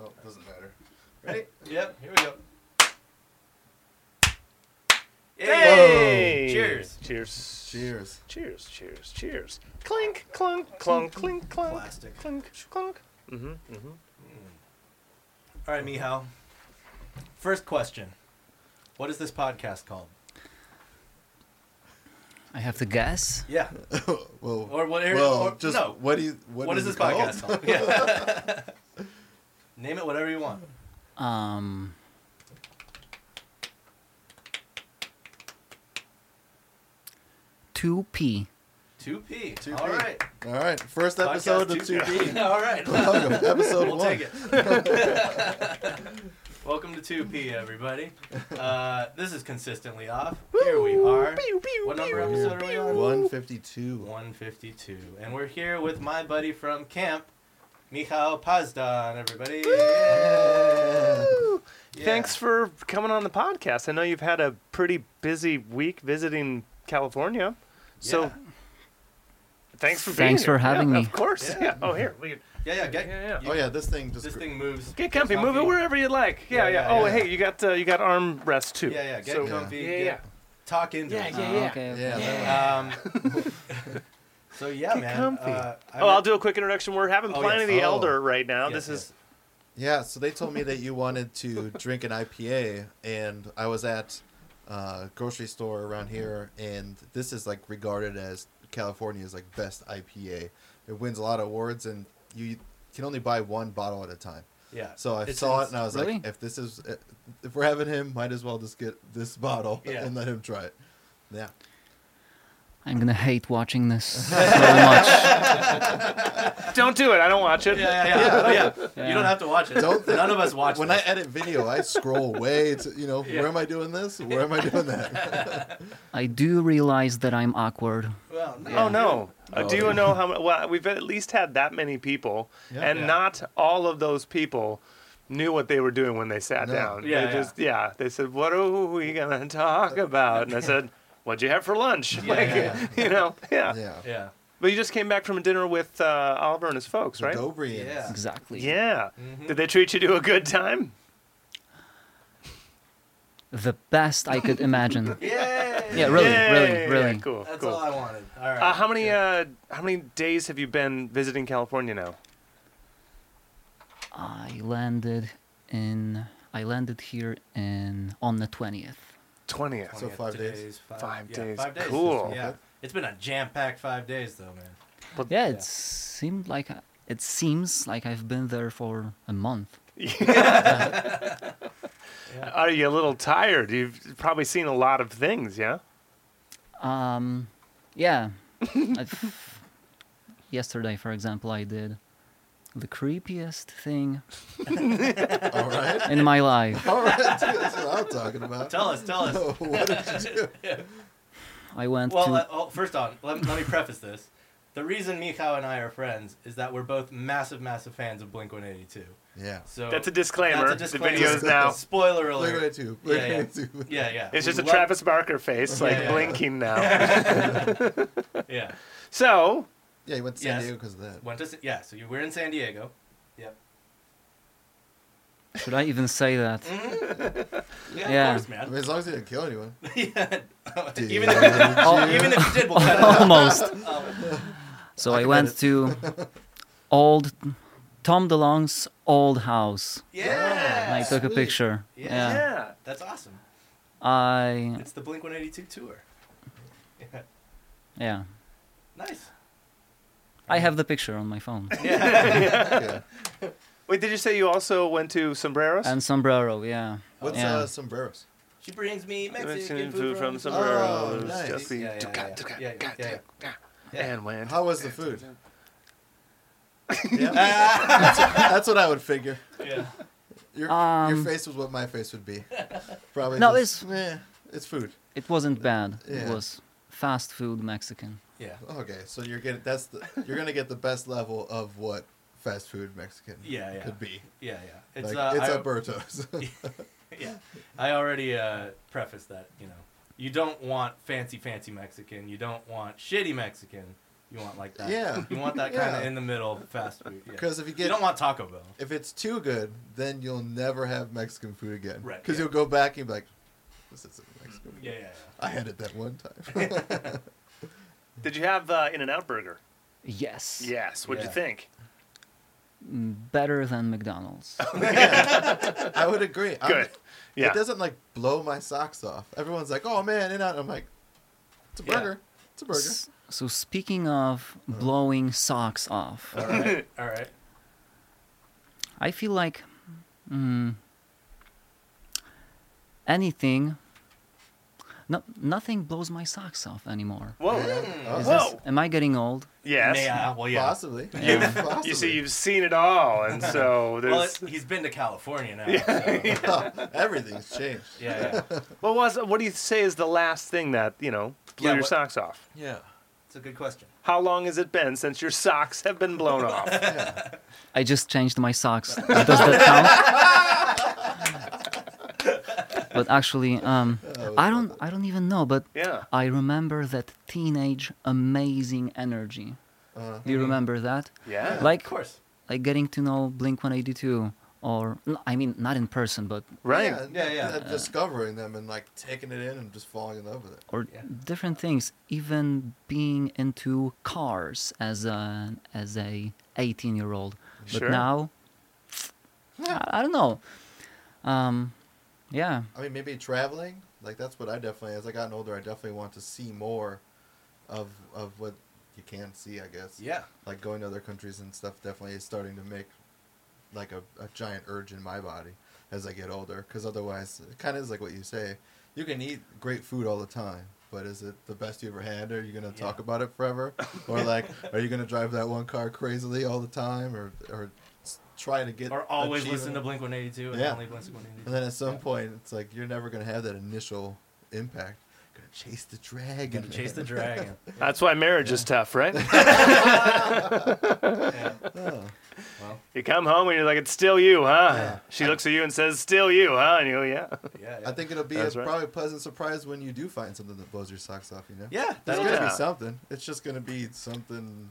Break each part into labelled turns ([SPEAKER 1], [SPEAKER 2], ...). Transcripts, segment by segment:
[SPEAKER 1] Oh, Yep, here we go.
[SPEAKER 2] Hey!
[SPEAKER 1] Whoa. Cheers.
[SPEAKER 2] Cheers.
[SPEAKER 3] Cheers.
[SPEAKER 2] Cheers. Cheers. Cheers. Clink, clunk, clunk, clink, clunk.
[SPEAKER 1] Plastic.
[SPEAKER 2] Clink, clunk. Mm-hmm. Mm-hmm.
[SPEAKER 1] All right, Mihal. First question. What is this podcast called?
[SPEAKER 4] I have to guess.
[SPEAKER 1] Yeah.
[SPEAKER 3] well,
[SPEAKER 1] Or what-
[SPEAKER 3] well,
[SPEAKER 1] or-
[SPEAKER 3] just
[SPEAKER 1] no.
[SPEAKER 3] what do you? What,
[SPEAKER 1] what is
[SPEAKER 3] it
[SPEAKER 1] this
[SPEAKER 3] called?
[SPEAKER 1] podcast called? Yeah. Name it whatever you want.
[SPEAKER 4] Um, two P.
[SPEAKER 1] 2P.
[SPEAKER 3] 2P.
[SPEAKER 1] All right.
[SPEAKER 3] All right, first
[SPEAKER 1] Podcast
[SPEAKER 3] episode of Two B.
[SPEAKER 1] 2P. All right.
[SPEAKER 3] Welcome, episode
[SPEAKER 1] we'll
[SPEAKER 3] one.
[SPEAKER 1] take it. Welcome to 2P, everybody. Uh, this is consistently off. Here we are. What number episode are we on?
[SPEAKER 3] One fifty-two.
[SPEAKER 1] 152. And we're here with my buddy from camp, Mikhail Pazdan, everybody. Yeah.
[SPEAKER 2] Thanks for coming on the podcast. I know you've had a pretty busy week visiting California. So
[SPEAKER 1] Yeah.
[SPEAKER 2] thanks for being
[SPEAKER 4] Thanks
[SPEAKER 2] here.
[SPEAKER 4] for having
[SPEAKER 2] Yeah,
[SPEAKER 4] me.
[SPEAKER 2] Of course.
[SPEAKER 1] Yeah.
[SPEAKER 2] Yeah. Oh, here. We,
[SPEAKER 1] Yeah, yeah, get,
[SPEAKER 2] yeah, yeah.
[SPEAKER 3] Oh yeah, this thing just.
[SPEAKER 1] This thing moves.
[SPEAKER 2] Get comfy. Move it wherever you like.
[SPEAKER 1] Yeah,
[SPEAKER 2] Yeah, yeah.
[SPEAKER 1] yeah,
[SPEAKER 2] oh,
[SPEAKER 1] yeah.
[SPEAKER 2] hey, you got uh, you got armrest too.
[SPEAKER 1] Yeah, yeah, get
[SPEAKER 2] So-
[SPEAKER 1] comfy.
[SPEAKER 2] Yeah,
[SPEAKER 1] get-
[SPEAKER 2] yeah.
[SPEAKER 1] Talk into it.
[SPEAKER 2] Yeah,
[SPEAKER 4] Oh,
[SPEAKER 2] yeah.
[SPEAKER 4] okay, okay.
[SPEAKER 3] Yeah. that one.
[SPEAKER 1] Um, so yeah,
[SPEAKER 2] Get
[SPEAKER 1] man.
[SPEAKER 2] comfy.
[SPEAKER 1] Uh, I
[SPEAKER 2] Oh, I'll
[SPEAKER 1] met-
[SPEAKER 2] do a quick introduction. We're having
[SPEAKER 1] Oh,
[SPEAKER 2] Pliny
[SPEAKER 1] yes.
[SPEAKER 2] the
[SPEAKER 3] Oh.
[SPEAKER 2] Elder right now.
[SPEAKER 1] yes,
[SPEAKER 2] this is
[SPEAKER 3] Yeah, so they told me that you wanted to drink an IPA, and I was at a grocery store around here, and this is like regarded as California's like best IPA. It wins a lot of awards, and you can only buy one bottle at a time.
[SPEAKER 1] yeah.
[SPEAKER 3] So I
[SPEAKER 1] It's
[SPEAKER 3] saw
[SPEAKER 1] ins-
[SPEAKER 3] it, and I was
[SPEAKER 4] Really?
[SPEAKER 3] like, if this is eh, if we're having him, might as well just get this bottle
[SPEAKER 1] Yeah.
[SPEAKER 3] and let him try it. Yeah,
[SPEAKER 4] I'm gonna hate watching this so much.
[SPEAKER 2] Don't do it. I don't watch it.
[SPEAKER 1] Yeah, yeah, yeah. Oh, yeah. You
[SPEAKER 4] Yeah.
[SPEAKER 1] don't have to watch it.
[SPEAKER 3] Don't-
[SPEAKER 1] None of us watch
[SPEAKER 3] when I
[SPEAKER 1] this.
[SPEAKER 3] edit video, I scroll way to you know
[SPEAKER 1] Yeah.
[SPEAKER 3] where am I doing this? Where am I doing that?
[SPEAKER 4] I do realize that I'm awkward.
[SPEAKER 1] well, no,
[SPEAKER 2] Oh no! Uh, do
[SPEAKER 3] Oh.
[SPEAKER 2] you know how? mu- Well, we've at least had that many people,
[SPEAKER 3] Yeah.
[SPEAKER 2] and
[SPEAKER 1] Yeah.
[SPEAKER 2] not all of those people knew what they were doing when they sat
[SPEAKER 3] No.
[SPEAKER 2] down.
[SPEAKER 1] Yeah,
[SPEAKER 2] they
[SPEAKER 1] yeah.
[SPEAKER 2] just yeah. They said, "What are we gonna talk about?" And I said, "What'd you have for lunch?"
[SPEAKER 1] Yeah,
[SPEAKER 2] like,
[SPEAKER 1] yeah,
[SPEAKER 2] you know, yeah.
[SPEAKER 3] Yeah,
[SPEAKER 1] Yeah.
[SPEAKER 2] But you just came back from a dinner with uh, Oliver and his folks,
[SPEAKER 3] The
[SPEAKER 2] right?
[SPEAKER 3] Dobrians.
[SPEAKER 1] Yeah.
[SPEAKER 4] Exactly.
[SPEAKER 2] Yeah.
[SPEAKER 1] Mhm.
[SPEAKER 2] Did they treat you to a good time?
[SPEAKER 4] The best I could imagine.
[SPEAKER 1] Yay!
[SPEAKER 4] Yeah, really,
[SPEAKER 2] Yay!
[SPEAKER 4] really,
[SPEAKER 2] Yeah,
[SPEAKER 4] really.
[SPEAKER 2] cool.
[SPEAKER 1] That's
[SPEAKER 2] cool.
[SPEAKER 1] all I wanted. All right.
[SPEAKER 2] uh, how many uh, how many days have you been visiting California now?
[SPEAKER 4] I landed in. I landed here in on the twentieth.
[SPEAKER 2] Twentieth.
[SPEAKER 3] So five days.
[SPEAKER 1] Five,
[SPEAKER 2] Five
[SPEAKER 1] yeah,
[SPEAKER 2] days.
[SPEAKER 1] Five days.
[SPEAKER 2] Cool.
[SPEAKER 1] Yeah. It's been a jam-packed five days, though, man.
[SPEAKER 4] Yeah, it seemed like I- it seems like I've been there for a month.
[SPEAKER 2] Are you a little tired? You've probably seen a lot of things, yeah?
[SPEAKER 4] Um, yeah. I've- yesterday, for example, I did the creepiest thing
[SPEAKER 3] All right.
[SPEAKER 4] in my life.
[SPEAKER 3] All right, dude, that's what I'm talking about.
[SPEAKER 1] Tell us, tell us.
[SPEAKER 3] what did you do?
[SPEAKER 4] I went
[SPEAKER 1] Well,
[SPEAKER 4] to
[SPEAKER 1] uh, oh, first on, let, let me preface this. The reason Mikhail and I are friends is that we're both massive, massive fans of Blink 182.
[SPEAKER 3] Yeah.
[SPEAKER 1] So
[SPEAKER 2] That's a disclaimer.
[SPEAKER 1] That's a disclaimer.
[SPEAKER 2] The video's now.
[SPEAKER 1] Spoiler
[SPEAKER 3] Blink
[SPEAKER 1] alert.
[SPEAKER 3] 182. Blink
[SPEAKER 1] Yeah, yeah.
[SPEAKER 3] 182.
[SPEAKER 1] Yeah, yeah.
[SPEAKER 2] It's
[SPEAKER 1] We
[SPEAKER 2] just a
[SPEAKER 1] love-
[SPEAKER 2] Travis Barker face, like
[SPEAKER 1] Yeah, yeah.
[SPEAKER 2] blinking now.
[SPEAKER 1] Yeah.
[SPEAKER 2] so,
[SPEAKER 3] Yeah, he went to San
[SPEAKER 1] Yes.
[SPEAKER 3] Diego because of that.
[SPEAKER 1] Went to, Sa- yeah, so you were in San Diego. Yep.
[SPEAKER 4] Should I even say that?
[SPEAKER 1] Yeah,
[SPEAKER 4] Yeah.
[SPEAKER 1] of course,
[SPEAKER 3] I
[SPEAKER 1] man.
[SPEAKER 3] mean, as long as he didn't kill anyone.
[SPEAKER 1] yeah.
[SPEAKER 3] Dude,
[SPEAKER 1] even, if,
[SPEAKER 4] Oh.
[SPEAKER 1] even if you did, we'll cut it out.
[SPEAKER 4] Almost.
[SPEAKER 1] Um,
[SPEAKER 4] So
[SPEAKER 3] I
[SPEAKER 4] I
[SPEAKER 3] can
[SPEAKER 4] went to old Tom DeLonge's old house.
[SPEAKER 1] yeah.
[SPEAKER 4] And I took a
[SPEAKER 3] Sweet.
[SPEAKER 4] picture.
[SPEAKER 1] Yeah.
[SPEAKER 2] yeah.
[SPEAKER 4] yeah.
[SPEAKER 1] That's awesome.
[SPEAKER 4] I
[SPEAKER 1] It's the Blink 182 tour. Yeah.
[SPEAKER 4] yeah.
[SPEAKER 1] Nice.
[SPEAKER 4] I have the picture on my phone.
[SPEAKER 1] Yeah.
[SPEAKER 3] Yeah.
[SPEAKER 2] Wait, did you say you also went to Sombreros?
[SPEAKER 4] And sombrero, yeah.
[SPEAKER 3] What's
[SPEAKER 4] Yeah.
[SPEAKER 3] uh, sombreros?
[SPEAKER 1] she brings me Mexican
[SPEAKER 2] Mexican
[SPEAKER 1] food
[SPEAKER 2] food
[SPEAKER 1] from
[SPEAKER 2] from Sombreros.
[SPEAKER 3] Oh, nice.
[SPEAKER 2] Just the-
[SPEAKER 1] Yeah, yeah, yeah, yeah, yeah, yeah, yeah.
[SPEAKER 2] And went.
[SPEAKER 3] How was the food?
[SPEAKER 1] Ah,
[SPEAKER 3] That's what I would figure.
[SPEAKER 1] yeah.
[SPEAKER 3] Your, your
[SPEAKER 4] Um,
[SPEAKER 3] face was what my face would be. Probably.
[SPEAKER 4] No,
[SPEAKER 3] just, eh, it's food.
[SPEAKER 4] It wasn't bad. It
[SPEAKER 3] Yeah.
[SPEAKER 4] was fast food Mexican.
[SPEAKER 1] Yeah.
[SPEAKER 3] Okay, so you're getting that's the, you're gonna get the best level of what fast food Mexican
[SPEAKER 1] Yeah, yeah.
[SPEAKER 3] could be.
[SPEAKER 1] Yeah, yeah. It's
[SPEAKER 3] like
[SPEAKER 1] uh,
[SPEAKER 3] it's
[SPEAKER 1] I,
[SPEAKER 3] Alberto's.
[SPEAKER 1] yeah. I already uh, prefaced that, you know. You don't want fancy fancy Mexican, you don't want shitty Mexican. You want like that.
[SPEAKER 3] Yeah.
[SPEAKER 1] You want that kind
[SPEAKER 3] Yeah.
[SPEAKER 1] of in the middle fast food. Yeah.
[SPEAKER 3] Because if you get
[SPEAKER 1] you don't want Taco Bell.
[SPEAKER 3] if it's too good, then you'll never have Mexican food again.
[SPEAKER 1] Right,
[SPEAKER 3] Because
[SPEAKER 1] yeah.
[SPEAKER 3] you'll go back and be like, this isn't Mexican. food."
[SPEAKER 1] Yeah, yeah,
[SPEAKER 3] I had it that one time.
[SPEAKER 2] Did you have uh, In and Out Burger?
[SPEAKER 4] Yes.
[SPEAKER 2] Yes. What'd
[SPEAKER 1] Yeah.
[SPEAKER 2] you think?
[SPEAKER 4] Mm, Better than McDonald's.
[SPEAKER 3] I would agree.
[SPEAKER 1] Um,
[SPEAKER 3] I'm-
[SPEAKER 2] Good. Yeah.
[SPEAKER 3] It doesn't like blow my socks off. Everyone's like, oh man, in out. I'm like, it's a
[SPEAKER 1] Yeah.
[SPEAKER 3] burger. It's a burger.
[SPEAKER 4] S- So speaking of blowing socks off,
[SPEAKER 1] yeah. All right. All right.
[SPEAKER 4] I feel like mm, anything, no, nothing blows my socks off anymore.
[SPEAKER 2] Whoa. Mm.
[SPEAKER 3] Oh.
[SPEAKER 4] Is
[SPEAKER 2] Whoa.
[SPEAKER 4] This, am I getting old?
[SPEAKER 2] Yes.
[SPEAKER 1] Yeah, well, yeah.
[SPEAKER 3] Possibly.
[SPEAKER 4] Yeah.
[SPEAKER 3] Possibly.
[SPEAKER 2] You see, you've seen it all, and so
[SPEAKER 1] Well,
[SPEAKER 2] there's.
[SPEAKER 1] it, he's been to California now. so- Yeah.
[SPEAKER 3] Oh, everything's changed.
[SPEAKER 1] yeah,
[SPEAKER 2] What was? What do you say is the last thing that you know blew
[SPEAKER 1] Yeah,
[SPEAKER 2] your
[SPEAKER 1] what-
[SPEAKER 2] socks off?
[SPEAKER 3] Yeah.
[SPEAKER 1] It's a good question.
[SPEAKER 2] How long has it been since your socks have been blown off?
[SPEAKER 4] I just changed my socks. Does that count? but actually, um, I don't. I don't even know. But
[SPEAKER 2] Yeah.
[SPEAKER 4] I remember that teenage amazing energy.
[SPEAKER 3] Uh,
[SPEAKER 4] Do you remember that?
[SPEAKER 2] Yeah.
[SPEAKER 4] Like
[SPEAKER 1] Of course.
[SPEAKER 4] like getting to know Blink 182, or n- I mean, not in person, but
[SPEAKER 2] Right.
[SPEAKER 3] Yeah,
[SPEAKER 1] Yeah, yeah.
[SPEAKER 3] th- discovering them and like taking it in and just falling in love with it.
[SPEAKER 4] or
[SPEAKER 1] Yeah.
[SPEAKER 4] different things. Even being into cars as a as a 18 year old, but
[SPEAKER 2] Sure.
[SPEAKER 4] now I, I don't know. Um, yeah,
[SPEAKER 3] I mean, maybe traveling. Like that's what I definitely. As I gotten older, I definitely want to see more of of what you can see. I guess.
[SPEAKER 1] Yeah.
[SPEAKER 3] Like going to other countries and stuff. Definitely is starting to make like a, a giant urge in my body as I get older. Because otherwise, it kind of is like what you say. You can eat great food all the time. But is it the best you ever had? Are you gonna talk
[SPEAKER 1] Yeah.
[SPEAKER 3] about it forever, or like, are you gonna drive that one car crazily all the time, or or s- try to get
[SPEAKER 1] Or always
[SPEAKER 3] achieve
[SPEAKER 1] listen
[SPEAKER 3] it?
[SPEAKER 1] to Blink 182 and
[SPEAKER 3] Yeah.
[SPEAKER 1] only Blink 182.
[SPEAKER 3] And then at some point, it's like you're never gonna have that initial impact. Gonna chase the dragon.
[SPEAKER 1] Gotta chase the
[SPEAKER 3] man.
[SPEAKER 1] dragon.
[SPEAKER 2] That's why marriage is tough, right?
[SPEAKER 1] Yeah.
[SPEAKER 3] Oh.
[SPEAKER 1] Well,
[SPEAKER 2] you come home and you're like, "It's still you, huh?"
[SPEAKER 3] Yeah.
[SPEAKER 2] She looks at you and says, "Still you, huh?" And you, yeah.
[SPEAKER 1] yeah. yeah.
[SPEAKER 3] I think it'll be a
[SPEAKER 2] That's right.
[SPEAKER 3] probably pleasant surprise when you do find something that blows your socks off. You know.
[SPEAKER 1] Yeah.
[SPEAKER 3] There's
[SPEAKER 1] That'll
[SPEAKER 3] gonna
[SPEAKER 2] Yeah.
[SPEAKER 3] be something. It's just gonna be something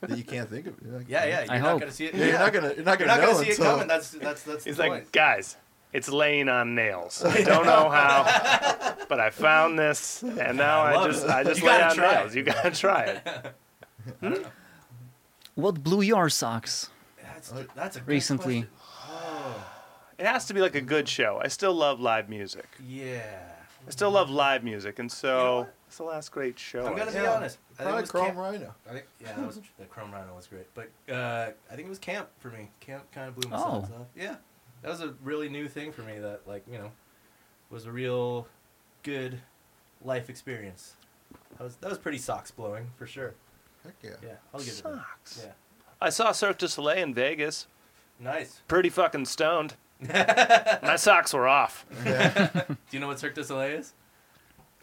[SPEAKER 3] that you can't think of. You're like,
[SPEAKER 1] yeah, yeah. You're
[SPEAKER 4] I
[SPEAKER 1] not
[SPEAKER 4] hope.
[SPEAKER 1] gonna see it.
[SPEAKER 3] Yeah, You're not gonna. You're not
[SPEAKER 1] You're
[SPEAKER 3] gonna
[SPEAKER 1] not
[SPEAKER 3] know
[SPEAKER 1] gonna see
[SPEAKER 3] until.
[SPEAKER 1] it coming. That's that's that's
[SPEAKER 2] He's
[SPEAKER 1] the
[SPEAKER 2] like,
[SPEAKER 1] point.
[SPEAKER 2] guys, it's laying on nails. I don't know how, but I found this, and now
[SPEAKER 1] I
[SPEAKER 2] I,
[SPEAKER 1] love
[SPEAKER 2] just
[SPEAKER 1] it.
[SPEAKER 2] I just
[SPEAKER 1] You
[SPEAKER 2] lay
[SPEAKER 1] gotta
[SPEAKER 2] on
[SPEAKER 1] try
[SPEAKER 2] nails.
[SPEAKER 1] it.
[SPEAKER 2] You gotta try it.
[SPEAKER 4] what blew your socks?
[SPEAKER 1] That's that's a good
[SPEAKER 4] Recently.
[SPEAKER 1] question. Oh,
[SPEAKER 2] It has to be like a good show. I still love live music.
[SPEAKER 1] yeah.
[SPEAKER 2] I still love live music, and
[SPEAKER 1] know
[SPEAKER 2] so
[SPEAKER 1] what?
[SPEAKER 2] it's the last great show.
[SPEAKER 1] I'm
[SPEAKER 2] I
[SPEAKER 1] gonna
[SPEAKER 2] guess.
[SPEAKER 1] be
[SPEAKER 3] Yeah.
[SPEAKER 1] honest. I think it
[SPEAKER 3] probably
[SPEAKER 1] was
[SPEAKER 3] Chrome
[SPEAKER 1] camp.
[SPEAKER 3] Rhino.
[SPEAKER 1] I think, yeah, that was the Chrome Rhino was great, but uh, I think it was camp for me. Camp kind of blew my
[SPEAKER 4] Oh.
[SPEAKER 1] socks off. Yeah, that was a really new thing for me. That like you know, was a real good life experience. That was that was pretty socks blowing for sure.
[SPEAKER 3] Heck yeah.
[SPEAKER 1] Yeah, I'll give it. that.
[SPEAKER 2] Socks.
[SPEAKER 1] Yeah,
[SPEAKER 2] I saw Cirque du Soleil in Vegas.
[SPEAKER 1] nice.
[SPEAKER 2] Pretty fucking stoned. My socks were off.
[SPEAKER 3] Yeah.
[SPEAKER 1] Do you know what Cirque du Soleil is?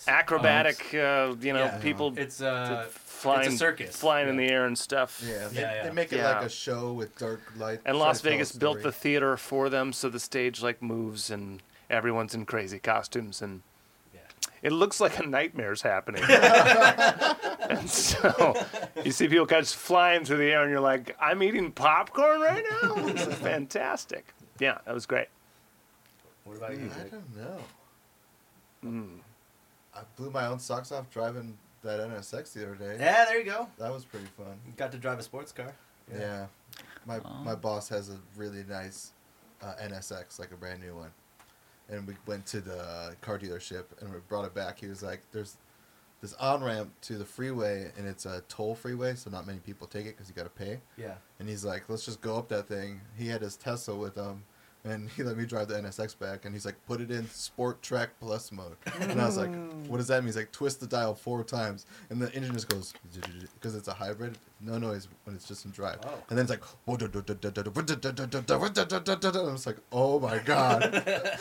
[SPEAKER 2] Acrobatic, uh, you know,
[SPEAKER 1] Yeah.
[SPEAKER 2] people
[SPEAKER 1] It's uh,
[SPEAKER 2] flying,
[SPEAKER 1] circus.
[SPEAKER 2] flying in
[SPEAKER 1] Yeah.
[SPEAKER 2] the air and stuff.
[SPEAKER 3] yeah. They,
[SPEAKER 1] Yeah, yeah.
[SPEAKER 3] they make it like
[SPEAKER 2] Yeah.
[SPEAKER 3] a show with dark light.
[SPEAKER 2] And
[SPEAKER 3] try
[SPEAKER 2] Las
[SPEAKER 3] to tell a
[SPEAKER 2] Vegas built the
[SPEAKER 3] story.
[SPEAKER 2] theater for them, so the stage like moves and everyone's in crazy costumes, and
[SPEAKER 1] yeah.
[SPEAKER 2] it looks like a nightmare's happening. and so you see people kind of just flying through the air, and you're like, "I'm eating popcorn right now. This is fantastic." Yeah, that was great.
[SPEAKER 1] What about you?
[SPEAKER 3] Mm, I
[SPEAKER 1] Jake?
[SPEAKER 3] don't know.
[SPEAKER 2] Mm.
[SPEAKER 3] I blew my own socks off driving that NSX the other day.
[SPEAKER 1] Yeah, there you go.
[SPEAKER 3] That was pretty fun.
[SPEAKER 1] You got to drive a sports car.
[SPEAKER 3] Yeah. My my boss has a really nice uh, NSX, like a brand new one. And we went to the car dealership and we brought it back. He was like, there's this on ramp to the freeway and it's a toll freeway, so not many people take it because you got to pay.
[SPEAKER 1] Yeah.
[SPEAKER 3] And he's like, let's just go up that thing. He had his Tesla with him, and he let me drive the NSX back. And he's like, put it in Sport Track Plus mode. And I was like, what does that mean? He's like, twist the dial four times, and the engine just goes because it's a hybrid, no noise when it's just in drive.
[SPEAKER 1] Wow.
[SPEAKER 3] And then it's like, "Oh, and I'm just like, oh my god.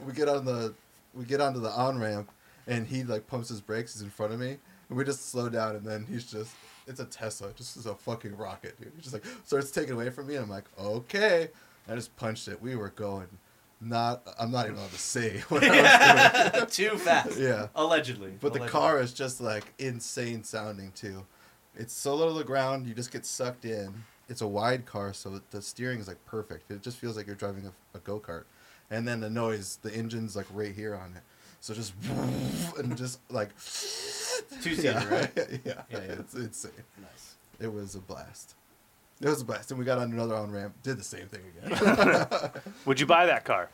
[SPEAKER 3] we get on the we get onto the on ramp, and he like pumps his brakes. He's in front of me, and we just slow down, and then he's just. It's a Tesla. It Just is a fucking rocket, dude. He just like starts taking away from me, and I'm like, okay. I just punched it. We were going, not. I'm not even allowed to say what I was doing.
[SPEAKER 1] Too fast.
[SPEAKER 3] Yeah.
[SPEAKER 1] Allegedly.
[SPEAKER 3] But the
[SPEAKER 1] Allegedly.
[SPEAKER 3] car is just like insane sounding too. It's so low to the ground, you just get sucked in. It's a wide car, so the steering is like perfect. It just feels like you're driving a, a go kart. And then the noise, the engine's like right here on it. So just and just like
[SPEAKER 1] Two seater,
[SPEAKER 3] yeah,
[SPEAKER 1] right?
[SPEAKER 3] yeah,
[SPEAKER 1] yeah.
[SPEAKER 3] It's insane.
[SPEAKER 1] Nice.
[SPEAKER 3] It was a blast. It was a blast, and we got on another on ramp. Did the same thing again.
[SPEAKER 2] Would you buy that car?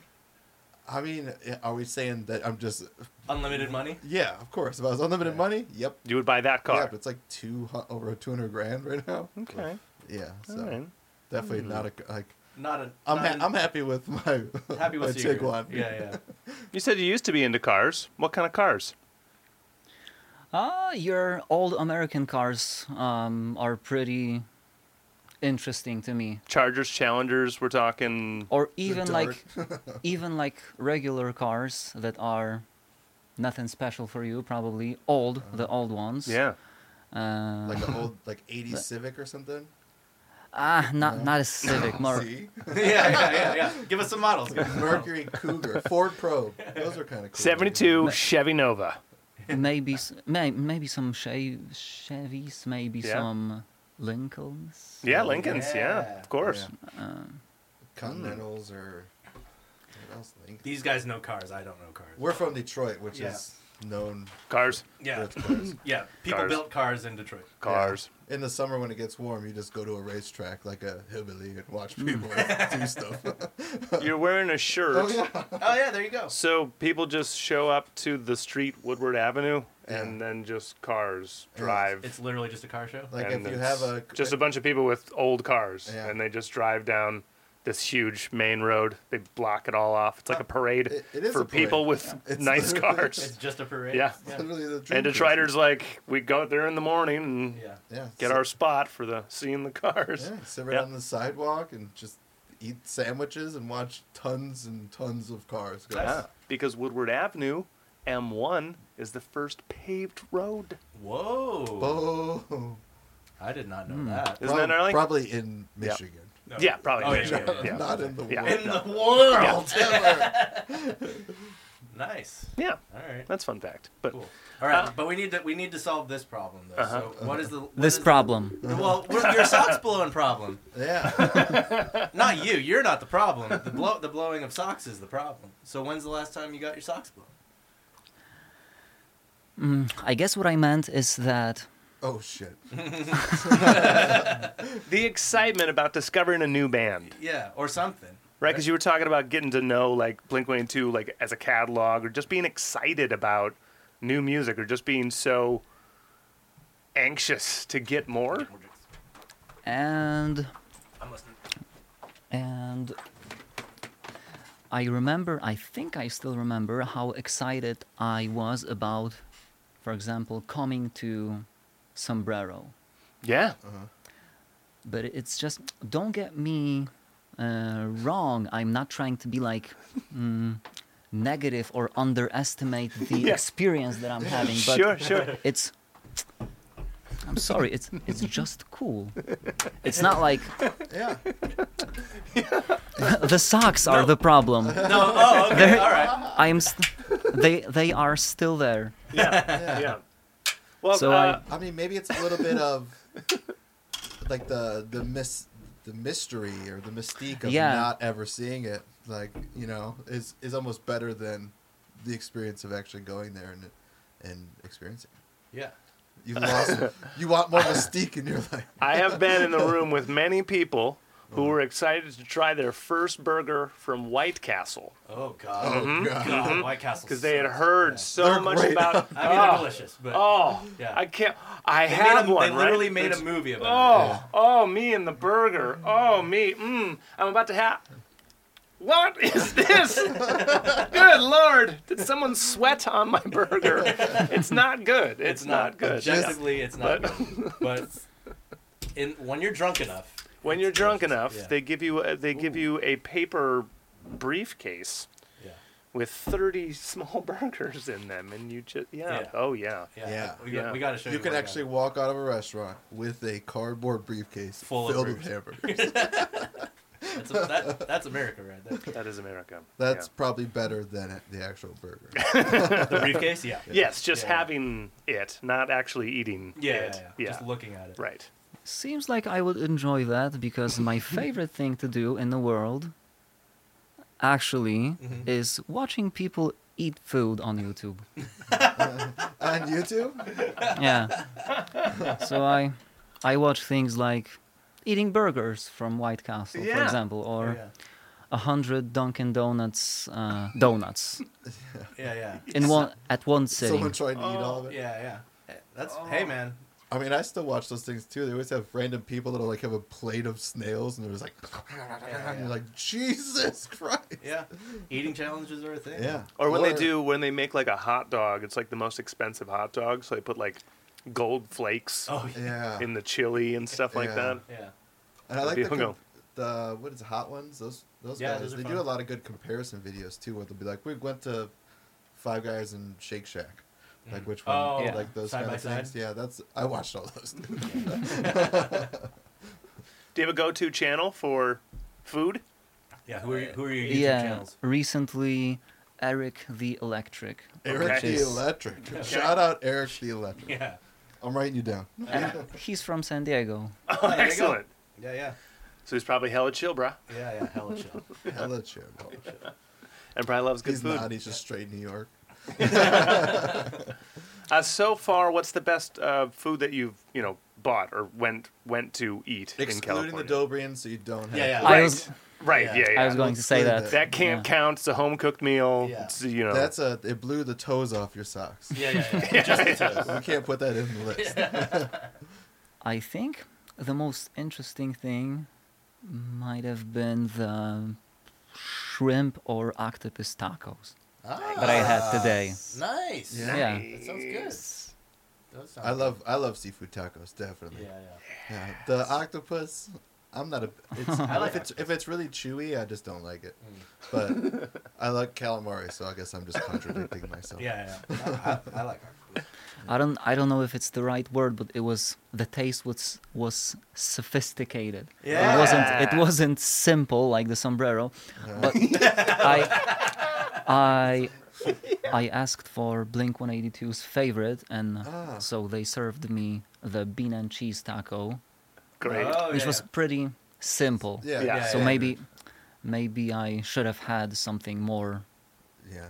[SPEAKER 3] I mean, are we saying that I'm just?
[SPEAKER 1] Unlimited money.
[SPEAKER 3] Yeah, of course. If I was unlimited
[SPEAKER 1] Yeah.
[SPEAKER 3] money, yep.
[SPEAKER 2] You would buy that
[SPEAKER 3] Yeah,
[SPEAKER 2] car.
[SPEAKER 3] but it's like two hu- over two hundred grand right now.
[SPEAKER 2] okay.
[SPEAKER 3] Yeah, so
[SPEAKER 2] All right.
[SPEAKER 3] definitely not a like.
[SPEAKER 1] Not a.
[SPEAKER 3] I'm
[SPEAKER 1] Hmm. not
[SPEAKER 3] ha-
[SPEAKER 1] an-
[SPEAKER 3] I'm happy with my
[SPEAKER 1] happy with
[SPEAKER 3] my
[SPEAKER 1] Secret.
[SPEAKER 3] Tiguan.
[SPEAKER 1] Yeah, yeah.
[SPEAKER 2] You said you used to be into cars. What kind of cars?
[SPEAKER 4] Ah, your old American cars um, are pretty interesting to me.
[SPEAKER 2] Chargers, Challengers. We're talking.
[SPEAKER 4] Or even like even like regular cars that are nothing special for you, probably old, the old ones.
[SPEAKER 2] Uh-huh. Yeah.
[SPEAKER 4] Uh,
[SPEAKER 3] like an old like eighty Civic or something.
[SPEAKER 4] ah, not
[SPEAKER 3] No.
[SPEAKER 4] not a Civic, more
[SPEAKER 3] See,
[SPEAKER 1] yeah, yeah, yeah, yeah. Give us some models.
[SPEAKER 3] Mercury Cougar, Ford Probe. Those are kind of cool.
[SPEAKER 2] 72 Chevy Nova.
[SPEAKER 4] maybe s- may, maybe some Che- Chevys, maybe
[SPEAKER 2] Yeah.
[SPEAKER 4] some Lincolns.
[SPEAKER 2] Yeah, Lincolns. Yeah,
[SPEAKER 1] yeah.
[SPEAKER 2] of course.
[SPEAKER 3] Continentals or what else? Lincoln.
[SPEAKER 1] These guys know cars. I don't know cars.
[SPEAKER 3] We're from Detroit, which
[SPEAKER 1] Yeah.
[SPEAKER 3] is known.
[SPEAKER 2] Cars,
[SPEAKER 3] for
[SPEAKER 1] yeah,
[SPEAKER 3] its cars.
[SPEAKER 1] yeah. People
[SPEAKER 2] Cars.
[SPEAKER 1] built cars in Detroit.
[SPEAKER 2] cars.
[SPEAKER 3] In the summer when it gets warm, you just go to a racetrack like a hillbilly and watch
[SPEAKER 2] Mm.
[SPEAKER 3] people do stuff.
[SPEAKER 2] You're wearing a shirt.
[SPEAKER 1] Oh yeah, there you go.
[SPEAKER 2] So people just show up to the street Woodward Avenue and
[SPEAKER 3] Yeah.
[SPEAKER 2] then just cars
[SPEAKER 3] Yeah.
[SPEAKER 2] drive.
[SPEAKER 1] It's literally just a car show.
[SPEAKER 3] like
[SPEAKER 2] and
[SPEAKER 3] if you
[SPEAKER 2] it's
[SPEAKER 3] have a
[SPEAKER 2] just a bunch of people with old cars
[SPEAKER 3] Yeah.
[SPEAKER 2] and they just drive down this huge main road. They block it all off. It's like a parade
[SPEAKER 3] Uh, It- it is
[SPEAKER 2] for
[SPEAKER 3] a parade.
[SPEAKER 2] people with
[SPEAKER 3] It's
[SPEAKER 2] nice
[SPEAKER 3] literally-
[SPEAKER 1] It's
[SPEAKER 2] cars.
[SPEAKER 1] just a parade.
[SPEAKER 2] Yeah.
[SPEAKER 1] yeah.
[SPEAKER 3] literally the dream
[SPEAKER 2] And Detroiters like we go out there in the morning and
[SPEAKER 1] Yeah.
[SPEAKER 3] cruise. yeah,
[SPEAKER 2] get
[SPEAKER 3] sit-
[SPEAKER 2] our spot for the seeing the cars.
[SPEAKER 3] yeah, sit right
[SPEAKER 2] Yeah.
[SPEAKER 3] on the sidewalk and just eat sandwiches and watch tons and tons of cars go.
[SPEAKER 1] That's-
[SPEAKER 2] Yeah, because Woodward Avenue, M1, is the first paved road.
[SPEAKER 1] Whoa.
[SPEAKER 3] Whoa.
[SPEAKER 1] I did not know that.
[SPEAKER 2] Isn't that
[SPEAKER 3] Oh. Prob-
[SPEAKER 2] gnarly?
[SPEAKER 3] Probably in Michigan.
[SPEAKER 1] No.
[SPEAKER 2] Yeah, probably.
[SPEAKER 1] Oh,
[SPEAKER 2] yeah,
[SPEAKER 1] yeah, yeah,
[SPEAKER 2] yeah.
[SPEAKER 3] Not in the
[SPEAKER 2] Yeah.
[SPEAKER 3] world.
[SPEAKER 1] In the world.
[SPEAKER 3] Ever.
[SPEAKER 1] Nice.
[SPEAKER 2] Yeah,
[SPEAKER 1] All right.
[SPEAKER 2] that's fun fact. But
[SPEAKER 1] Cool. All
[SPEAKER 2] Uh,
[SPEAKER 1] right, but we need to we need to solve this problem though.
[SPEAKER 2] Uh-huh.
[SPEAKER 1] So what is the what
[SPEAKER 4] This
[SPEAKER 1] is the-
[SPEAKER 4] problem.
[SPEAKER 1] well, what- your socks blowing problem.
[SPEAKER 3] yeah.
[SPEAKER 1] Not you. You're not the problem. The blow the blowing of socks is the problem. So when's the last time you got your socks blown?
[SPEAKER 4] I guess what I meant is that
[SPEAKER 3] Oh shit.
[SPEAKER 2] the excitement about discovering a new band,
[SPEAKER 1] Yeah, or something.
[SPEAKER 2] right? Because you were talking about getting to know like Blink One Two, like as a catalog, or just being excited about new music, or just being so anxious to get more.
[SPEAKER 4] and
[SPEAKER 1] I'm listening.
[SPEAKER 4] and I remember, I think I still remember how excited I was about, for example, coming to Sombrero.
[SPEAKER 2] Yeah,
[SPEAKER 4] But it's just, don't get me uh, wrong. I'm not trying to be like mm, negative or underestimate the
[SPEAKER 2] Yeah.
[SPEAKER 4] experience that I'm having. But
[SPEAKER 2] sure, sure.
[SPEAKER 4] it's I'm sorry, it's it's just cool. It's not like
[SPEAKER 3] Yeah.
[SPEAKER 4] the socks are the problem.
[SPEAKER 1] No, oh, okay, all right.
[SPEAKER 4] I am st- they they are still there.
[SPEAKER 2] Yeah, yeah. Well,
[SPEAKER 4] So
[SPEAKER 2] uh,
[SPEAKER 3] I mean, maybe it's a little bit of like the the mis the mystery or the mystique of
[SPEAKER 4] Yeah.
[SPEAKER 3] not ever seeing it. Like you know, is is almost better than the experience of actually going there and and experiencing. it.
[SPEAKER 1] Yeah.
[SPEAKER 3] You lost. you want more mystique in your life.
[SPEAKER 2] I have been in the room with many people who were excited to try their first burger from White Castle
[SPEAKER 1] Oh
[SPEAKER 3] Oh
[SPEAKER 1] god.
[SPEAKER 3] god.
[SPEAKER 1] God, White Castle.
[SPEAKER 2] because mm-hmm. they had
[SPEAKER 1] sucks.
[SPEAKER 2] heard
[SPEAKER 1] Yeah.
[SPEAKER 2] so
[SPEAKER 3] They're
[SPEAKER 2] much
[SPEAKER 3] great.
[SPEAKER 2] about.
[SPEAKER 1] I mean, they're
[SPEAKER 2] oh,
[SPEAKER 1] delicious, but
[SPEAKER 2] oh,
[SPEAKER 1] Yeah.
[SPEAKER 2] I can't. I
[SPEAKER 1] they made
[SPEAKER 2] have
[SPEAKER 1] a-
[SPEAKER 2] one.
[SPEAKER 1] They literally
[SPEAKER 2] right?
[SPEAKER 1] made
[SPEAKER 2] There's-
[SPEAKER 1] a movie about
[SPEAKER 2] Oh, oh, me and the burger. Oh, me. Mm, I'm about to have. What is this? good lord! Did someone sweat on my burger? It's not good.
[SPEAKER 1] it.
[SPEAKER 2] It's, not, good.
[SPEAKER 1] Objectively, it's not.
[SPEAKER 2] But-
[SPEAKER 1] good. But in when you're drunk enough,
[SPEAKER 2] when you're drunk enough,
[SPEAKER 1] Yeah.
[SPEAKER 2] they give you a, they give you a paper briefcase
[SPEAKER 1] yeah,
[SPEAKER 2] with 30 small burgers in them, and you just yeah,
[SPEAKER 1] Yeah.
[SPEAKER 2] oh yeah.
[SPEAKER 1] yeah,
[SPEAKER 3] Yeah.
[SPEAKER 1] We,
[SPEAKER 2] Yeah.
[SPEAKER 1] got to show you.
[SPEAKER 3] You can
[SPEAKER 1] what I got.
[SPEAKER 3] actually walk out of a restaurant with a cardboard briefcase
[SPEAKER 1] Full of
[SPEAKER 3] filled with hamburgers.
[SPEAKER 1] That's, a, that, that's America right there.
[SPEAKER 2] That is America.
[SPEAKER 3] That's
[SPEAKER 2] Yeah.
[SPEAKER 3] probably better than the actual burger.
[SPEAKER 1] The briefcase, yeah.
[SPEAKER 2] Yes, just
[SPEAKER 1] Yeah.
[SPEAKER 2] having it, not actually eating
[SPEAKER 1] Yeah, yeah,
[SPEAKER 2] it.
[SPEAKER 1] yeah. Just looking at it.
[SPEAKER 2] right.
[SPEAKER 4] Seems like I would enjoy that because my favorite thing to do in the world actually
[SPEAKER 1] Mhm.
[SPEAKER 4] is watching people eat food on YouTube.
[SPEAKER 3] On YouTube?
[SPEAKER 4] yeah. So I I watch things like eating burgers from White Castle, for
[SPEAKER 2] Yeah.
[SPEAKER 4] example, or
[SPEAKER 1] Yeah,
[SPEAKER 4] a hundred Dunkin' Donuts uh, donuts
[SPEAKER 1] yeah, yeah.
[SPEAKER 4] in one at one sitting.
[SPEAKER 3] Someone trying to eat all of
[SPEAKER 1] Yeah,
[SPEAKER 3] it.
[SPEAKER 1] yeah. Eh, That's hey man.
[SPEAKER 3] I mean, I still watch those things too. They always have random people that'll like have a plate of snails and they're just like, and you're like, Jesus Christ.
[SPEAKER 1] Yeah, eating challenges are a thing.
[SPEAKER 3] Yeah.
[SPEAKER 2] Or when they do, when they make like a hot dog, it's like the most expensive hot dog. So they put like gold flakes
[SPEAKER 1] Oh yeah.
[SPEAKER 3] Yeah.
[SPEAKER 2] in the chili and stuff like
[SPEAKER 3] Yeah.
[SPEAKER 2] that.
[SPEAKER 1] Yeah.
[SPEAKER 3] And I like
[SPEAKER 2] There
[SPEAKER 3] the,
[SPEAKER 2] you
[SPEAKER 3] com-
[SPEAKER 2] go.
[SPEAKER 3] the what is it, hot ones? Those those
[SPEAKER 1] Yeah,
[SPEAKER 3] guys.
[SPEAKER 1] those are
[SPEAKER 3] they
[SPEAKER 1] fun.
[SPEAKER 3] do a lot of good comparison videos too, where they'll be like, we went to Five Guys and Shake Shack. Like which one?
[SPEAKER 1] Oh,
[SPEAKER 3] like those
[SPEAKER 1] side
[SPEAKER 3] kind
[SPEAKER 1] by
[SPEAKER 3] of things.
[SPEAKER 1] side.
[SPEAKER 3] Yeah, that's I watched all those.
[SPEAKER 2] Do you have a go-to channel for food?
[SPEAKER 1] Yeah. Who are you, who are your YouTube
[SPEAKER 4] yeah.
[SPEAKER 1] channels?
[SPEAKER 4] Recently, Eric the Electric.
[SPEAKER 3] Eric
[SPEAKER 2] Okay.
[SPEAKER 3] the Electric. Shout out Eric the Electric.
[SPEAKER 1] Yeah.
[SPEAKER 3] I'm writing you down.
[SPEAKER 4] And he's from San Diego.
[SPEAKER 2] Oh,
[SPEAKER 1] there you go.
[SPEAKER 2] excellent.
[SPEAKER 1] Yeah, yeah.
[SPEAKER 2] So he's probably hella chill, bruh,
[SPEAKER 1] Yeah, yeah. Hella chill.
[SPEAKER 3] Hello, Chip.
[SPEAKER 2] and probably loves good
[SPEAKER 3] He's
[SPEAKER 2] food.
[SPEAKER 3] not. He's just straight New York.
[SPEAKER 2] Uh, so far, what's the best uh, food that you've you know bought or went went to eat in
[SPEAKER 3] Excluding
[SPEAKER 2] California?
[SPEAKER 3] the Dobrian, so you don't have.
[SPEAKER 1] Yeah, yeah.
[SPEAKER 4] I
[SPEAKER 2] Right,
[SPEAKER 4] was
[SPEAKER 2] right,
[SPEAKER 1] Yeah.
[SPEAKER 2] yeah, yeah.
[SPEAKER 4] I was going to say
[SPEAKER 3] Exclude
[SPEAKER 4] that.
[SPEAKER 2] that can't
[SPEAKER 4] yeah.
[SPEAKER 2] count. It's a home cooked meal.
[SPEAKER 1] Yeah.
[SPEAKER 2] It's, you know,
[SPEAKER 3] That's a. It blew the toes off your socks.
[SPEAKER 1] Yeah, yeah, yeah. Just the toes.
[SPEAKER 3] We can't put that in the list.
[SPEAKER 4] I think the most interesting thing might have been the shrimp or octopus tacos that I had today.
[SPEAKER 1] Ah, Nice.
[SPEAKER 3] Yeah.
[SPEAKER 4] Yeah.
[SPEAKER 1] That sounds good. That sounds
[SPEAKER 3] I love. I love seafood tacos. Definitely.
[SPEAKER 1] Good. Yeah,
[SPEAKER 3] Yeah, the octopus. I'm not a. It's,
[SPEAKER 1] I like
[SPEAKER 3] if it's if it's really chewy, I just don't like it.
[SPEAKER 1] Mm.
[SPEAKER 3] But I like calamari, so I guess I'm just contradicting myself.
[SPEAKER 1] yeah. Yeah, yeah. I, I, I like octopus.
[SPEAKER 4] I don't I don't know if it's the right word, but it was the taste was was sophisticated. It wasn't it
[SPEAKER 2] Yeah.
[SPEAKER 4] wasn't simple like the sombrero, but I I I asked for Blink 182's favorite, and
[SPEAKER 3] Ah.
[SPEAKER 4] so they served me the bean and cheese taco,
[SPEAKER 2] great.
[SPEAKER 1] Oh,
[SPEAKER 4] which
[SPEAKER 1] yeah,
[SPEAKER 4] was pretty simple.
[SPEAKER 3] Yeah.
[SPEAKER 2] Yeah.
[SPEAKER 1] Yeah,
[SPEAKER 4] So
[SPEAKER 1] yeah.
[SPEAKER 4] maybe maybe I should have had something more
[SPEAKER 3] Yeah.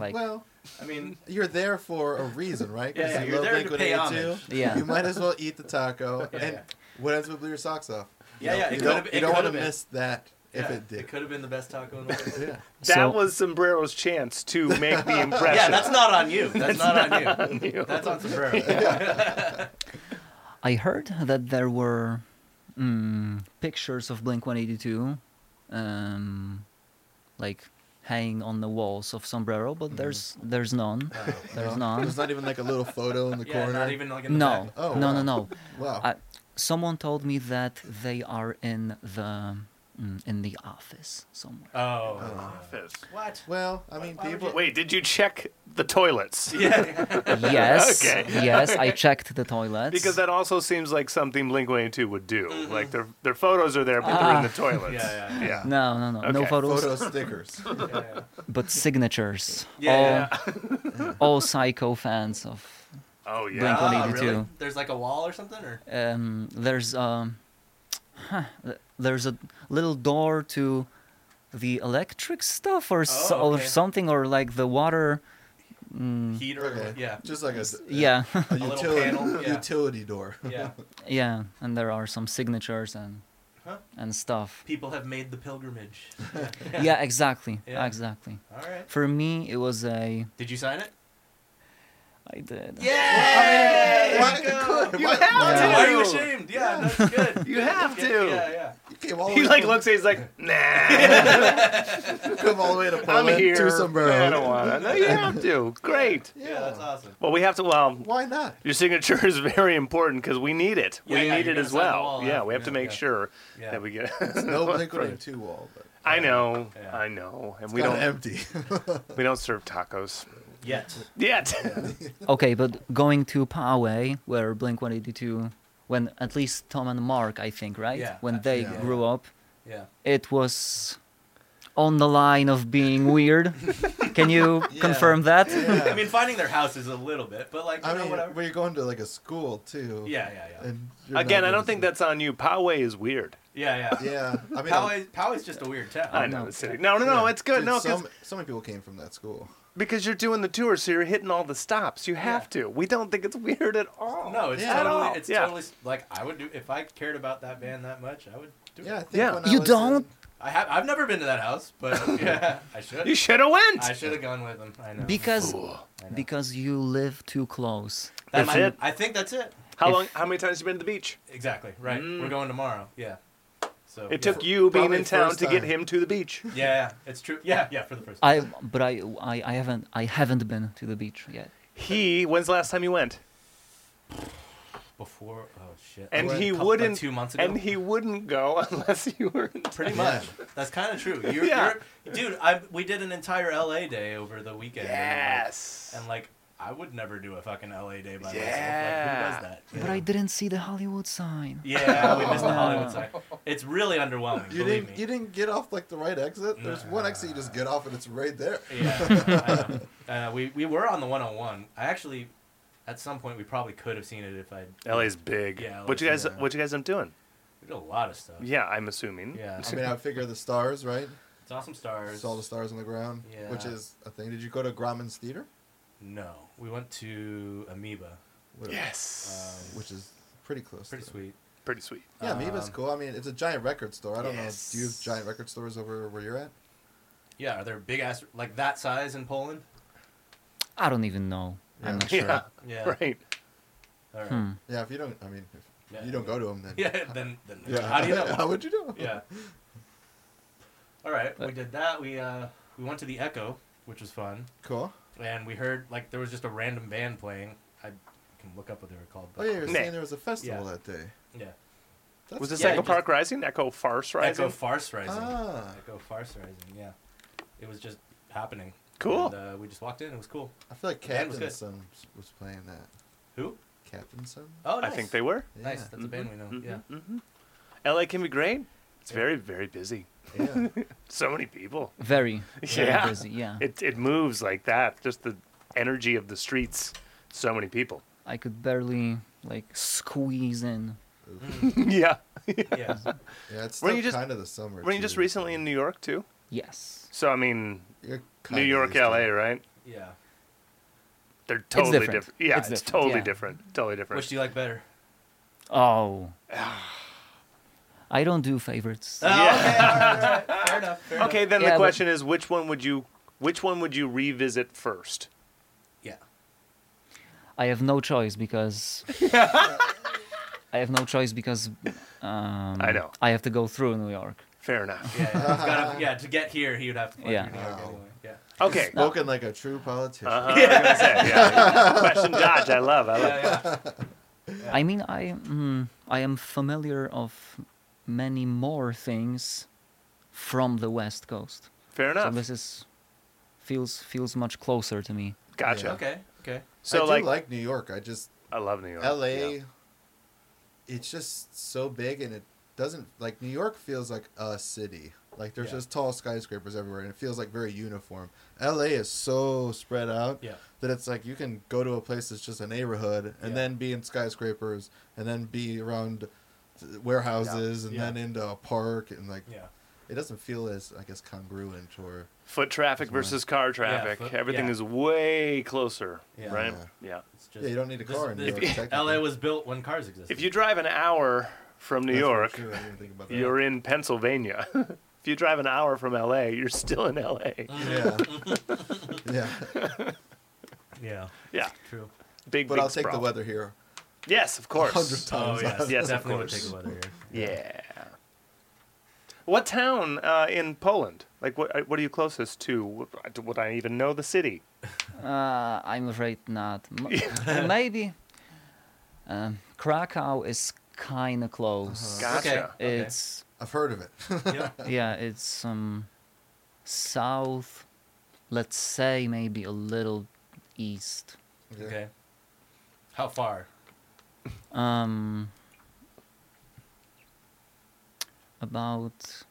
[SPEAKER 4] like
[SPEAKER 3] well,
[SPEAKER 1] I mean,
[SPEAKER 3] you're there for a reason, right? 'Cause
[SPEAKER 1] Yeah, yeah,
[SPEAKER 3] you
[SPEAKER 1] you're
[SPEAKER 3] love
[SPEAKER 1] there to
[SPEAKER 3] Blink-182.
[SPEAKER 1] pay homage.
[SPEAKER 4] Yeah.
[SPEAKER 3] You might as well eat the taco,
[SPEAKER 1] Yeah,
[SPEAKER 3] and
[SPEAKER 1] yeah.
[SPEAKER 3] what else would blew your socks off?
[SPEAKER 1] Yeah, yeah,
[SPEAKER 3] You
[SPEAKER 1] it could've-
[SPEAKER 3] don't,
[SPEAKER 1] it
[SPEAKER 3] you don't want to
[SPEAKER 1] could've been.
[SPEAKER 3] miss that if
[SPEAKER 1] yeah,
[SPEAKER 3] it did.
[SPEAKER 1] could have been the best taco in the world.
[SPEAKER 3] yeah.
[SPEAKER 2] That
[SPEAKER 4] So-
[SPEAKER 2] was Sombrero's chance to make the impression.
[SPEAKER 1] yeah, that's not on you. That's not on you.
[SPEAKER 2] on you.
[SPEAKER 1] That's on Sombrero. Yeah.
[SPEAKER 4] I heard that there were mm, pictures of Blink 182, um, like hanging on the walls of Sombrero,
[SPEAKER 3] Mm.
[SPEAKER 4] but there's there's none. There's
[SPEAKER 3] No?
[SPEAKER 4] none.
[SPEAKER 3] There's not even like a little photo in the
[SPEAKER 1] yeah,
[SPEAKER 3] corner.
[SPEAKER 1] not even like in the
[SPEAKER 4] No,
[SPEAKER 1] back.
[SPEAKER 3] Oh,
[SPEAKER 4] no,
[SPEAKER 3] wow.
[SPEAKER 4] no, no.
[SPEAKER 3] Wow.
[SPEAKER 4] I, someone told me that they are in the mm, in the office somewhere.
[SPEAKER 1] Oh.
[SPEAKER 2] Office.
[SPEAKER 1] What?
[SPEAKER 3] well, I mean,
[SPEAKER 1] Why would
[SPEAKER 3] people.
[SPEAKER 2] Wait, did you check the toilets?
[SPEAKER 1] Yeah.
[SPEAKER 4] Yes,
[SPEAKER 2] Okay.
[SPEAKER 4] yes. I checked the toilets
[SPEAKER 2] Because that also seems like something Blink 182 would do. Like their their photos are there, but they're in
[SPEAKER 4] Ah.
[SPEAKER 2] the toilets.
[SPEAKER 1] Yeah, yeah,
[SPEAKER 2] yeah.
[SPEAKER 4] No, no, no, no
[SPEAKER 2] Okay.
[SPEAKER 4] photos,
[SPEAKER 3] Photo stickers.
[SPEAKER 1] yeah.
[SPEAKER 4] but signatures.
[SPEAKER 1] Yeah,
[SPEAKER 4] all, all psycho fans of
[SPEAKER 2] Oh yeah.
[SPEAKER 4] Blink
[SPEAKER 1] Ah,
[SPEAKER 4] 182.
[SPEAKER 1] really? There's like a wall or something, or
[SPEAKER 4] um, there's um, there's a little door to the electric stuff or so,
[SPEAKER 1] Oh,
[SPEAKER 4] or
[SPEAKER 1] okay.
[SPEAKER 4] something or like the water. Mm.
[SPEAKER 1] heat, or
[SPEAKER 3] Okay.
[SPEAKER 1] yeah,
[SPEAKER 3] Just like a s-
[SPEAKER 4] Yeah,
[SPEAKER 3] a
[SPEAKER 1] little
[SPEAKER 3] utility
[SPEAKER 1] panel, yeah.
[SPEAKER 3] utility door.
[SPEAKER 1] yeah.
[SPEAKER 4] yeah, and there are some signatures and
[SPEAKER 1] Huh.
[SPEAKER 4] and stuff.
[SPEAKER 1] People have made the pilgrimage.
[SPEAKER 4] Yeah, exactly,
[SPEAKER 1] Yeah.
[SPEAKER 4] exactly.
[SPEAKER 1] All right.
[SPEAKER 4] For me, it was a.
[SPEAKER 1] Did you sign it?
[SPEAKER 4] I did.
[SPEAKER 1] Yeah.
[SPEAKER 3] Why-
[SPEAKER 2] You
[SPEAKER 3] Why-
[SPEAKER 2] have to.
[SPEAKER 1] Why are you ashamed? Yeah, that's good.
[SPEAKER 2] You have
[SPEAKER 1] Yeah,
[SPEAKER 2] to.
[SPEAKER 1] Yeah, yeah.
[SPEAKER 3] You came all the
[SPEAKER 2] He
[SPEAKER 3] way
[SPEAKER 2] like
[SPEAKER 3] from-
[SPEAKER 2] looks at. He's like, nah.
[SPEAKER 3] you come all the way to
[SPEAKER 2] I'm
[SPEAKER 3] Poland
[SPEAKER 2] here.
[SPEAKER 3] to Sombrero.
[SPEAKER 2] I don't want to. No, you have to. Great.
[SPEAKER 1] Yeah, that's awesome.
[SPEAKER 2] Well, we have to. Well,
[SPEAKER 3] Why not?
[SPEAKER 2] Your signature is very important because we need it.
[SPEAKER 1] Yeah,
[SPEAKER 2] we
[SPEAKER 1] yeah,
[SPEAKER 2] need
[SPEAKER 1] you're
[SPEAKER 2] it
[SPEAKER 1] gonna
[SPEAKER 2] as
[SPEAKER 1] sign the
[SPEAKER 2] well.
[SPEAKER 1] wall
[SPEAKER 2] yeah,
[SPEAKER 1] off,
[SPEAKER 2] we have to
[SPEAKER 1] yeah,
[SPEAKER 2] make
[SPEAKER 1] yeah.
[SPEAKER 2] sure
[SPEAKER 1] Yeah.
[SPEAKER 2] that we get.
[SPEAKER 3] No Blink One Eight Two wall, but
[SPEAKER 2] I know,
[SPEAKER 1] Yeah.
[SPEAKER 2] I know, and we
[SPEAKER 3] we do
[SPEAKER 2] don't
[SPEAKER 3] empty.
[SPEAKER 2] we don't serve tacos
[SPEAKER 1] Yet.
[SPEAKER 2] yet.
[SPEAKER 4] Okay, but going to Poway, where Blink 182, when at least Tom and Mark, I think, right?
[SPEAKER 1] Yeah,
[SPEAKER 4] when
[SPEAKER 1] uh,
[SPEAKER 4] they
[SPEAKER 3] yeah.
[SPEAKER 4] grew up,
[SPEAKER 1] Yeah.
[SPEAKER 4] It was on the line of being weird. Can you
[SPEAKER 3] Yeah.
[SPEAKER 4] confirm that?
[SPEAKER 1] I mean, finding their house is a little bit, but like, you
[SPEAKER 3] I
[SPEAKER 1] know,
[SPEAKER 3] mean,
[SPEAKER 1] whatever.
[SPEAKER 3] we're going to like a school too.
[SPEAKER 1] Yeah, yeah, yeah.
[SPEAKER 3] And you're
[SPEAKER 2] Again,
[SPEAKER 3] not
[SPEAKER 2] I
[SPEAKER 3] gonna
[SPEAKER 2] don't think
[SPEAKER 3] see-
[SPEAKER 2] that's on you. Poway is weird.
[SPEAKER 1] yeah, yeah.
[SPEAKER 3] Yeah, I mean,
[SPEAKER 1] Poway, Poway's just a weird town.
[SPEAKER 2] I know
[SPEAKER 4] no.
[SPEAKER 2] the city. No, no, no.
[SPEAKER 3] yeah.
[SPEAKER 2] It's good.
[SPEAKER 3] Dude,
[SPEAKER 2] no, 'cause-
[SPEAKER 3] so, m- so many people came from that school.
[SPEAKER 2] because you're doing the tour, so you're hitting all the stops. You have
[SPEAKER 1] Yeah.
[SPEAKER 2] to. We don't think it's weird at all.
[SPEAKER 1] No, it's
[SPEAKER 3] Yeah.
[SPEAKER 2] At all.
[SPEAKER 1] totally, it's
[SPEAKER 2] Yeah.
[SPEAKER 1] totally like I would do if I cared about that band that much. I would do
[SPEAKER 3] Yeah, I
[SPEAKER 1] it.
[SPEAKER 3] think
[SPEAKER 2] Yeah.
[SPEAKER 3] when I
[SPEAKER 4] You
[SPEAKER 3] was
[SPEAKER 4] don't?
[SPEAKER 3] in-
[SPEAKER 1] I have. I've never been to that house, but yeah, I
[SPEAKER 2] You
[SPEAKER 1] should.
[SPEAKER 2] should have went.
[SPEAKER 1] I should have gone with them. I know.
[SPEAKER 4] Because
[SPEAKER 1] I know.
[SPEAKER 4] because you live too close.
[SPEAKER 1] That
[SPEAKER 2] That's
[SPEAKER 1] might-
[SPEAKER 2] it.
[SPEAKER 1] I think that's it.
[SPEAKER 2] How
[SPEAKER 4] If-
[SPEAKER 2] long? How many times have you been to the beach?
[SPEAKER 1] Exactly. Right.
[SPEAKER 2] Mm.
[SPEAKER 1] We're going tomorrow. Yeah. So
[SPEAKER 2] It
[SPEAKER 1] Oh, yeah.
[SPEAKER 2] took you being
[SPEAKER 3] Probably
[SPEAKER 2] in town
[SPEAKER 3] first
[SPEAKER 2] to get
[SPEAKER 3] time.
[SPEAKER 2] him to the beach.
[SPEAKER 1] Yeah, yeah, it's true. Yeah, yeah, for the first. time.
[SPEAKER 4] I but I, I I haven't I haven't been to the beach yet.
[SPEAKER 2] He. When's the last time you went?
[SPEAKER 1] Before. Oh shit.
[SPEAKER 2] And
[SPEAKER 1] I went
[SPEAKER 2] he
[SPEAKER 1] a couple- like
[SPEAKER 2] wouldn't.
[SPEAKER 1] two months ago.
[SPEAKER 2] And he wouldn't go unless you were. In town.
[SPEAKER 1] Pretty
[SPEAKER 3] Yeah.
[SPEAKER 1] much. That's kind of true. You're,
[SPEAKER 2] Yeah.
[SPEAKER 1] you're, dude, I we did an entire LA day over the weekend. and, like,
[SPEAKER 2] Yes.
[SPEAKER 1] And like, I would never do a fucking LA day by myself.
[SPEAKER 2] Yeah.
[SPEAKER 1] Like, who does that?
[SPEAKER 4] But I didn't see the Hollywood sign.
[SPEAKER 1] Yeah, we missed the
[SPEAKER 4] Oh.
[SPEAKER 1] Hollywood sign. It's really underwhelming.
[SPEAKER 3] You
[SPEAKER 1] believe
[SPEAKER 3] didn't.
[SPEAKER 1] me.
[SPEAKER 3] You didn't get off like the right exit. There's one exit you just get off and it's right there.
[SPEAKER 1] Yeah, I know. Uh, we we were on the 101. I actually, at some point, we probably could have seen it if I.
[SPEAKER 2] LA's big.
[SPEAKER 1] Yeah,
[SPEAKER 2] what
[SPEAKER 1] LA's
[SPEAKER 2] you guys?
[SPEAKER 1] big.
[SPEAKER 2] What you guys? I'm doing.
[SPEAKER 1] We did a lot of stuff.
[SPEAKER 2] Yeah, I'm assuming.
[SPEAKER 1] Yeah.
[SPEAKER 3] I mean, I figure the stars, right?
[SPEAKER 1] Saw some stars.
[SPEAKER 3] Saw the stars on the ground, which
[SPEAKER 1] Yeah.
[SPEAKER 3] is a thing. Did you go to Grauman's Theater?
[SPEAKER 1] No, we went to Amoeba.
[SPEAKER 3] What-
[SPEAKER 2] Yes.
[SPEAKER 1] Um,
[SPEAKER 3] Which is pretty close.
[SPEAKER 1] Pretty
[SPEAKER 3] to-
[SPEAKER 1] sweet.
[SPEAKER 2] Pretty sweet.
[SPEAKER 3] Yeah, Amoeba's
[SPEAKER 1] Um,
[SPEAKER 3] cool. I mean, it's a giant record store. I don't
[SPEAKER 2] yes.
[SPEAKER 3] know. Do you have giant record stores over where you're at?
[SPEAKER 1] Yeah, are there big ass like that size in Poland?
[SPEAKER 4] I don't even know. I'm not sure.
[SPEAKER 2] Yeah.
[SPEAKER 1] Yeah.
[SPEAKER 2] Right.
[SPEAKER 1] All right.
[SPEAKER 4] Hmm.
[SPEAKER 3] Yeah, if you don't, I mean, if
[SPEAKER 1] Yeah.
[SPEAKER 3] you don't go to them, then
[SPEAKER 1] Yeah. Then, then
[SPEAKER 3] yeah.
[SPEAKER 1] how do you know?
[SPEAKER 3] How would you know?
[SPEAKER 1] yeah. All right, we
[SPEAKER 4] But-
[SPEAKER 1] did that. We uh we went to the Echo, which was fun,
[SPEAKER 3] Cool.
[SPEAKER 1] and we heard like there was just a random band playing. I can look up what they were called.
[SPEAKER 3] Oh yeah, you were
[SPEAKER 2] Nah.
[SPEAKER 3] saying there was a festival
[SPEAKER 1] Yeah.
[SPEAKER 3] that day.
[SPEAKER 1] yeah.
[SPEAKER 3] That's
[SPEAKER 2] Was this
[SPEAKER 1] Yeah,
[SPEAKER 2] Echo
[SPEAKER 1] you just-
[SPEAKER 2] Park Rising? Echo Farce Rising?
[SPEAKER 1] Echo Farce Rising.
[SPEAKER 3] Ah.
[SPEAKER 1] Echo Farce Rising. Yeah, it was just happening.
[SPEAKER 2] Cool.
[SPEAKER 1] And, uh, we just walked in. It was cool.
[SPEAKER 3] I feel like
[SPEAKER 1] The band was good.
[SPEAKER 3] Captainson was playing that.
[SPEAKER 1] Who?
[SPEAKER 3] Captainson.
[SPEAKER 1] Oh,
[SPEAKER 2] I
[SPEAKER 1] nice.
[SPEAKER 2] think they were.
[SPEAKER 1] Nice.
[SPEAKER 3] Yeah.
[SPEAKER 1] That's a band we know.
[SPEAKER 2] Mm-hmm.
[SPEAKER 1] Yeah.
[SPEAKER 2] LA can be great. It's
[SPEAKER 1] Yeah.
[SPEAKER 2] very, very busy.
[SPEAKER 3] Yeah.
[SPEAKER 2] So many people.
[SPEAKER 4] Very, very
[SPEAKER 2] Yeah.
[SPEAKER 4] busy. Yeah.
[SPEAKER 2] It, it moves like that. Just the energy of the streets. So many people.
[SPEAKER 4] I could barely like squeeze in.
[SPEAKER 1] Yeah.
[SPEAKER 2] yeah. Mm-hmm.
[SPEAKER 3] Yeah, it's
[SPEAKER 2] Weren't
[SPEAKER 3] still
[SPEAKER 2] you just-
[SPEAKER 3] kind of the summer.
[SPEAKER 2] Weren't you just
[SPEAKER 3] too,
[SPEAKER 2] recently
[SPEAKER 3] so
[SPEAKER 2] in New York too?
[SPEAKER 4] Yes.
[SPEAKER 2] So I mean,
[SPEAKER 3] you're
[SPEAKER 2] New
[SPEAKER 3] kinda
[SPEAKER 2] York,
[SPEAKER 3] used to
[SPEAKER 2] LA,
[SPEAKER 3] it.
[SPEAKER 2] right?
[SPEAKER 1] Yeah.
[SPEAKER 2] They're totally
[SPEAKER 4] different.
[SPEAKER 2] different. Yeah, it's,
[SPEAKER 4] It's different,
[SPEAKER 2] totally
[SPEAKER 4] yeah.
[SPEAKER 2] different. Totally different.
[SPEAKER 1] Which do you like better?
[SPEAKER 4] Oh. I don't do favorites.
[SPEAKER 1] Oh, okay. all right, all right, Fair enough. Fair
[SPEAKER 2] okay,
[SPEAKER 1] Enough.
[SPEAKER 2] then
[SPEAKER 4] Yeah,
[SPEAKER 2] the
[SPEAKER 4] but-
[SPEAKER 2] question is, which one would you, which one would you revisit first?
[SPEAKER 1] Yeah.
[SPEAKER 4] I have no choice because I have no choice because um,
[SPEAKER 2] I know.
[SPEAKER 4] I have to go through New York.
[SPEAKER 2] Fair enough.
[SPEAKER 1] Yeah. Yeah. He's gotta- yeah, To get here, he would have to play
[SPEAKER 4] Yeah.
[SPEAKER 1] New York
[SPEAKER 3] Wow.
[SPEAKER 1] anyway. Yeah.
[SPEAKER 2] Okay.
[SPEAKER 3] Spoken like a true politician.
[SPEAKER 2] Uh-huh, I was gonna say, yeah. Question dodge. I love. I love.
[SPEAKER 1] Yeah. yeah.
[SPEAKER 4] I mean, I mm, I am familiar of many more things from the West Coast.
[SPEAKER 2] Fair
[SPEAKER 4] So
[SPEAKER 2] enough.
[SPEAKER 4] this is feels feels much closer to me.
[SPEAKER 2] Gotcha.
[SPEAKER 3] Yeah.
[SPEAKER 1] Okay. Okay.
[SPEAKER 2] So
[SPEAKER 3] I do
[SPEAKER 2] like,
[SPEAKER 3] like, New York. I just
[SPEAKER 2] I love New York.
[SPEAKER 3] LA.
[SPEAKER 2] yeah.
[SPEAKER 3] It's just so big, and it doesn't like New York feels like a city. Like there's
[SPEAKER 1] Yeah.
[SPEAKER 3] just tall skyscrapers everywhere, and it feels like very uniform. LA is so spread out
[SPEAKER 1] Yeah.
[SPEAKER 3] that it's like you can go to a place that's just a neighborhood, and
[SPEAKER 1] Yeah.
[SPEAKER 3] then be in skyscrapers, and then be around th- warehouses, and
[SPEAKER 1] Yeah.
[SPEAKER 3] then into a park, and like
[SPEAKER 1] Yeah.
[SPEAKER 3] it doesn't feel as I guess congruent or
[SPEAKER 2] Foot traffic versus car traffic.
[SPEAKER 1] foot-
[SPEAKER 2] Everything
[SPEAKER 1] yeah.
[SPEAKER 2] is way closer,
[SPEAKER 1] Yeah.
[SPEAKER 2] right?
[SPEAKER 3] Yeah.
[SPEAKER 2] Yeah.
[SPEAKER 1] It's just,
[SPEAKER 3] yeah, you don't need a
[SPEAKER 1] this-
[SPEAKER 3] car in New
[SPEAKER 1] this-
[SPEAKER 3] York. technically.
[SPEAKER 1] LA was built when cars existed.
[SPEAKER 2] If you drive an hour from New
[SPEAKER 3] That's for
[SPEAKER 2] York,
[SPEAKER 3] sure, I didn't think about that.
[SPEAKER 2] you're in Pennsylvania. if you drive an hour from LA, you're still in LA.
[SPEAKER 3] Yeah. yeah.
[SPEAKER 1] yeah,
[SPEAKER 2] Yeah.
[SPEAKER 1] true.
[SPEAKER 2] Big.
[SPEAKER 3] But
[SPEAKER 2] big
[SPEAKER 3] I'll take the
[SPEAKER 2] sprawl.
[SPEAKER 3] weather here.
[SPEAKER 2] Yes, of course.
[SPEAKER 3] 100 times.
[SPEAKER 1] Oh yes,
[SPEAKER 2] Yes, of
[SPEAKER 1] definitely would
[SPEAKER 2] course.
[SPEAKER 1] take a weather here.
[SPEAKER 2] Yeah. What town uh, in Poland? Like, what, uh, what are you closest to? Would I even know the city?
[SPEAKER 4] Uh, I'm afraid not. M- Maybe um, Krakow is kind of
[SPEAKER 1] Uh-huh.
[SPEAKER 4] close.
[SPEAKER 2] Gotcha.
[SPEAKER 1] Okay.
[SPEAKER 4] It's
[SPEAKER 3] I've heard of it.
[SPEAKER 1] Yeah.
[SPEAKER 4] yeah, it's um, south. Let's say maybe a little east.
[SPEAKER 3] Yeah.
[SPEAKER 1] Okay. How far?
[SPEAKER 4] Um, about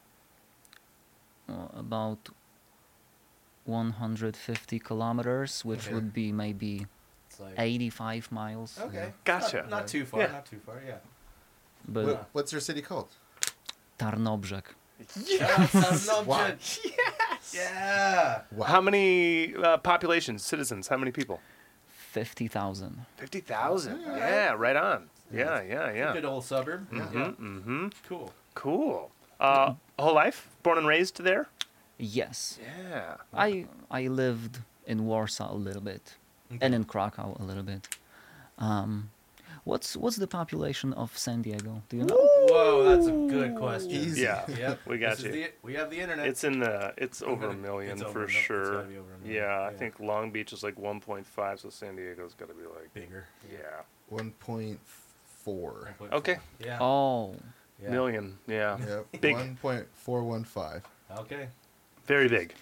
[SPEAKER 4] uh, about 150 kilometers, which
[SPEAKER 3] Okay.
[SPEAKER 4] would be maybe
[SPEAKER 1] It's like Oh.
[SPEAKER 4] 85 miles.
[SPEAKER 1] okay, It's
[SPEAKER 2] Gotcha.
[SPEAKER 1] Not, not too far.
[SPEAKER 2] Yeah.
[SPEAKER 1] Not too far. Yeah.
[SPEAKER 4] But
[SPEAKER 1] Yeah.
[SPEAKER 3] What, what's your city called?
[SPEAKER 4] Tarnobrzeg.
[SPEAKER 1] Yes.
[SPEAKER 3] Wow.
[SPEAKER 1] Yeah.
[SPEAKER 2] How many uh, populations, citizens? How many people?
[SPEAKER 4] 50,000.
[SPEAKER 2] Fifty thousand.
[SPEAKER 1] All right.
[SPEAKER 2] Yeah, right on. Yeah, yeah, yeah.
[SPEAKER 1] Good old suburb.
[SPEAKER 2] Mm-hmm.
[SPEAKER 1] Yeah.
[SPEAKER 2] Mm-hmm.
[SPEAKER 1] Cool.
[SPEAKER 2] Cool. Uh, whole life, born and raised there.
[SPEAKER 4] Yes.
[SPEAKER 2] Yeah.
[SPEAKER 4] I, I lived in Warsaw a little bit and in Krakow a little bit. Um, what's, what's the population of San Diego? Do you know?
[SPEAKER 1] Whoa, that's a good question.
[SPEAKER 3] Easy.
[SPEAKER 2] Yeah.
[SPEAKER 1] Yep.
[SPEAKER 2] We got
[SPEAKER 1] this is
[SPEAKER 2] you.
[SPEAKER 1] the- we have the internet.
[SPEAKER 2] It's in the. It's over a
[SPEAKER 1] It's
[SPEAKER 2] million
[SPEAKER 1] over a
[SPEAKER 2] for
[SPEAKER 1] mil- it's gotta
[SPEAKER 2] sure.
[SPEAKER 1] be over a million,
[SPEAKER 2] yeah, I
[SPEAKER 1] yeah.
[SPEAKER 2] think Long Beach is like one point five, so San Diego's got to be like
[SPEAKER 1] bigger.
[SPEAKER 2] yeah,
[SPEAKER 3] 1.4.
[SPEAKER 2] Okay.
[SPEAKER 1] Yeah.
[SPEAKER 4] Oh,
[SPEAKER 1] yeah.
[SPEAKER 2] million. Yeah,
[SPEAKER 3] Yep.
[SPEAKER 2] Big.
[SPEAKER 3] 1.415.
[SPEAKER 1] Okay.
[SPEAKER 2] very big.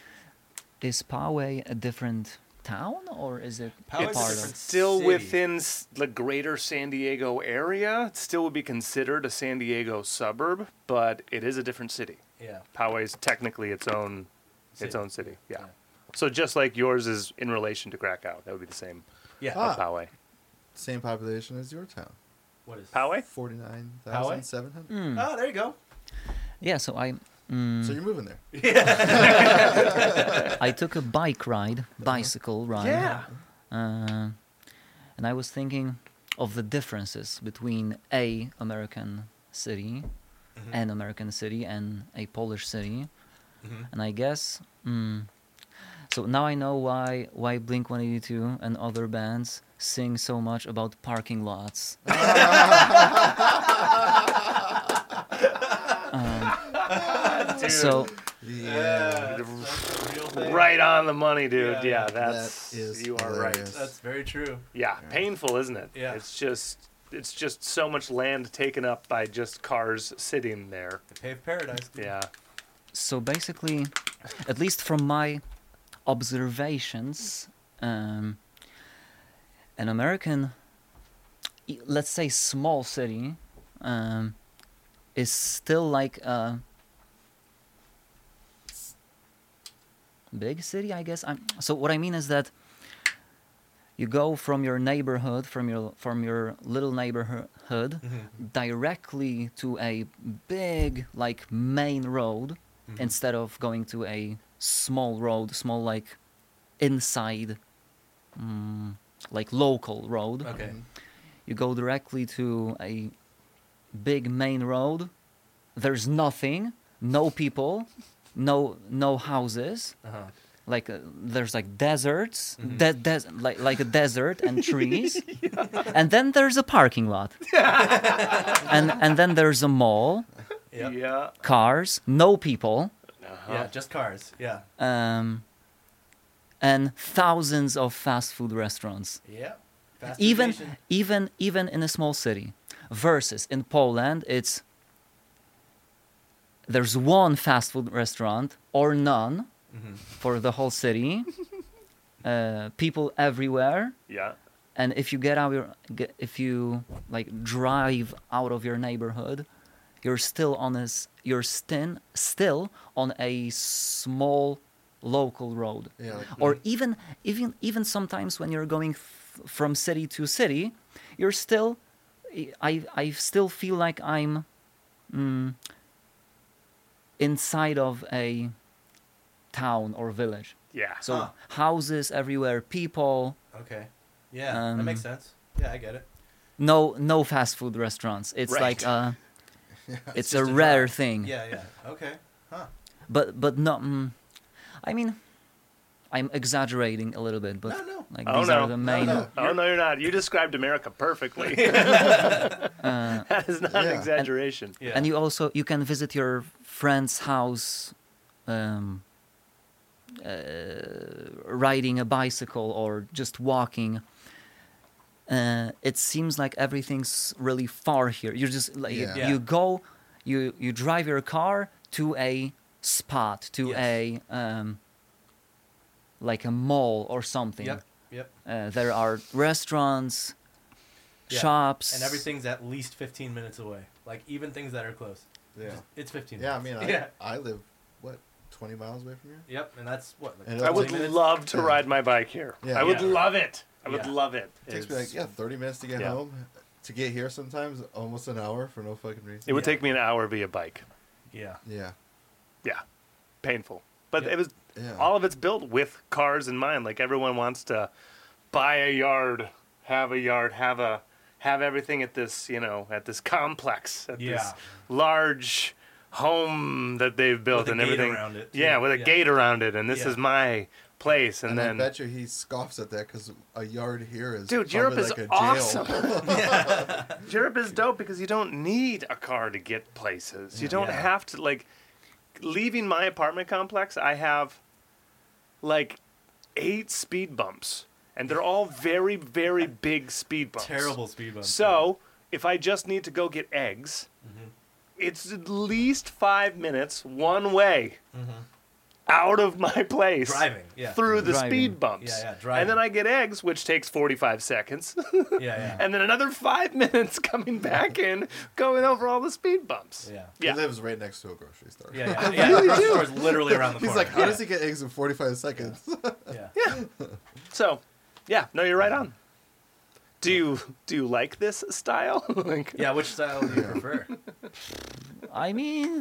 [SPEAKER 4] is Poway a different town or is it
[SPEAKER 1] Poway's a
[SPEAKER 4] part
[SPEAKER 1] different
[SPEAKER 4] of?
[SPEAKER 2] Still
[SPEAKER 1] City.
[SPEAKER 2] within s- the greater San Diego area, it still would be considered a San Diego suburb, but it is a different city.
[SPEAKER 1] Yeah.
[SPEAKER 2] Poway is technically its own, its
[SPEAKER 1] City.
[SPEAKER 2] own city. Yeah.
[SPEAKER 1] Yeah.
[SPEAKER 2] So just like yours is in relation to Krakow, that would be the same.
[SPEAKER 1] Yeah.
[SPEAKER 3] Ah.
[SPEAKER 2] of Poway.
[SPEAKER 3] Same population as your town.
[SPEAKER 1] What is
[SPEAKER 2] Poway.
[SPEAKER 3] 49,700.
[SPEAKER 4] Hmm.
[SPEAKER 1] Oh, there you go.
[SPEAKER 4] Yeah, so I mm,
[SPEAKER 2] Hmm.
[SPEAKER 3] So you're moving there.
[SPEAKER 4] I took a bike ride,
[SPEAKER 1] Uh-huh.
[SPEAKER 4] bicycle ride.
[SPEAKER 2] Yeah.
[SPEAKER 4] Uh, and I was thinking of the differences between a American city, an American city, and a Polish city. And I guess, mm, so now I know why why Blink 182 and other bands sing so much about parking lots.
[SPEAKER 2] Dude,
[SPEAKER 4] Um, So
[SPEAKER 3] Yeah.
[SPEAKER 1] Yeah, Uh, that's a real thing.
[SPEAKER 2] right on the money, dude.
[SPEAKER 1] Yeah.
[SPEAKER 2] Yeah, that's
[SPEAKER 3] is
[SPEAKER 2] you are right.
[SPEAKER 3] hilarious.
[SPEAKER 1] That's very true.
[SPEAKER 2] Yeah, painful, isn't it?
[SPEAKER 1] Yeah.
[SPEAKER 2] It's just it's just so much land taken up by just cars sitting there.
[SPEAKER 1] The paved paradise. dude.
[SPEAKER 2] Yeah.
[SPEAKER 4] so basically, at least from my observations, um, an American, e- let's say, small city, um, is still like a big city, I guess. I'm, so what I mean is that you go from your neighborhood, from your from your little neighborhood,
[SPEAKER 1] Mm-hmm.
[SPEAKER 4] directly to a big like main road instead of going to a small road, small like inside, mm, like local road.
[SPEAKER 1] Okay.
[SPEAKER 4] You go directly to a big main road. There's nothing, no people, no no houses.
[SPEAKER 1] Uh huh.
[SPEAKER 4] Like uh, there's like deserts, de- des- like like a desert and trees, and then there's a parking lot, and and then there's a mall,
[SPEAKER 1] Yep. Yeah.
[SPEAKER 2] Yeah.
[SPEAKER 4] cars, no people,
[SPEAKER 2] Uh-huh.
[SPEAKER 1] Just cars. Yeah.
[SPEAKER 4] um, and thousands of fast food restaurants.
[SPEAKER 1] Yeah. Fast food
[SPEAKER 4] even
[SPEAKER 1] nation.
[SPEAKER 4] even even in a small city versus in poland it's there's one fast food restaurant or none for the whole city uh, people everywhere
[SPEAKER 2] Yeah.
[SPEAKER 4] and if you get out your get, if you like drive out of your neighborhood you're still on this you're stin, still on a small local road
[SPEAKER 3] Yeah. Like,
[SPEAKER 4] or even even even sometimes when you're going f- from city to city you're still i i still feel like i'm mm, inside of a town or village
[SPEAKER 2] Yeah.
[SPEAKER 4] so
[SPEAKER 1] Huh.
[SPEAKER 4] houses everywhere people
[SPEAKER 1] Okay. Yeah, that makes
[SPEAKER 4] Um,
[SPEAKER 1] sense. Yeah, I get it.
[SPEAKER 4] no no fast food restaurants it's
[SPEAKER 2] Right.
[SPEAKER 4] like a, it's, a
[SPEAKER 1] just a
[SPEAKER 4] rare
[SPEAKER 1] drive.
[SPEAKER 4] thing
[SPEAKER 1] Yeah, yeah. Okay. Huh.
[SPEAKER 4] but but not mm, i mean i'm exaggerating a little bit but
[SPEAKER 1] No, no.
[SPEAKER 4] like
[SPEAKER 2] Oh,
[SPEAKER 4] these
[SPEAKER 2] no.
[SPEAKER 4] are the
[SPEAKER 2] No,
[SPEAKER 4] main
[SPEAKER 3] no.
[SPEAKER 2] oh no, you're not. You described America perfectly.
[SPEAKER 4] uh,
[SPEAKER 2] that is not
[SPEAKER 3] Yeah.
[SPEAKER 2] an exaggeration.
[SPEAKER 1] Yeah.
[SPEAKER 4] and you also you can visit your friend's house um, uh, riding a bicycle or just walking uh, it seems like everything's really far here you're just like you,
[SPEAKER 3] Yeah.
[SPEAKER 4] you
[SPEAKER 1] Yeah.
[SPEAKER 4] go you you drive your car to a spot to
[SPEAKER 1] Yes.
[SPEAKER 4] a um, like a mall or something
[SPEAKER 1] Yep. Yep.
[SPEAKER 4] uh, there are restaurants
[SPEAKER 1] Yeah.
[SPEAKER 4] shops
[SPEAKER 1] And everything's at least 15 minutes away. Like even things that are close.
[SPEAKER 3] yeah.
[SPEAKER 1] It's 15
[SPEAKER 3] Yeah, I
[SPEAKER 1] minutes.
[SPEAKER 3] mean, I,
[SPEAKER 1] yeah.
[SPEAKER 3] I live, what, 20 miles away from here.
[SPEAKER 1] Yep, and that's what. Like
[SPEAKER 3] And
[SPEAKER 2] I would
[SPEAKER 1] 20 minutes?
[SPEAKER 2] love to
[SPEAKER 3] Yeah.
[SPEAKER 2] ride my bike here.
[SPEAKER 3] Yeah.
[SPEAKER 2] I would
[SPEAKER 1] Yeah.
[SPEAKER 2] love it. I would
[SPEAKER 1] Yeah.
[SPEAKER 2] love it.
[SPEAKER 3] It takes me
[SPEAKER 2] It's-
[SPEAKER 3] like yeah, 30 minutes to get
[SPEAKER 2] Yeah.
[SPEAKER 3] home. To get here sometimes almost an hour for no fucking reason.
[SPEAKER 2] It would
[SPEAKER 1] Yeah.
[SPEAKER 2] take me an hour via bike.
[SPEAKER 1] Yeah.
[SPEAKER 3] yeah.
[SPEAKER 2] Yeah, painful. But
[SPEAKER 1] Yeah.
[SPEAKER 2] it was
[SPEAKER 3] Yeah.
[SPEAKER 2] all of it's built with cars in mind. Like everyone wants to buy a yard, have a yard, have a have everything at this you know at this complex at
[SPEAKER 1] Yeah.
[SPEAKER 2] this large home that they've built
[SPEAKER 1] a
[SPEAKER 2] and
[SPEAKER 1] gate
[SPEAKER 2] everything
[SPEAKER 1] around it, too.
[SPEAKER 2] yeah with a
[SPEAKER 1] Yeah.
[SPEAKER 2] gate around it and this
[SPEAKER 1] Yeah.
[SPEAKER 2] is my place and,
[SPEAKER 3] and
[SPEAKER 2] then
[SPEAKER 3] I bet you he scoffs at that because a yard here is
[SPEAKER 2] Dude,
[SPEAKER 3] probably
[SPEAKER 2] Europe is
[SPEAKER 3] like a jail.
[SPEAKER 2] awesome. Europe is dope because you don't need a car to get places. You don't
[SPEAKER 1] Yeah.
[SPEAKER 2] have to like leaving my apartment complex, I have like eight speed bumps and they're all very very big speed bumps.
[SPEAKER 1] Terrible speed bump.
[SPEAKER 2] So, if I just need to go get eggs,
[SPEAKER 1] Mm-hmm.
[SPEAKER 2] it's at least 5 minutes one way.
[SPEAKER 1] Mm-hmm.
[SPEAKER 2] Out of my place.
[SPEAKER 1] Driving, yeah.
[SPEAKER 2] Through the
[SPEAKER 4] Driving.
[SPEAKER 2] speed bumps.
[SPEAKER 1] Yeah, yeah,
[SPEAKER 2] And then
[SPEAKER 1] driving.
[SPEAKER 2] I get eggs, which takes 45 seconds.
[SPEAKER 1] yeah, yeah.
[SPEAKER 2] and then another five minutes coming back in, going over all the speed bumps.
[SPEAKER 1] Yeah.
[SPEAKER 3] He
[SPEAKER 2] Yeah.
[SPEAKER 3] lives right next to a grocery store.
[SPEAKER 1] Yeah, yeah, yeah. Grocery store's literally around the
[SPEAKER 3] He's
[SPEAKER 1] corner.
[SPEAKER 3] like, how does he get eggs in 45 seconds?
[SPEAKER 1] yeah.
[SPEAKER 2] Yeah. So, yeah, no, you're right on. Do you do you like this style? like,
[SPEAKER 1] Yeah, which style do you prefer?
[SPEAKER 4] I mean,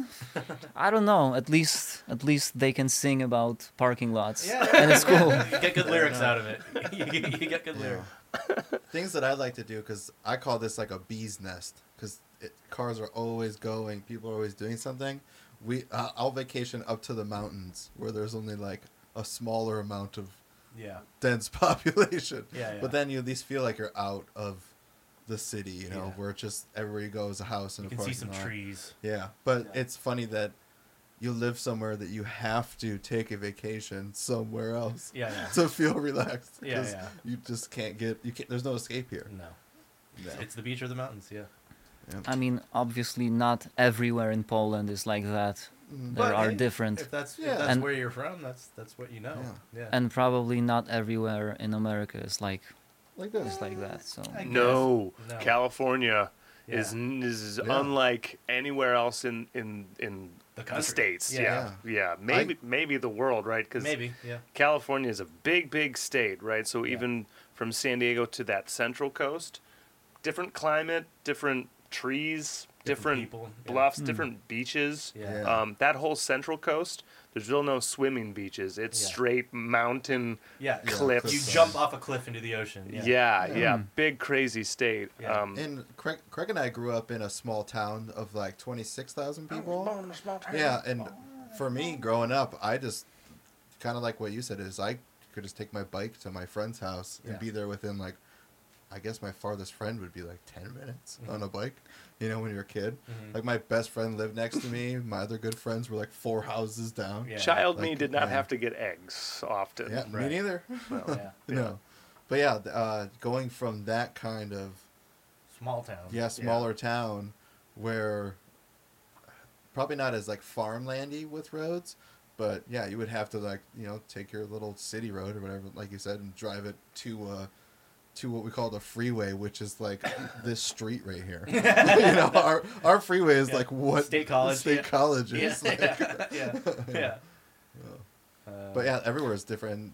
[SPEAKER 4] I don't know. At least, at least they can sing about parking lots,
[SPEAKER 1] Yeah.
[SPEAKER 4] and it's cool.
[SPEAKER 1] You get good lyrics out of it. You get, you get good lyrics.
[SPEAKER 3] Things that I like to do because I call this like a bee's nest because cars are always going, people are always doing something. We uh, I'll vacation up to the mountains where there's only like a smaller amount of
[SPEAKER 1] Yeah.
[SPEAKER 3] dense population.
[SPEAKER 1] Yeah, yeah.
[SPEAKER 3] But then you at least feel like you're out of the city, you know,
[SPEAKER 1] Yeah.
[SPEAKER 3] where it just everywhere you go is a house and a
[SPEAKER 1] You can see
[SPEAKER 3] parking
[SPEAKER 1] some
[SPEAKER 3] lot.
[SPEAKER 1] trees.
[SPEAKER 3] Yeah, but
[SPEAKER 1] Yeah.
[SPEAKER 3] it's funny that you live somewhere that you have to take a vacation somewhere else
[SPEAKER 1] Yeah, yeah.
[SPEAKER 3] to feel relaxed.
[SPEAKER 1] Yeah,
[SPEAKER 3] 'cause
[SPEAKER 1] yeah. Mm.
[SPEAKER 3] You just can't get you can't. There's no escape here.
[SPEAKER 1] No.
[SPEAKER 3] No.
[SPEAKER 1] It's the beach or the mountains, yeah.
[SPEAKER 4] I mean, obviously, not everywhere in Poland is like that.
[SPEAKER 3] Mm.
[SPEAKER 4] There
[SPEAKER 1] But
[SPEAKER 4] are
[SPEAKER 1] hey,
[SPEAKER 4] different,
[SPEAKER 1] If that's
[SPEAKER 3] Yeah.
[SPEAKER 1] if that's
[SPEAKER 4] And-
[SPEAKER 1] where you're from, that's that's what you know. Yeah.
[SPEAKER 4] and probably not everywhere in America is like
[SPEAKER 3] Like this.
[SPEAKER 4] is like that. So
[SPEAKER 1] I-
[SPEAKER 2] no,
[SPEAKER 1] No.
[SPEAKER 2] California is
[SPEAKER 1] Yeah.
[SPEAKER 2] n- is
[SPEAKER 3] Yeah.
[SPEAKER 2] unlike anywhere else in in in
[SPEAKER 1] The country.
[SPEAKER 2] states.
[SPEAKER 1] Yeah.
[SPEAKER 2] Yeah. yeah, Maybe maybe the world, right? Because
[SPEAKER 1] Maybe, yeah.
[SPEAKER 2] California is a big, big state, right? So even from San Diego to that central coast, different climate, different trees,
[SPEAKER 1] Different
[SPEAKER 2] different,
[SPEAKER 1] people, yeah. Hmm.
[SPEAKER 2] bluffs, different beaches.
[SPEAKER 1] Yeah.
[SPEAKER 3] Yeah.
[SPEAKER 2] Um, that whole central coast, there's real no swimming beaches. It's
[SPEAKER 1] Yeah.
[SPEAKER 2] straight mountain.
[SPEAKER 1] Yeah.
[SPEAKER 2] Cliffs.
[SPEAKER 1] You
[SPEAKER 3] cliffside.
[SPEAKER 1] jump off a cliff into the ocean. Yeah. Hmm.
[SPEAKER 2] Yeah, yeah, big crazy state.
[SPEAKER 1] Yeah.
[SPEAKER 2] Um,
[SPEAKER 3] And Craig, Craig and I grew up in a small town of like twenty six thousand people. Yeah, and for me growing up, I just kind of like what you said is I could just take my bike to my friend's house
[SPEAKER 1] Yeah.
[SPEAKER 3] and be there within like, I guess my farthest friend would be like ten minutes
[SPEAKER 1] Mm-hmm.
[SPEAKER 3] on a bike. You know, when you're a kid, like my best friend lived next to me. My other good friends were like four houses down.
[SPEAKER 1] Yeah.
[SPEAKER 2] child me
[SPEAKER 3] Like,
[SPEAKER 2] did not
[SPEAKER 3] yeah.
[SPEAKER 2] have to get eggs often.
[SPEAKER 3] Yeah,
[SPEAKER 1] Right.
[SPEAKER 3] me neither.
[SPEAKER 1] Yeah.
[SPEAKER 3] No, but yeah, th- uh, going from that kind of
[SPEAKER 1] Small town.
[SPEAKER 3] yeah smaller town where probably not as like farmlandy with roads but yeah you would have to like you know take your little city road or whatever like you said and drive it to uh to what we call the freeway which is like this street right here you know our our freeway is
[SPEAKER 1] Yeah.
[SPEAKER 3] like what
[SPEAKER 1] State College,
[SPEAKER 3] state
[SPEAKER 1] yeah.
[SPEAKER 3] college
[SPEAKER 1] Yeah.
[SPEAKER 3] is like-
[SPEAKER 1] Yeah. Yeah. yeah. Uh,
[SPEAKER 3] but yeah everywhere is different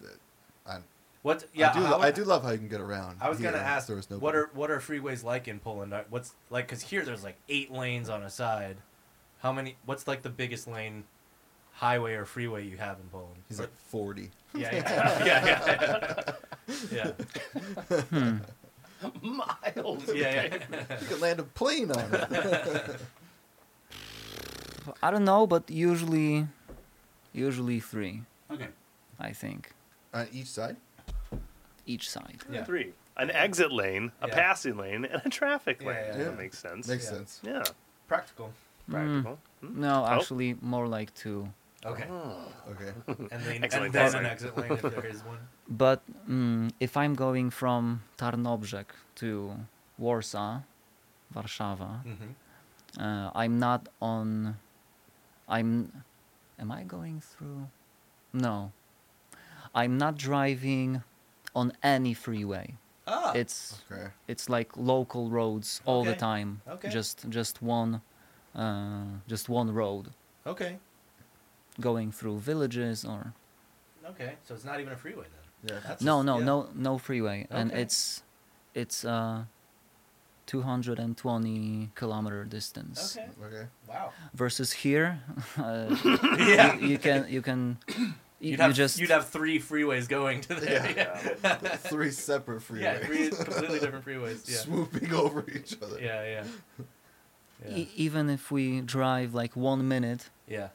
[SPEAKER 3] i,
[SPEAKER 1] What?
[SPEAKER 3] yeah,
[SPEAKER 1] Yeah,
[SPEAKER 3] I, do, lo-
[SPEAKER 1] would-
[SPEAKER 3] I do love how you can get around
[SPEAKER 1] I was
[SPEAKER 3] here
[SPEAKER 1] gonna
[SPEAKER 3] if
[SPEAKER 1] ask,
[SPEAKER 3] there was no
[SPEAKER 1] what are what are freeways like in Poland? Are- What's like? Cause here there's like eight lanes on a side. How many? What's like the biggest lane, highway or freeway you have in Poland?
[SPEAKER 3] he's like 40
[SPEAKER 1] yeah, yeah, yeah, yeah,
[SPEAKER 2] Miles.
[SPEAKER 1] yeah,
[SPEAKER 2] of
[SPEAKER 1] yeah,
[SPEAKER 2] eggs.
[SPEAKER 1] yeah.
[SPEAKER 3] you can land a plane on it
[SPEAKER 4] I don't know, but usually, usually three,
[SPEAKER 5] Okay.
[SPEAKER 4] I think,
[SPEAKER 3] on each side
[SPEAKER 4] each side.
[SPEAKER 1] Yeah.
[SPEAKER 2] Three. An exit lane, a
[SPEAKER 1] Yeah.
[SPEAKER 2] passing lane, and a traffic
[SPEAKER 1] Yeah,
[SPEAKER 2] lane.
[SPEAKER 1] yeah,
[SPEAKER 3] yeah.
[SPEAKER 2] That makes sense.
[SPEAKER 3] makes
[SPEAKER 1] Yeah.
[SPEAKER 3] sense
[SPEAKER 2] yeah.
[SPEAKER 1] Practical. Mm.
[SPEAKER 2] Practical.
[SPEAKER 4] Hmm. No, actually, more like two.
[SPEAKER 1] Okay.
[SPEAKER 3] Okay.
[SPEAKER 1] And, then
[SPEAKER 2] Mm. Excellent
[SPEAKER 1] and then an
[SPEAKER 2] farming.
[SPEAKER 1] exit lane if there is one.
[SPEAKER 4] But mm, if I'm going from Tarnobrzeg to Warsaw, Warszawa,
[SPEAKER 1] Mhm.
[SPEAKER 4] uh, I'm not on. I'm. Am I going through? No. I'm not driving on any freeway.
[SPEAKER 1] Ah.
[SPEAKER 4] It's
[SPEAKER 3] Okay.
[SPEAKER 4] it's like local roads all the
[SPEAKER 1] Okay.
[SPEAKER 4] time.
[SPEAKER 1] Okay.
[SPEAKER 4] Just just one, uh, just one road.
[SPEAKER 1] okay.
[SPEAKER 4] going through villages or
[SPEAKER 1] Okay, so it's not even a freeway then.
[SPEAKER 3] Yeah.
[SPEAKER 1] That's
[SPEAKER 4] no
[SPEAKER 1] just-
[SPEAKER 4] no
[SPEAKER 1] yeah.
[SPEAKER 4] no no freeway and
[SPEAKER 1] Okay.
[SPEAKER 4] it's it's uh 220 kilometer distance
[SPEAKER 1] Okay.
[SPEAKER 3] Okay.
[SPEAKER 1] Wow.
[SPEAKER 4] versus here uh,
[SPEAKER 1] Yeah.
[SPEAKER 4] you can you can you-
[SPEAKER 1] You'd
[SPEAKER 4] you
[SPEAKER 1] have,
[SPEAKER 4] just
[SPEAKER 1] you'd have three freeways going to there.
[SPEAKER 3] Yeah.
[SPEAKER 1] Yeah.
[SPEAKER 3] Three separate freeways.
[SPEAKER 1] Yeah, three completely different freeways. Yeah.
[SPEAKER 3] Swooping over each other.
[SPEAKER 1] Yeah, yeah. Yeah.
[SPEAKER 4] e- even if we drive like one minute
[SPEAKER 1] Yeah.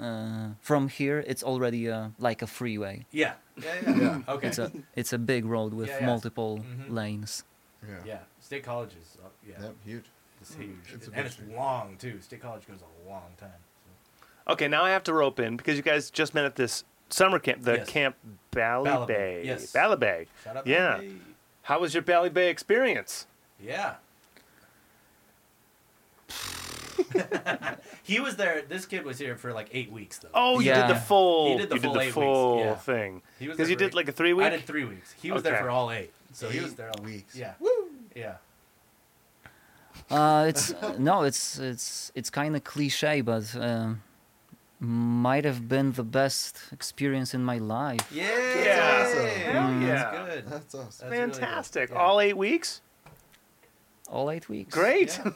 [SPEAKER 4] uh, from here it's already uh, like a freeway
[SPEAKER 1] Yeah. Yeah, yeah.
[SPEAKER 3] Yeah.
[SPEAKER 1] Okay.
[SPEAKER 4] it's a it's a big road with
[SPEAKER 1] Yeah, yeah.
[SPEAKER 4] multiple
[SPEAKER 1] Mhm.
[SPEAKER 4] lanes
[SPEAKER 3] Yeah.
[SPEAKER 1] yeah. State college is uh, yeah.
[SPEAKER 3] Yep, huge.
[SPEAKER 1] It's huge.
[SPEAKER 3] It's a
[SPEAKER 1] and
[SPEAKER 3] big
[SPEAKER 1] it's
[SPEAKER 3] thing.
[SPEAKER 1] long too. State college goes a long time. So.
[SPEAKER 2] Okay, now I have to rope in because you guys just met at this summer camp, the
[SPEAKER 1] Yes.
[SPEAKER 2] Camp Bally
[SPEAKER 1] Bally Bay,
[SPEAKER 2] Bay.
[SPEAKER 1] yes.
[SPEAKER 2] Bally Bay.
[SPEAKER 1] Shout out
[SPEAKER 2] Yeah.
[SPEAKER 1] Bay.
[SPEAKER 2] How was your Bally Bay experience?
[SPEAKER 1] Yeah. he was there. This kid was here for like eight weeks though.
[SPEAKER 2] Oh, you
[SPEAKER 4] Yeah.
[SPEAKER 2] did the full.
[SPEAKER 1] He did the
[SPEAKER 2] you
[SPEAKER 1] full
[SPEAKER 2] did
[SPEAKER 1] eight
[SPEAKER 2] the
[SPEAKER 1] weeks,
[SPEAKER 2] full
[SPEAKER 1] yeah.
[SPEAKER 2] thing.
[SPEAKER 1] He was
[SPEAKER 2] Because
[SPEAKER 1] there
[SPEAKER 2] you
[SPEAKER 1] for
[SPEAKER 2] did
[SPEAKER 1] eight-
[SPEAKER 2] like a three week.
[SPEAKER 1] I did three weeks. He was there
[SPEAKER 2] Okay.
[SPEAKER 1] for all eight. So he was
[SPEAKER 3] Eight
[SPEAKER 1] there all
[SPEAKER 3] weeks.
[SPEAKER 1] Yeah. Yeah.
[SPEAKER 4] Uh, it's no, it's it's it's kind of cliche, but uh, might have been the best experience in my life.
[SPEAKER 1] Yeah. Mm.
[SPEAKER 2] Yeah.
[SPEAKER 3] Hell
[SPEAKER 2] yeah.
[SPEAKER 1] That's good.
[SPEAKER 3] That's awesome.
[SPEAKER 1] That's really good.
[SPEAKER 2] Fantastic.
[SPEAKER 1] Yeah.
[SPEAKER 2] All eight weeks.
[SPEAKER 4] All eight weeks.
[SPEAKER 2] Great.
[SPEAKER 1] Yeah.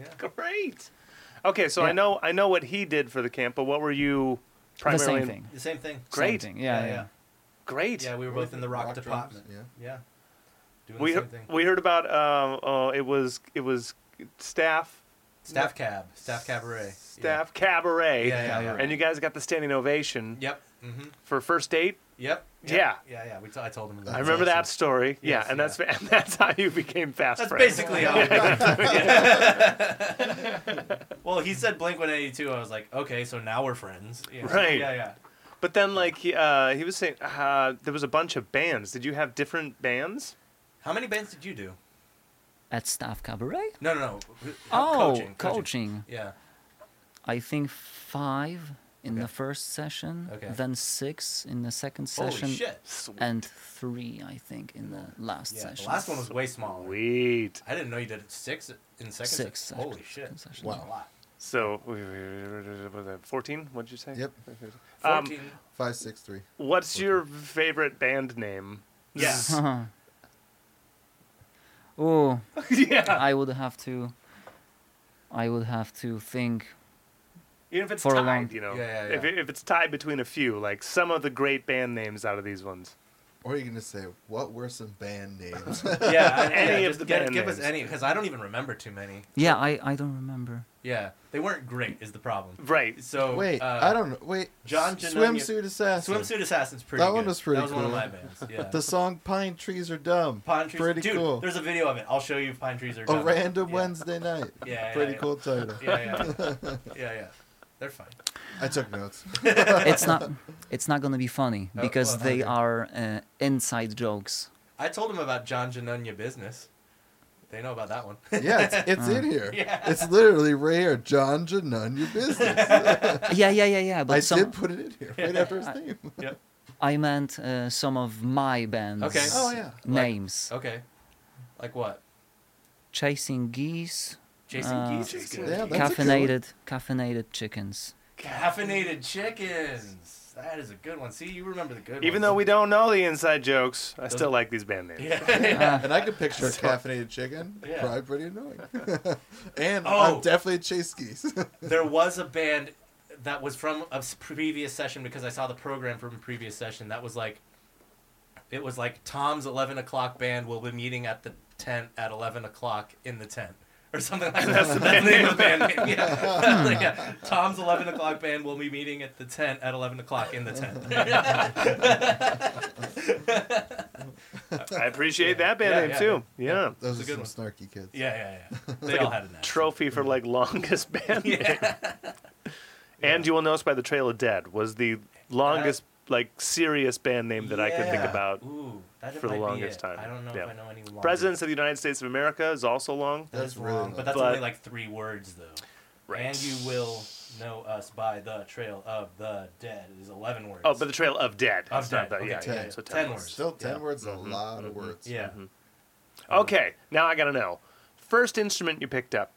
[SPEAKER 1] yeah.
[SPEAKER 2] Great. Okay, so I
[SPEAKER 4] Yeah.
[SPEAKER 2] know I know what he did for the camp, but what were you
[SPEAKER 4] The
[SPEAKER 2] primarily?
[SPEAKER 4] same thing.
[SPEAKER 1] The same thing.
[SPEAKER 2] Great.
[SPEAKER 4] Same thing. Yeah,
[SPEAKER 1] Yeah,
[SPEAKER 4] yeah.
[SPEAKER 1] yeah.
[SPEAKER 2] Great.
[SPEAKER 1] Yeah, we were both in the rock, department.
[SPEAKER 3] drums,
[SPEAKER 1] yeah. Doing
[SPEAKER 2] we
[SPEAKER 1] the
[SPEAKER 2] he-
[SPEAKER 1] same thing.
[SPEAKER 2] we heard about um oh it was it was staff
[SPEAKER 1] Staff cab. Staff cabaret.
[SPEAKER 2] staff cabaret.
[SPEAKER 1] Yeah, yeah, yeah.
[SPEAKER 2] And you guys got the standing ovation
[SPEAKER 1] Yeah. Yep. Mm-hmm.
[SPEAKER 2] for first date.
[SPEAKER 1] Yep.
[SPEAKER 2] Yeah.
[SPEAKER 1] Yeah, yeah. We t- I told him.
[SPEAKER 3] I
[SPEAKER 2] I
[SPEAKER 1] That.
[SPEAKER 3] That's
[SPEAKER 2] remember that
[SPEAKER 3] awesome.
[SPEAKER 2] story.
[SPEAKER 1] Yes,
[SPEAKER 2] yeah, and
[SPEAKER 1] yeah.
[SPEAKER 2] that's and that's how you became fast
[SPEAKER 1] That's
[SPEAKER 2] friends.
[SPEAKER 1] basically how. well, he said Blink 182. I was like, okay, so now we're friends. Yeah.
[SPEAKER 2] Right.
[SPEAKER 1] Yeah, yeah.
[SPEAKER 2] But then like he uh, he was saying uh, there was a bunch of bands. Did you have different bands?
[SPEAKER 1] How many bands did you do?
[SPEAKER 4] At staff cabaret.
[SPEAKER 1] No, no, no.
[SPEAKER 4] Oh,
[SPEAKER 1] coaching,
[SPEAKER 4] coaching,
[SPEAKER 1] Yeah.
[SPEAKER 4] I think five in
[SPEAKER 1] Okay.
[SPEAKER 4] the first session,
[SPEAKER 1] Okay.
[SPEAKER 4] then six in the second session,
[SPEAKER 1] Holy shit.
[SPEAKER 4] and three, I think, in the last
[SPEAKER 1] Yeah. The
[SPEAKER 4] session.
[SPEAKER 1] last one was way smaller.
[SPEAKER 2] Sweet.
[SPEAKER 1] I didn't know you did six in second.
[SPEAKER 4] Six
[SPEAKER 1] se-
[SPEAKER 4] sessions.
[SPEAKER 1] Holy shit.
[SPEAKER 4] Second session.
[SPEAKER 1] Wow.
[SPEAKER 3] Wow.
[SPEAKER 1] A lot.
[SPEAKER 2] So we- we- we- we- we- fourteen. What did you say?
[SPEAKER 3] Yep.
[SPEAKER 2] Um,
[SPEAKER 1] Fourteen.
[SPEAKER 3] Five six three.
[SPEAKER 2] What's your favorite band name?
[SPEAKER 1] Yeah.
[SPEAKER 2] Zzz.
[SPEAKER 4] Uh-huh. oh,
[SPEAKER 2] yeah.
[SPEAKER 4] I would have to. I would have to think.
[SPEAKER 2] Even if it's
[SPEAKER 4] For a
[SPEAKER 2] tied,
[SPEAKER 4] long-
[SPEAKER 2] you know.
[SPEAKER 1] Yeah, yeah,
[SPEAKER 2] If,
[SPEAKER 1] yeah.
[SPEAKER 2] it- if it's tied between a few, like some of the great band names out of these ones.
[SPEAKER 3] Or are you gonna say what were some band names?
[SPEAKER 1] yeah, I-
[SPEAKER 2] Any
[SPEAKER 1] yeah,
[SPEAKER 2] of
[SPEAKER 1] just
[SPEAKER 2] the
[SPEAKER 1] get-
[SPEAKER 2] band
[SPEAKER 1] give us
[SPEAKER 2] names.
[SPEAKER 1] any because I don't even remember too many.
[SPEAKER 4] Yeah, I, I don't remember.
[SPEAKER 1] Yeah, they weren't great is the problem.
[SPEAKER 2] Right.
[SPEAKER 1] So
[SPEAKER 3] Wait,
[SPEAKER 1] uh,
[SPEAKER 3] I don't know. Wait,
[SPEAKER 1] John
[SPEAKER 3] S-
[SPEAKER 1] Janone-
[SPEAKER 3] swimsuit assassin.
[SPEAKER 1] Swimsuit Assassin's pretty.
[SPEAKER 3] That one
[SPEAKER 1] good.
[SPEAKER 3] was pretty
[SPEAKER 1] That was one of
[SPEAKER 3] cool.
[SPEAKER 1] my bands. Yeah.
[SPEAKER 3] The song "Pine Trees Are Dumb."
[SPEAKER 1] pine trees.
[SPEAKER 3] Pretty
[SPEAKER 1] Dude,
[SPEAKER 3] cool.
[SPEAKER 1] there's a video of it. I'll show you. if Pine trees are.
[SPEAKER 3] A
[SPEAKER 1] Dumb.
[SPEAKER 3] random
[SPEAKER 1] yeah.
[SPEAKER 3] Wednesday night.
[SPEAKER 1] Yeah, yeah,
[SPEAKER 3] Pretty
[SPEAKER 1] yeah.
[SPEAKER 3] cool title.
[SPEAKER 1] Yeah, yeah, yeah, yeah. They're fine.
[SPEAKER 3] I took notes.
[SPEAKER 4] it's not it's not gonna be funny
[SPEAKER 1] Oh,
[SPEAKER 4] because
[SPEAKER 1] well,
[SPEAKER 4] they
[SPEAKER 1] okay.
[SPEAKER 4] are uh, inside jokes.
[SPEAKER 1] I told them about John Janonia business. They know about that one.
[SPEAKER 3] Yeah, it's, it's in here.
[SPEAKER 1] Yeah.
[SPEAKER 3] It's literally right here. John Janun, your business.
[SPEAKER 4] yeah, yeah, yeah, yeah. But
[SPEAKER 3] I
[SPEAKER 4] some
[SPEAKER 3] did put it in here right after his name.
[SPEAKER 1] yep.
[SPEAKER 4] I meant uh, some of my band's
[SPEAKER 1] Okay.
[SPEAKER 3] Oh, yeah. Like-
[SPEAKER 4] names.
[SPEAKER 1] Okay. Like what?
[SPEAKER 4] Chasing geese,
[SPEAKER 1] Jason
[SPEAKER 4] Uh,
[SPEAKER 1] Geese is good.
[SPEAKER 3] Yeah, that's a good one.
[SPEAKER 4] caffeinated caffeinated chickens.
[SPEAKER 1] Caffeinated chickens. That is a good one. See, you remember the good.
[SPEAKER 2] Even
[SPEAKER 1] ones.
[SPEAKER 2] though we don't know the inside jokes, I
[SPEAKER 1] Those-
[SPEAKER 2] still like these band names.
[SPEAKER 1] Yeah.
[SPEAKER 3] And I could picture a caffeinated chicken.
[SPEAKER 1] Yeah.
[SPEAKER 3] Probably pretty annoying. and
[SPEAKER 1] Oh.
[SPEAKER 3] I'm definitely Chase Geese.
[SPEAKER 1] there was a band that was from a s- previous session because I saw the program from a previous session that was like it was like Tom's eleven o'clock band will be meeting at the tent at eleven o'clock in the tent. Or something like that. That's the name of the band name. Yeah. Like, yeah. Tom's 11 o'clock band will be meeting at the tent at 11 o'clock in the tent.
[SPEAKER 2] I appreciate that
[SPEAKER 1] Yeah,
[SPEAKER 2] band
[SPEAKER 1] yeah,
[SPEAKER 2] name too. Yeah.
[SPEAKER 3] Those are
[SPEAKER 1] It's a
[SPEAKER 3] some
[SPEAKER 1] good
[SPEAKER 3] snarky kids.
[SPEAKER 1] yeah, yeah, yeah. They all had an accent.
[SPEAKER 2] Trophy for like longest band name.
[SPEAKER 1] Yeah.
[SPEAKER 2] And you will notice by the Trail of Dead was the longest like serious band name that I could think
[SPEAKER 1] Yeah.
[SPEAKER 2] about.
[SPEAKER 1] Ooh, that
[SPEAKER 2] for the
[SPEAKER 1] might be
[SPEAKER 2] longest
[SPEAKER 1] it.
[SPEAKER 2] time.
[SPEAKER 1] I don't know
[SPEAKER 2] Yeah.
[SPEAKER 1] if I know any longer.
[SPEAKER 2] Presidents of the United States of America is also long.
[SPEAKER 1] That's
[SPEAKER 3] That's really
[SPEAKER 1] wrong, but
[SPEAKER 3] long.
[SPEAKER 1] that's
[SPEAKER 2] But-
[SPEAKER 1] only like three words though.
[SPEAKER 2] Right.
[SPEAKER 1] And you will know us by the trail of the dead is eleven words.
[SPEAKER 2] Oh, but the Trail of Dead.
[SPEAKER 1] Of
[SPEAKER 2] It's
[SPEAKER 1] Dead.
[SPEAKER 2] not the-
[SPEAKER 1] Okay,
[SPEAKER 2] yeah,
[SPEAKER 3] ten.
[SPEAKER 2] yeah, so
[SPEAKER 1] Ten words.
[SPEAKER 3] Still, 10
[SPEAKER 1] Yeah.
[SPEAKER 3] words is a
[SPEAKER 4] Mm-hmm.
[SPEAKER 3] lot of words.
[SPEAKER 1] yeah,
[SPEAKER 2] Okay, now I gotta know. First instrument you picked up?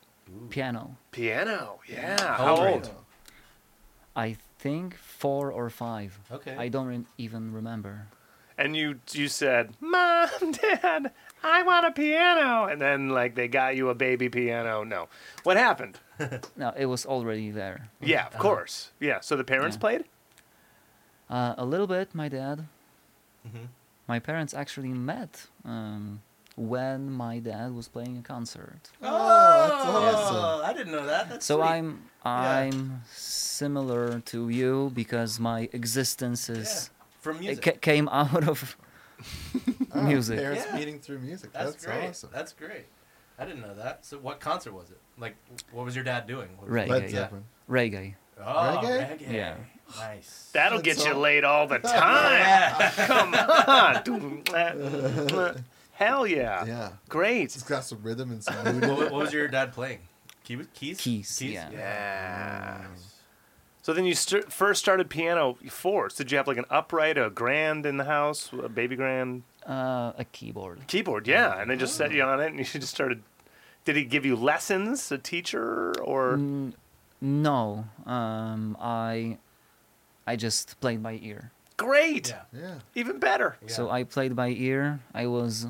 [SPEAKER 4] Piano.
[SPEAKER 2] Piano. Yeah.
[SPEAKER 1] How old were you?
[SPEAKER 3] Oh.
[SPEAKER 4] I think four or five.
[SPEAKER 1] Okay.
[SPEAKER 4] I don't re- even remember.
[SPEAKER 2] And you you said, "Mom, Dad, I want a piano," and then like they got you a baby piano. No, what happened?
[SPEAKER 4] No, it was already there.
[SPEAKER 2] Yeah, of course. Yeah. So the parents
[SPEAKER 4] Yeah.
[SPEAKER 2] played.
[SPEAKER 4] Uh, a little bit, my dad.
[SPEAKER 3] Mm-hmm.
[SPEAKER 1] Mhm.
[SPEAKER 4] My parents actually met um, when my dad was playing a concert.
[SPEAKER 1] Oh,
[SPEAKER 3] that's awesome.
[SPEAKER 1] I didn't know that. That's
[SPEAKER 4] So
[SPEAKER 1] sweet.
[SPEAKER 4] I'm I'm similar to you because my existence is
[SPEAKER 1] from
[SPEAKER 4] it
[SPEAKER 1] music.
[SPEAKER 4] ca- came out of
[SPEAKER 3] Oh,
[SPEAKER 4] music.
[SPEAKER 3] Parents
[SPEAKER 1] Yeah.
[SPEAKER 3] meeting through music.
[SPEAKER 1] That's,
[SPEAKER 3] That's,
[SPEAKER 1] great.
[SPEAKER 3] awesome.
[SPEAKER 1] That's great. I didn't know that. So what concert was it? Like, what was your dad doing? What was-
[SPEAKER 4] Right.
[SPEAKER 3] Led
[SPEAKER 4] Yeah.
[SPEAKER 3] Zeppelin.
[SPEAKER 4] reggae.
[SPEAKER 1] Oh,
[SPEAKER 3] Reggae?
[SPEAKER 1] reggae?
[SPEAKER 4] Yeah.
[SPEAKER 1] Nice.
[SPEAKER 2] That'll
[SPEAKER 3] That's
[SPEAKER 2] get you
[SPEAKER 3] all.
[SPEAKER 2] laid all the time. Come on. Hell yeah.
[SPEAKER 3] Yeah.
[SPEAKER 2] Great.
[SPEAKER 3] It's got some rhythm and some mood.
[SPEAKER 1] what, what was your dad playing? Keys? Keys.
[SPEAKER 4] Keys, yeah.
[SPEAKER 2] Yeah. So then you st- first started piano force. Did you have like an upright, a grand in the house, a baby grand
[SPEAKER 4] Uh, a keyboard.
[SPEAKER 2] keyboard? Yeah, and they just set you on it, and you just started. Did he give you lessons, a teacher, or
[SPEAKER 4] Mm, no, um, I I just played by ear.
[SPEAKER 2] great,
[SPEAKER 1] Yeah.
[SPEAKER 3] Yeah.
[SPEAKER 2] even better?
[SPEAKER 1] Yeah.
[SPEAKER 4] So I played by ear. I was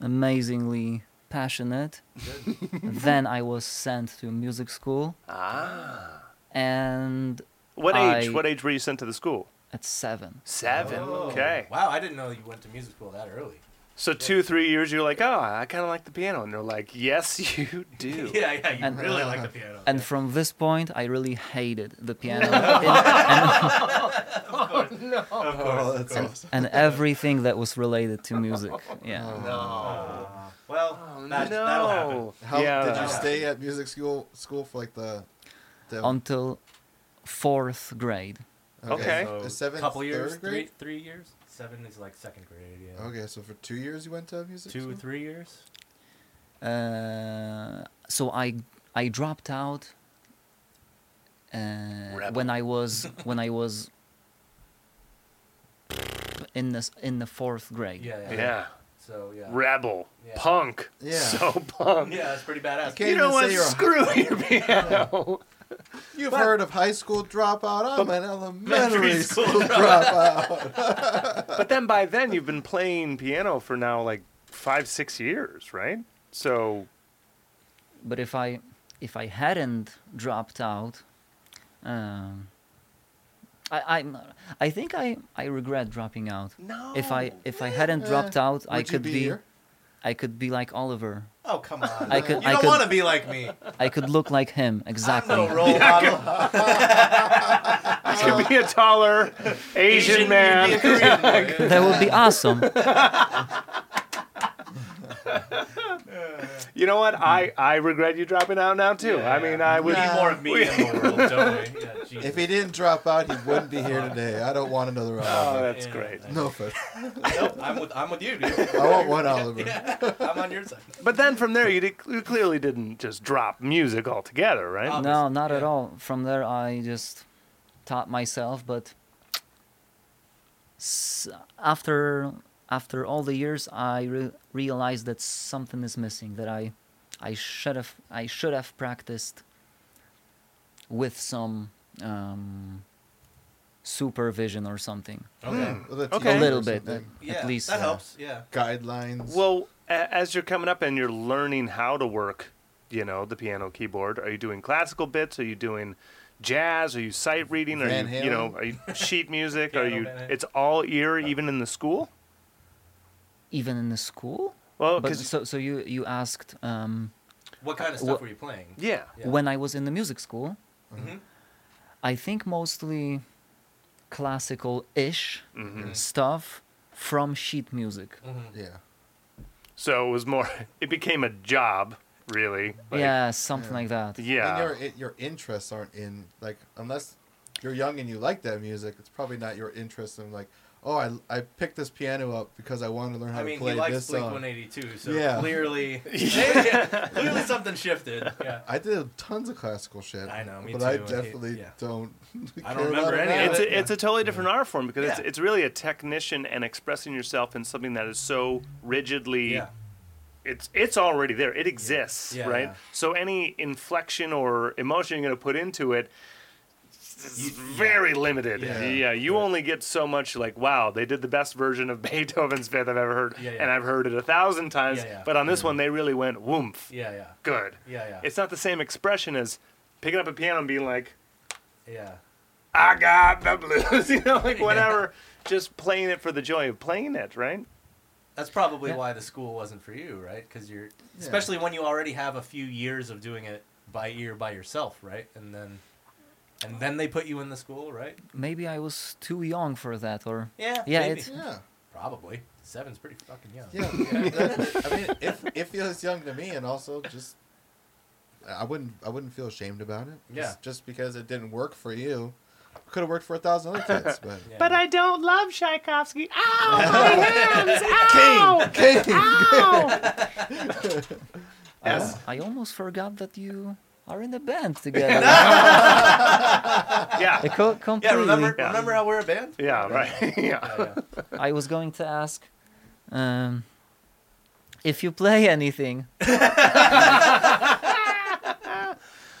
[SPEAKER 4] amazingly passionate.
[SPEAKER 1] Good.
[SPEAKER 4] then I was sent to music school,
[SPEAKER 2] Ah,
[SPEAKER 4] and
[SPEAKER 2] what age?
[SPEAKER 4] I-
[SPEAKER 2] What age were you sent to the school?
[SPEAKER 4] at seven,
[SPEAKER 2] Seven.
[SPEAKER 1] Oh,
[SPEAKER 2] Okay.
[SPEAKER 1] Wow, I didn't know you went to music school that early.
[SPEAKER 2] So two, three years, you're like, oh, I kind of like the piano, and they're like, yes, you do.
[SPEAKER 1] yeah, yeah. You
[SPEAKER 4] And- uh,
[SPEAKER 1] really like the piano.
[SPEAKER 4] and from this point, I really hated the piano and,
[SPEAKER 1] of course.
[SPEAKER 3] Oh, that's awesome.
[SPEAKER 4] and everything that was related to music.
[SPEAKER 3] Oh,
[SPEAKER 4] Yeah.
[SPEAKER 1] No. Well,
[SPEAKER 4] Oh,
[SPEAKER 1] that, that'll happen.
[SPEAKER 2] Oh, no.
[SPEAKER 3] How
[SPEAKER 2] yeah.
[SPEAKER 3] did you
[SPEAKER 1] that-
[SPEAKER 3] stay at music school school for like the, the
[SPEAKER 4] Until fourth grade.
[SPEAKER 2] Okay.
[SPEAKER 1] So
[SPEAKER 3] A seventh,
[SPEAKER 1] couple years,
[SPEAKER 3] third grade?
[SPEAKER 1] three three years. Seven is like second grade. Yeah.
[SPEAKER 3] Okay, so for two years you went to music
[SPEAKER 1] Two,
[SPEAKER 3] school?
[SPEAKER 1] three years.
[SPEAKER 4] Uh, so I I dropped out uh, when
[SPEAKER 2] Rebel.
[SPEAKER 4] I was when I was in the s- in the fourth grade.
[SPEAKER 1] Yeah. Yeah.
[SPEAKER 2] yeah.
[SPEAKER 1] So yeah.
[SPEAKER 2] Rebel.
[SPEAKER 1] Yeah.
[SPEAKER 2] Punk.
[SPEAKER 3] Yeah.
[SPEAKER 2] So punk.
[SPEAKER 1] yeah, that's pretty badass.
[SPEAKER 3] Okay.
[SPEAKER 2] You
[SPEAKER 3] Can't even
[SPEAKER 2] know what?
[SPEAKER 3] say you're-
[SPEAKER 2] Screw your piano.
[SPEAKER 3] You've
[SPEAKER 2] But-
[SPEAKER 3] heard of high school dropout. I'm an elementary
[SPEAKER 1] school
[SPEAKER 3] school dropout.
[SPEAKER 2] but then by then you've been playing piano for now like five, six years, right? So
[SPEAKER 4] But if I if I hadn't dropped out, um, I I'm- I think I I regret dropping out.
[SPEAKER 2] no.
[SPEAKER 4] If I if I hadn't
[SPEAKER 3] Eh,
[SPEAKER 4] dropped out, I
[SPEAKER 3] Would you
[SPEAKER 4] could
[SPEAKER 3] be
[SPEAKER 4] be
[SPEAKER 3] here?
[SPEAKER 4] I could be like Oliver.
[SPEAKER 1] Oh come on.
[SPEAKER 4] I could
[SPEAKER 1] you
[SPEAKER 4] I
[SPEAKER 1] don't
[SPEAKER 4] could
[SPEAKER 1] want to be like me.
[SPEAKER 4] I could look like him exactly.
[SPEAKER 1] I'm no role model.
[SPEAKER 2] I could be a taller Asian,
[SPEAKER 1] Asian
[SPEAKER 2] man.
[SPEAKER 1] you'd be a Korean boy, yeah.
[SPEAKER 4] That would be awesome.
[SPEAKER 2] You know what? I, I regret you dropping out now too.
[SPEAKER 1] Yeah,
[SPEAKER 2] I mean,
[SPEAKER 1] yeah.
[SPEAKER 2] I
[SPEAKER 1] We
[SPEAKER 2] would.
[SPEAKER 1] need more of me in the world, don't we? Yeah, Jesus.
[SPEAKER 3] If he didn't drop out, he wouldn't be here today. I don't want another
[SPEAKER 2] Oh,
[SPEAKER 3] Oliver.
[SPEAKER 2] that's
[SPEAKER 1] Yeah.
[SPEAKER 2] great.
[SPEAKER 3] No offense.
[SPEAKER 1] Nope, I'm with I'm with you, dude.
[SPEAKER 3] I want one Oliver.
[SPEAKER 1] Yeah, I'm on your side.
[SPEAKER 2] But then from there, you, did, you clearly didn't just drop music altogether, right?
[SPEAKER 1] Um,
[SPEAKER 4] No,
[SPEAKER 1] Obviously,
[SPEAKER 4] not at
[SPEAKER 1] yeah.
[SPEAKER 4] all. From there, I just taught myself. But s- after after all the years, I re- realized that something is missing. That I I should have I should have practiced with some um, supervision or something.
[SPEAKER 1] Okay.
[SPEAKER 3] With a
[SPEAKER 2] Okay.
[SPEAKER 3] teacher
[SPEAKER 4] A little
[SPEAKER 3] or
[SPEAKER 4] bit,
[SPEAKER 3] something.
[SPEAKER 1] Yeah,
[SPEAKER 4] at least.
[SPEAKER 1] that
[SPEAKER 4] uh,
[SPEAKER 1] helps. Yeah.
[SPEAKER 3] Guidelines.
[SPEAKER 2] Well, a- as you're coming up and you're learning how to work, you know, the piano keyboard, are you doing classical bits? Are you doing jazz? Are you sight reading? Are
[SPEAKER 3] Van
[SPEAKER 2] you, you know,
[SPEAKER 3] Halen?
[SPEAKER 2] are you sheet music? Are
[SPEAKER 1] Piano
[SPEAKER 2] you?
[SPEAKER 1] Van Halen.
[SPEAKER 2] It's all ear, even in the school.
[SPEAKER 4] Even in the school.
[SPEAKER 2] Well,
[SPEAKER 4] but
[SPEAKER 2] 'cause-
[SPEAKER 4] so so you you asked um,
[SPEAKER 1] What kind of stuff
[SPEAKER 4] What-
[SPEAKER 1] were you playing?
[SPEAKER 2] yeah,
[SPEAKER 1] Yeah.
[SPEAKER 4] when I was in the music school.
[SPEAKER 1] Mhm.
[SPEAKER 4] I think mostly classical ish
[SPEAKER 1] Mm-hmm.
[SPEAKER 4] stuff from sheet music.
[SPEAKER 3] yeah.
[SPEAKER 2] so it was more. It became a job, really. Like,
[SPEAKER 4] yeah, something
[SPEAKER 3] Yeah.
[SPEAKER 4] like that.
[SPEAKER 2] yeah.
[SPEAKER 3] And your your interests aren't in like unless you're young and you like that music, it's probably not your interest in like, oh, I I picked this piano up because I want to learn how
[SPEAKER 1] I
[SPEAKER 3] to
[SPEAKER 1] mean, he
[SPEAKER 3] play
[SPEAKER 1] likes
[SPEAKER 3] this
[SPEAKER 1] Blink
[SPEAKER 3] song.
[SPEAKER 1] 182, so
[SPEAKER 3] Yeah.
[SPEAKER 1] clearly, clearly something shifted. Yeah.
[SPEAKER 3] I did tons of classical shit.
[SPEAKER 1] I know, me
[SPEAKER 3] but I
[SPEAKER 1] too. I-
[SPEAKER 3] definitely
[SPEAKER 1] yeah.
[SPEAKER 3] don't.
[SPEAKER 1] I don't
[SPEAKER 3] care
[SPEAKER 1] remember
[SPEAKER 3] about
[SPEAKER 1] any of
[SPEAKER 2] it's
[SPEAKER 3] that.
[SPEAKER 1] it.
[SPEAKER 2] a, it's a totally different art form because it's,
[SPEAKER 1] Yeah.
[SPEAKER 2] it's really a technician and expressing yourself in something that is so rigidly
[SPEAKER 1] Yeah.
[SPEAKER 2] it's it's already there. It exists,
[SPEAKER 1] Yeah,
[SPEAKER 2] right?
[SPEAKER 1] yeah.
[SPEAKER 2] So any inflection or emotion you're going to put into it, it's very limited.
[SPEAKER 1] Yeah.
[SPEAKER 2] Yeah, you only get so much. Like, wow, they did the best version of Beethoven's Fifth I've ever heard,
[SPEAKER 1] Yeah, yeah.
[SPEAKER 2] and I've heard it a thousand times.
[SPEAKER 1] Yeah, yeah.
[SPEAKER 2] But on this one, they really went woomph.
[SPEAKER 1] Yeah, yeah,
[SPEAKER 2] Good.
[SPEAKER 1] yeah, yeah.
[SPEAKER 2] It's not the same expression as picking up a piano and being like,
[SPEAKER 1] yeah.
[SPEAKER 2] "I got the blues," you know, like whatever. Just playing it for the joy of playing it, right?
[SPEAKER 1] That's probably
[SPEAKER 4] Yeah.
[SPEAKER 1] why the school wasn't for you, right? Because you're, especially when you already have a few years of doing it by ear by yourself, right? And then, and then they put you in the school, right?
[SPEAKER 4] Maybe I was too young for that, or
[SPEAKER 1] Yeah.
[SPEAKER 4] Yeah,
[SPEAKER 1] maybe.
[SPEAKER 4] it's-
[SPEAKER 3] Yeah.
[SPEAKER 1] probably seven's pretty fucking young.
[SPEAKER 3] Yeah, that- I mean, it, it feels young to me, and also just I wouldn't I wouldn't feel ashamed about it.
[SPEAKER 1] Yeah.
[SPEAKER 3] just, just because it didn't work for you, could have worked for a thousand other kids. But
[SPEAKER 1] Yeah.
[SPEAKER 5] But I don't love Tchaikovsky. Ow! My hands! Ow!
[SPEAKER 3] King, King.
[SPEAKER 5] Ow!
[SPEAKER 1] Uh-huh.
[SPEAKER 2] Yes.
[SPEAKER 4] I almost forgot that you are in a band together.
[SPEAKER 2] yeah.
[SPEAKER 4] I co- completely.
[SPEAKER 1] Yeah, remember
[SPEAKER 2] Yeah.
[SPEAKER 1] remember how we're a band?
[SPEAKER 2] Yeah. Right. yeah.
[SPEAKER 1] Yeah, yeah.
[SPEAKER 4] I was going to ask um, if you play anything.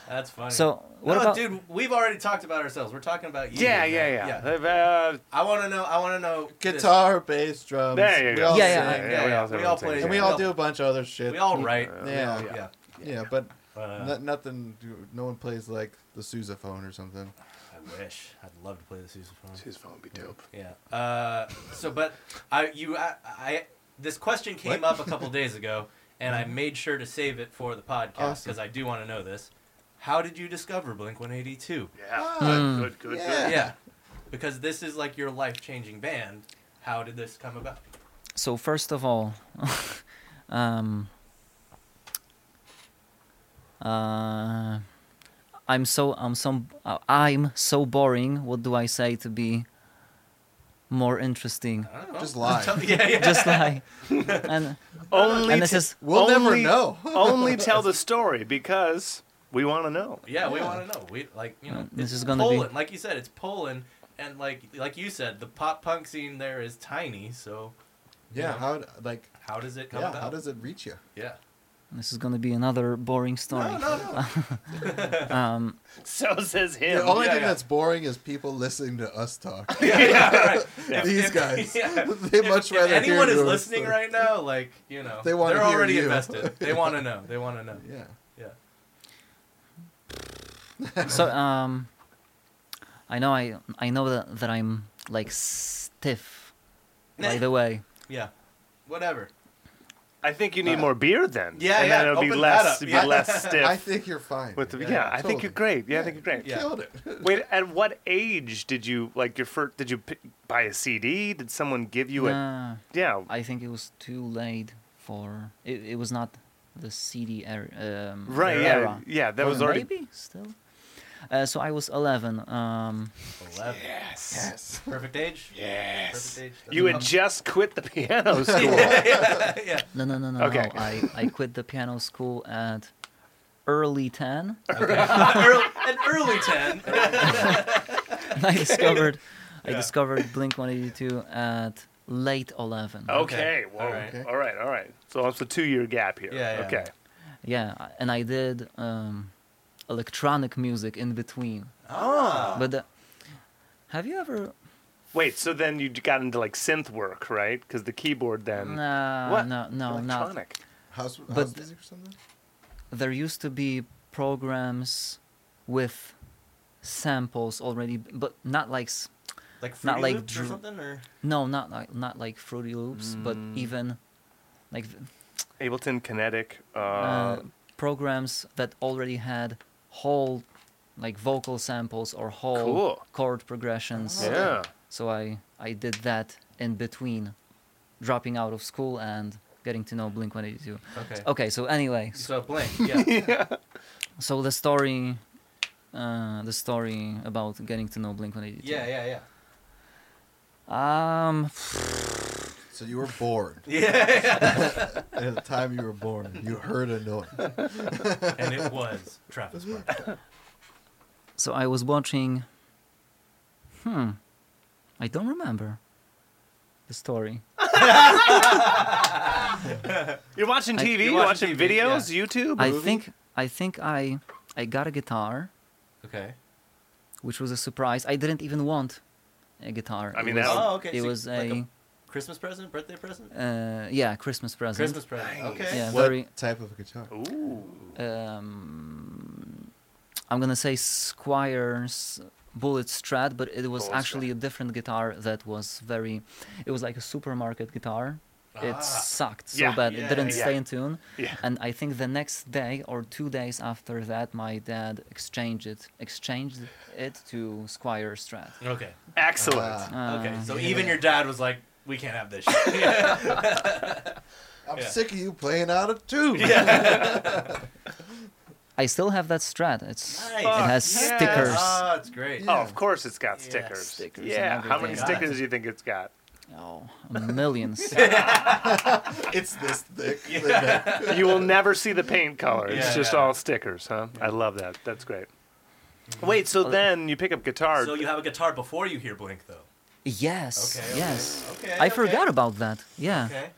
[SPEAKER 1] That's funny.
[SPEAKER 4] So what
[SPEAKER 1] no,
[SPEAKER 4] about?
[SPEAKER 1] dude? We've already talked about ourselves. We're talking about you.
[SPEAKER 2] Yeah,
[SPEAKER 1] man.
[SPEAKER 2] yeah, yeah. Uh,
[SPEAKER 1] I want to know. I want to know this.
[SPEAKER 3] guitar, bass, drums.
[SPEAKER 2] There you
[SPEAKER 3] we
[SPEAKER 2] go.
[SPEAKER 3] all
[SPEAKER 4] Yeah, yeah.
[SPEAKER 3] sing,
[SPEAKER 1] Yeah,
[SPEAKER 2] Yeah, we
[SPEAKER 1] yeah,
[SPEAKER 2] all
[SPEAKER 1] we
[SPEAKER 2] have
[SPEAKER 1] all
[SPEAKER 2] routines,
[SPEAKER 1] play.
[SPEAKER 2] yeah.
[SPEAKER 3] and we all do a bunch of other shit.
[SPEAKER 1] We all write.
[SPEAKER 3] yeah, yeah,
[SPEAKER 1] yeah.
[SPEAKER 3] but
[SPEAKER 1] Uh,
[SPEAKER 3] no- nothing. No one plays like the sousaphone or something.
[SPEAKER 1] I wish. I'd love to play the sousaphone.
[SPEAKER 2] His phone would be dope.
[SPEAKER 1] Yeah. Uh, so, but I, you, I, I this question came up a couple days ago, and I made sure to save it for the podcast because
[SPEAKER 3] Awesome.
[SPEAKER 1] I do want to know this. How did you discover Blink One Eighty Two?
[SPEAKER 2] Yeah.
[SPEAKER 4] Mm.
[SPEAKER 2] Ah, Good, good, good,
[SPEAKER 3] Yeah.
[SPEAKER 1] Yeah, because this is like your life changing band. How did this come about?
[SPEAKER 4] So first of all, um, uh, I'm so I'm some uh, I'm so boring. What do I say to be more interesting?
[SPEAKER 1] I don't know.
[SPEAKER 3] Just lie.
[SPEAKER 1] Tell- yeah, yeah.
[SPEAKER 4] Just like and
[SPEAKER 2] Only
[SPEAKER 4] and this is
[SPEAKER 3] We'll never
[SPEAKER 2] Only-
[SPEAKER 3] know.
[SPEAKER 2] only tell the story because we want to know.
[SPEAKER 1] Yeah, we
[SPEAKER 3] Yeah.
[SPEAKER 1] want to know. We like you know.
[SPEAKER 4] Uh, this
[SPEAKER 1] it's
[SPEAKER 4] is gonna be-
[SPEAKER 1] Poland, like you said, it's Poland, and like like you said, the pop punk scene there is tiny. So
[SPEAKER 3] yeah, how like
[SPEAKER 1] how does it come
[SPEAKER 3] yeah,
[SPEAKER 1] about?
[SPEAKER 3] how does it reach you?
[SPEAKER 1] yeah.
[SPEAKER 4] this is gonna be another boring story.
[SPEAKER 1] No, no, no.
[SPEAKER 4] Um,
[SPEAKER 2] So says him.
[SPEAKER 3] The only
[SPEAKER 1] yeah,
[SPEAKER 3] thing
[SPEAKER 1] yeah.
[SPEAKER 3] that's boring is people listening to us talk.
[SPEAKER 1] yeah, right.
[SPEAKER 3] These
[SPEAKER 1] If-
[SPEAKER 3] guys.
[SPEAKER 1] yeah.
[SPEAKER 3] They
[SPEAKER 1] If-
[SPEAKER 3] much
[SPEAKER 1] if
[SPEAKER 3] rather hear
[SPEAKER 1] anyone is
[SPEAKER 3] your
[SPEAKER 1] listening
[SPEAKER 3] story.
[SPEAKER 1] right now, like you know,
[SPEAKER 3] They
[SPEAKER 1] they
[SPEAKER 3] wanna
[SPEAKER 1] are
[SPEAKER 3] hear
[SPEAKER 1] already
[SPEAKER 3] you.
[SPEAKER 1] invested. They want to know. They want to know.
[SPEAKER 3] Yeah.
[SPEAKER 1] Yeah.
[SPEAKER 4] so um, I know I I know that that I'm like stiff. By the way,
[SPEAKER 1] Yeah. Whatever.
[SPEAKER 2] I think you need more beer then.
[SPEAKER 1] Yeah,
[SPEAKER 2] and
[SPEAKER 1] yeah,
[SPEAKER 2] Then it'll be
[SPEAKER 1] open that
[SPEAKER 2] less,
[SPEAKER 1] up,
[SPEAKER 2] it'd
[SPEAKER 1] yeah.
[SPEAKER 2] be less stiff.
[SPEAKER 3] I think you're fine.
[SPEAKER 2] with the, yeah,
[SPEAKER 1] yeah,
[SPEAKER 2] I think you're
[SPEAKER 3] totally.
[SPEAKER 2] great. Yeah, I
[SPEAKER 3] Yeah.
[SPEAKER 2] think you're great.
[SPEAKER 1] Yeah.
[SPEAKER 3] Killed it.
[SPEAKER 2] Wait, at what age did you like your first? Did you p- buy a CD? Did someone give you a?
[SPEAKER 4] nah,
[SPEAKER 2] Yeah,
[SPEAKER 4] I think it was too late for it. It was not the CD era. Um,
[SPEAKER 2] right. Yeah,
[SPEAKER 4] Era.
[SPEAKER 2] yeah. That was
[SPEAKER 4] Or
[SPEAKER 2] already.
[SPEAKER 4] maybe still. Uh, so I was 11. Um,
[SPEAKER 1] Eleven.
[SPEAKER 2] Yes.
[SPEAKER 3] Yes.
[SPEAKER 1] Perfect age.
[SPEAKER 2] Yes.
[SPEAKER 1] Perfect age. That's
[SPEAKER 2] You
[SPEAKER 1] a-
[SPEAKER 2] had just quit the piano school.
[SPEAKER 1] yeah, yeah.
[SPEAKER 4] no, no, no, no.
[SPEAKER 2] Okay.
[SPEAKER 4] no. I, I quit the piano school at early 10.
[SPEAKER 1] Early, an early ten.
[SPEAKER 4] And I discovered I discovered Blink 182 at late 11.
[SPEAKER 1] Okay.
[SPEAKER 2] Okay. Whoa. All
[SPEAKER 1] All
[SPEAKER 2] right.
[SPEAKER 1] right.
[SPEAKER 2] All right. All right. So it's a two-year gap here.
[SPEAKER 1] Yeah, yeah.
[SPEAKER 2] Okay.
[SPEAKER 4] Yeah, I- and I did um, electronic music in between.
[SPEAKER 1] Ah.
[SPEAKER 4] But the, have you ever.
[SPEAKER 2] Wait. So then you got into like synth work, right? Because the keyboard then.
[SPEAKER 4] No,
[SPEAKER 2] Um, What?
[SPEAKER 4] no, no, not.
[SPEAKER 2] Electronic.
[SPEAKER 3] House,
[SPEAKER 4] But-
[SPEAKER 3] house music or something?
[SPEAKER 4] there used to be programs with samples already, b- but not like s-
[SPEAKER 1] Like Fruity
[SPEAKER 4] Not like
[SPEAKER 1] Loops or
[SPEAKER 4] dr-
[SPEAKER 1] something, or
[SPEAKER 4] no, not like not like Fruity Loops, but
[SPEAKER 2] Mm.
[SPEAKER 4] even like th-
[SPEAKER 2] Ableton Kinetic. Uh,
[SPEAKER 4] uh, programs that already had whole like vocal samples or whole
[SPEAKER 2] Cool. Oh.
[SPEAKER 4] chord progressions.
[SPEAKER 2] yeah.
[SPEAKER 4] So I I did that in between dropping out of school and getting to know Blink 182.
[SPEAKER 1] okay.
[SPEAKER 4] Okay, so anyway,
[SPEAKER 1] So Blink. Yeah.
[SPEAKER 4] so the story uh, the story about getting to know Blink 182.
[SPEAKER 1] Yeah. Yeah. Yeah.
[SPEAKER 4] Um,
[SPEAKER 3] So you were born.
[SPEAKER 1] Yeah.
[SPEAKER 3] At the time you were born, you heard a noise.
[SPEAKER 1] and it was Travis Barker.
[SPEAKER 4] so I was watching. Hmm, I don't remember the story.
[SPEAKER 2] You're watching
[SPEAKER 4] I-
[SPEAKER 2] TV.
[SPEAKER 1] You're watching
[SPEAKER 2] You're watching,
[SPEAKER 1] TV, yeah.
[SPEAKER 2] videos. YouTube.
[SPEAKER 4] I
[SPEAKER 3] Movie?
[SPEAKER 4] think I think I I got a guitar
[SPEAKER 1] Okay.
[SPEAKER 4] which was a surprise. I didn't even want a guitar.
[SPEAKER 2] I mean,
[SPEAKER 4] it was,
[SPEAKER 2] that-
[SPEAKER 1] Oh, okay.
[SPEAKER 4] It
[SPEAKER 1] so
[SPEAKER 4] was
[SPEAKER 1] like
[SPEAKER 4] a,
[SPEAKER 1] Christmas present, birthday present,
[SPEAKER 4] uh, yeah Christmas present.
[SPEAKER 1] Christmas present. Okay.
[SPEAKER 4] Yeah,
[SPEAKER 3] what
[SPEAKER 4] very.
[SPEAKER 3] type of guitar?
[SPEAKER 1] Oh.
[SPEAKER 2] Ooh.
[SPEAKER 4] Um, I'm gonna say Squire's Bullet Strat, but it was
[SPEAKER 2] Bullet
[SPEAKER 4] actually a different guitar that was very. It was like a supermarket guitar. It
[SPEAKER 1] Ah.
[SPEAKER 4] sucked so
[SPEAKER 2] Yeah.
[SPEAKER 4] bad
[SPEAKER 1] Yeah,
[SPEAKER 4] it didn't
[SPEAKER 1] yeah,
[SPEAKER 4] stay
[SPEAKER 2] yeah.
[SPEAKER 4] in tune.
[SPEAKER 2] Yeah.
[SPEAKER 4] And I think the next day or two days after that, my dad exchanged it, exchanged it to Squire Strat. Um,
[SPEAKER 1] Okay.
[SPEAKER 2] Excellent.
[SPEAKER 4] Uh,
[SPEAKER 3] Ah.
[SPEAKER 1] Okay. So
[SPEAKER 3] yeah.
[SPEAKER 1] even your dad was like, "We can't have this." shit.
[SPEAKER 3] I'm
[SPEAKER 1] Yeah.
[SPEAKER 3] sick of you playing out of tune.
[SPEAKER 4] I still have that Strat. It's
[SPEAKER 1] Nice.
[SPEAKER 4] it has
[SPEAKER 2] Fuck,
[SPEAKER 4] stickers.
[SPEAKER 1] Oh, it's great.
[SPEAKER 2] Oh, of course it's got
[SPEAKER 1] Yeah,
[SPEAKER 2] stickers.
[SPEAKER 4] stickers and
[SPEAKER 2] yeah. How many
[SPEAKER 4] everything.
[SPEAKER 2] stickers do you think it's got?
[SPEAKER 4] Oh, millions.
[SPEAKER 3] It's this thick.
[SPEAKER 2] you will never see the paint color. It's
[SPEAKER 1] Yeah,
[SPEAKER 2] just
[SPEAKER 1] yeah.
[SPEAKER 2] all stickers, huh? I love that. That's great. Wait, so then you pick up guitar.
[SPEAKER 1] So you have a guitar before you hear Blink, though.
[SPEAKER 4] yes.
[SPEAKER 1] Okay, okay,
[SPEAKER 4] Yes.
[SPEAKER 1] okay,
[SPEAKER 4] I
[SPEAKER 1] okay.
[SPEAKER 4] forgot about that. Yeah.
[SPEAKER 1] Okay.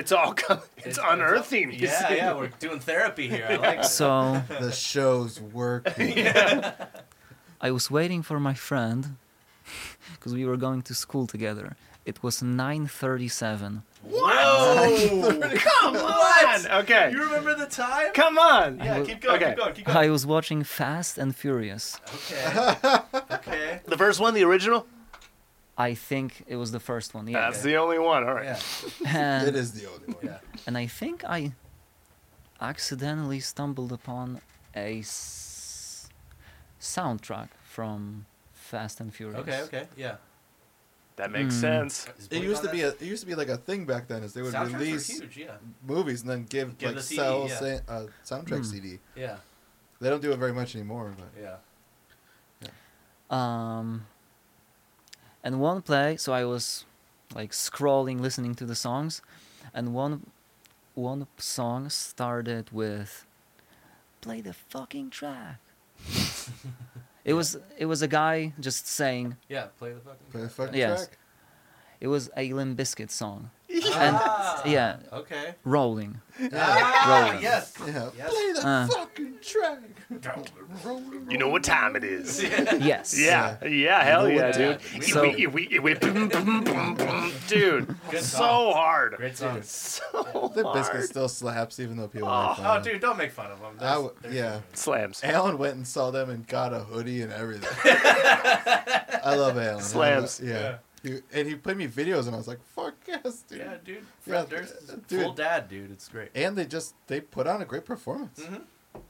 [SPEAKER 2] it's all com- it's, unearthing. you
[SPEAKER 1] Yeah,
[SPEAKER 2] see.
[SPEAKER 1] yeah. We're doing therapy here. I like it.
[SPEAKER 4] So
[SPEAKER 3] The show's working.
[SPEAKER 4] I was waiting for my friend because we were going to school together. It was 9:37.
[SPEAKER 2] Whoa! Come on. Okay.
[SPEAKER 1] You remember the time?
[SPEAKER 2] Come on.
[SPEAKER 1] Yeah. Keep going.
[SPEAKER 2] Okay.
[SPEAKER 1] Keep going. Keep going.
[SPEAKER 4] I was watching Fast and Furious.
[SPEAKER 1] Okay. Okay.
[SPEAKER 2] The first one, the original.
[SPEAKER 4] I think it was the first one. Yeah.
[SPEAKER 2] That's the only one. All right.
[SPEAKER 1] Yeah.
[SPEAKER 4] and,
[SPEAKER 3] it is the only one.
[SPEAKER 4] and I think I accidentally stumbled upon a s- soundtrack from Fast and Furious.
[SPEAKER 1] Okay. Okay. Yeah.
[SPEAKER 2] That makes
[SPEAKER 4] Hmm.
[SPEAKER 2] sense.
[SPEAKER 1] Is
[SPEAKER 3] It
[SPEAKER 1] Blink
[SPEAKER 3] used
[SPEAKER 1] on
[SPEAKER 3] to be
[SPEAKER 1] that?
[SPEAKER 3] a it used to be like a thing back then is they would
[SPEAKER 1] Soundtracks were
[SPEAKER 3] release
[SPEAKER 1] huge. Yeah.
[SPEAKER 3] movies and then give,
[SPEAKER 1] Give
[SPEAKER 3] like
[SPEAKER 1] the CD,
[SPEAKER 3] sell
[SPEAKER 1] yeah.
[SPEAKER 3] sa- uh, soundtrack
[SPEAKER 4] Hmm.
[SPEAKER 3] CD.
[SPEAKER 1] Yeah.
[SPEAKER 3] They don't do it very much anymore, but
[SPEAKER 1] Yeah.
[SPEAKER 4] Um, and one play, so I was like scrolling, listening to the songs, and one one song started with "Play the fucking track." it was it was a guy just saying
[SPEAKER 1] Yeah. Play the fucking.
[SPEAKER 3] play the
[SPEAKER 1] track.
[SPEAKER 3] fucking
[SPEAKER 4] Yes.
[SPEAKER 3] track.
[SPEAKER 4] it was a Limp Biscuit song,
[SPEAKER 1] Ah,
[SPEAKER 4] and yeah,
[SPEAKER 1] Okay.
[SPEAKER 4] rolling.
[SPEAKER 1] Ah,
[SPEAKER 4] Rolling.
[SPEAKER 1] yes.
[SPEAKER 3] Yeah.
[SPEAKER 1] Yes.
[SPEAKER 3] Play the
[SPEAKER 4] Uh.
[SPEAKER 3] fucking track.
[SPEAKER 2] You know what time it is.
[SPEAKER 4] Yes.
[SPEAKER 2] Yeah, yeah, hell yeah, dude.
[SPEAKER 1] Yeah.
[SPEAKER 4] So-
[SPEAKER 2] Ewe- ewe- ewe- boom, boom, boom, boom. dude,
[SPEAKER 1] Good
[SPEAKER 2] so hard.
[SPEAKER 1] Great song.
[SPEAKER 2] So
[SPEAKER 3] The biscuit
[SPEAKER 2] hard.
[SPEAKER 3] still slaps even though people
[SPEAKER 2] Oh,
[SPEAKER 3] make fun
[SPEAKER 1] Oh,
[SPEAKER 3] of it.
[SPEAKER 1] dude, don't make fun of them.
[SPEAKER 3] I
[SPEAKER 1] That's-
[SPEAKER 3] w- yeah.
[SPEAKER 2] Slams.
[SPEAKER 3] Alan went and saw them and got a hoodie and everything. I love Alan.
[SPEAKER 2] Slams.
[SPEAKER 3] I love- yeah. He- and he played me videos, and I was like, "Fuck yes, dude!"
[SPEAKER 1] Yeah, dude. Fred
[SPEAKER 3] Yeah,
[SPEAKER 1] Durst is a
[SPEAKER 3] dude.
[SPEAKER 1] full dad, dude. It's great.
[SPEAKER 3] And they just they put on a great performance.
[SPEAKER 1] Mhm.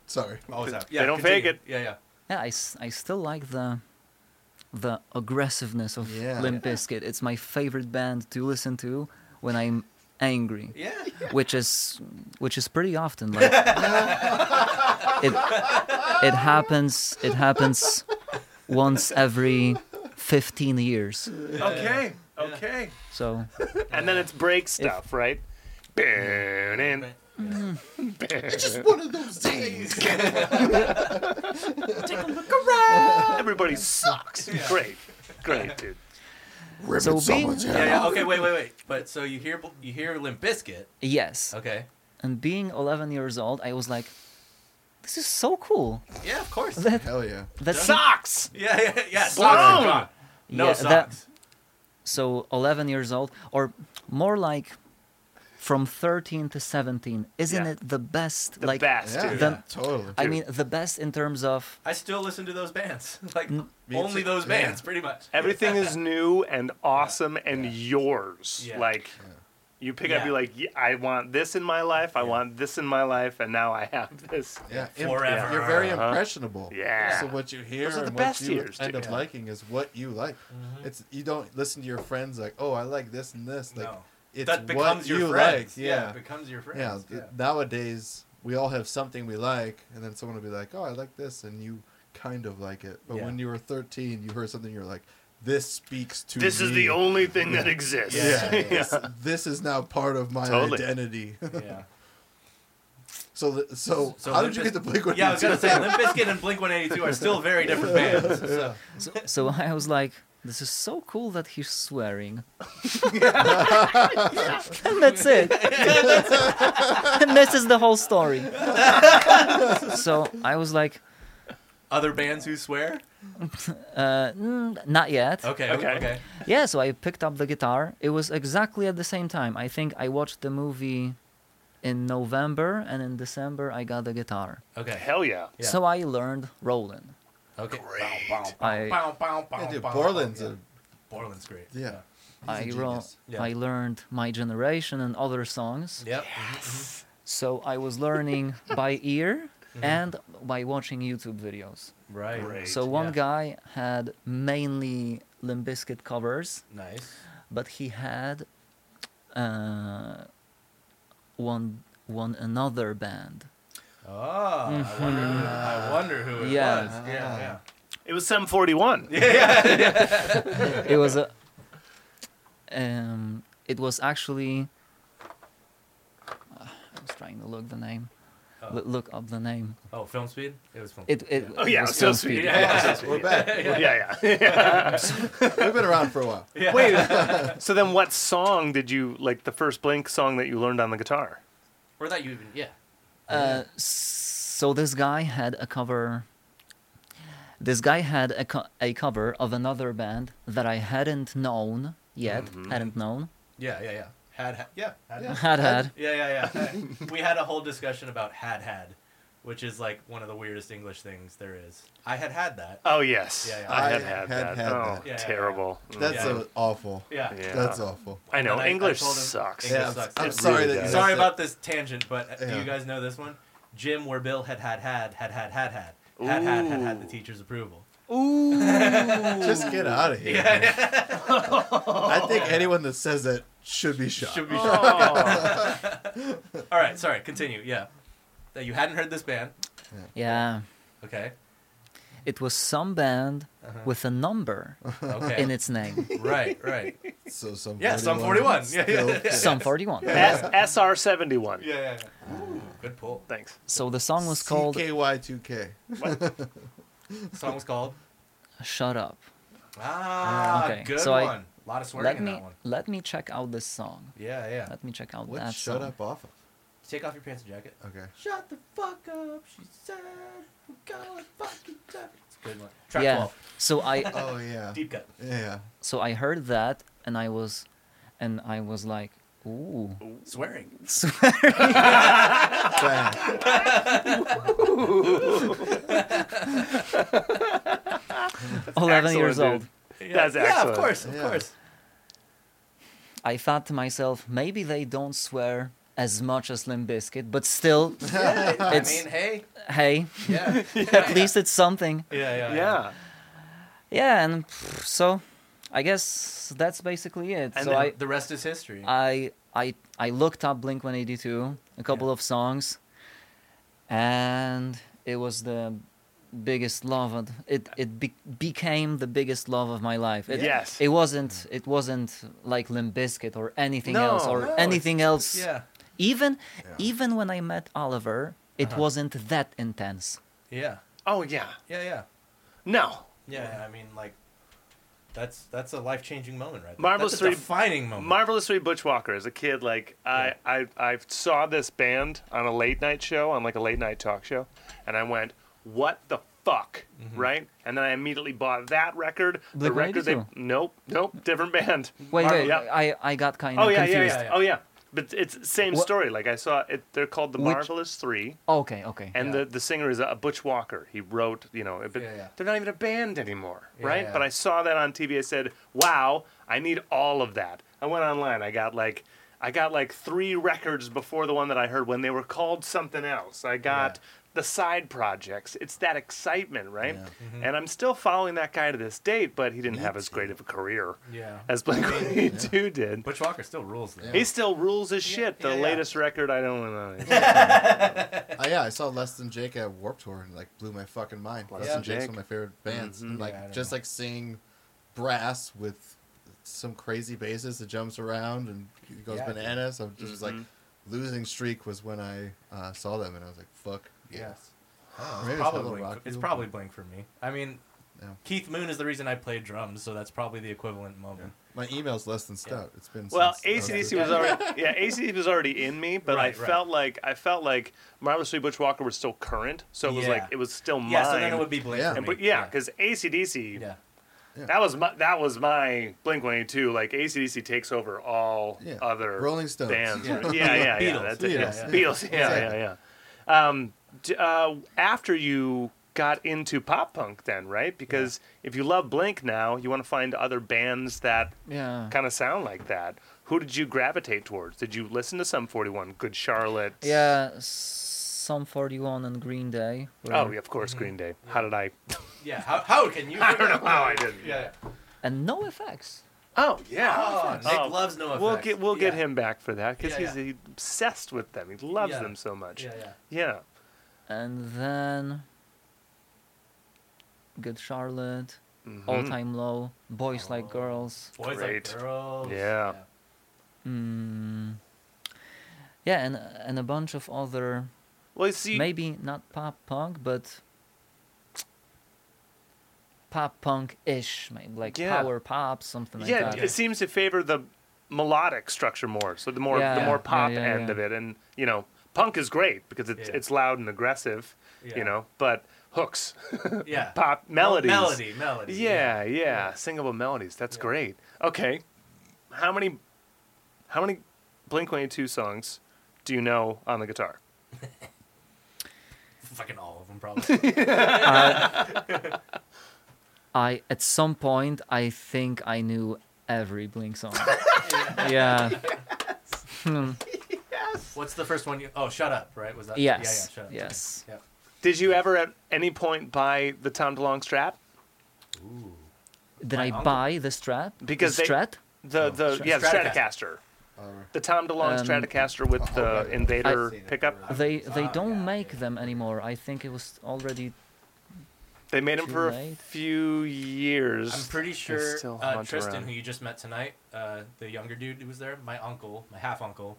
[SPEAKER 3] Sorry.
[SPEAKER 1] Always have.
[SPEAKER 2] They
[SPEAKER 1] Yeah,
[SPEAKER 2] don't
[SPEAKER 1] continue.
[SPEAKER 2] fake it.
[SPEAKER 1] Yeah, yeah.
[SPEAKER 4] Yeah, I, s- I still like the the aggressiveness of
[SPEAKER 3] Yeah.
[SPEAKER 4] Limp Bizkit. It's my favorite band to listen to when I'm angry,
[SPEAKER 1] Yeah.
[SPEAKER 4] which is which is pretty often. Like it it happens it happens once every 15 years.
[SPEAKER 2] Okay, okay.
[SPEAKER 4] So
[SPEAKER 2] And then it's break stuff, right? Burn in.
[SPEAKER 3] Just one of those days.
[SPEAKER 2] Everybody sucks. Great, great, dude.
[SPEAKER 3] Rip
[SPEAKER 4] So
[SPEAKER 3] it, someone's
[SPEAKER 4] being-
[SPEAKER 1] Yeah,
[SPEAKER 3] head
[SPEAKER 1] yeah.
[SPEAKER 3] off.
[SPEAKER 1] Okay, wait, wait, wait. But so you hear you hear Limp Bizkit.
[SPEAKER 4] yes,
[SPEAKER 1] Okay.
[SPEAKER 4] and being 11 years old, I was like, this is so cool.
[SPEAKER 1] Yeah, of course.
[SPEAKER 4] That
[SPEAKER 3] Hell yeah.
[SPEAKER 4] that's
[SPEAKER 2] Socks.
[SPEAKER 1] Yeah, yeah, yeah. Socks
[SPEAKER 2] Blown!
[SPEAKER 1] are gone. No
[SPEAKER 4] yeah, that-
[SPEAKER 1] socks.
[SPEAKER 4] so 11 years old or more like from 13 to 17 isn't
[SPEAKER 2] Yeah.
[SPEAKER 4] it the best
[SPEAKER 2] The
[SPEAKER 4] like
[SPEAKER 2] best,
[SPEAKER 3] Yeah,
[SPEAKER 2] dude.
[SPEAKER 4] Then- Yeah.
[SPEAKER 3] totally.
[SPEAKER 4] i
[SPEAKER 2] dude.
[SPEAKER 4] mean the best in terms of
[SPEAKER 1] I still listen to those bands. Like
[SPEAKER 3] Mm, Me
[SPEAKER 1] only
[SPEAKER 3] too.
[SPEAKER 1] those
[SPEAKER 3] Yeah.
[SPEAKER 1] bands, pretty much.
[SPEAKER 2] Everything is new and awesome and yours.
[SPEAKER 1] Yeah.
[SPEAKER 2] Like, you pick up,
[SPEAKER 1] Yeah.
[SPEAKER 2] you're like, "Yeah, I want this in my life. I want this in my life, and now I have this.
[SPEAKER 3] yeah, imp-
[SPEAKER 1] Forever.
[SPEAKER 3] You're very
[SPEAKER 2] Uh-huh.
[SPEAKER 3] impressionable.
[SPEAKER 2] Yeah.
[SPEAKER 3] So what you hear
[SPEAKER 2] Those are the
[SPEAKER 3] and
[SPEAKER 2] best
[SPEAKER 3] what you
[SPEAKER 2] years,
[SPEAKER 3] end
[SPEAKER 2] dude.
[SPEAKER 3] up liking is what you like.
[SPEAKER 1] Mm-hmm.
[SPEAKER 3] It's you don't listen to your friends like, oh, I like this and this. Like
[SPEAKER 1] No.
[SPEAKER 3] it's
[SPEAKER 1] that
[SPEAKER 3] what
[SPEAKER 1] becomes
[SPEAKER 3] you
[SPEAKER 1] your
[SPEAKER 3] like.
[SPEAKER 1] friends.
[SPEAKER 3] Yeah.
[SPEAKER 1] it becomes your
[SPEAKER 3] Yeah,
[SPEAKER 1] friends.
[SPEAKER 3] th- nowadays we all have something we like, and then someone will be like, "Oh, I like this," and you kind of like it. But
[SPEAKER 1] Yeah.
[SPEAKER 3] when you were 13, you heard something, you're like, "This speaks to
[SPEAKER 2] This
[SPEAKER 3] me.
[SPEAKER 2] is the only thing that exists.
[SPEAKER 3] Yeah, this, this is now part of my
[SPEAKER 2] Totally.
[SPEAKER 3] identity."
[SPEAKER 1] Yeah. yeah.
[SPEAKER 3] so, th- so,
[SPEAKER 1] So
[SPEAKER 3] how
[SPEAKER 1] Limp
[SPEAKER 3] did you get the
[SPEAKER 1] Biz-
[SPEAKER 3] Blink One?
[SPEAKER 1] Yeah, I was gonna say Limp Bizkit and Blink One Eighty Two are still very different bands. So
[SPEAKER 4] so, so i was like this is so cool that he's swearing and that's it and this is the whole story so i was like
[SPEAKER 1] Other bands who swear?
[SPEAKER 4] Uh, mm, not yet.
[SPEAKER 1] Okay,
[SPEAKER 2] Okay.
[SPEAKER 1] okay.
[SPEAKER 4] Yeah, so I picked up the guitar. It was exactly at the same time. I think I watched the movie in November, and in December I got the guitar.
[SPEAKER 1] Okay.
[SPEAKER 2] Hell yeah.
[SPEAKER 1] Yeah.
[SPEAKER 4] So I learned rolling.
[SPEAKER 1] Okay.
[SPEAKER 4] I-
[SPEAKER 1] Bow, bow, bow,
[SPEAKER 3] Yeah, dude,
[SPEAKER 1] bow,
[SPEAKER 3] Borland's
[SPEAKER 1] bow.
[SPEAKER 3] a
[SPEAKER 1] Borland's great.
[SPEAKER 3] yeah. He's a
[SPEAKER 4] I ro-
[SPEAKER 3] genius.
[SPEAKER 1] Yeah.
[SPEAKER 4] I learned my generation and other songs.
[SPEAKER 1] Yep.
[SPEAKER 4] So I was learning by ear and by watching YouTube videos.
[SPEAKER 1] Right.
[SPEAKER 2] Great.
[SPEAKER 4] So one
[SPEAKER 1] yeah.
[SPEAKER 4] guy had mainly Limp Bizkit covers,
[SPEAKER 1] Nice.
[SPEAKER 4] but he had uh, one one another band.
[SPEAKER 1] Oh, I
[SPEAKER 3] Mm-hmm.
[SPEAKER 1] wonder. Who, I wonder who it
[SPEAKER 4] Yeah.
[SPEAKER 1] was. Yeah.
[SPEAKER 2] It was 741.
[SPEAKER 1] Yeah. Yeah. yeah.
[SPEAKER 4] It was a. Um, it was actually. I was trying to look the name.
[SPEAKER 1] Oh.
[SPEAKER 4] Loo- look up the name.
[SPEAKER 1] Oh, film speed. It was film.
[SPEAKER 4] It it.
[SPEAKER 2] Oh,
[SPEAKER 4] it
[SPEAKER 2] yeah.
[SPEAKER 4] was
[SPEAKER 2] So
[SPEAKER 4] Film
[SPEAKER 2] sweet.
[SPEAKER 4] Speed.
[SPEAKER 2] Yeah. yeah,
[SPEAKER 1] Yeah.
[SPEAKER 3] We're back.
[SPEAKER 2] yeah, yeah.
[SPEAKER 3] We've been around for a while.
[SPEAKER 1] yeah.
[SPEAKER 2] Wait. So then, what song did you like? The first Blink song that you learned on the guitar?
[SPEAKER 1] Or that you even. Yeah.
[SPEAKER 4] Uh, so this guy had a cover. This guy had a, co- a cover of another band that I hadn't known yet.
[SPEAKER 1] Mm-hmm.
[SPEAKER 4] Hadn't known.
[SPEAKER 1] Yeah. Yeah. Yeah. Had. had yeah. Had.
[SPEAKER 3] Yeah.
[SPEAKER 1] Had.
[SPEAKER 4] Had had.
[SPEAKER 1] Yeah. Yeah. Yeah. we had a whole discussion about had had, which is like one of the weirdest English things there is. I had had that.
[SPEAKER 2] Oh yes,
[SPEAKER 1] Yeah, yeah.
[SPEAKER 2] I had
[SPEAKER 3] I
[SPEAKER 2] had,
[SPEAKER 3] had
[SPEAKER 2] that.
[SPEAKER 3] had
[SPEAKER 2] oh,
[SPEAKER 3] that.
[SPEAKER 1] Yeah, yeah,
[SPEAKER 2] terrible.
[SPEAKER 3] That's
[SPEAKER 1] Yeah.
[SPEAKER 3] uh, awful.
[SPEAKER 1] Yeah.
[SPEAKER 2] Yeah.
[SPEAKER 3] That's awful.
[SPEAKER 2] I know
[SPEAKER 1] And I- I
[SPEAKER 2] English
[SPEAKER 1] told him-
[SPEAKER 2] sucks.
[SPEAKER 1] English
[SPEAKER 3] Yeah, I'm-
[SPEAKER 1] sucks.
[SPEAKER 3] I'm,
[SPEAKER 1] It
[SPEAKER 3] sorry
[SPEAKER 2] really
[SPEAKER 3] that you
[SPEAKER 2] does.
[SPEAKER 1] Sorry
[SPEAKER 3] said
[SPEAKER 1] about this tangent, but do
[SPEAKER 3] Yeah.
[SPEAKER 1] you guys know this one? Jim, where Bill had had had had had had had had had had had the
[SPEAKER 2] Ooh.
[SPEAKER 1] teacher's approval.
[SPEAKER 3] that. Just get out of here. I think anyone that says that should be shot.
[SPEAKER 1] Should be sure.
[SPEAKER 2] Oh.
[SPEAKER 1] All right, sorry. Continue. Yeah, that you hadn't heard this band.
[SPEAKER 4] Yeah.
[SPEAKER 1] Okay.
[SPEAKER 4] It was some band
[SPEAKER 1] Uh-huh.
[SPEAKER 4] with a number
[SPEAKER 1] Okay.
[SPEAKER 4] in its name.
[SPEAKER 1] right. Right.
[SPEAKER 3] So some
[SPEAKER 1] Yeah, Sum 41. Yeah,
[SPEAKER 3] still
[SPEAKER 1] yeah, yeah.
[SPEAKER 3] fit.
[SPEAKER 4] Some 41.
[SPEAKER 2] S- SR seventy one.
[SPEAKER 1] Yeah. yeah, yeah. Good pull.
[SPEAKER 2] Thanks.
[SPEAKER 4] So the song was called
[SPEAKER 3] CKY2K.
[SPEAKER 1] Song was called.
[SPEAKER 4] Shut Up.
[SPEAKER 1] Ah,
[SPEAKER 4] Okay,
[SPEAKER 1] good
[SPEAKER 4] so I-
[SPEAKER 1] one. A lot of swearing
[SPEAKER 4] Let
[SPEAKER 1] in
[SPEAKER 4] me
[SPEAKER 1] that one.
[SPEAKER 4] let me check out this song.
[SPEAKER 1] Yeah, yeah.
[SPEAKER 4] Let me check out
[SPEAKER 3] What
[SPEAKER 4] that
[SPEAKER 3] shut
[SPEAKER 4] song.
[SPEAKER 3] up off of?
[SPEAKER 1] Take off your pants and jacket.
[SPEAKER 3] Okay.
[SPEAKER 1] Shut the fuck up, she said. We're going fucking tough. It's a good one. Track
[SPEAKER 4] yeah.
[SPEAKER 1] 12.
[SPEAKER 4] So I
[SPEAKER 3] Oh yeah.
[SPEAKER 1] Deep cut.
[SPEAKER 3] Yeah.
[SPEAKER 4] so I heard that and I was and I was like, ooh.
[SPEAKER 1] Swearing.
[SPEAKER 3] Bang.
[SPEAKER 4] Eleven years
[SPEAKER 2] excellent,
[SPEAKER 4] old.
[SPEAKER 2] dude. That's
[SPEAKER 1] Yeah, of
[SPEAKER 2] excellent.
[SPEAKER 1] course, of
[SPEAKER 3] Yeah.
[SPEAKER 1] course.
[SPEAKER 4] I thought to myself, maybe they don't swear as much as Limp Bizkit, but still,
[SPEAKER 1] I
[SPEAKER 4] It's-
[SPEAKER 1] mean, hey.
[SPEAKER 4] hey,
[SPEAKER 1] Yeah. yeah,
[SPEAKER 4] at least it's something.
[SPEAKER 1] yeah, yeah.
[SPEAKER 2] Yeah.
[SPEAKER 4] Yeah, and pff, so I guess that's basically it.
[SPEAKER 2] And
[SPEAKER 4] so
[SPEAKER 2] then
[SPEAKER 4] I, Uh,
[SPEAKER 1] The rest is history.
[SPEAKER 4] I I I looked up Blink 182, a couple of songs, and it was the biggest love. Of, it it be, became the biggest love of my life. It,
[SPEAKER 2] Yes.
[SPEAKER 4] It wasn't it wasn't like Limp Bizkit or anything else
[SPEAKER 2] No,
[SPEAKER 4] or
[SPEAKER 1] no,
[SPEAKER 4] anything else.
[SPEAKER 1] yeah.
[SPEAKER 4] Even
[SPEAKER 3] Yeah.
[SPEAKER 4] even when I met Oliver, it wasn't that intense.
[SPEAKER 1] Yeah.
[SPEAKER 2] Oh yeah.
[SPEAKER 1] Yeah, yeah.
[SPEAKER 2] No.
[SPEAKER 1] Yeah, I mean, like, that's that's a life changing moment, right? there.
[SPEAKER 2] Marvelous
[SPEAKER 1] that's a
[SPEAKER 2] Three-
[SPEAKER 1] defining moment.
[SPEAKER 2] Marvelous Three Butchwalker as a kid, like I, I I saw this band on a late night show, on like a late night talk show, and I went, What the fuck? Right? And then I immediately bought that record. the
[SPEAKER 4] Mm-hmm. Blink
[SPEAKER 2] record they
[SPEAKER 4] 182.
[SPEAKER 2] Nope, nope, different band.
[SPEAKER 4] Wait,
[SPEAKER 2] Mar-
[SPEAKER 4] wait,
[SPEAKER 2] yeah.
[SPEAKER 4] I, I got kind of
[SPEAKER 2] Oh yeah, yeah,
[SPEAKER 4] confused.
[SPEAKER 2] yeah,
[SPEAKER 1] yeah.
[SPEAKER 2] Oh yeah. But it's same
[SPEAKER 4] Wha-
[SPEAKER 2] story. Like I saw it they're called the
[SPEAKER 4] Which-
[SPEAKER 2] Marvelous Three.
[SPEAKER 4] Okay, okay.
[SPEAKER 2] And
[SPEAKER 1] Yeah.
[SPEAKER 2] the, the singer is a Butch Walker. He wrote, you know, but
[SPEAKER 1] Yeah, yeah.
[SPEAKER 2] they're not even a band anymore,
[SPEAKER 1] Yeah,
[SPEAKER 2] right?
[SPEAKER 1] yeah.
[SPEAKER 2] But I saw that on TV. I said, "Wow, I need all of that." I went online. I got like, I got like three records before the one that I heard when they were called something else. I got the side projects. It's that excitement, right?
[SPEAKER 1] Mm-hmm.
[SPEAKER 2] And I'm still following that guy to this date, but he didn't have as great of a career
[SPEAKER 1] yeah.
[SPEAKER 2] as Blink One Two did.
[SPEAKER 1] Butch Walker still rules, though.
[SPEAKER 2] He still rules his shit. the
[SPEAKER 1] yeah, yeah.
[SPEAKER 2] latest record, I don't know.
[SPEAKER 3] Uh, yeah, I saw Less Than Jake at Warped Tour and like blew my fucking mind. Less
[SPEAKER 2] Than
[SPEAKER 3] Than Jake's
[SPEAKER 2] Jake.
[SPEAKER 3] one of my favorite bands. And, like
[SPEAKER 1] Yeah, I don't
[SPEAKER 3] just like seeing brass with some crazy basses that jumps around and it goes
[SPEAKER 1] Yeah, dude.
[SPEAKER 3] bananas. I'm just like
[SPEAKER 2] Mm-hmm.
[SPEAKER 3] losing streak was when I uh, saw them and I was like, fuck yes.
[SPEAKER 1] Oh,
[SPEAKER 3] Maybe
[SPEAKER 1] it's
[SPEAKER 3] it's not
[SPEAKER 1] probably
[SPEAKER 3] Little
[SPEAKER 1] Blink-
[SPEAKER 3] Rock
[SPEAKER 1] it's
[SPEAKER 3] People.
[SPEAKER 1] probably Blink for me. I mean,
[SPEAKER 3] Yeah.
[SPEAKER 1] Keith Moon is the reason I played drums, so that's probably the equivalent moment.
[SPEAKER 3] My email's less than stout. It's been
[SPEAKER 2] Well,
[SPEAKER 3] since-
[SPEAKER 2] ACDC was already yeah, ACDC was already in me, but
[SPEAKER 1] Right,
[SPEAKER 2] I
[SPEAKER 1] right.
[SPEAKER 2] felt like I felt like Marvelous Sweet Butch Walker was still current, so it was
[SPEAKER 1] Yeah.
[SPEAKER 2] like it was still mine.
[SPEAKER 1] Yeah, so then it would be Blink.
[SPEAKER 3] Yeah.
[SPEAKER 1] for
[SPEAKER 2] and,
[SPEAKER 1] me.
[SPEAKER 2] but yeah, because ACDC,
[SPEAKER 1] yeah.
[SPEAKER 2] that was my that was my Blink One Eight Two. Like ACDC takes over all
[SPEAKER 3] Yeah.
[SPEAKER 2] other
[SPEAKER 3] Rolling Stones.
[SPEAKER 2] bands.
[SPEAKER 1] Yeah.
[SPEAKER 2] Yeah, yeah, yeah.
[SPEAKER 1] Beatles.
[SPEAKER 2] That's it.
[SPEAKER 3] Yeah,
[SPEAKER 2] yes.
[SPEAKER 3] yeah.
[SPEAKER 2] Beatles. Yeah,
[SPEAKER 3] Exactly.
[SPEAKER 2] yeah, yeah. Um, d- uh, after you got into pop punk, then right? Because if you love Blink now, you want to find other bands that
[SPEAKER 4] Yeah.
[SPEAKER 2] kind of sound like that. Who did you gravitate towards? Did you listen to some 41, Good Charlotte?
[SPEAKER 4] Yeah, some 41 and Green Day. were-
[SPEAKER 2] Oh, yeah, of course, Green Day.
[SPEAKER 1] Mm-hmm.
[SPEAKER 2] How did I?
[SPEAKER 1] Yeah. How, how can you?
[SPEAKER 2] I don't know how I didn't.
[SPEAKER 1] Yeah. yeah.
[SPEAKER 4] And no effects.
[SPEAKER 2] Oh, yeah.
[SPEAKER 1] Oh, Nick
[SPEAKER 2] Oh.
[SPEAKER 1] loves no effects.
[SPEAKER 2] We'll get we'll get
[SPEAKER 1] Yeah.
[SPEAKER 2] him back for that because
[SPEAKER 1] Yeah,
[SPEAKER 2] he's
[SPEAKER 1] yeah.
[SPEAKER 2] he's obsessed with them. He loves
[SPEAKER 1] Yeah.
[SPEAKER 2] them so much.
[SPEAKER 1] Yeah,
[SPEAKER 2] Yeah.
[SPEAKER 1] yeah.
[SPEAKER 4] And then Good Charlotte,
[SPEAKER 2] Mhm.
[SPEAKER 4] All Time Low, Boys Like
[SPEAKER 1] Oh.
[SPEAKER 4] Girls.
[SPEAKER 1] Boys
[SPEAKER 2] Great.
[SPEAKER 1] like girls.
[SPEAKER 2] Yeah.
[SPEAKER 4] Mm. Yeah, and, and a bunch of other,
[SPEAKER 2] Well, see,
[SPEAKER 4] maybe not pop punk, but pop punk ish, maybe like
[SPEAKER 2] Yeah.
[SPEAKER 4] power pop, something like
[SPEAKER 2] yeah,
[SPEAKER 4] that.
[SPEAKER 2] it seems to favor the melodic structure more. So the more the
[SPEAKER 4] Yeah.
[SPEAKER 2] more
[SPEAKER 4] Yeah,
[SPEAKER 2] pop
[SPEAKER 4] yeah,
[SPEAKER 2] end
[SPEAKER 4] yeah.
[SPEAKER 2] of it, and you know, punk is great because it's
[SPEAKER 1] Yeah.
[SPEAKER 2] it's loud and aggressive,
[SPEAKER 1] Yeah.
[SPEAKER 2] you know, but hooks,
[SPEAKER 1] Yeah.
[SPEAKER 2] pop
[SPEAKER 1] Mel-
[SPEAKER 2] melodies,
[SPEAKER 1] Melody, melody.
[SPEAKER 2] Yeah, yeah, singable melodies. That's great. Okay, how many, how many Blink One Eight Two songs do you know on the guitar?
[SPEAKER 1] Fucking all of them, probably.
[SPEAKER 4] I at some point I think I knew every Blink song. yeah.
[SPEAKER 1] What's the first one? You, oh, shut up, right? Was that?
[SPEAKER 4] Yes.
[SPEAKER 1] Yeah, yeah, shut up.
[SPEAKER 4] Yes.
[SPEAKER 1] Yeah.
[SPEAKER 2] Did you ever at any point buy the Tom DeLonge strap?
[SPEAKER 4] Did
[SPEAKER 1] My
[SPEAKER 4] I
[SPEAKER 1] uncle-
[SPEAKER 4] buy the strap?
[SPEAKER 2] Because
[SPEAKER 4] the
[SPEAKER 2] they-
[SPEAKER 4] strat?
[SPEAKER 2] The the
[SPEAKER 4] Strat-
[SPEAKER 2] yeah the
[SPEAKER 1] Stratocaster.
[SPEAKER 2] Stratocaster,
[SPEAKER 3] Alright.
[SPEAKER 2] the Tom DeLonge
[SPEAKER 4] Um,
[SPEAKER 2] Stratocaster with
[SPEAKER 3] I've
[SPEAKER 2] the
[SPEAKER 3] seen it.
[SPEAKER 2] Invader
[SPEAKER 3] I've
[SPEAKER 2] pickup.
[SPEAKER 4] They they
[SPEAKER 1] Ah,
[SPEAKER 4] don't
[SPEAKER 1] yeah,
[SPEAKER 4] make them anymore. I think it was already
[SPEAKER 2] They made him
[SPEAKER 4] Too
[SPEAKER 2] for a
[SPEAKER 4] late.
[SPEAKER 2] few years.
[SPEAKER 1] I'm pretty sure
[SPEAKER 2] still
[SPEAKER 1] uh,
[SPEAKER 2] hunt
[SPEAKER 1] Tristan,
[SPEAKER 2] around.
[SPEAKER 1] who you just met tonight, uh, the younger dude who was there, my uncle, my half uncle,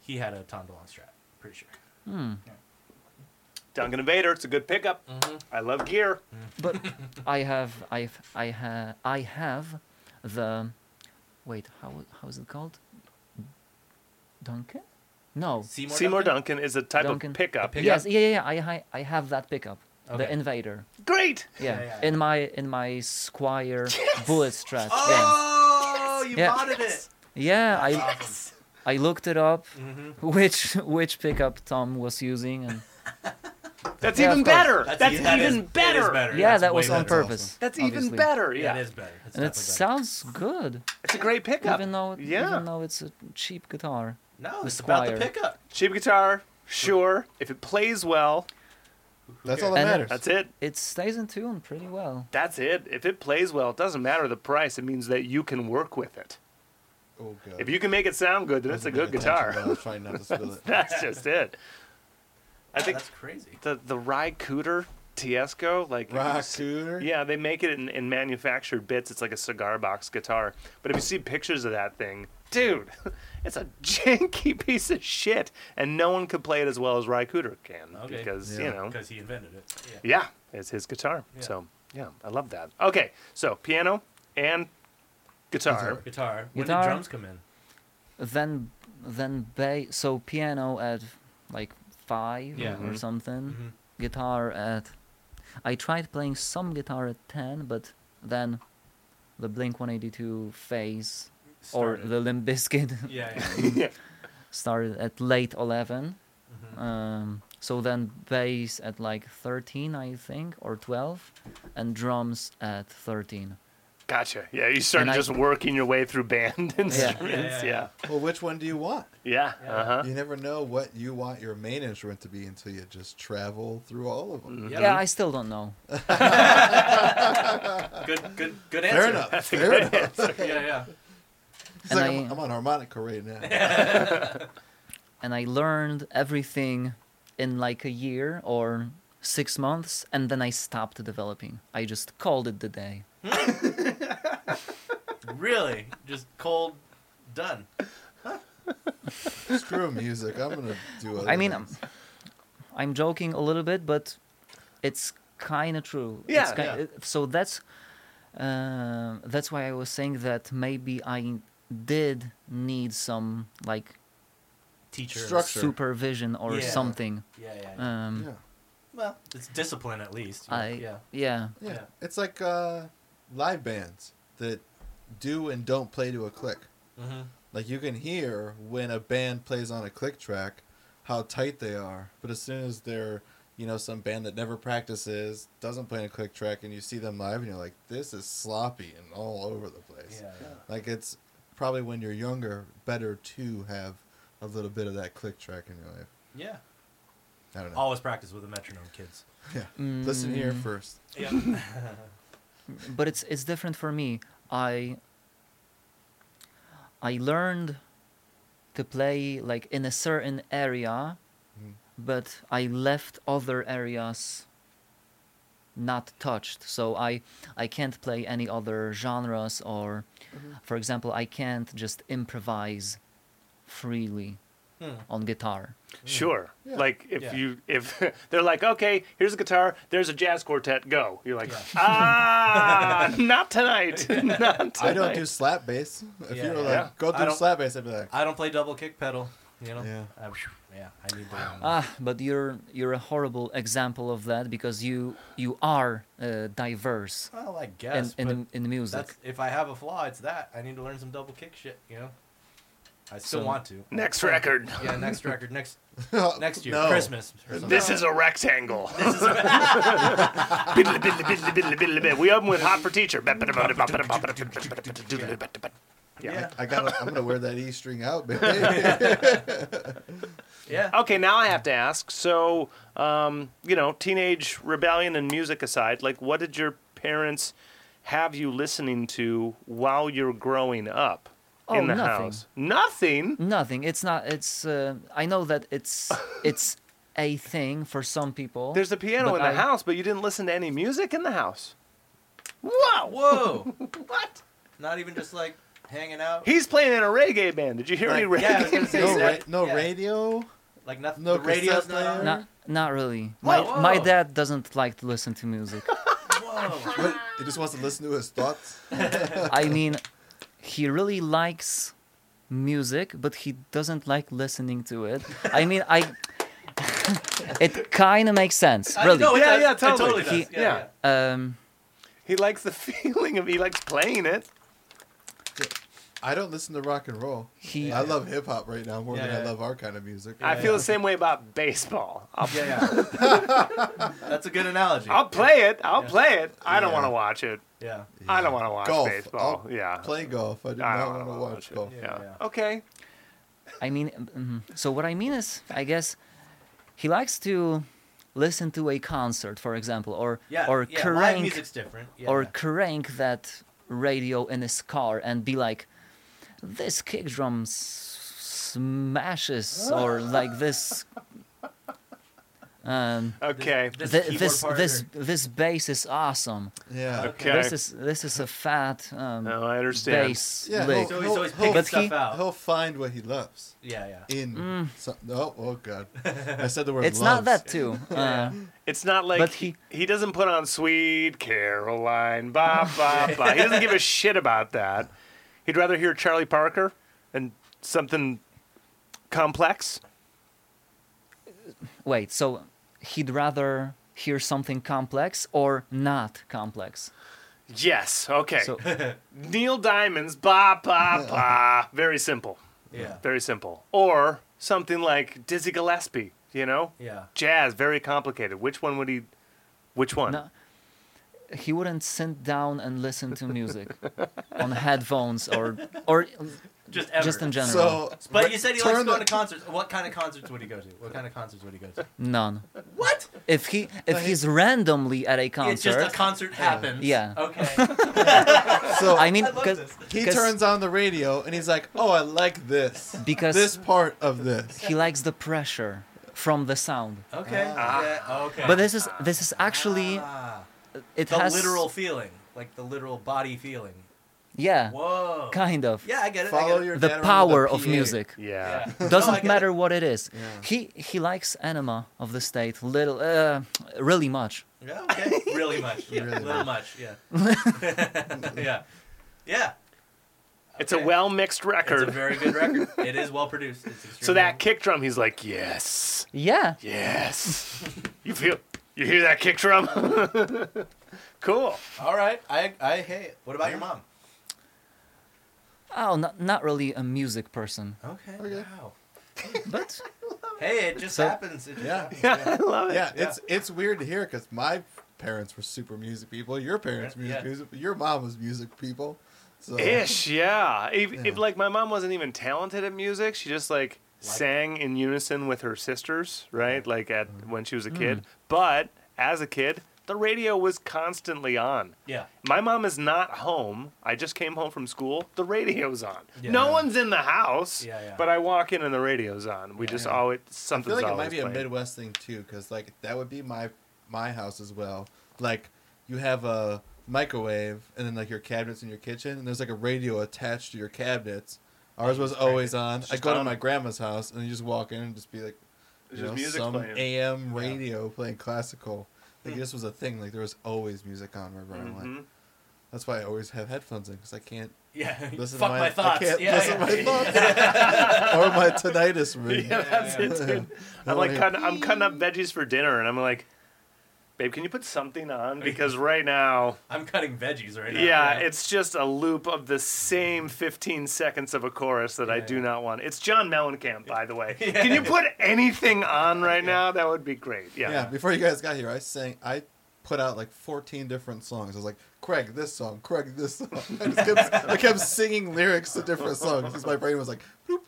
[SPEAKER 1] he had a Tom DeLonge strap. Pretty sure.
[SPEAKER 4] hmm.
[SPEAKER 2] Duncan Invader. It's a good pickup. I love gear.
[SPEAKER 4] but I have I've I have I have the wait, how how is it called? Duncan? No.
[SPEAKER 1] Seymour,
[SPEAKER 2] Seymour
[SPEAKER 1] Duncan?
[SPEAKER 2] Duncan is a type
[SPEAKER 4] Duncan.
[SPEAKER 2] of pickup.
[SPEAKER 1] pick-
[SPEAKER 4] Yes, yeah, yeah, yeah. I hi- I have that pickup. The
[SPEAKER 1] Okay.
[SPEAKER 4] invader.
[SPEAKER 2] Great.
[SPEAKER 4] Yeah.
[SPEAKER 1] Yeah, yeah,
[SPEAKER 4] In my in my Squire bullet strat.
[SPEAKER 1] Oh, you
[SPEAKER 4] Yeah.
[SPEAKER 1] modded it.
[SPEAKER 4] Yeah, I
[SPEAKER 1] Awesome.
[SPEAKER 4] I looked it up,
[SPEAKER 1] Mm-hmm.
[SPEAKER 4] which which pickup Tom was using, and
[SPEAKER 2] That's
[SPEAKER 4] Yeah,
[SPEAKER 2] even
[SPEAKER 4] of course.
[SPEAKER 2] better.
[SPEAKER 1] That's
[SPEAKER 2] That's,
[SPEAKER 1] e- that is-
[SPEAKER 2] even
[SPEAKER 1] it is
[SPEAKER 2] better.
[SPEAKER 1] better.
[SPEAKER 4] yeah,
[SPEAKER 1] That's
[SPEAKER 4] that
[SPEAKER 1] way
[SPEAKER 4] was on
[SPEAKER 1] better.
[SPEAKER 4] purpose.
[SPEAKER 2] That's even
[SPEAKER 4] obviously.
[SPEAKER 2] better. Yeah,
[SPEAKER 1] It is better. It's
[SPEAKER 4] and it
[SPEAKER 1] definitely better.
[SPEAKER 4] sounds good,
[SPEAKER 2] it's a great pickup.
[SPEAKER 4] even though
[SPEAKER 2] yeah,
[SPEAKER 4] even though it's a cheap guitar.
[SPEAKER 1] No, it's
[SPEAKER 4] Squire.
[SPEAKER 1] about the pickup.
[SPEAKER 2] cheap guitar. Sure, if it plays well,
[SPEAKER 3] That's all that
[SPEAKER 4] And-
[SPEAKER 3] matters.
[SPEAKER 2] that's it.
[SPEAKER 4] It stays in tune pretty well.
[SPEAKER 2] That's it. If it plays well, it doesn't matter the price. It means that you can work with it.
[SPEAKER 3] oh, God.
[SPEAKER 2] If you can make it sound good, then it's a good
[SPEAKER 3] I
[SPEAKER 2] guitar.
[SPEAKER 3] was trying not to spill it.
[SPEAKER 2] That's just it. I
[SPEAKER 1] Yeah,
[SPEAKER 2] think
[SPEAKER 1] that's crazy.
[SPEAKER 2] the the Rye Cooter Tiesco, like if you
[SPEAKER 3] Rock
[SPEAKER 2] see-
[SPEAKER 3] Cooter?
[SPEAKER 2] Yeah, they make it in, in manufactured bits. It's like a cigar box guitar. But if you see pictures of that thing, dude, it's a janky piece of shit. And no one could play it as well as Ry Cooter can.
[SPEAKER 1] Okay.
[SPEAKER 2] Because,
[SPEAKER 3] Yeah.
[SPEAKER 2] you know,
[SPEAKER 1] Because he invented it. Yeah.
[SPEAKER 2] yeah, it's his guitar.
[SPEAKER 1] Yeah.
[SPEAKER 2] So, yeah, I love that. Okay, so piano and guitar.
[SPEAKER 1] Guitar. When
[SPEAKER 4] Guitar.
[SPEAKER 1] did drums come in?
[SPEAKER 4] Then then bass, so piano at like five
[SPEAKER 1] Yeah. Mm-hmm.
[SPEAKER 4] or something. Guitar at, I tried playing some guitar at ten, but then, the Blink One Eighty Two phase or
[SPEAKER 1] Started.
[SPEAKER 4] the Limp Bizkit
[SPEAKER 1] Yeah, yeah.
[SPEAKER 4] started at late 11
[SPEAKER 1] Mm-hmm.
[SPEAKER 4] um, so then bass at like 13 i think or 12 and drums at 13
[SPEAKER 2] Gotcha. Yeah, you started
[SPEAKER 4] And I-
[SPEAKER 2] just working your way through band instruments.
[SPEAKER 1] Yeah, yeah.
[SPEAKER 2] Yeah.
[SPEAKER 3] Well, which one do you want?
[SPEAKER 2] Yeah.
[SPEAKER 1] Yeah.
[SPEAKER 2] Uh huh.
[SPEAKER 3] You never know what you want your main instrument to be until you just travel through all of them.
[SPEAKER 1] Yeah.
[SPEAKER 4] yeah i still don't know
[SPEAKER 1] Good, good, good answer.
[SPEAKER 3] Fair enough. Fair enough.
[SPEAKER 1] Yeah, yeah.
[SPEAKER 3] It's
[SPEAKER 4] And
[SPEAKER 3] like,
[SPEAKER 4] I-
[SPEAKER 3] I'm, I'm on harmonica right now.
[SPEAKER 4] and i learned everything in like a year or six months and then i stopped developing i just called it the day
[SPEAKER 1] Really, just cold, done.
[SPEAKER 3] Screw music. I'm gonna do. Other
[SPEAKER 4] i mean
[SPEAKER 3] things.
[SPEAKER 4] i'm, I'm joking a little bit but it's kind of true.
[SPEAKER 2] Yeah,
[SPEAKER 4] It's ki-
[SPEAKER 1] yeah.
[SPEAKER 4] uh, So that's uh, that's why I was saying that maybe I did need some like
[SPEAKER 1] Teacher.
[SPEAKER 3] Struct- Structure.
[SPEAKER 4] supervision or
[SPEAKER 1] Yeah.
[SPEAKER 4] something.
[SPEAKER 1] Yeah, yeah. yeah.
[SPEAKER 4] Um,
[SPEAKER 3] Yeah.
[SPEAKER 1] well, it's discipline at least.
[SPEAKER 4] I
[SPEAKER 1] yeah.
[SPEAKER 4] yeah.
[SPEAKER 3] Yeah.
[SPEAKER 1] Yeah.
[SPEAKER 3] It's like uh, live bands that do and don't play to a click.
[SPEAKER 1] Mm-hmm.
[SPEAKER 3] Like you can hear when a band plays on a click track how tight they are, but as soon as they're you know some band that never practices doesn't play on a click track and you see them live and you're like this is sloppy and all over the place.
[SPEAKER 1] Yeah, yeah.
[SPEAKER 3] Like it's probably when you're younger better to have a little bit of that click track in your life.
[SPEAKER 1] Yeah.
[SPEAKER 3] I don't know.
[SPEAKER 1] Always practice with a metronome, kids.
[SPEAKER 3] Listen here first.
[SPEAKER 1] Yeah.
[SPEAKER 4] but it's it's different for me. I I learned to play like in a certain area, but I left other areas not touched. So I I can't play any other genres or, for example, I can't just improvise freely
[SPEAKER 1] Hmm.
[SPEAKER 4] on guitar.
[SPEAKER 2] Sure.
[SPEAKER 3] Yeah.
[SPEAKER 2] Like if
[SPEAKER 1] Yeah.
[SPEAKER 2] you if they're like, okay, here's a guitar, there's a jazz quartet, go. You're like,
[SPEAKER 1] Yeah.
[SPEAKER 2] ah, not tonight, not
[SPEAKER 3] I
[SPEAKER 2] tonight.
[SPEAKER 3] don't do slap bass. If
[SPEAKER 1] Yeah,
[SPEAKER 3] you were
[SPEAKER 1] yeah.
[SPEAKER 3] like
[SPEAKER 2] Yeah.
[SPEAKER 3] go
[SPEAKER 1] I
[SPEAKER 3] through
[SPEAKER 1] don't-
[SPEAKER 3] slap bass, I'd be like
[SPEAKER 1] I don't play double kick pedal. You know.
[SPEAKER 3] Yeah.
[SPEAKER 1] I, yeah. I need the.
[SPEAKER 4] Ah, but you're you're a horrible example of that because you you are uh, diverse.
[SPEAKER 1] Well, I
[SPEAKER 4] in
[SPEAKER 1] guess.
[SPEAKER 4] in,
[SPEAKER 1] but
[SPEAKER 4] the, in the music.
[SPEAKER 1] that's if I have a flaw, it's that I need to learn some double kick shit. You know. I still
[SPEAKER 4] So-
[SPEAKER 1] want to.
[SPEAKER 2] Next record.
[SPEAKER 1] Yeah. Next record. Next next year.
[SPEAKER 3] No.
[SPEAKER 1] Christmas. or something.
[SPEAKER 2] This is a rectangle. Biddly, biddly, biddly, biddly, biddly, biddly. we open with Hot for Teacher. Yeah.
[SPEAKER 1] Yeah.
[SPEAKER 3] I got. I'm gonna wear that E string out, baby.
[SPEAKER 1] Yeah.
[SPEAKER 2] Okay, now I have to ask. So, um, you know, teenage rebellion and music aside, like, what did your parents have you listening to while you're growing up
[SPEAKER 4] Oh,
[SPEAKER 2] in the
[SPEAKER 4] nothing.
[SPEAKER 2] house? Nothing.
[SPEAKER 4] Nothing. It's not. It's. Uh, I know that it's. it's a thing for some people.
[SPEAKER 2] There's a piano
[SPEAKER 4] But
[SPEAKER 2] in the
[SPEAKER 4] I-
[SPEAKER 2] house, but you didn't listen to any music in the house. Whoa!
[SPEAKER 1] Whoa.
[SPEAKER 2] What?
[SPEAKER 1] Not even just like hanging out.
[SPEAKER 2] He's playing in a reggae band. Did you hear any
[SPEAKER 3] Like,
[SPEAKER 2] reggae?
[SPEAKER 1] yeah, I was gonna say-
[SPEAKER 3] no, ra-
[SPEAKER 1] Exact-
[SPEAKER 3] no
[SPEAKER 1] yeah.
[SPEAKER 3] radio.
[SPEAKER 1] Like nothing.
[SPEAKER 3] No
[SPEAKER 1] the radio's
[SPEAKER 3] cassette
[SPEAKER 1] not on.
[SPEAKER 4] Not. Not really. My
[SPEAKER 1] Whoa,
[SPEAKER 4] my
[SPEAKER 1] whoa.
[SPEAKER 4] dad doesn't like to listen to music.
[SPEAKER 1] Whoa.
[SPEAKER 3] What, he just wants to listen to his thoughts.
[SPEAKER 4] I mean, he really likes music, but he doesn't like listening to it. I mean, I. it kind of makes sense,
[SPEAKER 1] I-
[SPEAKER 4] really.
[SPEAKER 1] no, it
[SPEAKER 2] Yeah,
[SPEAKER 1] does.
[SPEAKER 2] yeah,
[SPEAKER 1] It totally
[SPEAKER 2] totally.
[SPEAKER 1] does. yeah,
[SPEAKER 4] He-
[SPEAKER 2] yeah.
[SPEAKER 1] yeah.
[SPEAKER 4] Um.
[SPEAKER 2] He likes the feeling of he likes playing it.
[SPEAKER 3] I don't listen to rock and roll.
[SPEAKER 4] He.
[SPEAKER 3] I love hip hop right now more
[SPEAKER 1] Yeah,
[SPEAKER 3] than I
[SPEAKER 1] yeah.
[SPEAKER 3] love our kind of music.
[SPEAKER 2] I
[SPEAKER 1] Yeah,
[SPEAKER 2] feel
[SPEAKER 1] yeah.
[SPEAKER 2] the same way about baseball. I'll,
[SPEAKER 1] Yeah, yeah. That's a good analogy.
[SPEAKER 2] I'll play it. I'll
[SPEAKER 1] Yeah.
[SPEAKER 2] play it. I don't
[SPEAKER 3] Yeah.
[SPEAKER 2] want to watch it.
[SPEAKER 1] yeah.
[SPEAKER 2] I don't want to watch
[SPEAKER 3] Golf.
[SPEAKER 2] baseball.
[SPEAKER 3] I'll
[SPEAKER 2] yeah.
[SPEAKER 3] Play golf. I do
[SPEAKER 2] I
[SPEAKER 3] not
[SPEAKER 2] don't
[SPEAKER 3] want to
[SPEAKER 2] wanna
[SPEAKER 3] watch
[SPEAKER 2] watch it.
[SPEAKER 3] golf.
[SPEAKER 1] Yeah.
[SPEAKER 2] yeah. Okay.
[SPEAKER 4] I mean, mm, so what I mean is, I guess he likes to listen to a concert, for example, or
[SPEAKER 1] Yeah.
[SPEAKER 4] or
[SPEAKER 1] yeah. Live
[SPEAKER 4] crank
[SPEAKER 1] music's different. Yeah.
[SPEAKER 4] or crank that radio in his car and be like, this kick drum s- smashes, or like this. Um,
[SPEAKER 2] Okay.
[SPEAKER 1] This
[SPEAKER 4] thi-
[SPEAKER 1] keyboard
[SPEAKER 4] this
[SPEAKER 1] part
[SPEAKER 4] this
[SPEAKER 1] or-
[SPEAKER 4] this bass is awesome.
[SPEAKER 3] Yeah.
[SPEAKER 2] Okay.
[SPEAKER 4] This is this is a fat um,
[SPEAKER 2] No, I understand.
[SPEAKER 4] bass
[SPEAKER 3] Yeah,
[SPEAKER 4] lick.
[SPEAKER 1] So he's always
[SPEAKER 3] But
[SPEAKER 1] picking stuff
[SPEAKER 4] he-
[SPEAKER 1] out.
[SPEAKER 3] He'll find what he loves
[SPEAKER 1] yeah, yeah.
[SPEAKER 3] in some. Oh, oh God! I said the word.
[SPEAKER 4] Mm. It's not
[SPEAKER 3] loves.
[SPEAKER 4] that too.
[SPEAKER 1] Yeah.
[SPEAKER 4] Uh,
[SPEAKER 2] It's not like
[SPEAKER 4] But
[SPEAKER 2] he,
[SPEAKER 4] he-
[SPEAKER 2] he doesn't put on Sweet Caroline, ba ba ba. He doesn't give a shit about that. He'd rather hear Charlie Parker and something complex.
[SPEAKER 4] Wait, so he'd rather hear something complex or not complex?
[SPEAKER 2] Yes. Okay.
[SPEAKER 4] So
[SPEAKER 2] Neil Diamond's ba ba ba. Very simple.
[SPEAKER 1] Yeah.
[SPEAKER 2] Very simple. Or something like Dizzy Gillespie. You know,
[SPEAKER 1] Yeah.
[SPEAKER 2] jazz. Very complicated. Which one would he? Which one?
[SPEAKER 4] no, he wouldn't sit down and listen to music on headphones or or
[SPEAKER 1] Just ever.
[SPEAKER 4] just in general.
[SPEAKER 3] So,
[SPEAKER 1] But you said he likes
[SPEAKER 3] turn
[SPEAKER 1] going
[SPEAKER 3] the-
[SPEAKER 1] to concerts. What kind of concerts would he go to? What kind of concerts would he go to?
[SPEAKER 4] None.
[SPEAKER 1] What?
[SPEAKER 4] If he
[SPEAKER 3] No,
[SPEAKER 4] if
[SPEAKER 3] he-
[SPEAKER 4] he's randomly at a concert,
[SPEAKER 1] It's just a concert happens.
[SPEAKER 4] Yeah.
[SPEAKER 1] Okay.
[SPEAKER 3] so
[SPEAKER 4] I mean,
[SPEAKER 1] I love
[SPEAKER 4] because
[SPEAKER 1] this.
[SPEAKER 3] he
[SPEAKER 4] because-
[SPEAKER 3] turns on the radio and he's like, "Oh, I like this.
[SPEAKER 4] because
[SPEAKER 3] This part of this."
[SPEAKER 4] he likes the pressure from the sound.
[SPEAKER 1] Okay. yeah, okay.
[SPEAKER 4] Ah. But this is this is actually
[SPEAKER 1] Ah,
[SPEAKER 4] it
[SPEAKER 1] the
[SPEAKER 4] has
[SPEAKER 1] literal feeling, like the literal body feeling.
[SPEAKER 4] Yeah,
[SPEAKER 1] Whoa.
[SPEAKER 4] kind of.
[SPEAKER 1] Yeah, I get it. I get
[SPEAKER 3] Follow
[SPEAKER 1] it.
[SPEAKER 3] your
[SPEAKER 4] The
[SPEAKER 3] dad around with
[SPEAKER 4] power
[SPEAKER 3] a
[SPEAKER 4] of
[SPEAKER 3] PA.
[SPEAKER 4] music
[SPEAKER 2] Yeah.
[SPEAKER 1] No, I
[SPEAKER 4] doesn't
[SPEAKER 1] get it.
[SPEAKER 4] matter what it is.
[SPEAKER 3] Yeah.
[SPEAKER 4] He he likes anima of the state little, uh, really much.
[SPEAKER 1] Yeah, okay. Really much. Yeah.
[SPEAKER 3] Really
[SPEAKER 1] little much. Yeah. yeah. Yeah.
[SPEAKER 2] It's a
[SPEAKER 1] Okay.
[SPEAKER 2] well mixed
[SPEAKER 1] It's a
[SPEAKER 2] record.
[SPEAKER 1] very good record. It is well produced. It's
[SPEAKER 2] So
[SPEAKER 1] extremely-
[SPEAKER 2] that kick drum, he's like, yes,
[SPEAKER 4] Yeah.
[SPEAKER 2] yes. you feel, you hear that kick drum? cool.
[SPEAKER 1] All right. I I hate it. What about your mom?
[SPEAKER 4] Oh, not not really a music person,
[SPEAKER 1] Okay.
[SPEAKER 3] Okay.
[SPEAKER 1] Wow.
[SPEAKER 4] but
[SPEAKER 1] Hey, it just
[SPEAKER 4] So-
[SPEAKER 1] happens. It just
[SPEAKER 3] Yeah.
[SPEAKER 1] happens.
[SPEAKER 2] Yeah, I love it.
[SPEAKER 3] Yeah, it's it's weird to hear because my parents were super music people. Your parents were music,
[SPEAKER 1] Yeah.
[SPEAKER 3] music your mom was music people. So
[SPEAKER 2] Ish, yeah. If, if
[SPEAKER 3] Yeah.
[SPEAKER 2] like my mom wasn't even talented at music, she just like sang in unison with her sisters, right? Like at when she was
[SPEAKER 1] Mm-hmm.
[SPEAKER 2] a kid. But as a kid, the radio was constantly on.
[SPEAKER 1] Yeah.
[SPEAKER 2] My mom is not home. I just came home from school. The radio's on.
[SPEAKER 1] Yeah.
[SPEAKER 2] No one's in the house.
[SPEAKER 1] Yeah, yeah.
[SPEAKER 2] But I walk in and the radio's on. We just always
[SPEAKER 3] I feel
[SPEAKER 2] something's
[SPEAKER 3] like it
[SPEAKER 2] always
[SPEAKER 3] might be a
[SPEAKER 2] playing.
[SPEAKER 3] Midwest thing too, because like that would be my my house as well. Like you have a microwave and then like your cabinets in your kitchen, and there's like a radio attached to your cabinets. Ours was always on. I
[SPEAKER 2] just
[SPEAKER 3] go to
[SPEAKER 2] on.
[SPEAKER 3] my grandma's house and you just walk in and just be like,
[SPEAKER 2] There's
[SPEAKER 3] you
[SPEAKER 2] just
[SPEAKER 3] know,
[SPEAKER 2] music
[SPEAKER 3] some
[SPEAKER 2] playing. Hmm.
[SPEAKER 3] AM radio playing classical. Like this was a thing. Like there was always music on wherever I went.
[SPEAKER 2] Mhm.
[SPEAKER 3] That's why I always have headphones in because I can't
[SPEAKER 1] Yeah.
[SPEAKER 3] listen
[SPEAKER 1] Fuck
[SPEAKER 3] to my,
[SPEAKER 1] my thoughts.
[SPEAKER 3] I can't
[SPEAKER 1] yeah,
[SPEAKER 3] listen
[SPEAKER 1] yeah.
[SPEAKER 3] to my thoughts or my tinnitus ring.
[SPEAKER 2] Yeah, that's it, dude.
[SPEAKER 3] No
[SPEAKER 2] I'm like
[SPEAKER 3] idea.
[SPEAKER 2] cutting, I'm cutting up veggies for dinner, and I'm like, babe, can you put something on? Because right now,
[SPEAKER 1] I'm cutting veggies right now.
[SPEAKER 2] yeah, it's just a loop of the same 15 seconds of a chorus that I
[SPEAKER 1] Yeah,
[SPEAKER 2] do
[SPEAKER 1] yeah.
[SPEAKER 2] not want. It's John Mellencamp, by the way. Can you put anything on right now? That would be great. Yeah.
[SPEAKER 3] Yeah, before you guys got here, I sang. I put out like 14 different songs. I was like, Craig, this song, Craig, this song. I, just kept, I kept singing lyrics to different songs because my brain was like, bloop,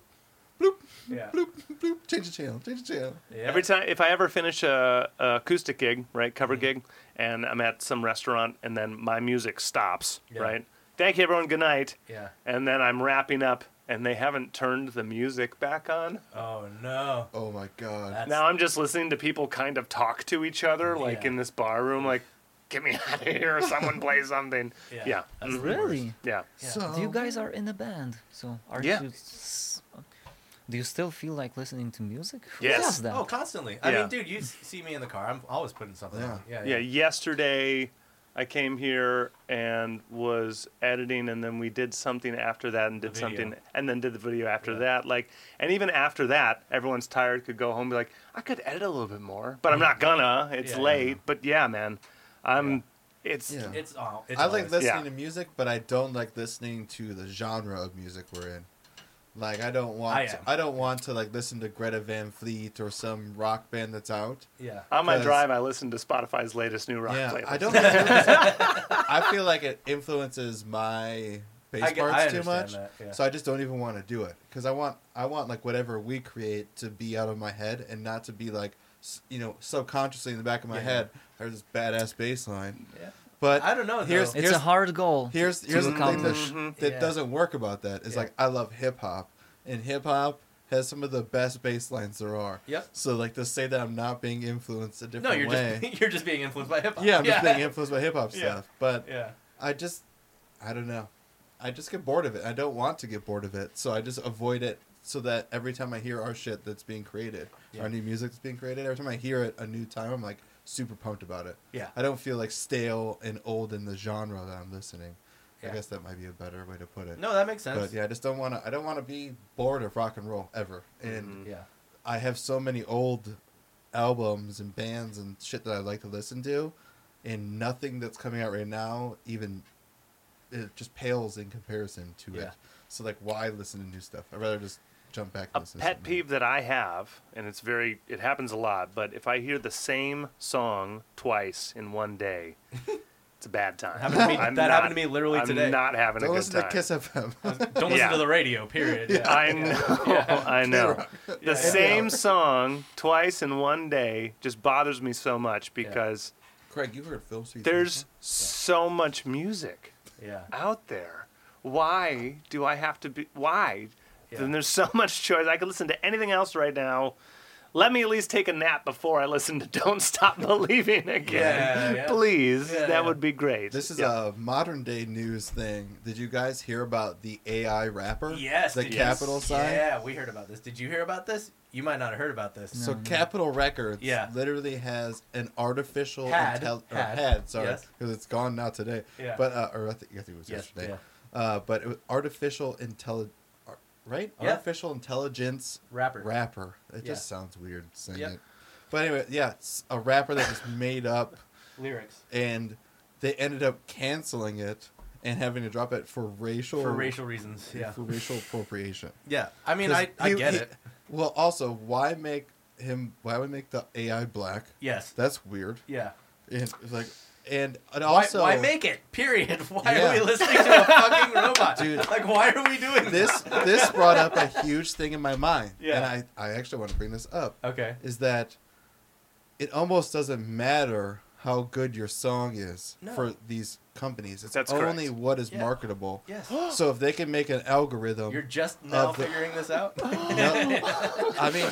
[SPEAKER 3] bloop,
[SPEAKER 1] Yeah.
[SPEAKER 3] bloop, bloop, change the channel, change the channel.
[SPEAKER 1] Yeah.
[SPEAKER 2] Every time, if I ever finish a, a acoustic gig, right, cover
[SPEAKER 1] Mm-hmm.
[SPEAKER 2] gig, and I'm at some restaurant, and then my music stops,
[SPEAKER 1] Yeah.
[SPEAKER 2] right? Thank you, everyone. Good night.
[SPEAKER 1] Yeah.
[SPEAKER 2] And then I'm wrapping up, and they haven't turned the music back on.
[SPEAKER 1] Oh no.
[SPEAKER 3] Oh my god.
[SPEAKER 1] That's-
[SPEAKER 2] Now I'm just listening to people kind of talk to each other, like
[SPEAKER 1] Yeah.
[SPEAKER 2] in this bar room, like, get me out of here, someone play something.
[SPEAKER 1] Yeah.
[SPEAKER 2] Yeah. Mm-hmm.
[SPEAKER 1] That's the
[SPEAKER 4] really,
[SPEAKER 1] worst.
[SPEAKER 2] Yeah.
[SPEAKER 1] Yeah.
[SPEAKER 3] So
[SPEAKER 4] you guys are in a band, so are
[SPEAKER 2] Yeah.
[SPEAKER 4] you? s- Do you still feel like listening to music? Who
[SPEAKER 2] Yes.
[SPEAKER 4] does that?
[SPEAKER 1] Oh, constantly. I
[SPEAKER 2] Yeah.
[SPEAKER 1] mean, dude, you s- see me in the car. I'm always putting something
[SPEAKER 3] Yeah.
[SPEAKER 1] on. Yeah.
[SPEAKER 2] Yeah. Yesterday, I came here and was editing, and then we did something after that, and did
[SPEAKER 1] video.
[SPEAKER 2] something, and then did the video after
[SPEAKER 1] Yeah.
[SPEAKER 2] that. Like, and even after that, everyone's tired, could go home, and be like, I could edit a little bit more, but I'm not gonna. It's
[SPEAKER 1] Yeah, yeah,
[SPEAKER 2] late, but yeah, man, I'm. It's
[SPEAKER 3] Yeah.
[SPEAKER 1] It's all. It's
[SPEAKER 3] I like
[SPEAKER 1] always-
[SPEAKER 3] listening
[SPEAKER 2] Yeah.
[SPEAKER 3] to music, but I don't like listening to the genre of music we're in. Like I don't want
[SPEAKER 1] I
[SPEAKER 3] to,
[SPEAKER 1] am.
[SPEAKER 3] I don't want to like listen to Greta Van Fleet or some rock band that's out.
[SPEAKER 1] Yeah.
[SPEAKER 2] on my
[SPEAKER 3] 'cause-
[SPEAKER 2] drive. I listened to Spotify's latest new rock
[SPEAKER 3] yeah,
[SPEAKER 2] playlist.
[SPEAKER 3] I don't. Think I feel like it influences my bass
[SPEAKER 1] I get- I
[SPEAKER 3] parts too
[SPEAKER 1] understand
[SPEAKER 3] much,
[SPEAKER 1] that, yeah.
[SPEAKER 3] so I just don't even want to do it because I want I want like whatever we create to be out of my head and not to be like s- you know subconsciously in the back of my
[SPEAKER 1] Yeah.
[SPEAKER 3] head. I heard this badass bass line,
[SPEAKER 1] Yeah.
[SPEAKER 3] but
[SPEAKER 1] I don't know,
[SPEAKER 3] Here's
[SPEAKER 1] though.
[SPEAKER 4] it's
[SPEAKER 3] here's,
[SPEAKER 4] a hard goal.
[SPEAKER 3] here's
[SPEAKER 4] to
[SPEAKER 3] here's the thing that,
[SPEAKER 4] accomplish.
[SPEAKER 3] sh- that
[SPEAKER 1] Yeah.
[SPEAKER 3] doesn't work about that is
[SPEAKER 1] Yeah.
[SPEAKER 3] like I love hip hop and hip hop has some of the best bass lines there are.
[SPEAKER 1] Yep.
[SPEAKER 3] So like to say that I'm not being influenced a
[SPEAKER 1] No,
[SPEAKER 3] different
[SPEAKER 1] you're
[SPEAKER 3] way.
[SPEAKER 1] just you're just being influenced by hip hop.
[SPEAKER 3] yeah, I'm just being influenced by hip hop
[SPEAKER 1] Yeah.
[SPEAKER 3] stuff, but.
[SPEAKER 1] Yeah.
[SPEAKER 3] I just, I don't know. I just get bored of it. I don't want to get bored of it, so I just avoid it. So that every time I hear our shit that's being created,
[SPEAKER 1] Yeah.
[SPEAKER 3] our new music that's being created, every time I hear it a new time, I'm like super pumped about it.
[SPEAKER 1] Yeah.
[SPEAKER 3] I don't feel like stale and old in the genre that I'm listening.
[SPEAKER 1] Yeah.
[SPEAKER 3] I guess that might be a better way to put it.
[SPEAKER 1] No, that makes sense.
[SPEAKER 3] But yeah, I just don't want to. I don't want to be bored of rock and roll ever. And
[SPEAKER 1] Yeah.
[SPEAKER 3] I have so many old albums and bands and shit that I like to listen to, and nothing that's coming out right now even it just pales in comparison to
[SPEAKER 1] Yeah.
[SPEAKER 3] it. So like, why listen to new stuff? I'd rather just jump back.
[SPEAKER 2] a
[SPEAKER 3] and listen to
[SPEAKER 2] pet
[SPEAKER 3] something.
[SPEAKER 2] peeve that I have, and it's very, it happens a lot, but if I hear the same song twice in one day, it's a bad time.
[SPEAKER 1] Happened to me-
[SPEAKER 2] I'm
[SPEAKER 1] that happened to me literally
[SPEAKER 2] I'm
[SPEAKER 1] today.
[SPEAKER 2] not having
[SPEAKER 3] Don't
[SPEAKER 2] a good
[SPEAKER 3] listen
[SPEAKER 2] time.
[SPEAKER 3] to Kiss FM.
[SPEAKER 1] Don't listen
[SPEAKER 2] Yeah.
[SPEAKER 1] to the radio. Period. Yeah.
[SPEAKER 2] I know, I know. The same song twice in one day just bothers me so much because
[SPEAKER 3] Craig, you heard Phil Sweet.
[SPEAKER 2] there's so much music
[SPEAKER 1] Yeah.
[SPEAKER 2] out there. Why do I have to be? Why?
[SPEAKER 1] Yeah.
[SPEAKER 2] Then there's so much choice. I could listen to anything else right now. let me at least take a nap before I listen to Don't Stop Believing again.
[SPEAKER 1] Yeah, yeah.
[SPEAKER 2] Please.
[SPEAKER 1] Yeah,
[SPEAKER 2] that
[SPEAKER 1] yeah.
[SPEAKER 2] would be great.
[SPEAKER 3] This is
[SPEAKER 2] Yeah.
[SPEAKER 3] a modern day news thing. Did you guys hear about the AI rapper?
[SPEAKER 1] Yes.
[SPEAKER 3] The
[SPEAKER 1] did you-
[SPEAKER 3] capital sign.
[SPEAKER 1] Yeah, we heard about this. Did you hear about this? You might not have heard about this.
[SPEAKER 3] So Capitol Records
[SPEAKER 1] Mm-hmm. Yeah.
[SPEAKER 3] literally has an artificial
[SPEAKER 1] Had.
[SPEAKER 3] intel- or
[SPEAKER 1] Had.
[SPEAKER 3] had, sorry,
[SPEAKER 1] Yes.
[SPEAKER 3] because it's gone now today.
[SPEAKER 1] Yeah.
[SPEAKER 3] But uh, or I think, I think it was
[SPEAKER 1] Yes,
[SPEAKER 3] yesterday. Uh, but it was artificial intelligence, right?
[SPEAKER 1] Yeah.
[SPEAKER 3] Artificial intelligence
[SPEAKER 1] Rapper.
[SPEAKER 3] rapper. It
[SPEAKER 1] Yeah.
[SPEAKER 3] just sounds weird saying
[SPEAKER 1] Yep.
[SPEAKER 3] it. But anyway, yeah, it's a rapper that was made up,
[SPEAKER 1] Lyrics.
[SPEAKER 3] and they ended up canceling it and having to drop it for racial
[SPEAKER 1] For racial reasons. Yeah.
[SPEAKER 3] for racial appropriation.
[SPEAKER 1] Yeah. I mean,
[SPEAKER 3] 'Cause
[SPEAKER 1] I, I
[SPEAKER 3] he-
[SPEAKER 1] get
[SPEAKER 3] he-
[SPEAKER 1] it.
[SPEAKER 3] Well, also, why make him? Why would make the AI black?
[SPEAKER 1] Yes.
[SPEAKER 3] That's weird.
[SPEAKER 1] Yeah.
[SPEAKER 3] And it's like, and and also,
[SPEAKER 1] why, why make it? Period. Why are we
[SPEAKER 3] Yeah.
[SPEAKER 1] listening to a fucking robot?
[SPEAKER 3] Dude.
[SPEAKER 1] Like, why are we doing this?
[SPEAKER 3] this this brought up a huge thing in my mind,
[SPEAKER 1] Yeah.
[SPEAKER 3] and I I actually want to bring this up
[SPEAKER 1] Okay.
[SPEAKER 3] is that it almost doesn't matter how good your song is
[SPEAKER 1] No.
[SPEAKER 3] for these companies. It's
[SPEAKER 2] That's
[SPEAKER 3] only
[SPEAKER 2] correct.
[SPEAKER 3] what is
[SPEAKER 1] Yeah.
[SPEAKER 3] marketable.
[SPEAKER 1] Yes.
[SPEAKER 3] So if they can make an algorithm,
[SPEAKER 1] You're just now
[SPEAKER 3] Of the-
[SPEAKER 1] figuring this out.
[SPEAKER 3] No. I mean,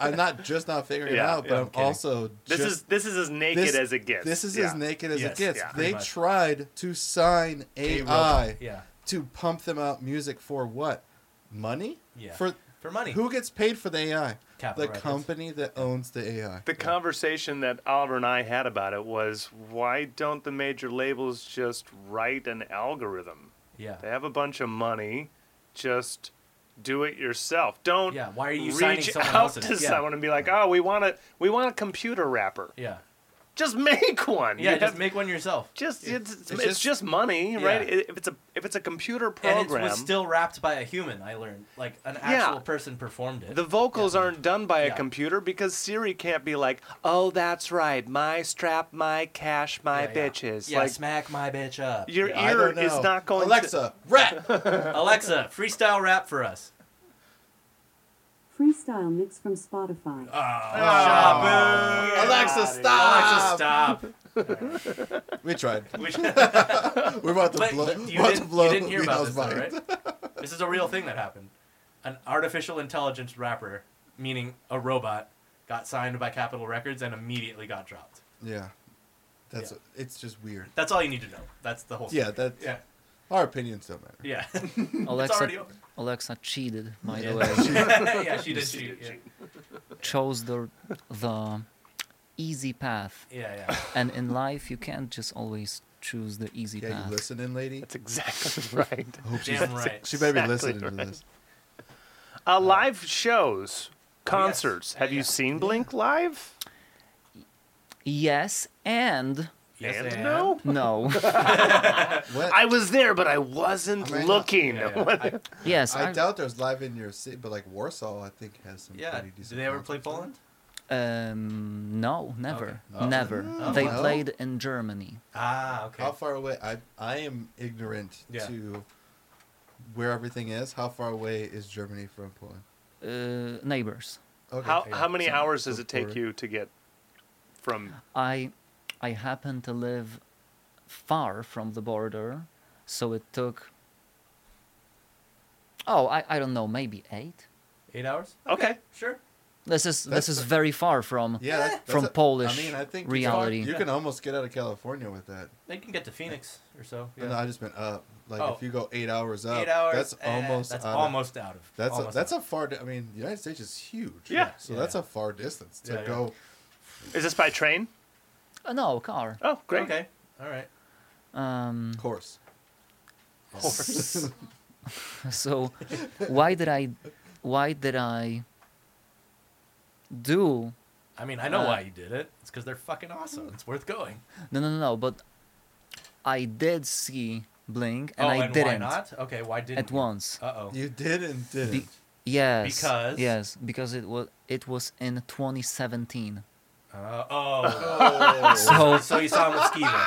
[SPEAKER 3] I'm not just not figuring
[SPEAKER 2] Yeah,
[SPEAKER 3] it out, but
[SPEAKER 2] yeah,
[SPEAKER 3] I'm
[SPEAKER 1] I'm kidding.
[SPEAKER 3] also
[SPEAKER 2] This
[SPEAKER 3] just
[SPEAKER 2] is this is as naked
[SPEAKER 3] This-
[SPEAKER 2] as it gets.
[SPEAKER 3] This is
[SPEAKER 2] Yeah.
[SPEAKER 3] as naked as
[SPEAKER 1] Yes,
[SPEAKER 3] it gets.
[SPEAKER 2] yeah.
[SPEAKER 3] they
[SPEAKER 1] Pretty much.
[SPEAKER 3] tried to sign
[SPEAKER 1] A robot.
[SPEAKER 3] AI
[SPEAKER 1] Yeah.
[SPEAKER 3] to pump them out music for what? Money?
[SPEAKER 1] Yeah.
[SPEAKER 3] For
[SPEAKER 1] For money.
[SPEAKER 3] who gets paid for the AI?
[SPEAKER 1] Capital
[SPEAKER 3] the
[SPEAKER 1] Records.
[SPEAKER 3] company that owns the AI.
[SPEAKER 2] The conversation that Oliver and I had about it was why don't the major labels just write an algorithm?
[SPEAKER 1] Yeah.
[SPEAKER 2] They have a bunch of money, just do it yourself. Don't
[SPEAKER 1] Yeah, why are you
[SPEAKER 2] reach
[SPEAKER 1] signing someone
[SPEAKER 2] out
[SPEAKER 1] else's?
[SPEAKER 2] to
[SPEAKER 1] Yeah.
[SPEAKER 2] someone and be like, "Oh, we want a we want a computer rapper.
[SPEAKER 1] Yeah.
[SPEAKER 2] Just make one."
[SPEAKER 1] Yeah.
[SPEAKER 2] You
[SPEAKER 1] Just
[SPEAKER 2] have-
[SPEAKER 1] make one yourself.
[SPEAKER 2] just it's, it's,
[SPEAKER 3] It's
[SPEAKER 2] just,
[SPEAKER 3] just-
[SPEAKER 2] money, right?
[SPEAKER 1] Yeah.
[SPEAKER 2] If it's a if it's a computer
[SPEAKER 1] And it
[SPEAKER 2] program,
[SPEAKER 1] was still rapped by a human. I learned, like an actual person performed it.
[SPEAKER 2] The vocals aren't done by
[SPEAKER 1] Yeah.
[SPEAKER 2] a computer because Siri can't be like, "Oh, that's right, my strap, my cash, my
[SPEAKER 1] Yeah, yeah.
[SPEAKER 2] bitches."
[SPEAKER 1] Yeah,
[SPEAKER 2] like
[SPEAKER 1] smack my bitch up.
[SPEAKER 2] your
[SPEAKER 3] I
[SPEAKER 2] ear
[SPEAKER 3] don't
[SPEAKER 2] is
[SPEAKER 3] know.
[SPEAKER 2] not going. To,
[SPEAKER 3] Alexa, rap.
[SPEAKER 1] Alexa, freestyle rap for us.
[SPEAKER 6] Freestyle mix from Spotify.
[SPEAKER 3] Oh. Alexa,
[SPEAKER 1] Alexa,
[SPEAKER 3] stop.
[SPEAKER 1] stop.
[SPEAKER 3] We tried.
[SPEAKER 1] Which,
[SPEAKER 3] We're about to
[SPEAKER 1] but
[SPEAKER 3] blow. we're
[SPEAKER 1] you,
[SPEAKER 3] about to
[SPEAKER 1] didn't,
[SPEAKER 3] blow
[SPEAKER 1] you didn't hear about
[SPEAKER 3] Mihail's
[SPEAKER 1] this, though,
[SPEAKER 3] mind.
[SPEAKER 1] right? This is a real thing that happened. An artificial intelligence rapper, meaning a robot, got signed by Capitol Records and immediately got dropped.
[SPEAKER 3] Yeah, that's
[SPEAKER 1] Yeah.
[SPEAKER 3] it's just weird.
[SPEAKER 1] That's all you need to know. That's the whole.
[SPEAKER 3] Yeah,
[SPEAKER 1] story.
[SPEAKER 3] that
[SPEAKER 1] Yeah.
[SPEAKER 3] our opinions don't matter.
[SPEAKER 1] Yeah.
[SPEAKER 4] Alexa,
[SPEAKER 1] already over.
[SPEAKER 4] Alexa cheated, by
[SPEAKER 3] Yeah.
[SPEAKER 4] the way.
[SPEAKER 1] yeah, she did cheat. Yeah,
[SPEAKER 4] Chose the the easy path,
[SPEAKER 1] yeah. yeah.
[SPEAKER 4] and in life you can't just always choose the easy
[SPEAKER 3] Yeah,
[SPEAKER 4] path.
[SPEAKER 3] you listening, lady?
[SPEAKER 2] That's exactly right.
[SPEAKER 1] Oh,
[SPEAKER 3] Hope she's-
[SPEAKER 1] Damn right.
[SPEAKER 3] She better be
[SPEAKER 2] Exactly
[SPEAKER 3] listening to this.
[SPEAKER 2] Uh, live shows,
[SPEAKER 1] Oh,
[SPEAKER 2] concerts.
[SPEAKER 1] Yeah,
[SPEAKER 2] Have
[SPEAKER 1] yeah.
[SPEAKER 2] you seen Blink live?
[SPEAKER 4] Yes and
[SPEAKER 1] Yes,
[SPEAKER 2] and, no.
[SPEAKER 4] no.
[SPEAKER 3] What?
[SPEAKER 2] I was there, but I wasn't
[SPEAKER 3] I mean,
[SPEAKER 2] looking.
[SPEAKER 1] Yeah, yeah. I-
[SPEAKER 4] yes,
[SPEAKER 3] I
[SPEAKER 4] I-
[SPEAKER 3] doubt there's live in your city, but like Warsaw, I think has some.
[SPEAKER 1] yeah.
[SPEAKER 3] pretty
[SPEAKER 1] Did
[SPEAKER 3] decent
[SPEAKER 1] they ever play
[SPEAKER 3] concerts.
[SPEAKER 1] Poland?
[SPEAKER 4] Um, no, never,
[SPEAKER 1] Oh.
[SPEAKER 4] never.
[SPEAKER 1] Oh.
[SPEAKER 4] They
[SPEAKER 3] No?
[SPEAKER 4] played in Germany.
[SPEAKER 1] Ah, okay.
[SPEAKER 3] How far away? I I am ignorant
[SPEAKER 1] Yeah.
[SPEAKER 3] to where everything is. How far away is Germany from Poland?
[SPEAKER 4] Uh, neighbors.
[SPEAKER 3] Okay.
[SPEAKER 2] How
[SPEAKER 1] yeah,
[SPEAKER 2] how many
[SPEAKER 3] so-
[SPEAKER 2] hours
[SPEAKER 3] so
[SPEAKER 2] does it take
[SPEAKER 3] quarter.
[SPEAKER 2] you to get from?
[SPEAKER 4] I, I happen to live far from the border, so it took. Oh, I, I don't know, maybe eight.
[SPEAKER 1] Eight hours?
[SPEAKER 2] Okay.
[SPEAKER 1] Sure.
[SPEAKER 4] This is
[SPEAKER 3] That's
[SPEAKER 4] this is
[SPEAKER 3] a-
[SPEAKER 4] very far from.
[SPEAKER 3] Yeah, that's, that's
[SPEAKER 4] From
[SPEAKER 3] a-
[SPEAKER 4] Polish
[SPEAKER 3] I mean, I think
[SPEAKER 4] reality.
[SPEAKER 3] You, you can almost get out of California with that.
[SPEAKER 1] They can get to Phoenix or so. Yeah.
[SPEAKER 3] No, I just been up. Like
[SPEAKER 1] Oh.
[SPEAKER 3] if you go eight hours up,
[SPEAKER 1] Eight hours.
[SPEAKER 3] that's
[SPEAKER 1] eh,
[SPEAKER 3] almost
[SPEAKER 1] That's
[SPEAKER 3] out of-
[SPEAKER 1] almost out of.
[SPEAKER 3] that's a,
[SPEAKER 1] almost
[SPEAKER 3] that's
[SPEAKER 1] out.
[SPEAKER 3] a far. di- I mean, the United States is huge.
[SPEAKER 2] Yeah.
[SPEAKER 3] So
[SPEAKER 1] Yeah,
[SPEAKER 3] that's
[SPEAKER 1] yeah.
[SPEAKER 3] a far distance to
[SPEAKER 1] Yeah, yeah.
[SPEAKER 3] go.
[SPEAKER 2] Is this by train?
[SPEAKER 4] Uh, no car.
[SPEAKER 2] Oh, great.
[SPEAKER 1] Okay. All right.
[SPEAKER 4] Um,
[SPEAKER 3] Course.
[SPEAKER 4] so why did I, why did I. Do
[SPEAKER 1] I mean, I know
[SPEAKER 4] Uh,
[SPEAKER 1] why you did it. It's because they're fucking awesome. It's worth going.
[SPEAKER 4] no no no no, but I did see Blink and
[SPEAKER 1] oh,
[SPEAKER 4] I
[SPEAKER 1] and
[SPEAKER 4] didn't
[SPEAKER 1] why not? Okay, why didn't
[SPEAKER 4] at once.
[SPEAKER 1] Uh oh.
[SPEAKER 3] You didn't didn't.
[SPEAKER 4] Be- Yes.
[SPEAKER 1] Because-
[SPEAKER 4] yes, because it was it was in 2017.
[SPEAKER 1] Uh, oh.
[SPEAKER 3] oh,
[SPEAKER 4] So
[SPEAKER 1] so you saw him with Skeeter.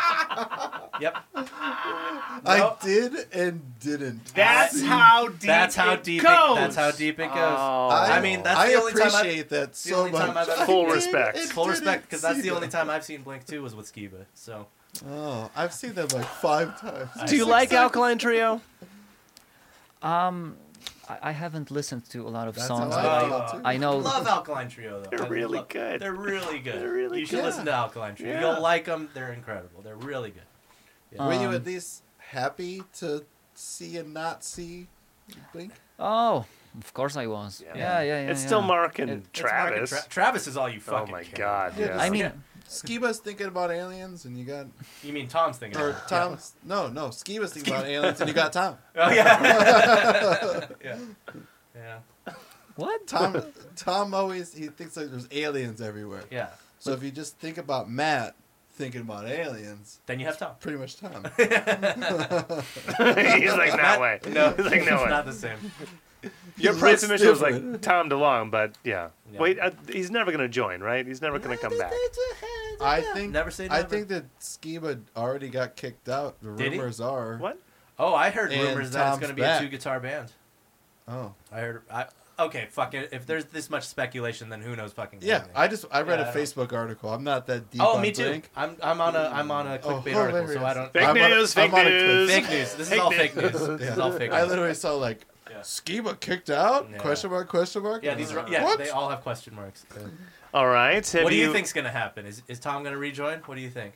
[SPEAKER 1] Yep.
[SPEAKER 3] I
[SPEAKER 1] Nope.
[SPEAKER 3] did and didn't.
[SPEAKER 2] That's
[SPEAKER 3] See?
[SPEAKER 2] how deep.
[SPEAKER 1] That's how
[SPEAKER 2] it
[SPEAKER 1] deep. It,
[SPEAKER 2] goes.
[SPEAKER 1] that's how deep it goes.
[SPEAKER 2] Oh.
[SPEAKER 1] I mean, that's
[SPEAKER 3] I
[SPEAKER 1] the only time I've-
[SPEAKER 3] appreciate that
[SPEAKER 1] the
[SPEAKER 3] so
[SPEAKER 1] only time
[SPEAKER 3] much.
[SPEAKER 1] I've ever-
[SPEAKER 2] Full
[SPEAKER 3] I did
[SPEAKER 2] respect.
[SPEAKER 3] and
[SPEAKER 1] Full
[SPEAKER 3] didn't
[SPEAKER 1] respect, because that's
[SPEAKER 3] see
[SPEAKER 1] the only
[SPEAKER 3] them.
[SPEAKER 1] time I've seen Blink 2 was with Skiba. So
[SPEAKER 3] Oh, I've seen them like five times.
[SPEAKER 2] Do you like Alkaline Trio?
[SPEAKER 4] Um, I, I haven't listened to a lot of
[SPEAKER 3] That's how
[SPEAKER 4] songs.
[SPEAKER 3] I
[SPEAKER 4] but
[SPEAKER 1] feel,
[SPEAKER 3] too.
[SPEAKER 4] I, I know.
[SPEAKER 1] Love Alkaline Trio though.
[SPEAKER 2] They're
[SPEAKER 1] I
[SPEAKER 2] really
[SPEAKER 1] love-
[SPEAKER 2] good.
[SPEAKER 1] They're really good.
[SPEAKER 2] They're really
[SPEAKER 1] you should
[SPEAKER 2] good.
[SPEAKER 1] listen to Alkaline Trio.
[SPEAKER 2] Yeah.
[SPEAKER 1] You'll like them. They're incredible. They're really good.
[SPEAKER 3] Were you
[SPEAKER 4] um,
[SPEAKER 3] at least happy to see and not see Blink?
[SPEAKER 4] Oh, of course I was.
[SPEAKER 2] Yeah.
[SPEAKER 4] Yeah, yeah, yeah.
[SPEAKER 2] it's still
[SPEAKER 4] yeah.
[SPEAKER 2] Mark and
[SPEAKER 4] It- it's
[SPEAKER 1] It's Mark and
[SPEAKER 2] Travis.
[SPEAKER 1] Tra- Travis is all you
[SPEAKER 2] oh
[SPEAKER 1] fucking.
[SPEAKER 2] my
[SPEAKER 1] care.
[SPEAKER 2] god!
[SPEAKER 3] Yeah,
[SPEAKER 2] Yeah.
[SPEAKER 4] I mean,
[SPEAKER 1] Yeah.
[SPEAKER 3] Skiba's thinking about aliens, and you got
[SPEAKER 1] You mean Tom's thinking?
[SPEAKER 3] or
[SPEAKER 1] about it.
[SPEAKER 3] Tom? No, no, Skiba's thinking about aliens, and you got Tom.
[SPEAKER 1] Oh yeah. yeah. Yeah.
[SPEAKER 4] What?
[SPEAKER 3] Tom, Tom always he thinks like there's aliens everywhere.
[SPEAKER 1] Yeah.
[SPEAKER 3] So if you just think about Matt thinking about aliens,
[SPEAKER 1] Then you have Tom.
[SPEAKER 3] pretty much Tom.
[SPEAKER 2] he's like no way.
[SPEAKER 1] No.
[SPEAKER 2] he's like no
[SPEAKER 1] it's
[SPEAKER 2] way.
[SPEAKER 1] not the same.
[SPEAKER 2] Your
[SPEAKER 3] He
[SPEAKER 2] pre
[SPEAKER 3] looks
[SPEAKER 2] submission was like
[SPEAKER 3] different.
[SPEAKER 2] Tom DeLong, but yeah.
[SPEAKER 1] Yeah.
[SPEAKER 2] Wait, uh, he's never gonna join, right? He's never gonna come back.
[SPEAKER 3] I think
[SPEAKER 1] Never say
[SPEAKER 3] I
[SPEAKER 1] never.
[SPEAKER 3] think that Skiba already got kicked out. The
[SPEAKER 1] Did he?
[SPEAKER 3] rumors are
[SPEAKER 2] What?
[SPEAKER 1] Oh, I heard
[SPEAKER 3] And
[SPEAKER 1] rumors that it's
[SPEAKER 3] Tom's
[SPEAKER 1] going to be
[SPEAKER 3] back.
[SPEAKER 1] a two guitar band.
[SPEAKER 3] Oh
[SPEAKER 1] I heard. I, okay, fuck it. If there's this much speculation, then who knows fucking.
[SPEAKER 3] yeah,
[SPEAKER 1] anything.
[SPEAKER 3] I just I read
[SPEAKER 1] Yeah, I
[SPEAKER 3] a
[SPEAKER 1] don't-
[SPEAKER 3] Facebook article. I'm not that deep.
[SPEAKER 1] oh,
[SPEAKER 3] on
[SPEAKER 1] me too.
[SPEAKER 3] Blink.
[SPEAKER 1] I'm I'm on a I'm on a
[SPEAKER 3] Oh,
[SPEAKER 1] clickbait article, so
[SPEAKER 3] hilarious.
[SPEAKER 1] I don't.
[SPEAKER 2] Fake
[SPEAKER 3] I'm on a-
[SPEAKER 2] news,
[SPEAKER 3] I'm
[SPEAKER 2] fake
[SPEAKER 3] on a
[SPEAKER 2] news.
[SPEAKER 1] Fake news. This is
[SPEAKER 2] Fake
[SPEAKER 1] all
[SPEAKER 2] news.
[SPEAKER 1] fake news. This is all fake
[SPEAKER 3] I
[SPEAKER 1] news.
[SPEAKER 3] literally saw like
[SPEAKER 1] Yeah.
[SPEAKER 3] Skiba kicked out?
[SPEAKER 1] Yeah.
[SPEAKER 3] Question mark? Question mark?
[SPEAKER 1] Yeah,
[SPEAKER 3] And I was
[SPEAKER 1] these are,
[SPEAKER 3] like,
[SPEAKER 1] yeah,
[SPEAKER 3] what?
[SPEAKER 1] they all have question marks.
[SPEAKER 2] All right. Have
[SPEAKER 1] what do you, think's gonna happen? Is is Tom gonna rejoin? What do you think?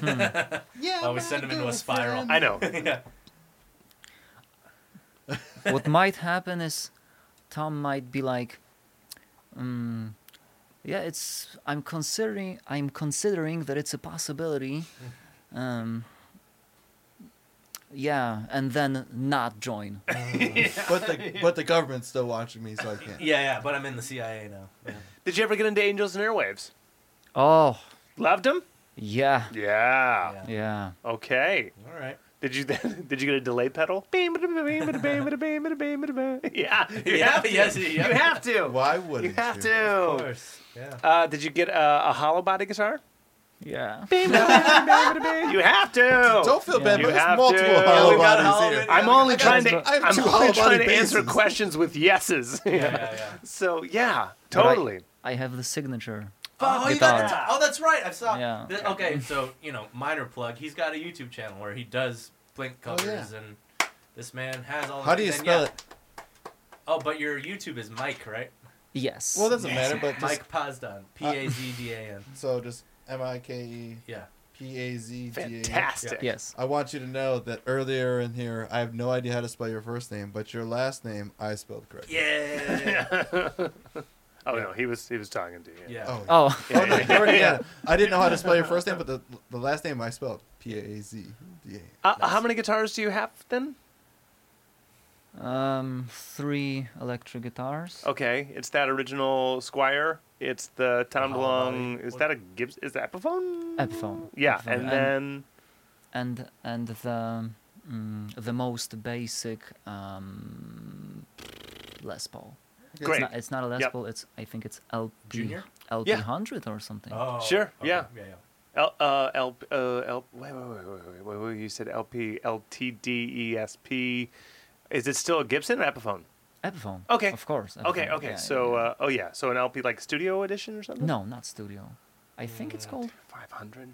[SPEAKER 3] Hmm. yeah,
[SPEAKER 1] Always Oh, send him into a spiral.
[SPEAKER 2] I know.
[SPEAKER 1] yeah.
[SPEAKER 4] what might happen is Tom might be like, um, "Yeah, it's I'm considering I'm considering that it's a possibility." Um, yeah, and then not join.
[SPEAKER 3] but the but the government's still watching me, so I can't.
[SPEAKER 1] yeah, yeah, but I'm in the CIA now. Yeah.
[SPEAKER 2] Did you ever get into Angels and Airwaves?
[SPEAKER 4] Oh,
[SPEAKER 2] Loved them.
[SPEAKER 4] yeah,
[SPEAKER 2] Yeah.
[SPEAKER 1] Yeah.
[SPEAKER 4] yeah.
[SPEAKER 2] Okay.
[SPEAKER 1] Ah. All right.
[SPEAKER 2] Did you did you get a delay pedal? Beam, bada, beam, bada, beam, bada, beam, bada, beam, bada, beam. Yeah. You
[SPEAKER 1] Yeah,
[SPEAKER 2] have to.
[SPEAKER 1] yes,
[SPEAKER 2] you
[SPEAKER 1] yeah.
[SPEAKER 2] have to.
[SPEAKER 3] Why
[SPEAKER 2] You
[SPEAKER 3] wouldn't you?
[SPEAKER 2] have
[SPEAKER 1] Of
[SPEAKER 2] to.
[SPEAKER 1] course. Yeah.
[SPEAKER 2] Uh, did you get a, a hollow body guitar?
[SPEAKER 4] Yeah.
[SPEAKER 2] Beam, bada, beam, bada, bada, beam. You have to.
[SPEAKER 3] Don't feel
[SPEAKER 4] Yeah.
[SPEAKER 3] bad,
[SPEAKER 2] You
[SPEAKER 3] but
[SPEAKER 2] have
[SPEAKER 3] there's multiple
[SPEAKER 2] to.
[SPEAKER 3] hollow
[SPEAKER 1] We got hollow
[SPEAKER 3] bodies here.
[SPEAKER 1] bodies.
[SPEAKER 2] I'm only
[SPEAKER 3] I got-
[SPEAKER 2] trying to.
[SPEAKER 3] I have
[SPEAKER 2] I'm
[SPEAKER 3] two
[SPEAKER 2] only
[SPEAKER 3] hollow
[SPEAKER 2] trying
[SPEAKER 3] body
[SPEAKER 2] to answer
[SPEAKER 3] bases.
[SPEAKER 2] questions with yeses.
[SPEAKER 1] Yeah, yeah, yeah.
[SPEAKER 2] So yeah,
[SPEAKER 4] But I-
[SPEAKER 2] totally.
[SPEAKER 4] I have the signature.
[SPEAKER 1] Oh, you
[SPEAKER 4] guitar.
[SPEAKER 1] got the- oh, that's right. I saw.
[SPEAKER 4] Yeah.
[SPEAKER 1] the- okay, so you know, minor plug. He's got a YouTube channel where he does Blink
[SPEAKER 3] Oh,
[SPEAKER 1] covers,
[SPEAKER 3] yeah.
[SPEAKER 1] and this man has all.
[SPEAKER 3] How do you
[SPEAKER 1] and
[SPEAKER 3] spell
[SPEAKER 1] yeah.
[SPEAKER 3] it?
[SPEAKER 1] Oh, but your YouTube is Mike, right?
[SPEAKER 4] Yes.
[SPEAKER 3] Well, it doesn't matter, but just, Uh,
[SPEAKER 1] Mike Pazdan. P a z d a n.
[SPEAKER 3] so just M I K E
[SPEAKER 1] Yeah.
[SPEAKER 3] P A Z D A. N.
[SPEAKER 2] Fantastic.
[SPEAKER 4] yes.
[SPEAKER 3] I want you to know that earlier in here, I have no idea how to spell your first name, but your last name I spelled correctly.
[SPEAKER 1] Yeah.
[SPEAKER 2] Oh no, he was he was talking to you.
[SPEAKER 1] yeah.
[SPEAKER 3] Oh, yeah.
[SPEAKER 4] Oh,
[SPEAKER 3] Oh, no, you already got it. I didn't know how to spell your first name, but the, the last name I spelled P A Z D A.
[SPEAKER 2] Uh, How many guitars do you have then?
[SPEAKER 4] um, three electric guitars.
[SPEAKER 2] Okay, it's that original Squire. It's the Tom
[SPEAKER 1] The
[SPEAKER 2] DeLonge.
[SPEAKER 1] Hollowbody.
[SPEAKER 2] Is that a Gibbs? Is that Epiphone?
[SPEAKER 4] Epiphone.
[SPEAKER 2] Yeah,
[SPEAKER 4] Epiphone.
[SPEAKER 2] and then
[SPEAKER 4] and and the mm, the most basic um, Les Paul.
[SPEAKER 2] Great.
[SPEAKER 4] It's not, it's not a Les
[SPEAKER 2] Yep.
[SPEAKER 4] Paul. It's I think it's LP
[SPEAKER 1] Junior?
[SPEAKER 4] LP
[SPEAKER 2] Yeah.
[SPEAKER 4] hundred or something.
[SPEAKER 1] Oh.
[SPEAKER 2] Sure, yeah.
[SPEAKER 1] Yeah. Yeah.
[SPEAKER 2] L, uh, L, uh, L, wait, wait, wait, wait, wait, wait, wait, you said LP, LTDESP. E Is it still a Gibson or Epiphone?
[SPEAKER 4] Epiphone.
[SPEAKER 2] Okay.
[SPEAKER 4] Of course.
[SPEAKER 2] Okay,
[SPEAKER 4] Epiphone.
[SPEAKER 2] okay.
[SPEAKER 4] Yeah,
[SPEAKER 2] so,
[SPEAKER 4] yeah, yeah.
[SPEAKER 2] Uh, oh yeah, so an LP like Studio Edition or something?
[SPEAKER 4] no, not studio. I think it's called
[SPEAKER 2] Five hundred.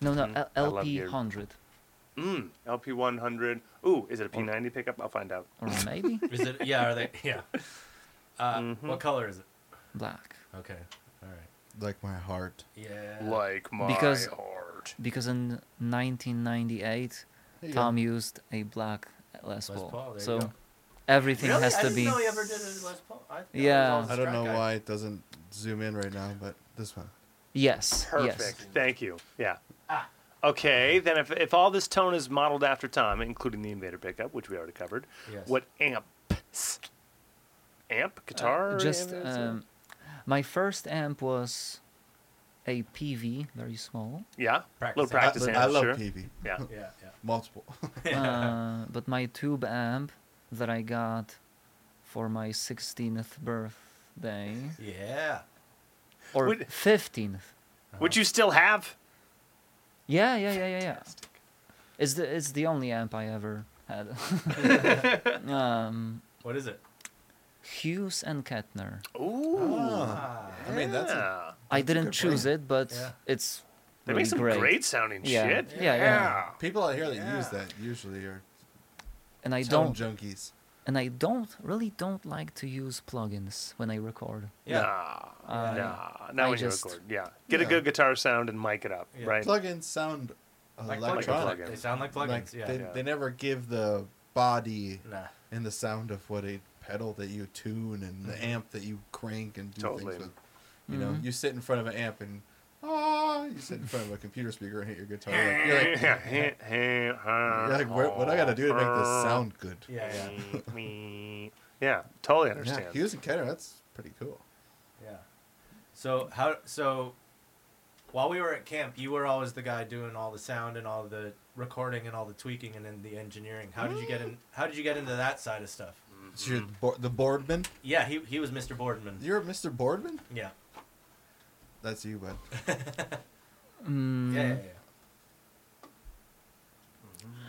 [SPEAKER 4] no no
[SPEAKER 2] Mm,
[SPEAKER 4] L-
[SPEAKER 2] I love
[SPEAKER 4] LP
[SPEAKER 2] your-
[SPEAKER 4] hundred
[SPEAKER 2] Mm. LP one hundred. Ooh, is it a P ninety pickup? I'll find out.
[SPEAKER 4] or maybe
[SPEAKER 1] Is it? Yeah. Are they? Yeah. Uh,
[SPEAKER 2] Mm-hmm.
[SPEAKER 1] What color is it?
[SPEAKER 4] black
[SPEAKER 1] Okay. All right.
[SPEAKER 3] Like my heart.
[SPEAKER 1] Yeah.
[SPEAKER 2] Like my
[SPEAKER 4] Uh, Because-
[SPEAKER 2] heart.
[SPEAKER 4] because in 1998
[SPEAKER 3] There you go.
[SPEAKER 4] Tom used a black Les
[SPEAKER 1] Les
[SPEAKER 4] Paul.
[SPEAKER 1] Paul, there you
[SPEAKER 4] so
[SPEAKER 1] go.
[SPEAKER 4] everything
[SPEAKER 1] Really?
[SPEAKER 4] has
[SPEAKER 1] I
[SPEAKER 4] to
[SPEAKER 1] didn't
[SPEAKER 4] be
[SPEAKER 1] know he ever did a Les Paul. I, thought he was
[SPEAKER 4] Yeah.
[SPEAKER 1] always a
[SPEAKER 3] I don't
[SPEAKER 1] Strat
[SPEAKER 3] know
[SPEAKER 1] guy.
[SPEAKER 3] why it doesn't zoom in right now, but this one.
[SPEAKER 4] yes
[SPEAKER 2] Perfect.
[SPEAKER 4] yes
[SPEAKER 2] Thank you. Yeah. Okay, then if, if all this tone is modeled after Tom, including the Invader pickup, which we already covered,
[SPEAKER 1] Yes.
[SPEAKER 2] what amps? Amp,
[SPEAKER 3] Oh,
[SPEAKER 2] guitar?
[SPEAKER 4] just
[SPEAKER 2] amp-
[SPEAKER 4] um, my first amp was a PV, very small,
[SPEAKER 2] yeah,
[SPEAKER 1] Practice
[SPEAKER 2] little
[SPEAKER 1] amp.
[SPEAKER 2] practice
[SPEAKER 3] I,
[SPEAKER 2] amp.
[SPEAKER 3] I love
[SPEAKER 2] sure.
[SPEAKER 3] PV.
[SPEAKER 2] Yeah.
[SPEAKER 1] Yeah. Yeah.
[SPEAKER 3] Multiple.
[SPEAKER 4] uh, but my tube amp that I got for my 16th birthday
[SPEAKER 1] Yeah.
[SPEAKER 4] or
[SPEAKER 2] Would-
[SPEAKER 4] 15th.
[SPEAKER 2] Which you still have?
[SPEAKER 4] Yeah, yeah, yeah, yeah, yeah. It's the it's the only amp I ever had. um,
[SPEAKER 1] What is it?
[SPEAKER 4] Hughes and Kettner.
[SPEAKER 2] Ooh.
[SPEAKER 3] Ah, I mean, that's a,
[SPEAKER 2] yeah.
[SPEAKER 4] I
[SPEAKER 3] Oh, That's a
[SPEAKER 4] didn't
[SPEAKER 3] good
[SPEAKER 4] choose
[SPEAKER 3] brand.
[SPEAKER 4] it, but
[SPEAKER 1] Yeah.
[SPEAKER 4] it's
[SPEAKER 2] They
[SPEAKER 4] really
[SPEAKER 2] make some great,
[SPEAKER 4] great.
[SPEAKER 2] sounding
[SPEAKER 4] Yeah.
[SPEAKER 2] shit.
[SPEAKER 4] Yeah, yeah.
[SPEAKER 3] People out here that use
[SPEAKER 2] Yeah.
[SPEAKER 3] that usually are
[SPEAKER 4] And I
[SPEAKER 3] tone
[SPEAKER 4] don't
[SPEAKER 3] junkies.
[SPEAKER 4] and I don't really don't like to use plugins when I record.
[SPEAKER 1] Yeah.
[SPEAKER 2] Nah,
[SPEAKER 4] Uh,
[SPEAKER 2] nah. Not
[SPEAKER 4] I
[SPEAKER 2] when
[SPEAKER 4] just-
[SPEAKER 2] you record. Yeah. Get a
[SPEAKER 3] Yeah.
[SPEAKER 2] good guitar sound and mic it up.
[SPEAKER 1] Yeah.
[SPEAKER 2] Right.
[SPEAKER 3] Plugins sound
[SPEAKER 1] Like
[SPEAKER 3] electronic.
[SPEAKER 2] plugins.
[SPEAKER 1] They sound like plugins.
[SPEAKER 3] Like,
[SPEAKER 1] yeah.
[SPEAKER 3] they,
[SPEAKER 2] yeah.
[SPEAKER 3] they never give the body
[SPEAKER 1] Nah.
[SPEAKER 3] and the sound of what a pedal that you tune and the amp that you crank and do
[SPEAKER 2] Totally.
[SPEAKER 3] things with. You know,
[SPEAKER 4] Mhm.
[SPEAKER 1] Mm-hmm.
[SPEAKER 3] you sit in front of an amp and ah, you sit in front of a computer speaker and hit your guitar. Like, you're like, you're like what, what I gotta do to make this sound good?
[SPEAKER 1] Yeah, yeah.
[SPEAKER 2] Uh-huh. yeah, totally
[SPEAKER 3] yeah
[SPEAKER 2] understand.
[SPEAKER 3] Hughes and Kenner, that's pretty cool.
[SPEAKER 1] Yeah. So how so while we were at camp, you were always the guy doing all the sound and all the recording and all the tweaking and then the engineering. How did you get
[SPEAKER 2] Mm.
[SPEAKER 1] in how did you get into that side of stuff?
[SPEAKER 3] So you're the, Bo- the Boardman.
[SPEAKER 1] Yeah, he he was Mr. Boardman.
[SPEAKER 3] You're Mr. Boardman.
[SPEAKER 1] Yeah.
[SPEAKER 3] That's you, bud.
[SPEAKER 4] Mm,
[SPEAKER 1] Yeah, yeah, yeah.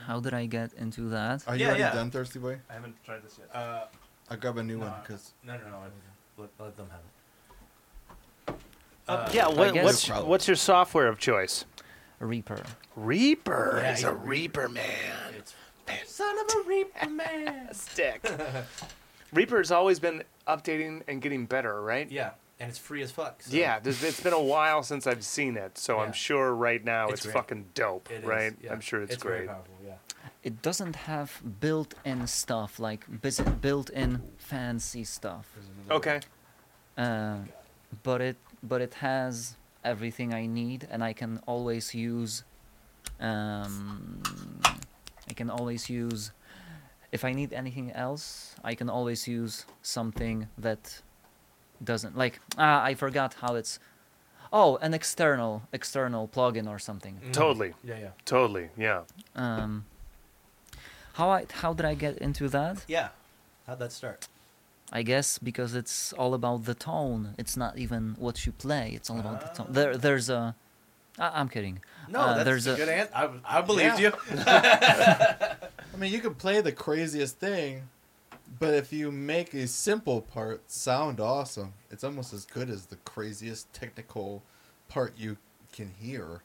[SPEAKER 4] How did I get into that?
[SPEAKER 3] Are you
[SPEAKER 1] Yeah,
[SPEAKER 3] already
[SPEAKER 1] yeah.
[SPEAKER 3] done, Thirsty Boy?
[SPEAKER 2] I haven't tried this yet.
[SPEAKER 1] Uh,
[SPEAKER 3] I grab a new
[SPEAKER 1] No,
[SPEAKER 3] one
[SPEAKER 1] I-
[SPEAKER 3] 'cause
[SPEAKER 1] no, no, no. Let, let them have it.
[SPEAKER 2] yeah, what,
[SPEAKER 4] guess-
[SPEAKER 2] what's
[SPEAKER 4] No problem.
[SPEAKER 2] what's your software of choice?
[SPEAKER 4] Reaper.
[SPEAKER 2] Reaper.
[SPEAKER 1] Yeah,
[SPEAKER 2] he's
[SPEAKER 1] he's
[SPEAKER 2] a
[SPEAKER 1] a
[SPEAKER 2] Reaper man.
[SPEAKER 1] It's son of a reaper man.
[SPEAKER 2] Stick. Reaper's always been updating and getting better, right?
[SPEAKER 1] Yeah, and it's free as fuck. so
[SPEAKER 2] Yeah, there's, it's been a while since I've seen it, so
[SPEAKER 1] Yeah.
[SPEAKER 2] I'm sure right now
[SPEAKER 1] It's
[SPEAKER 2] it's,
[SPEAKER 1] great.
[SPEAKER 2] fucking dope,
[SPEAKER 1] it is,
[SPEAKER 2] right?
[SPEAKER 1] yeah.
[SPEAKER 2] I'm sure it's,
[SPEAKER 1] very
[SPEAKER 2] great.
[SPEAKER 1] powerful, yeah.
[SPEAKER 4] It doesn't have built-in stuff like bus- built-in fancy stuff.
[SPEAKER 2] Okay.
[SPEAKER 3] Mm-hmm.
[SPEAKER 4] Uh, but it but it has everything I need, and I can always use. Um, I can always use. If I need anything else, I can always use something that doesn't like. Ah, I forgot how it's. Oh, an external external plugin or something.
[SPEAKER 2] Totally.
[SPEAKER 1] Mm-hmm. Yeah, yeah.
[SPEAKER 2] Totally. Yeah.
[SPEAKER 4] Um, how I how did I get into that?
[SPEAKER 1] Yeah. How'd that start?
[SPEAKER 4] I guess because it's all about the tone. It's not even what you play. It's all about the tone. There, there's a. I, I'm kidding.
[SPEAKER 1] No,
[SPEAKER 4] Uh,
[SPEAKER 1] that's
[SPEAKER 4] there's
[SPEAKER 1] a,
[SPEAKER 4] a-
[SPEAKER 1] good answer. I, I believed
[SPEAKER 3] Yeah.
[SPEAKER 1] you.
[SPEAKER 3] I mean, you can play the craziest thing, but if you make a simple part sound awesome, it's almost as good as the craziest technical part you can hear.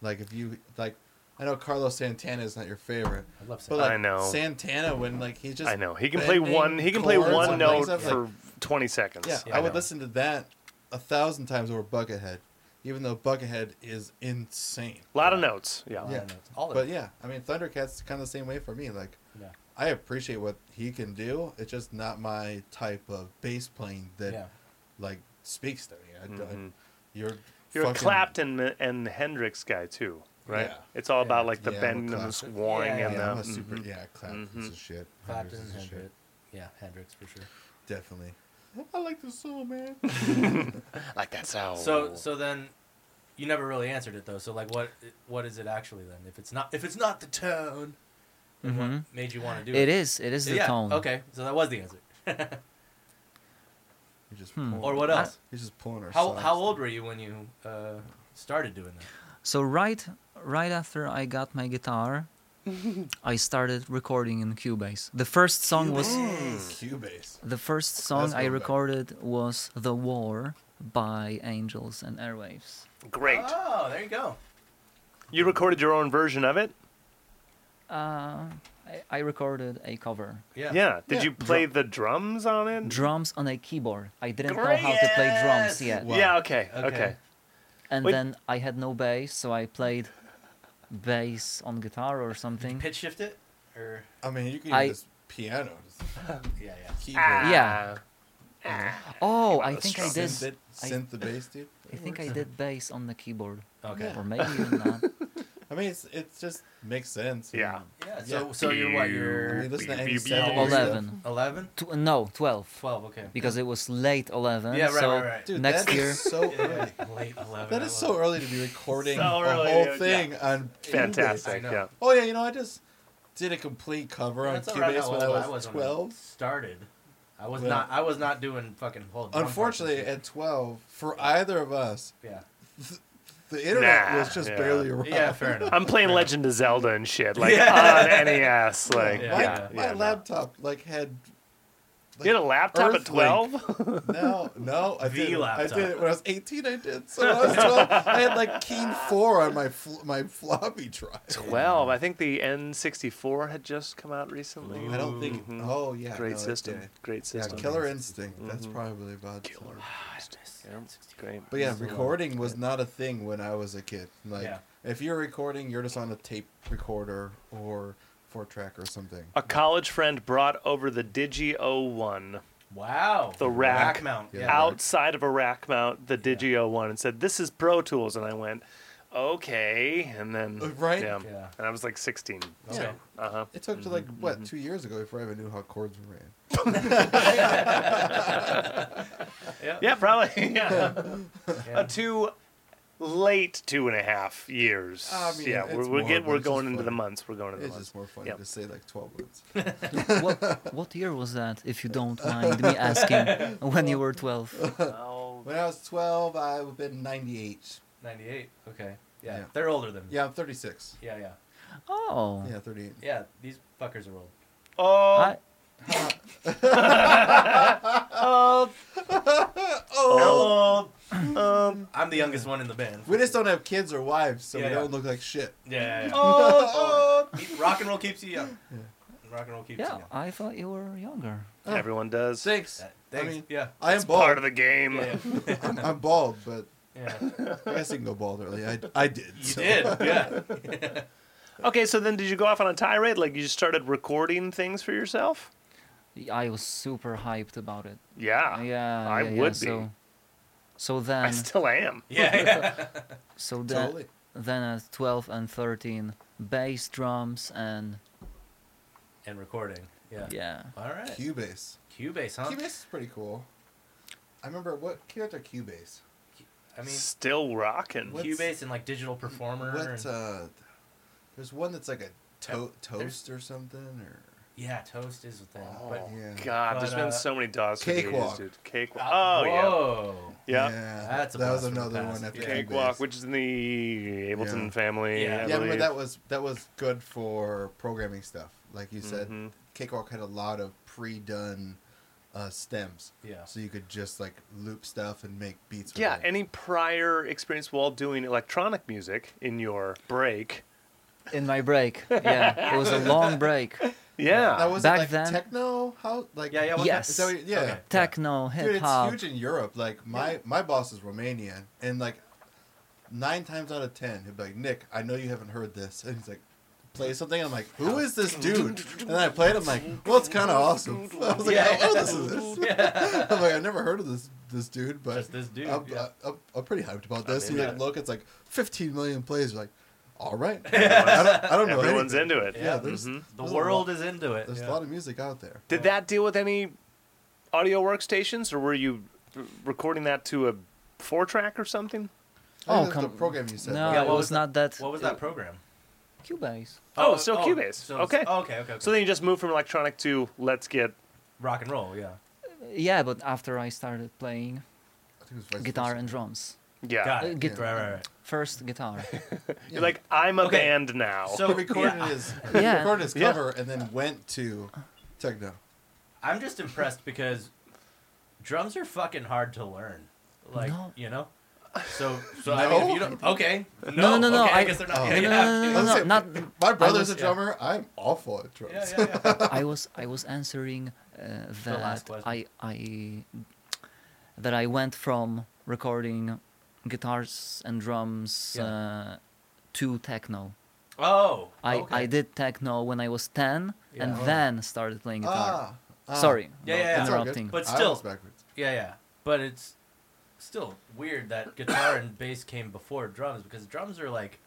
[SPEAKER 3] Like if you like, I know Carlos Santana is not your favorite,
[SPEAKER 1] I love
[SPEAKER 3] but
[SPEAKER 1] saying
[SPEAKER 3] like
[SPEAKER 2] I know.
[SPEAKER 3] Santana when like he just
[SPEAKER 2] I know. He can play
[SPEAKER 3] bending
[SPEAKER 2] one. He can play
[SPEAKER 3] chords
[SPEAKER 2] one
[SPEAKER 3] and
[SPEAKER 2] note
[SPEAKER 3] things like-
[SPEAKER 2] for 20 seconds.
[SPEAKER 3] yeah,
[SPEAKER 1] Yeah,
[SPEAKER 3] I
[SPEAKER 1] I
[SPEAKER 3] would
[SPEAKER 1] know.
[SPEAKER 3] listen to that a thousand times over Buckethead, even though Buckethead is insane.
[SPEAKER 2] A lot of notes. Yeah.
[SPEAKER 3] Yeah.
[SPEAKER 1] all of
[SPEAKER 3] But
[SPEAKER 1] it.
[SPEAKER 3] yeah, I mean Thundercats kind of the same way for me. Like
[SPEAKER 1] Yeah.
[SPEAKER 3] I appreciate what he can do. It's just not my type of bass playing that
[SPEAKER 1] Yeah.
[SPEAKER 3] like speaks to me. I, I-
[SPEAKER 2] Mhm.
[SPEAKER 3] you're
[SPEAKER 2] You're
[SPEAKER 3] fucking-
[SPEAKER 2] a Clapton m- and Hendrix guy too, right?
[SPEAKER 3] Yeah.
[SPEAKER 2] It's all about like the
[SPEAKER 3] Yeah, I'm a
[SPEAKER 2] bending and the
[SPEAKER 3] Clapton.
[SPEAKER 2] scoring
[SPEAKER 1] Yeah,
[SPEAKER 3] Yeah,
[SPEAKER 2] and
[SPEAKER 3] I'm
[SPEAKER 2] the.
[SPEAKER 3] a super.
[SPEAKER 2] mhm.
[SPEAKER 3] Yeah, Clapton's
[SPEAKER 2] Mhm.
[SPEAKER 3] a shit.
[SPEAKER 1] Clapton
[SPEAKER 3] Hendrix
[SPEAKER 1] and
[SPEAKER 3] is a shit.
[SPEAKER 1] Hendrix. Yeah, Hendrix for sure.
[SPEAKER 3] Definitely. I like the soul, man.
[SPEAKER 2] Like that
[SPEAKER 3] Oh.
[SPEAKER 2] sound.
[SPEAKER 1] So so then you never really answered it though. So like what what is it actually then? If it's not if it's not the tone, then what
[SPEAKER 4] Mhm.
[SPEAKER 1] made you want to do it?
[SPEAKER 4] It is. It is the
[SPEAKER 1] yeah,
[SPEAKER 4] tone.
[SPEAKER 1] Okay. So that was the answer.
[SPEAKER 3] You're just
[SPEAKER 4] Hmm.
[SPEAKER 3] pulling,
[SPEAKER 1] Or what else?
[SPEAKER 3] You're just pulling her.
[SPEAKER 1] How
[SPEAKER 3] socks.
[SPEAKER 1] how old were you when you uh, started doing that?
[SPEAKER 4] So right, right after I got my guitar, I started recording in Cubase. The first song was
[SPEAKER 3] Cubase.
[SPEAKER 4] the first song
[SPEAKER 3] Let's
[SPEAKER 4] I
[SPEAKER 3] go back.
[SPEAKER 4] recorded was "The War" by Angels and Airwaves.
[SPEAKER 2] great.
[SPEAKER 1] Oh, there you go.
[SPEAKER 2] You recorded your own version of it.
[SPEAKER 4] Uh, I, I recorded a cover.
[SPEAKER 1] Yeah.
[SPEAKER 2] Yeah. Did
[SPEAKER 3] Yeah.
[SPEAKER 2] you play the drums on it?
[SPEAKER 4] Drums on a keyboard. I didn't know how to play
[SPEAKER 2] Yes!
[SPEAKER 4] drums yet.
[SPEAKER 3] Wow.
[SPEAKER 2] Yeah. Okay.
[SPEAKER 1] Okay.
[SPEAKER 2] Okay.
[SPEAKER 4] And
[SPEAKER 2] Wait.
[SPEAKER 4] then I had no bass, so I played bass on guitar or something.
[SPEAKER 1] Pitch shift it or
[SPEAKER 3] I mean, you can
[SPEAKER 4] I- Ah.
[SPEAKER 3] use this piano. Just
[SPEAKER 1] yeah, yeah.
[SPEAKER 3] keyboard.
[SPEAKER 4] Yeah. Oh, I think I did.
[SPEAKER 3] Synth, it,
[SPEAKER 4] I-
[SPEAKER 3] synth the bass, dude.
[SPEAKER 4] I think I did bass on the keyboard,
[SPEAKER 1] Okay.
[SPEAKER 4] or maybe even not.
[SPEAKER 3] I mean, it's it just makes sense.
[SPEAKER 2] Yeah.
[SPEAKER 1] Yeah. So
[SPEAKER 3] Yeah.
[SPEAKER 1] so you're what?
[SPEAKER 3] I mean,
[SPEAKER 1] You're
[SPEAKER 3] listen to
[SPEAKER 2] Beep,
[SPEAKER 3] any
[SPEAKER 2] beep,
[SPEAKER 3] seventies
[SPEAKER 2] beep.
[SPEAKER 3] stuff.
[SPEAKER 4] 11.
[SPEAKER 1] eleven.
[SPEAKER 4] Tw- no, 12.
[SPEAKER 1] 12, okay.
[SPEAKER 4] Because it was late 11.
[SPEAKER 1] Yeah, right,
[SPEAKER 4] so
[SPEAKER 1] right, right.
[SPEAKER 3] Dude,
[SPEAKER 4] Next
[SPEAKER 3] that is
[SPEAKER 4] year-
[SPEAKER 3] so
[SPEAKER 1] Yeah,
[SPEAKER 3] early.
[SPEAKER 1] late 11.
[SPEAKER 3] That is so early to be recording
[SPEAKER 2] So
[SPEAKER 3] a
[SPEAKER 2] early,
[SPEAKER 3] whole
[SPEAKER 2] yeah.
[SPEAKER 3] thing on Cubase.
[SPEAKER 2] Fantastic.
[SPEAKER 1] I know.
[SPEAKER 2] Yeah.
[SPEAKER 3] Oh yeah, you know I just did a complete cover on
[SPEAKER 1] That's
[SPEAKER 3] Cubase
[SPEAKER 1] all right, how
[SPEAKER 3] when
[SPEAKER 1] old
[SPEAKER 3] I was
[SPEAKER 1] was when
[SPEAKER 3] twelve.
[SPEAKER 1] I started. I was
[SPEAKER 3] Well-
[SPEAKER 1] not I was not doing fucking whole drum
[SPEAKER 3] Unfortunately,
[SPEAKER 1] parts and
[SPEAKER 3] at twelve, for either of us,
[SPEAKER 1] shit. yeah.
[SPEAKER 3] the internet
[SPEAKER 2] Nah,
[SPEAKER 3] was just
[SPEAKER 2] yeah.
[SPEAKER 3] barely around.
[SPEAKER 1] Yeah, fair enough.
[SPEAKER 2] I'm playing Legend of Zelda and shit, like
[SPEAKER 1] Yeah.
[SPEAKER 2] on NES, like
[SPEAKER 1] Yeah.
[SPEAKER 3] my
[SPEAKER 2] yeah,
[SPEAKER 3] my
[SPEAKER 2] yeah, no.
[SPEAKER 3] laptop like had
[SPEAKER 2] You had a laptop at
[SPEAKER 3] Earthlink.
[SPEAKER 2] 12?
[SPEAKER 3] No, no, I
[SPEAKER 1] The
[SPEAKER 3] did. I
[SPEAKER 1] laptop.
[SPEAKER 3] did it when I was 18. I did. So when I was 12, I had like Keen 4 on my fl- my floppy drive.
[SPEAKER 2] 12. I think the N64 had just come out recently.
[SPEAKER 3] I don't think. Oh yeah,
[SPEAKER 2] Mm-hmm. Great
[SPEAKER 3] no, it
[SPEAKER 2] system.
[SPEAKER 3] did.
[SPEAKER 2] Great
[SPEAKER 3] Yeah,
[SPEAKER 2] system. Mm-hmm.
[SPEAKER 3] Killer Instinct. That's probably about killer.
[SPEAKER 2] Yeah, Great.
[SPEAKER 3] But yeah, recording was not a thing when I was a kid. Like
[SPEAKER 1] Yeah.
[SPEAKER 3] if you're recording, you're just on a tape recorder or four track or something.
[SPEAKER 2] A college friend brought over the Digi 01
[SPEAKER 1] Wow.
[SPEAKER 2] The rack.
[SPEAKER 1] mount. Yeah.
[SPEAKER 3] Yeah.
[SPEAKER 2] outside of a rack mount, the Digi 01, and said, This is Pro Tools. And I went, Okay. And then.
[SPEAKER 3] Uh, right?
[SPEAKER 2] Yeah.
[SPEAKER 1] Yeah.
[SPEAKER 2] And I was like 16.
[SPEAKER 1] Okay.
[SPEAKER 3] Yeah.
[SPEAKER 2] Uh huh.
[SPEAKER 3] It took to like what two years ago before I even knew how chords were ran.
[SPEAKER 1] Yeah.
[SPEAKER 2] Yeah, probably. Yeah.
[SPEAKER 1] Yeah.
[SPEAKER 2] uh, two late two and a half years.
[SPEAKER 3] I mean,
[SPEAKER 2] yeah,
[SPEAKER 3] it's
[SPEAKER 2] we're we're,
[SPEAKER 3] more, but
[SPEAKER 2] get, we're
[SPEAKER 3] it's just
[SPEAKER 2] going into the
[SPEAKER 3] funny.
[SPEAKER 2] months. We're going into the
[SPEAKER 3] It's
[SPEAKER 2] months.
[SPEAKER 3] just more funny
[SPEAKER 2] Yep.
[SPEAKER 3] to say like twelve months.
[SPEAKER 4] what, what year was that, if you don't mind me asking, when you were 12?
[SPEAKER 2] Oh,
[SPEAKER 3] when I was twelve, I would have been ninety-eight.
[SPEAKER 1] 98. Okay. Yeah.
[SPEAKER 3] Yeah.
[SPEAKER 1] They're older than me.
[SPEAKER 3] Yeah, I'm thirty-six.
[SPEAKER 1] Yeah, yeah. Uh-huh.
[SPEAKER 4] Oh.
[SPEAKER 3] Yeah, thirty-eight.
[SPEAKER 1] Yeah, these fuckers are old.
[SPEAKER 2] oh,
[SPEAKER 4] I,
[SPEAKER 2] oh,
[SPEAKER 1] I'm the youngest one in the band.
[SPEAKER 3] We just don't have kids or wives, so
[SPEAKER 1] Yeah,
[SPEAKER 3] we
[SPEAKER 1] yeah.
[SPEAKER 3] don't look like shit.
[SPEAKER 1] Yeah, yeah, yeah.
[SPEAKER 2] oh,
[SPEAKER 1] Rock and roll keeps you young. Rock and roll keeps you
[SPEAKER 4] yeah,
[SPEAKER 1] young.
[SPEAKER 4] I thought you were younger.
[SPEAKER 2] Everyone does.
[SPEAKER 3] Thanks.
[SPEAKER 1] That- thanks.
[SPEAKER 3] mean-
[SPEAKER 1] yeah.
[SPEAKER 3] I am
[SPEAKER 2] It's
[SPEAKER 3] bald.
[SPEAKER 2] part of the game.
[SPEAKER 1] Yeah, yeah.
[SPEAKER 3] I'm bald, but
[SPEAKER 1] yeah.
[SPEAKER 3] I guess you can go bald early. I, I did.
[SPEAKER 1] You
[SPEAKER 3] so.
[SPEAKER 1] did. Yeah.
[SPEAKER 2] Okay, so then did you go off on a tirade? Like you just started recording things for yourself?
[SPEAKER 4] I was super hyped about it.
[SPEAKER 2] Yeah.
[SPEAKER 4] yeah,
[SPEAKER 2] I
[SPEAKER 4] yeah, yeah,
[SPEAKER 2] would be.
[SPEAKER 4] So, so
[SPEAKER 2] I
[SPEAKER 4] then,
[SPEAKER 2] still am.
[SPEAKER 1] Yeah, yeah.
[SPEAKER 4] so then,
[SPEAKER 3] Totally.
[SPEAKER 4] then at 12 and 13, bass drums and
[SPEAKER 1] And recording. Yeah.
[SPEAKER 4] yeah.
[SPEAKER 1] All right.
[SPEAKER 3] Cubase.
[SPEAKER 1] Cubase, huh?
[SPEAKER 3] Cubase is pretty cool. I remember what came after Cubase.
[SPEAKER 1] I mean,
[SPEAKER 2] still rocking.
[SPEAKER 3] What's-
[SPEAKER 1] Cubase and like digital performer.
[SPEAKER 3] What?
[SPEAKER 1] and-
[SPEAKER 3] Uh, there's one that's like a to-
[SPEAKER 1] there's-
[SPEAKER 3] toast or something, or
[SPEAKER 1] yeah, Toast is a thing. but,
[SPEAKER 2] Oh,
[SPEAKER 3] yeah.
[SPEAKER 2] God, there's
[SPEAKER 1] But, uh,
[SPEAKER 2] been so many DOS
[SPEAKER 3] Cakewalk. Uh,
[SPEAKER 2] videos, dude. Cakewalk. Oh, yeah.
[SPEAKER 1] Whoa.
[SPEAKER 2] Yeah.
[SPEAKER 1] That's a
[SPEAKER 3] that was
[SPEAKER 1] blast from the
[SPEAKER 3] another
[SPEAKER 1] past.
[SPEAKER 3] one after
[SPEAKER 1] Yeah.
[SPEAKER 2] Cakewalk,
[SPEAKER 3] Cubase.
[SPEAKER 2] which is in the Ableton
[SPEAKER 3] Yeah.
[SPEAKER 1] Yeah. Yeah, I
[SPEAKER 2] family. I
[SPEAKER 3] yeah, I remember
[SPEAKER 2] believe.
[SPEAKER 3] that was that was good for programming stuff. Like you said,
[SPEAKER 1] Mm-hmm.
[SPEAKER 2] Mhm.
[SPEAKER 3] Cakewalk had a lot of pre-done uh, stems,
[SPEAKER 1] Yeah.
[SPEAKER 3] so you could just like loop stuff and make beats. with
[SPEAKER 2] Yeah,
[SPEAKER 3] it.
[SPEAKER 2] any prior experience while doing electronic music in your break?
[SPEAKER 4] In my break, yeah, it was a long break.
[SPEAKER 2] Yeah.
[SPEAKER 3] Now was
[SPEAKER 4] Back
[SPEAKER 3] it like
[SPEAKER 4] then-
[SPEAKER 3] techno? How like
[SPEAKER 1] Yeah, yeah. what-
[SPEAKER 4] Yes.
[SPEAKER 3] Is that what you- yeah.
[SPEAKER 1] Okay.
[SPEAKER 4] Techno,
[SPEAKER 3] Dude,
[SPEAKER 4] hip
[SPEAKER 3] it's
[SPEAKER 4] hop.
[SPEAKER 3] huge in Europe. Like my my boss is Romanian, and like nine times out of ten, he'd be like, "Nick, I know you haven't heard this," and he's like, "Play something." I'm like, "Who is this dude?" And I played. I'm like, "Well, it's kind of awesome." I was like,
[SPEAKER 1] Yeah.
[SPEAKER 3] "Oh, this is this."
[SPEAKER 1] Yeah.
[SPEAKER 3] I'm like, "I've never heard of this this dude, but
[SPEAKER 1] Just this dude,
[SPEAKER 3] I'm,
[SPEAKER 1] yeah.
[SPEAKER 3] I'm, I'm pretty hyped about this."
[SPEAKER 2] in
[SPEAKER 3] you
[SPEAKER 2] it.
[SPEAKER 3] like look, it's like 15 million plays. You're like, "All right, I don't, I don't know."
[SPEAKER 2] Everyone's
[SPEAKER 3] anything.
[SPEAKER 2] into it.
[SPEAKER 3] Yeah, there's
[SPEAKER 2] Mhm.
[SPEAKER 1] Mm-hmm. The
[SPEAKER 3] there's a
[SPEAKER 1] world
[SPEAKER 3] lot-
[SPEAKER 1] is into it.
[SPEAKER 3] There's
[SPEAKER 1] yeah.
[SPEAKER 3] a lot of music out there.
[SPEAKER 2] Did that deal with any audio workstations, or were you r- recording that to a four track or something?
[SPEAKER 3] I think
[SPEAKER 4] Oh,
[SPEAKER 3] that's the
[SPEAKER 4] come-
[SPEAKER 3] program you said.
[SPEAKER 4] No,
[SPEAKER 1] Yeah,
[SPEAKER 4] it
[SPEAKER 1] what
[SPEAKER 4] was,
[SPEAKER 1] was that-
[SPEAKER 4] not that.
[SPEAKER 1] What was that program?
[SPEAKER 4] Cubase.
[SPEAKER 2] Oh, still Cubase.
[SPEAKER 1] so it's-
[SPEAKER 2] Okay.
[SPEAKER 1] oh, okay, okay. okay.
[SPEAKER 2] So then you just moved from electronic to let's get.
[SPEAKER 1] rock and roll, yeah.
[SPEAKER 4] Yeah, but after I started playing
[SPEAKER 3] I think it was vice
[SPEAKER 4] guitar
[SPEAKER 3] versa.
[SPEAKER 4] and drums,
[SPEAKER 2] Yeah.
[SPEAKER 1] Got
[SPEAKER 4] Uh,
[SPEAKER 1] it.
[SPEAKER 4] git-
[SPEAKER 1] Right, right, right.
[SPEAKER 4] first guitar.
[SPEAKER 3] Yeah.
[SPEAKER 2] You're like, I'm a
[SPEAKER 1] Okay.
[SPEAKER 2] band now.
[SPEAKER 4] Oh.
[SPEAKER 1] So-
[SPEAKER 3] he recorded
[SPEAKER 1] yeah.
[SPEAKER 3] his he
[SPEAKER 4] Yeah.
[SPEAKER 3] recorded his
[SPEAKER 2] Yeah.
[SPEAKER 3] cover and then went to techno.
[SPEAKER 1] I'm just impressed because drums are fucking hard to learn. Like,
[SPEAKER 4] No.
[SPEAKER 1] you know? So, so I mean, if
[SPEAKER 3] No.
[SPEAKER 1] you don't, okay. No,
[SPEAKER 4] No, no, no,
[SPEAKER 1] Okay, I,
[SPEAKER 4] I-
[SPEAKER 1] guess they're not.
[SPEAKER 3] Oh.
[SPEAKER 1] Yeah,
[SPEAKER 4] no,
[SPEAKER 1] yeah.
[SPEAKER 4] no, no, no,
[SPEAKER 3] Let's
[SPEAKER 4] no,
[SPEAKER 3] say-
[SPEAKER 4] not.
[SPEAKER 3] My brother's
[SPEAKER 1] was-
[SPEAKER 3] a drummer. I'm awful at drums.
[SPEAKER 1] Yeah, yeah, yeah.
[SPEAKER 4] I was I was answering uh,
[SPEAKER 1] last
[SPEAKER 4] that
[SPEAKER 1] question.
[SPEAKER 4] I I that I went from recording guitars and drums
[SPEAKER 1] Yeah.
[SPEAKER 4] uh, to techno.
[SPEAKER 1] Oh,
[SPEAKER 4] I,
[SPEAKER 1] okay.
[SPEAKER 4] I did techno when I was ten, and
[SPEAKER 1] Yeah. Oh.
[SPEAKER 4] then started playing guitar.
[SPEAKER 3] Ah, ah.
[SPEAKER 4] Sorry,
[SPEAKER 1] Yeah,
[SPEAKER 4] no,
[SPEAKER 1] yeah, yeah. It's all
[SPEAKER 3] good.
[SPEAKER 4] interrupting.
[SPEAKER 1] But
[SPEAKER 3] I
[SPEAKER 1] still-
[SPEAKER 3] was backwards.
[SPEAKER 1] Yeah, yeah. But it's still weird that guitar and bass came before drums because drums are like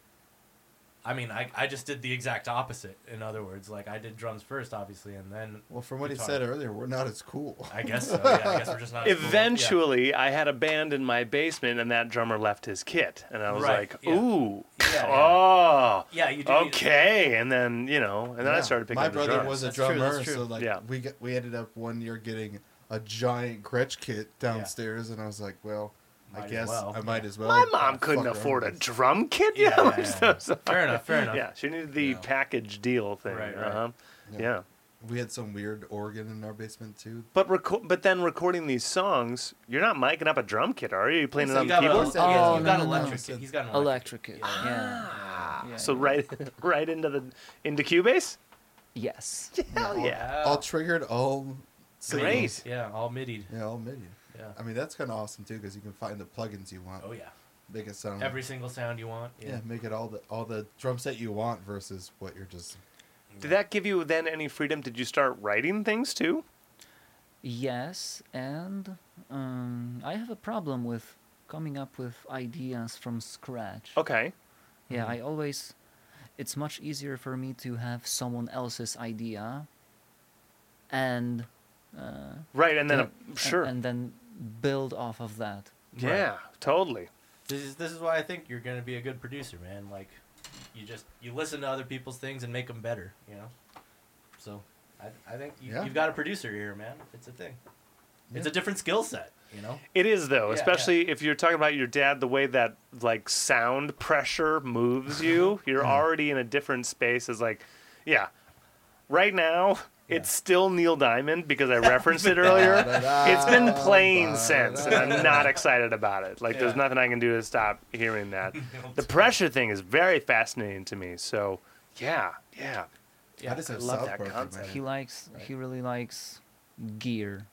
[SPEAKER 1] I mean, I, I just did the exact opposite. In other words, like I did drums first, obviously, and then
[SPEAKER 3] Well, from what
[SPEAKER 1] Guitar.
[SPEAKER 3] he said earlier, we're not as cool.
[SPEAKER 1] I guess so. Yeah, I guess we're just not. as cool. Yeah.
[SPEAKER 2] Eventually, I had a band in my basement, and that drummer left his kit, and I was
[SPEAKER 1] Right,
[SPEAKER 2] like,
[SPEAKER 1] yeah.
[SPEAKER 2] "Ooh,
[SPEAKER 1] Yeah,
[SPEAKER 2] oh,
[SPEAKER 1] Yeah, you do. need-
[SPEAKER 2] okay." And then you know, and then I
[SPEAKER 3] Yeah.
[SPEAKER 2] started picking
[SPEAKER 3] My
[SPEAKER 2] up the
[SPEAKER 3] brother
[SPEAKER 2] drums.
[SPEAKER 3] was a
[SPEAKER 1] That's true, that's
[SPEAKER 3] drummer,
[SPEAKER 1] true.
[SPEAKER 3] so like
[SPEAKER 2] Yeah.
[SPEAKER 3] we get, we ended up one year getting a giant Gretsch kit downstairs, and I was like, well,
[SPEAKER 1] Might
[SPEAKER 3] I
[SPEAKER 1] as
[SPEAKER 3] guess
[SPEAKER 1] well.
[SPEAKER 3] I might as well.
[SPEAKER 2] My mom couldn't
[SPEAKER 3] fuck
[SPEAKER 2] afford a
[SPEAKER 3] around with this.
[SPEAKER 2] drum kit.
[SPEAKER 1] Yeah,
[SPEAKER 2] Yeah,
[SPEAKER 1] yeah, yeah. fair enough. Fair enough.
[SPEAKER 2] yeah. She needed the
[SPEAKER 1] Yeah.
[SPEAKER 2] package deal thing.
[SPEAKER 1] Right, right.
[SPEAKER 2] Uh-huh. Yeah.
[SPEAKER 3] Yeah. we had some weird organ in our basement too.
[SPEAKER 2] But reco- but then recording these songs, you're not miking up a drum kit, are you? You're playing it
[SPEAKER 1] He's
[SPEAKER 2] on the
[SPEAKER 1] got, a,
[SPEAKER 2] keyboard.
[SPEAKER 1] he's
[SPEAKER 4] Oh,
[SPEAKER 1] got
[SPEAKER 4] no,
[SPEAKER 1] an
[SPEAKER 4] no, no.
[SPEAKER 1] electric. kit. He's got an electric.
[SPEAKER 4] Electric. Yeah. yeah.
[SPEAKER 3] Ah.
[SPEAKER 4] yeah,
[SPEAKER 2] So
[SPEAKER 4] yeah.
[SPEAKER 2] right right into the into Cubase.
[SPEAKER 4] Yes.
[SPEAKER 2] Hell Oh, yeah.
[SPEAKER 1] Oh.
[SPEAKER 3] All triggered, all
[SPEAKER 1] MIDI.
[SPEAKER 2] Great.
[SPEAKER 1] Yeah, all midied.
[SPEAKER 3] yeah, all MIDI.
[SPEAKER 1] Yeah.
[SPEAKER 3] I mean, that's kind of awesome too because you can find the plugins you want.
[SPEAKER 1] Oh yeah.
[SPEAKER 3] Make it sound
[SPEAKER 1] Every single sound you want.
[SPEAKER 3] yeah, make it all the all the drum set you want versus what you're just.
[SPEAKER 2] Did that give you then any freedom? Did you start writing things too?
[SPEAKER 4] Yes, and um, I have a problem with coming up with ideas from scratch.
[SPEAKER 2] Okay.
[SPEAKER 4] Yeah, I always. It's much easier for me to have someone else's idea, and
[SPEAKER 2] Right, and then
[SPEAKER 4] Yeah,
[SPEAKER 2] a, sure.
[SPEAKER 4] and, and then build off of that.
[SPEAKER 2] yeah, totally.
[SPEAKER 1] This is this is why I think you're gonna be a good producer, man. Like, you just you listen to other people's things and make them better. You know. So, I, I think you,
[SPEAKER 3] Yeah.
[SPEAKER 1] you've got a producer ear, man. It's a thing. It's
[SPEAKER 3] Yeah.
[SPEAKER 1] a different skill set. You know.
[SPEAKER 2] It is though,
[SPEAKER 1] Yeah,
[SPEAKER 2] especially if you're talking about your dad, the way that like sound pressure moves you, you're
[SPEAKER 1] Hmm.
[SPEAKER 2] already in a different space as like, yeah. Right now,
[SPEAKER 1] Yeah.
[SPEAKER 2] it's still Neil Diamond because I referenced it earlier. Oh, It's been playing since and I'm not excited about it. Like there's
[SPEAKER 1] Yeah.
[SPEAKER 2] nothing I can do to stop hearing that. The pressure thing is very fascinating to me. So, yeah. Yeah.
[SPEAKER 1] Yeah.
[SPEAKER 3] I just have
[SPEAKER 2] love
[SPEAKER 3] South
[SPEAKER 2] that
[SPEAKER 3] Park in my
[SPEAKER 2] concept.
[SPEAKER 3] head.
[SPEAKER 4] He likes. He really likes gear.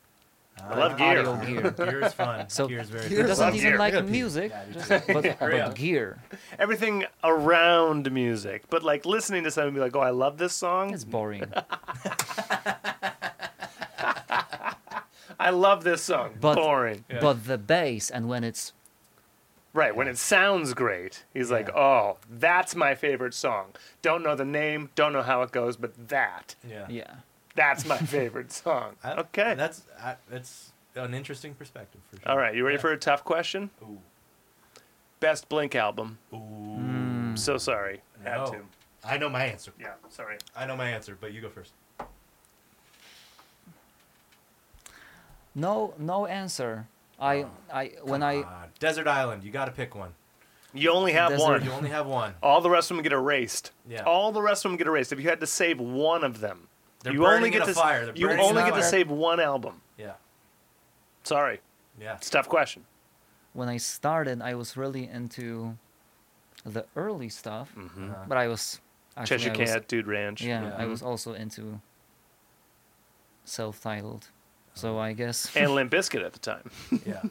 [SPEAKER 2] I love gear.
[SPEAKER 4] Audio gear.
[SPEAKER 1] Uh-huh. Gear is fun.
[SPEAKER 4] So
[SPEAKER 1] gear is very.
[SPEAKER 4] he
[SPEAKER 3] Gear.
[SPEAKER 4] doesn't
[SPEAKER 2] Love
[SPEAKER 4] even
[SPEAKER 2] gear.
[SPEAKER 4] like
[SPEAKER 3] Yeah, Pete.
[SPEAKER 4] music,
[SPEAKER 1] Yeah, I do
[SPEAKER 4] just-
[SPEAKER 1] too.
[SPEAKER 4] but,
[SPEAKER 1] Yeah. Yeah.
[SPEAKER 4] but gear.
[SPEAKER 2] everything around music, but like listening to something and be like, oh, I love this song.
[SPEAKER 4] It's boring.
[SPEAKER 2] I love this song.
[SPEAKER 4] But-
[SPEAKER 2] Boring.
[SPEAKER 1] Yeah.
[SPEAKER 4] But the bass and when it's
[SPEAKER 2] Right. When it sounds great, he's like, oh, that's my favorite song. Don't know the name, don't know how it goes, but that,
[SPEAKER 1] Yeah.
[SPEAKER 4] yeah.
[SPEAKER 2] that's my favorite song.
[SPEAKER 1] I-
[SPEAKER 2] okay.
[SPEAKER 1] That's I, that's an interesting perspective for sure.
[SPEAKER 2] All right. You ready for a tough question?
[SPEAKER 1] Ooh.
[SPEAKER 2] Best Blink album.
[SPEAKER 1] Ooh.
[SPEAKER 4] Hmm.
[SPEAKER 2] I'm so sorry. Had
[SPEAKER 1] No.
[SPEAKER 2] to.
[SPEAKER 1] I know my answer.
[SPEAKER 2] Yeah, sorry.
[SPEAKER 1] I know my answer, but you go first.
[SPEAKER 4] No, no answer. I, I when I
[SPEAKER 1] Uh, Desert Island. You got to pick one.
[SPEAKER 2] You only have
[SPEAKER 4] Desert-
[SPEAKER 2] one.
[SPEAKER 1] You only have one.
[SPEAKER 2] All the rest of them get erased.
[SPEAKER 1] Yeah.
[SPEAKER 2] All the rest of them get erased. If you had to save one of them,
[SPEAKER 1] They're
[SPEAKER 2] you
[SPEAKER 1] burning
[SPEAKER 2] only
[SPEAKER 1] in
[SPEAKER 2] get
[SPEAKER 1] a
[SPEAKER 2] to s-
[SPEAKER 1] fire. They're
[SPEAKER 2] you
[SPEAKER 1] burning in
[SPEAKER 2] only
[SPEAKER 1] a
[SPEAKER 2] get to
[SPEAKER 1] fire.
[SPEAKER 2] save one album.
[SPEAKER 1] Yeah.
[SPEAKER 2] Sorry,
[SPEAKER 1] Yeah.
[SPEAKER 2] it's a tough question.
[SPEAKER 4] when I started, I was really into the early stuff, uh,
[SPEAKER 1] Uh-huh.
[SPEAKER 4] but I was actually
[SPEAKER 2] Mm-hmm. Cheshire
[SPEAKER 4] I was-
[SPEAKER 2] Cat, Mm-hmm. Dude Ranch.
[SPEAKER 4] yeah,
[SPEAKER 1] Yeah.
[SPEAKER 4] I was also into self-titled. So I guess
[SPEAKER 2] Oh. and Limp Bizkit at the time.
[SPEAKER 1] Yeah.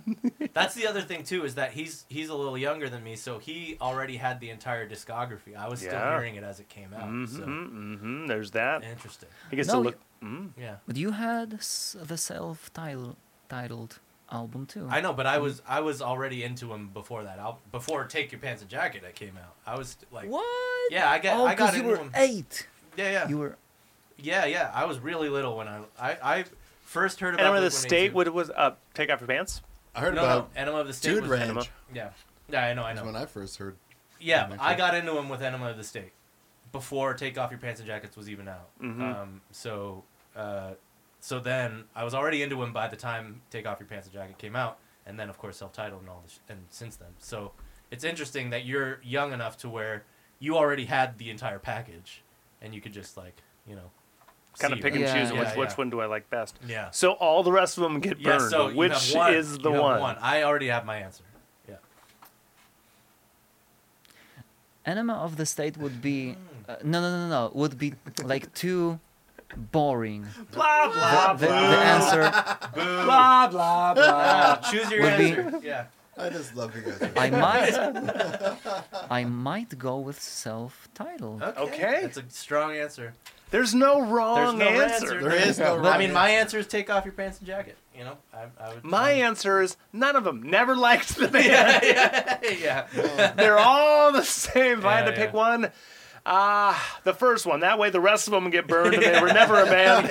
[SPEAKER 1] That's the other thing too is that he's he's a little younger than me, so he already had the entire discography. I was still
[SPEAKER 2] Yeah.
[SPEAKER 1] hearing it as it came out.
[SPEAKER 2] hmm
[SPEAKER 4] Mm-hmm.
[SPEAKER 1] So
[SPEAKER 2] hmm There's that.
[SPEAKER 1] interesting.
[SPEAKER 2] He gets
[SPEAKER 4] No,
[SPEAKER 2] to look. Mm.
[SPEAKER 1] Yeah.
[SPEAKER 4] but you had s- the self-titled album too.
[SPEAKER 1] I know, but I was I was already into him before that album. Before Take Your Pants and Jacket that came out, I was like,
[SPEAKER 4] What?
[SPEAKER 1] Yeah, I got
[SPEAKER 4] Oh,
[SPEAKER 1] I got
[SPEAKER 4] you
[SPEAKER 1] into
[SPEAKER 4] were
[SPEAKER 1] him.
[SPEAKER 4] eight.
[SPEAKER 1] Yeah, yeah,
[SPEAKER 4] You were
[SPEAKER 1] yeah, yeah. I was really little when I I, I first heard
[SPEAKER 2] And
[SPEAKER 1] about.
[SPEAKER 2] remember the
[SPEAKER 1] Blink
[SPEAKER 2] state
[SPEAKER 1] 182.
[SPEAKER 2] what it was uh, take off your pants.
[SPEAKER 3] I heard
[SPEAKER 1] no, no,
[SPEAKER 3] about
[SPEAKER 1] Enema of the State.
[SPEAKER 3] Dude
[SPEAKER 1] was,
[SPEAKER 3] Ranch.
[SPEAKER 2] Enema.
[SPEAKER 3] is
[SPEAKER 1] Yeah, yeah, I know, I know.
[SPEAKER 3] when I first heard.
[SPEAKER 1] Yeah,
[SPEAKER 3] Enema
[SPEAKER 1] I
[SPEAKER 3] Club.
[SPEAKER 1] got into him with Enema of the State before Take Off Your Pants and Jackets was even out.
[SPEAKER 2] Mm-hmm.
[SPEAKER 1] Um, so, uh, so then I was already into him by the time Take Off Your Pants and Jacket came out, and then of course self-titled and all this, and since then. So it's interesting that you're young enough to where you already had the entire package, and you could just like you know,
[SPEAKER 2] Kind of
[SPEAKER 1] see,
[SPEAKER 2] pick
[SPEAKER 1] right?
[SPEAKER 2] and
[SPEAKER 4] Yeah,
[SPEAKER 2] choose which
[SPEAKER 1] yeah,
[SPEAKER 2] which
[SPEAKER 1] yeah.
[SPEAKER 2] one do I like best.
[SPEAKER 1] Yeah.
[SPEAKER 2] So all the rest of them get
[SPEAKER 1] Yeah,
[SPEAKER 2] burned.
[SPEAKER 1] so you
[SPEAKER 2] which
[SPEAKER 1] have one.
[SPEAKER 2] is the
[SPEAKER 1] You have
[SPEAKER 2] one?
[SPEAKER 1] I already have my answer. Yeah.
[SPEAKER 4] Enema of the State would
[SPEAKER 1] Mm.
[SPEAKER 4] be uh, no no no no would be like too boring.
[SPEAKER 2] Blah blah
[SPEAKER 4] The, the
[SPEAKER 2] blah.
[SPEAKER 4] answer
[SPEAKER 1] Blah blah blah. Choose your
[SPEAKER 4] Would be-
[SPEAKER 1] answer. Yeah.
[SPEAKER 3] I just love you guys.
[SPEAKER 4] I might I might go with self-titled.
[SPEAKER 1] Oh.
[SPEAKER 2] Okay.
[SPEAKER 1] That's a strong answer.
[SPEAKER 2] There's no wrong
[SPEAKER 1] no
[SPEAKER 2] answer.
[SPEAKER 1] answer.
[SPEAKER 3] There is no.
[SPEAKER 1] I
[SPEAKER 3] right
[SPEAKER 1] mean, my answer is take off your pants and jacket. You know, I, I would.
[SPEAKER 2] My
[SPEAKER 1] um,
[SPEAKER 2] answer is none of them. Never liked the band.
[SPEAKER 1] yeah.
[SPEAKER 2] They're all the same. If I had
[SPEAKER 1] Yeah,
[SPEAKER 2] to
[SPEAKER 1] yeah.
[SPEAKER 2] pick one, ah, the first one. That way, the rest of them get burned, and they were never a band.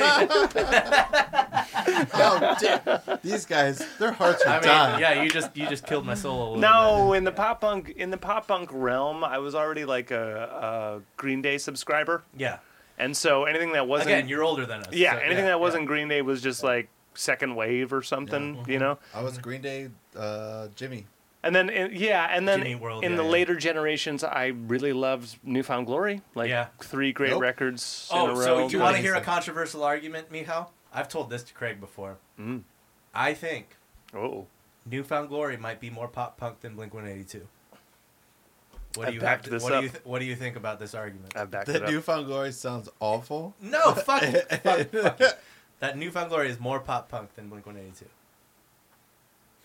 [SPEAKER 3] How dare- these guys, their hearts are
[SPEAKER 1] I mean,
[SPEAKER 3] dying.
[SPEAKER 1] yeah. You just you just killed my soul a little.
[SPEAKER 2] no, in the pop punk in the pop punk realm, I was already like a, a Green Day subscriber,
[SPEAKER 1] bit. Yeah.
[SPEAKER 2] and so anything that wasn't
[SPEAKER 1] Again, you're older than us.
[SPEAKER 2] yeah,
[SPEAKER 1] so,
[SPEAKER 2] anything
[SPEAKER 1] yeah, mm-hmm.
[SPEAKER 2] that wasn't Green Day was just like second wave or something, you know.
[SPEAKER 3] I was Green Day, uh, Jimmy.
[SPEAKER 2] And then, in, yeah, and then
[SPEAKER 1] Jimmy World,
[SPEAKER 2] in
[SPEAKER 1] yeah,
[SPEAKER 2] the
[SPEAKER 1] yeah.
[SPEAKER 2] later generations, I really loved Newfound Glory. Like
[SPEAKER 1] Yeah.
[SPEAKER 2] three great
[SPEAKER 3] Nope.
[SPEAKER 2] records in a
[SPEAKER 1] Oh,
[SPEAKER 2] row.
[SPEAKER 1] so you want to
[SPEAKER 2] Like,
[SPEAKER 1] hear a controversial argument, Michal? I've told this to Craig before.
[SPEAKER 3] Mm.
[SPEAKER 1] I think
[SPEAKER 2] Oh,
[SPEAKER 1] Newfound Glory might be more pop punk than Blink 182. What
[SPEAKER 2] I
[SPEAKER 1] do you have
[SPEAKER 2] backed
[SPEAKER 1] to,
[SPEAKER 2] this
[SPEAKER 1] what do you
[SPEAKER 2] up.
[SPEAKER 1] th- what do you think about this argument?
[SPEAKER 2] I've backed it
[SPEAKER 3] That
[SPEAKER 2] up.
[SPEAKER 3] newfound glory sounds awful.
[SPEAKER 1] no, fuck, it, fuck, fuck it. That Newfound Glory is more pop punk than Blink 182.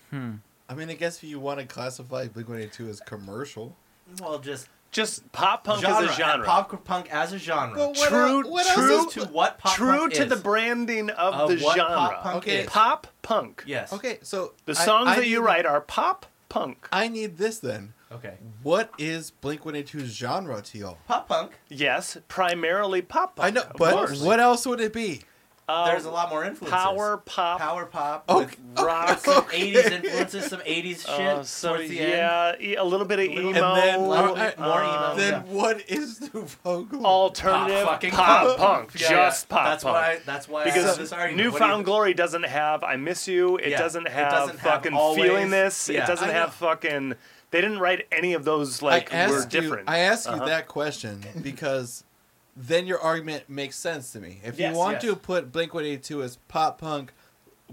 [SPEAKER 4] Hmm.
[SPEAKER 3] I mean, I guess if you want to classify Blink One Eight Two as commercial,
[SPEAKER 1] Well, just
[SPEAKER 2] Just pop punk
[SPEAKER 1] genre,
[SPEAKER 2] as a genre.
[SPEAKER 1] Pop punk as a genre.
[SPEAKER 3] But what
[SPEAKER 2] True-
[SPEAKER 3] el- what
[SPEAKER 2] true
[SPEAKER 3] else is
[SPEAKER 1] to what pop
[SPEAKER 2] True
[SPEAKER 1] punk
[SPEAKER 2] to
[SPEAKER 1] is.
[SPEAKER 2] the branding of,
[SPEAKER 1] Of
[SPEAKER 2] the
[SPEAKER 1] what
[SPEAKER 2] genre.
[SPEAKER 1] pop punk
[SPEAKER 3] Okay.
[SPEAKER 1] is.
[SPEAKER 2] Pop punk.
[SPEAKER 1] Yes.
[SPEAKER 3] Okay, so
[SPEAKER 2] The
[SPEAKER 3] I-
[SPEAKER 2] songs
[SPEAKER 3] I
[SPEAKER 2] that you
[SPEAKER 3] need-
[SPEAKER 2] write are pop punk.
[SPEAKER 3] I need this then.
[SPEAKER 1] Okay.
[SPEAKER 3] What is Blink 182's genre to y'all?
[SPEAKER 1] Pop punk.
[SPEAKER 2] yes, primarily pop punk.
[SPEAKER 3] I know,
[SPEAKER 2] of
[SPEAKER 3] but
[SPEAKER 2] course.
[SPEAKER 3] what else would it be?
[SPEAKER 2] Uh,
[SPEAKER 1] There's a lot more influences.
[SPEAKER 2] power pop,
[SPEAKER 1] Power pop.
[SPEAKER 3] Okay.
[SPEAKER 1] with
[SPEAKER 2] rock.
[SPEAKER 1] Some 80s influences, some 80s shit.
[SPEAKER 2] uh, so
[SPEAKER 1] towards the end.
[SPEAKER 2] yeah, e- a little bit of
[SPEAKER 1] A little-
[SPEAKER 2] emo,
[SPEAKER 1] And
[SPEAKER 3] then-
[SPEAKER 1] Little
[SPEAKER 3] I-
[SPEAKER 1] bit more emo.
[SPEAKER 3] then
[SPEAKER 1] yeah.
[SPEAKER 3] what is Newfound Glory?
[SPEAKER 2] alternative
[SPEAKER 1] Pop
[SPEAKER 2] pop,
[SPEAKER 1] fucking pop.
[SPEAKER 2] punk,
[SPEAKER 1] Yeah,
[SPEAKER 2] just
[SPEAKER 1] yeah.
[SPEAKER 2] pop
[SPEAKER 1] that's
[SPEAKER 2] punk.
[SPEAKER 1] Why I, that's why I have this
[SPEAKER 2] because
[SPEAKER 1] argument. What do you
[SPEAKER 2] Newfound Glory doesn't have "I Miss You." It
[SPEAKER 1] Yeah,
[SPEAKER 2] doesn't
[SPEAKER 1] it
[SPEAKER 2] have
[SPEAKER 1] doesn't have
[SPEAKER 2] fucking
[SPEAKER 1] Always.
[SPEAKER 2] feeling this.
[SPEAKER 1] Yeah,
[SPEAKER 2] it doesn't
[SPEAKER 3] I
[SPEAKER 2] have
[SPEAKER 3] know.
[SPEAKER 2] fucking. They didn't write any of those like
[SPEAKER 3] I
[SPEAKER 2] were
[SPEAKER 3] asked you,
[SPEAKER 2] different.
[SPEAKER 3] I ask you
[SPEAKER 2] Uh-huh.
[SPEAKER 3] that question because then your argument makes sense to me. If
[SPEAKER 1] Yes,
[SPEAKER 3] you want
[SPEAKER 1] yes.
[SPEAKER 3] to put Blink 182 as pop punk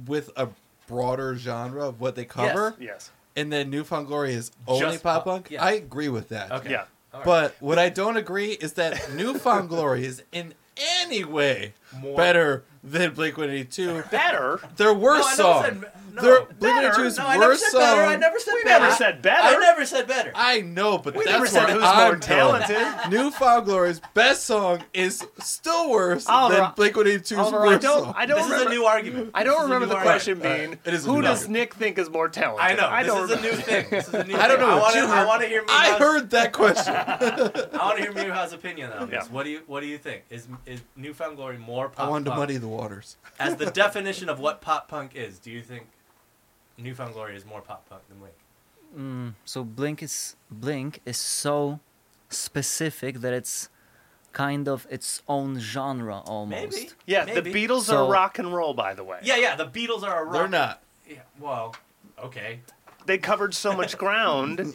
[SPEAKER 3] with a broader genre of what they cover,
[SPEAKER 2] Yes.
[SPEAKER 3] and then Newfound Glory is only
[SPEAKER 1] Just
[SPEAKER 3] pop
[SPEAKER 1] pop-
[SPEAKER 3] punk,
[SPEAKER 1] yeah.
[SPEAKER 3] I agree with that.
[SPEAKER 1] Okay.
[SPEAKER 2] Yeah.
[SPEAKER 1] All right.
[SPEAKER 3] But what I don't agree is that Newfound Glory is in any way
[SPEAKER 1] More-
[SPEAKER 3] better than Blink 182.
[SPEAKER 2] Better.
[SPEAKER 3] Their
[SPEAKER 1] No,
[SPEAKER 3] worst
[SPEAKER 1] I
[SPEAKER 3] song.
[SPEAKER 1] never said no,
[SPEAKER 3] Their Blink
[SPEAKER 1] better.
[SPEAKER 3] 182's
[SPEAKER 1] no, I never
[SPEAKER 3] worst
[SPEAKER 1] said
[SPEAKER 3] song.
[SPEAKER 1] better. I never said better.
[SPEAKER 2] never said better.
[SPEAKER 1] I never said better.
[SPEAKER 3] I know, but
[SPEAKER 2] We
[SPEAKER 3] that's
[SPEAKER 2] never said
[SPEAKER 3] where
[SPEAKER 2] who's
[SPEAKER 3] I'm
[SPEAKER 2] more talented.
[SPEAKER 3] Newfound Glory's best song is still worse
[SPEAKER 2] Oliver,
[SPEAKER 3] than Blink 182's
[SPEAKER 2] Oliver, I
[SPEAKER 3] worst
[SPEAKER 2] don't.
[SPEAKER 3] song.
[SPEAKER 2] I don't
[SPEAKER 1] This is
[SPEAKER 2] remember.
[SPEAKER 1] a new argument.
[SPEAKER 2] I
[SPEAKER 1] This
[SPEAKER 2] don't
[SPEAKER 1] is a
[SPEAKER 2] remember
[SPEAKER 1] new
[SPEAKER 2] the
[SPEAKER 1] argument.
[SPEAKER 2] question being
[SPEAKER 3] it is a
[SPEAKER 2] who
[SPEAKER 3] new
[SPEAKER 2] does
[SPEAKER 3] argument.
[SPEAKER 2] Nick think is more talented?
[SPEAKER 1] I know.
[SPEAKER 2] I
[SPEAKER 1] this is
[SPEAKER 2] don't
[SPEAKER 1] a new thing. This is a new
[SPEAKER 3] I don't
[SPEAKER 1] thing.
[SPEAKER 3] know what you
[SPEAKER 1] I
[SPEAKER 3] heard.
[SPEAKER 1] want to hear.
[SPEAKER 3] I
[SPEAKER 1] Mihaw's-
[SPEAKER 3] heard that question.
[SPEAKER 1] I want to hear Mihaw's opinion on this.
[SPEAKER 2] Yeah.
[SPEAKER 1] What do you What do you think? Is is Newfound Glory more pop
[SPEAKER 3] I wanted to
[SPEAKER 1] punk
[SPEAKER 3] muddy the waters.
[SPEAKER 1] as the definition of what pop punk is? Do you think Newfound Glory is more pop punk than Link?
[SPEAKER 4] Mm, so blink is blink is so specific that it's kind of its own genre almost.
[SPEAKER 1] Maybe.
[SPEAKER 2] Yeah,
[SPEAKER 1] Maybe.
[SPEAKER 2] the Beatles
[SPEAKER 4] So-
[SPEAKER 2] are rock and roll, by the way.
[SPEAKER 1] Yeah, yeah. The Beatles are a rock.
[SPEAKER 3] They're not.
[SPEAKER 1] Yeah, well, okay.
[SPEAKER 2] They covered so much ground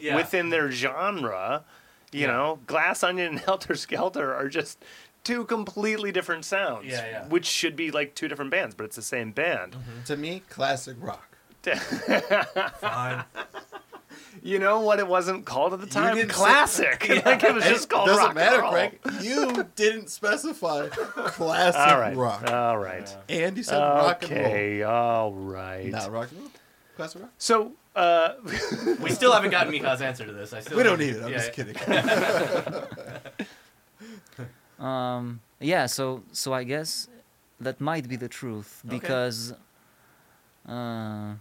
[SPEAKER 1] Yeah.
[SPEAKER 2] within their genre. You
[SPEAKER 1] Yeah.
[SPEAKER 2] know, Glass Onion and Helter Skelter are just two completely different sounds,
[SPEAKER 1] Yeah, yeah. Mm-hmm.
[SPEAKER 2] which should be like two different bands, but it's the same band.
[SPEAKER 3] To me, classic rock.
[SPEAKER 1] Fine.
[SPEAKER 2] You know what it wasn't called at the time?
[SPEAKER 3] didn't say-
[SPEAKER 2] Classic. like it was just called
[SPEAKER 3] Doesn't
[SPEAKER 2] rock and
[SPEAKER 3] matter,
[SPEAKER 2] roll.
[SPEAKER 3] Greg. You didn't specify classic
[SPEAKER 2] All right.
[SPEAKER 3] rock.
[SPEAKER 2] All right.
[SPEAKER 3] and you said rock and roll.
[SPEAKER 2] okay. All right.
[SPEAKER 3] Not rock and roll. Classic rock.
[SPEAKER 2] So, uh,
[SPEAKER 1] we still haven't gotten Mihaw's answer to this. I still
[SPEAKER 3] We don't need
[SPEAKER 1] haven't-
[SPEAKER 3] it. I'm
[SPEAKER 1] yeah,
[SPEAKER 3] just
[SPEAKER 1] yeah.
[SPEAKER 3] kidding.
[SPEAKER 4] Um, yeah, so so I guess that might be the truth
[SPEAKER 1] Okay.
[SPEAKER 4] because uh,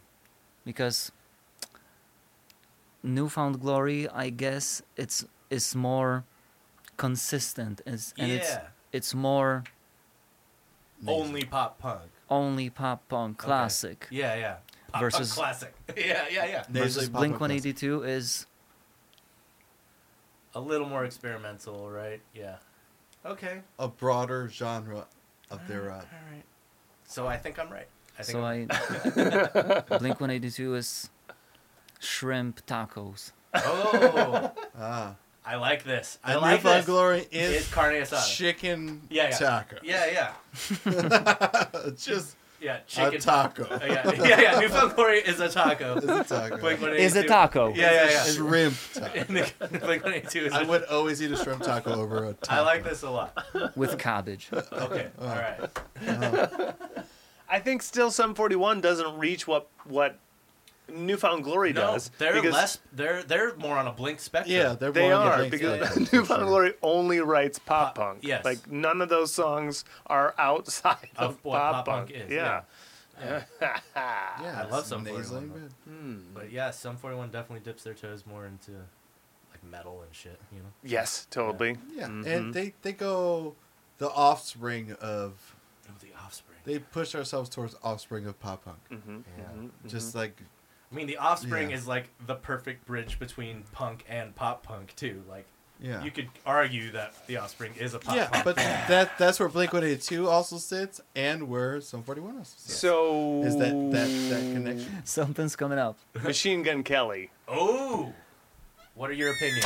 [SPEAKER 4] because newfound glory, I guess it's is more consistent is and it's
[SPEAKER 1] Yeah.
[SPEAKER 4] it's more
[SPEAKER 1] Only pop punk.
[SPEAKER 4] only pop punk
[SPEAKER 1] Okay.
[SPEAKER 4] classic
[SPEAKER 1] Yeah, yeah. Pop
[SPEAKER 4] Versus-
[SPEAKER 1] punk classic. Yeah, yeah, yeah.
[SPEAKER 3] Nasally
[SPEAKER 4] versus
[SPEAKER 3] pop
[SPEAKER 4] Blink
[SPEAKER 3] up
[SPEAKER 4] One Eighty Two is
[SPEAKER 1] A little more experimental, right? Yeah. Okay.
[SPEAKER 3] a broader genre of their uh,
[SPEAKER 1] All right. So I think I'm right. I think
[SPEAKER 4] so
[SPEAKER 1] I'm-
[SPEAKER 4] I Blink One Eighty Two is shrimp tacos.
[SPEAKER 1] Oh,
[SPEAKER 3] ah.
[SPEAKER 1] I like this. I
[SPEAKER 3] And
[SPEAKER 1] like
[SPEAKER 3] Newfound
[SPEAKER 1] this.
[SPEAKER 3] Glory is
[SPEAKER 1] It's carne asada.
[SPEAKER 3] chicken
[SPEAKER 1] Yeah, yeah.
[SPEAKER 3] taco.
[SPEAKER 1] Yeah, yeah,
[SPEAKER 3] just
[SPEAKER 1] yeah. Chicken
[SPEAKER 3] a taco.
[SPEAKER 1] Uh, yeah, yeah, yeah. Newfound Glory is a taco.
[SPEAKER 3] It's a taco.
[SPEAKER 1] Blink
[SPEAKER 4] Is a
[SPEAKER 1] 182
[SPEAKER 4] taco?
[SPEAKER 1] Yeah, yeah, yeah.
[SPEAKER 3] Shrimp taco.
[SPEAKER 1] Blink 182 is.
[SPEAKER 3] I
[SPEAKER 1] a-
[SPEAKER 3] would always eat a shrimp taco over a taco.
[SPEAKER 1] I like this a lot.
[SPEAKER 4] With cabbage.
[SPEAKER 1] Okay. All right.
[SPEAKER 2] I think still Sum 41 doesn't reach what what Newfound Glory
[SPEAKER 1] No,
[SPEAKER 2] does.
[SPEAKER 1] they're
[SPEAKER 2] because
[SPEAKER 1] less. They're they're more on a blink spectrum.
[SPEAKER 3] Yeah, they're
[SPEAKER 2] They
[SPEAKER 3] more on the
[SPEAKER 2] are
[SPEAKER 3] drink
[SPEAKER 2] because
[SPEAKER 3] side, for
[SPEAKER 2] Newfound
[SPEAKER 3] sure.
[SPEAKER 2] Glory only writes
[SPEAKER 1] Pop-
[SPEAKER 2] pop punk.
[SPEAKER 1] Uh, yes.
[SPEAKER 2] like none of those songs are outside
[SPEAKER 1] Of
[SPEAKER 2] of,
[SPEAKER 1] what
[SPEAKER 2] pop,
[SPEAKER 1] pop punk
[SPEAKER 2] punk.
[SPEAKER 1] is,
[SPEAKER 2] Yeah.
[SPEAKER 3] Yeah,
[SPEAKER 1] I love
[SPEAKER 3] it's
[SPEAKER 1] some
[SPEAKER 3] nasally
[SPEAKER 1] Forty One.
[SPEAKER 3] good.
[SPEAKER 1] But yeah, some 41 definitely dips their toes more into like metal and shit. You know.
[SPEAKER 2] Yes, totally.
[SPEAKER 3] Yeah,
[SPEAKER 2] Mm-hmm.
[SPEAKER 3] and they they go the offspring of
[SPEAKER 1] Oh, the Offspring.
[SPEAKER 3] they mm-hmm. push ourselves towards offspring of pop punk.
[SPEAKER 1] yeah.
[SPEAKER 2] Mm-hmm.
[SPEAKER 3] Just like
[SPEAKER 1] I mean, the Offspring
[SPEAKER 3] Yeah.
[SPEAKER 1] is like the perfect bridge between punk and pop punk too. Like
[SPEAKER 3] Yeah.
[SPEAKER 1] you could argue that The Offspring is a pop
[SPEAKER 3] yeah,
[SPEAKER 1] punk
[SPEAKER 3] but
[SPEAKER 1] band.
[SPEAKER 3] that that's where Blink One Eighty Two also sits, and where Sum Forty One also sits.
[SPEAKER 2] So
[SPEAKER 3] is that that that connection?
[SPEAKER 4] Something's coming up.
[SPEAKER 2] Machine Gun Kelly?
[SPEAKER 1] oh, what are your opinions?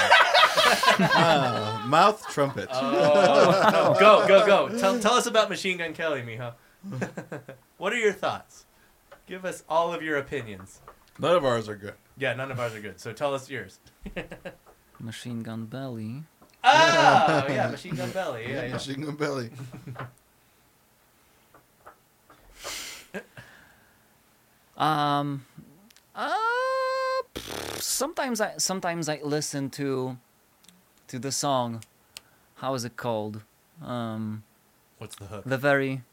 [SPEAKER 3] Uh, mouth trumpet.
[SPEAKER 1] oh, go go go! Tell, tell us about Machine Gun Kelly, Miha. what are your thoughts? Give us all of your opinions.
[SPEAKER 3] None of ours are good.
[SPEAKER 1] Yeah, none of ours are good, so tell us yours.
[SPEAKER 4] Machine Gun Belly.
[SPEAKER 1] Oh yeah, Machine Gun Belly. Yeah, yeah.
[SPEAKER 3] Machine Gun Belly.
[SPEAKER 4] Um, uh, pff, sometimes I sometimes I listen to to the song. How is it called? Um,
[SPEAKER 1] What's the hook?
[SPEAKER 4] the very.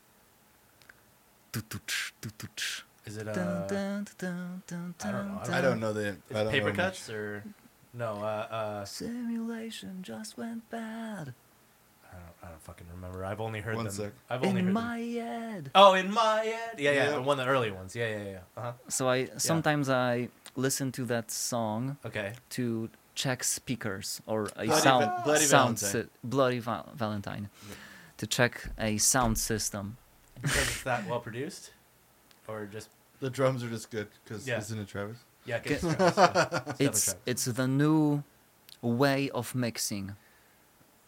[SPEAKER 4] Tututch, tututch.
[SPEAKER 1] Is it
[SPEAKER 4] Dun,
[SPEAKER 1] uh,
[SPEAKER 4] dun, dun, dun,
[SPEAKER 1] I don't know.
[SPEAKER 4] dun,
[SPEAKER 1] I
[SPEAKER 3] I
[SPEAKER 4] dun.
[SPEAKER 3] don't know the.
[SPEAKER 1] is
[SPEAKER 3] I
[SPEAKER 1] it
[SPEAKER 3] don't
[SPEAKER 1] paper
[SPEAKER 3] know
[SPEAKER 1] cuts or no? Uh, uh,
[SPEAKER 4] Simulation just went bad
[SPEAKER 1] I don't, I don't fucking remember. I've only heard
[SPEAKER 3] One
[SPEAKER 1] them.
[SPEAKER 3] sec.
[SPEAKER 1] I've only
[SPEAKER 4] in
[SPEAKER 1] heard
[SPEAKER 4] my
[SPEAKER 1] them.
[SPEAKER 4] head.
[SPEAKER 1] Oh, in my head. Yeah, yeah,
[SPEAKER 3] Yeah.
[SPEAKER 1] the one of the early ones. Yeah, yeah, yeah. Uh-huh.
[SPEAKER 4] So I sometimes I listen to that song
[SPEAKER 1] Okay.
[SPEAKER 4] to check speakers or a
[SPEAKER 3] Bloody
[SPEAKER 4] sound
[SPEAKER 3] Va- Bloody
[SPEAKER 4] sound
[SPEAKER 3] Valentine.
[SPEAKER 4] sy- bloody val- Valentine to check a sound system.
[SPEAKER 1] Because it's that well produced, or just
[SPEAKER 3] The drums are just good because
[SPEAKER 1] Yeah.
[SPEAKER 3] isn't it Travis?
[SPEAKER 1] yeah.
[SPEAKER 4] Get-
[SPEAKER 1] It's, Travis, yeah. It's
[SPEAKER 4] It's
[SPEAKER 1] Travis.
[SPEAKER 4] it's the new way of mixing.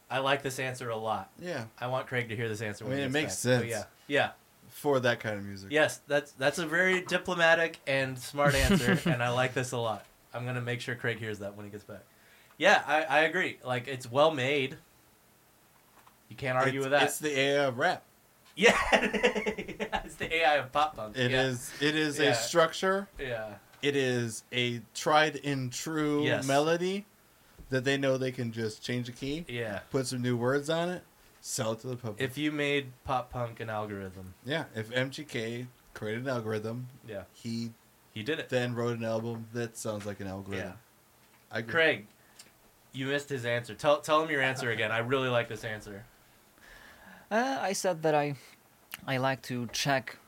[SPEAKER 1] I like this answer a lot.
[SPEAKER 3] Yeah,
[SPEAKER 1] I want Craig to hear this answer.
[SPEAKER 3] I
[SPEAKER 1] when
[SPEAKER 3] mean,
[SPEAKER 1] he
[SPEAKER 3] it
[SPEAKER 1] gets
[SPEAKER 3] makes sense.
[SPEAKER 1] back. But yeah. Yeah.
[SPEAKER 3] for that kind of music.
[SPEAKER 1] Yes. That's that's a very diplomatic and smart answer, and I like this a lot. I'm gonna make sure Craig hears that when he gets back. Yeah, I, I agree. Like it's well made. You can't argue
[SPEAKER 3] it's,
[SPEAKER 1] with that.
[SPEAKER 3] It's the AI of rap.
[SPEAKER 1] yeah. it's the AI of pop punk.
[SPEAKER 3] It
[SPEAKER 1] yeah.
[SPEAKER 3] is. It is
[SPEAKER 1] Yeah.
[SPEAKER 3] a structure.
[SPEAKER 1] Yeah.
[SPEAKER 3] It is a tried and true
[SPEAKER 1] Yes.
[SPEAKER 3] melody that they know they can just change the key,
[SPEAKER 1] Yeah.
[SPEAKER 3] put some new words on it, sell it to the public.
[SPEAKER 1] If you made pop punk an algorithm,
[SPEAKER 3] yeah, if MGK created an algorithm,
[SPEAKER 1] yeah,
[SPEAKER 3] he
[SPEAKER 1] he did it.
[SPEAKER 3] then wrote an album that sounds like an algorithm.
[SPEAKER 1] Yeah.
[SPEAKER 3] I agree.
[SPEAKER 1] Craig, you missed his answer. Tell tell him your answer again. I really like this answer.
[SPEAKER 4] Uh, I said that I I like to check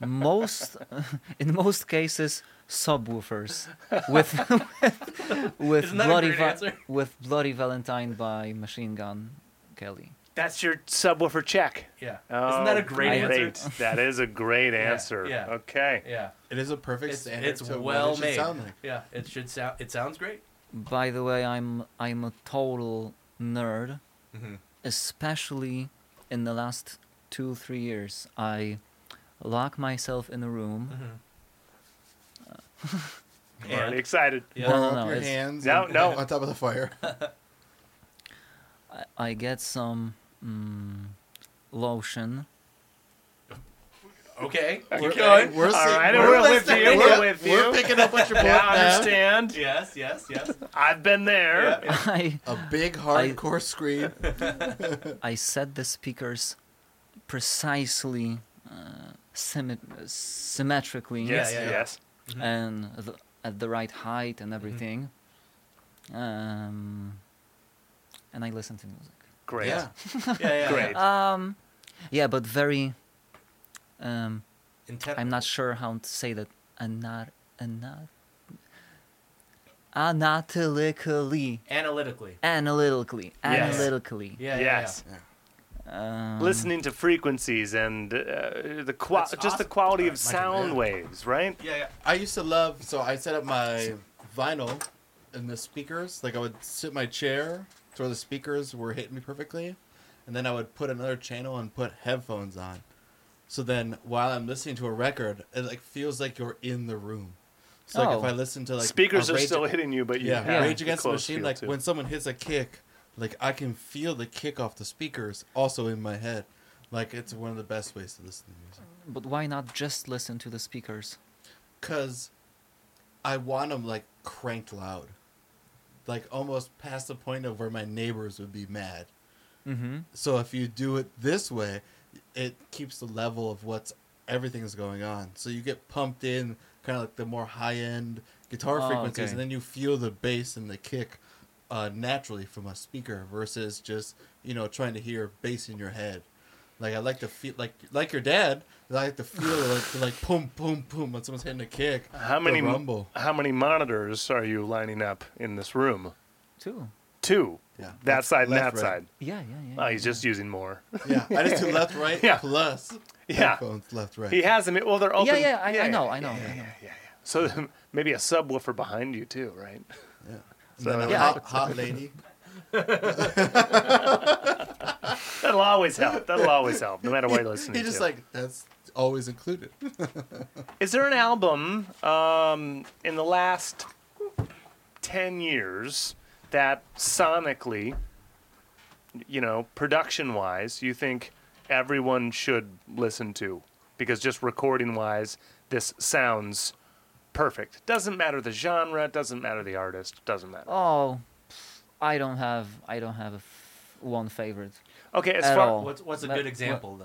[SPEAKER 4] most in most cases subwoofers with with, with
[SPEAKER 1] Isn't that a
[SPEAKER 4] bloody
[SPEAKER 1] great
[SPEAKER 4] Va-
[SPEAKER 1] answer?
[SPEAKER 4] with bloody Valentine by Machine Gun Kelly.
[SPEAKER 2] That's your subwoofer check.
[SPEAKER 1] Yeah.
[SPEAKER 2] Oh,
[SPEAKER 1] Isn't that a great answer?
[SPEAKER 2] That is a great
[SPEAKER 1] Yeah,
[SPEAKER 2] answer.
[SPEAKER 1] yeah.
[SPEAKER 2] Okay.
[SPEAKER 1] Yeah.
[SPEAKER 3] It is a perfect
[SPEAKER 1] It's,
[SPEAKER 3] standard.
[SPEAKER 1] it's
[SPEAKER 3] to what it
[SPEAKER 1] well
[SPEAKER 3] should
[SPEAKER 1] made.
[SPEAKER 3] sound like.
[SPEAKER 1] Yeah. It should sound. It sounds great.
[SPEAKER 4] By the way, I'm I'm a total nerd,
[SPEAKER 1] Mhm.
[SPEAKER 4] especially in the last two three years. I lock myself in a room.
[SPEAKER 2] I'm
[SPEAKER 1] And-
[SPEAKER 2] already excited.
[SPEAKER 1] Yeah.
[SPEAKER 4] No, no,
[SPEAKER 3] Warm
[SPEAKER 4] no,
[SPEAKER 3] up your
[SPEAKER 4] it's-
[SPEAKER 3] hands.
[SPEAKER 2] No,
[SPEAKER 3] and-
[SPEAKER 2] no.
[SPEAKER 3] On top of the fire.
[SPEAKER 4] I,
[SPEAKER 1] Mm-hmm.
[SPEAKER 4] I get some mm, lotion.
[SPEAKER 1] Okay.
[SPEAKER 2] Okay.
[SPEAKER 1] Keep going.
[SPEAKER 3] We're
[SPEAKER 2] All
[SPEAKER 3] seeing-
[SPEAKER 2] right,
[SPEAKER 3] we're
[SPEAKER 2] we're with
[SPEAKER 1] listening.
[SPEAKER 2] you. We're
[SPEAKER 1] We're-
[SPEAKER 2] with
[SPEAKER 3] We're
[SPEAKER 2] you.
[SPEAKER 3] picking up what you're pulling
[SPEAKER 2] Yeah, I
[SPEAKER 3] now.
[SPEAKER 2] understand.
[SPEAKER 1] Yes. Yes. Yes.
[SPEAKER 2] I've been there.
[SPEAKER 1] Yeah, yeah.
[SPEAKER 4] I
[SPEAKER 3] A big hardcore scream.
[SPEAKER 4] I set the speakers precisely uh, symmet- symmetrically
[SPEAKER 2] Yes,
[SPEAKER 1] Yeah, mm-hmm. yeah, yeah.
[SPEAKER 2] yes.
[SPEAKER 4] and the, at the right height and everything. Um, and I listen to music.
[SPEAKER 2] Great.
[SPEAKER 3] Yeah.
[SPEAKER 1] Yeah. yeah,
[SPEAKER 2] Great.
[SPEAKER 1] yeah.
[SPEAKER 4] Um, yeah, but very. Um,
[SPEAKER 1] Intent-
[SPEAKER 4] I'm not sure how to say that. Anat, anat, analytically,
[SPEAKER 1] analytically.
[SPEAKER 4] analytically,
[SPEAKER 2] Yes.
[SPEAKER 4] analytically.
[SPEAKER 1] Yeah. yeah,
[SPEAKER 2] yes.
[SPEAKER 3] Mm.
[SPEAKER 4] Um,
[SPEAKER 2] Listening to frequencies and uh, the qua-
[SPEAKER 1] That's
[SPEAKER 2] just the
[SPEAKER 1] awesome.
[SPEAKER 2] quality
[SPEAKER 1] All
[SPEAKER 2] of
[SPEAKER 1] right, Michael,
[SPEAKER 2] sound
[SPEAKER 3] yeah.
[SPEAKER 2] waves, right?
[SPEAKER 1] Yeah. Yeah. Yeah.
[SPEAKER 3] I used to love. So I set up my vinyl and the speakers. Like I would sit in my chair, so the speakers were hitting me perfectly, and then I would put another channel and put headphones on. So then, while I'm listening to a record, it like feels like you're in the room. So like if
[SPEAKER 4] Oh.
[SPEAKER 3] I listen to like
[SPEAKER 2] Speakers
[SPEAKER 3] a
[SPEAKER 2] are
[SPEAKER 3] Rage-
[SPEAKER 2] still hitting you, but you
[SPEAKER 3] yeah,
[SPEAKER 2] have
[SPEAKER 4] Yeah.
[SPEAKER 3] Rage
[SPEAKER 2] the
[SPEAKER 3] Against the
[SPEAKER 2] close
[SPEAKER 3] Machine.
[SPEAKER 2] feel,
[SPEAKER 3] Like
[SPEAKER 2] too.
[SPEAKER 3] when someone hits a kick, like I can feel the kick off the speakers also in my head. Like it's one of the best ways to listen to music.
[SPEAKER 4] But why not just listen to the speakers?
[SPEAKER 3] Cause I want them like cranked loud, like almost past the point of where my neighbors would be mad.
[SPEAKER 4] Mm-hmm.
[SPEAKER 3] So if you do it this way, it keeps the level of what's everything's going on. So you get pumped in, kind of like the more high end guitar
[SPEAKER 4] Oh,
[SPEAKER 3] frequencies,
[SPEAKER 4] okay.
[SPEAKER 3] and then you feel the bass and the kick uh, naturally from a speaker versus just you know trying to hear bass in your head. Like I like to feel like like your dad. I like to feel like like boom boom boom when someone's hitting a kick.
[SPEAKER 2] how
[SPEAKER 3] the
[SPEAKER 2] many
[SPEAKER 3] rumble?
[SPEAKER 2] how many monitors are you lining up in this room?
[SPEAKER 4] Two.
[SPEAKER 2] Two.
[SPEAKER 3] Yeah.
[SPEAKER 2] That side and that
[SPEAKER 3] left, right.
[SPEAKER 2] side.
[SPEAKER 4] Yeah, yeah, yeah.
[SPEAKER 2] Oh, he's just using more.
[SPEAKER 3] Yeah, I just do left, right,
[SPEAKER 2] Yeah.
[SPEAKER 3] plus
[SPEAKER 2] Yeah.
[SPEAKER 3] headphones left, right.
[SPEAKER 2] He has them. Well, they're
[SPEAKER 4] yeah,
[SPEAKER 2] open.
[SPEAKER 4] yeah, I, I know, I know. I know.
[SPEAKER 2] So maybe a subwoofer behind you too, right?
[SPEAKER 3] And then a
[SPEAKER 4] Yeah,
[SPEAKER 3] hot, hot lady.
[SPEAKER 2] That'll always help. That'll always help, no matter what you're listening
[SPEAKER 3] He just
[SPEAKER 2] to.
[SPEAKER 3] like that's always included.
[SPEAKER 2] Is there an album um, in the last 10 years that sonically, you know, production wise, you think everyone should listen to? Because just recording wise, this sounds perfect. Doesn't matter the genre, doesn't matter the artist, doesn't matter.
[SPEAKER 4] Oh, I don't have, I don't have a f- one favorite.
[SPEAKER 2] Okay, as
[SPEAKER 4] At
[SPEAKER 2] far
[SPEAKER 4] all.
[SPEAKER 1] What's what's a
[SPEAKER 4] But-
[SPEAKER 1] good example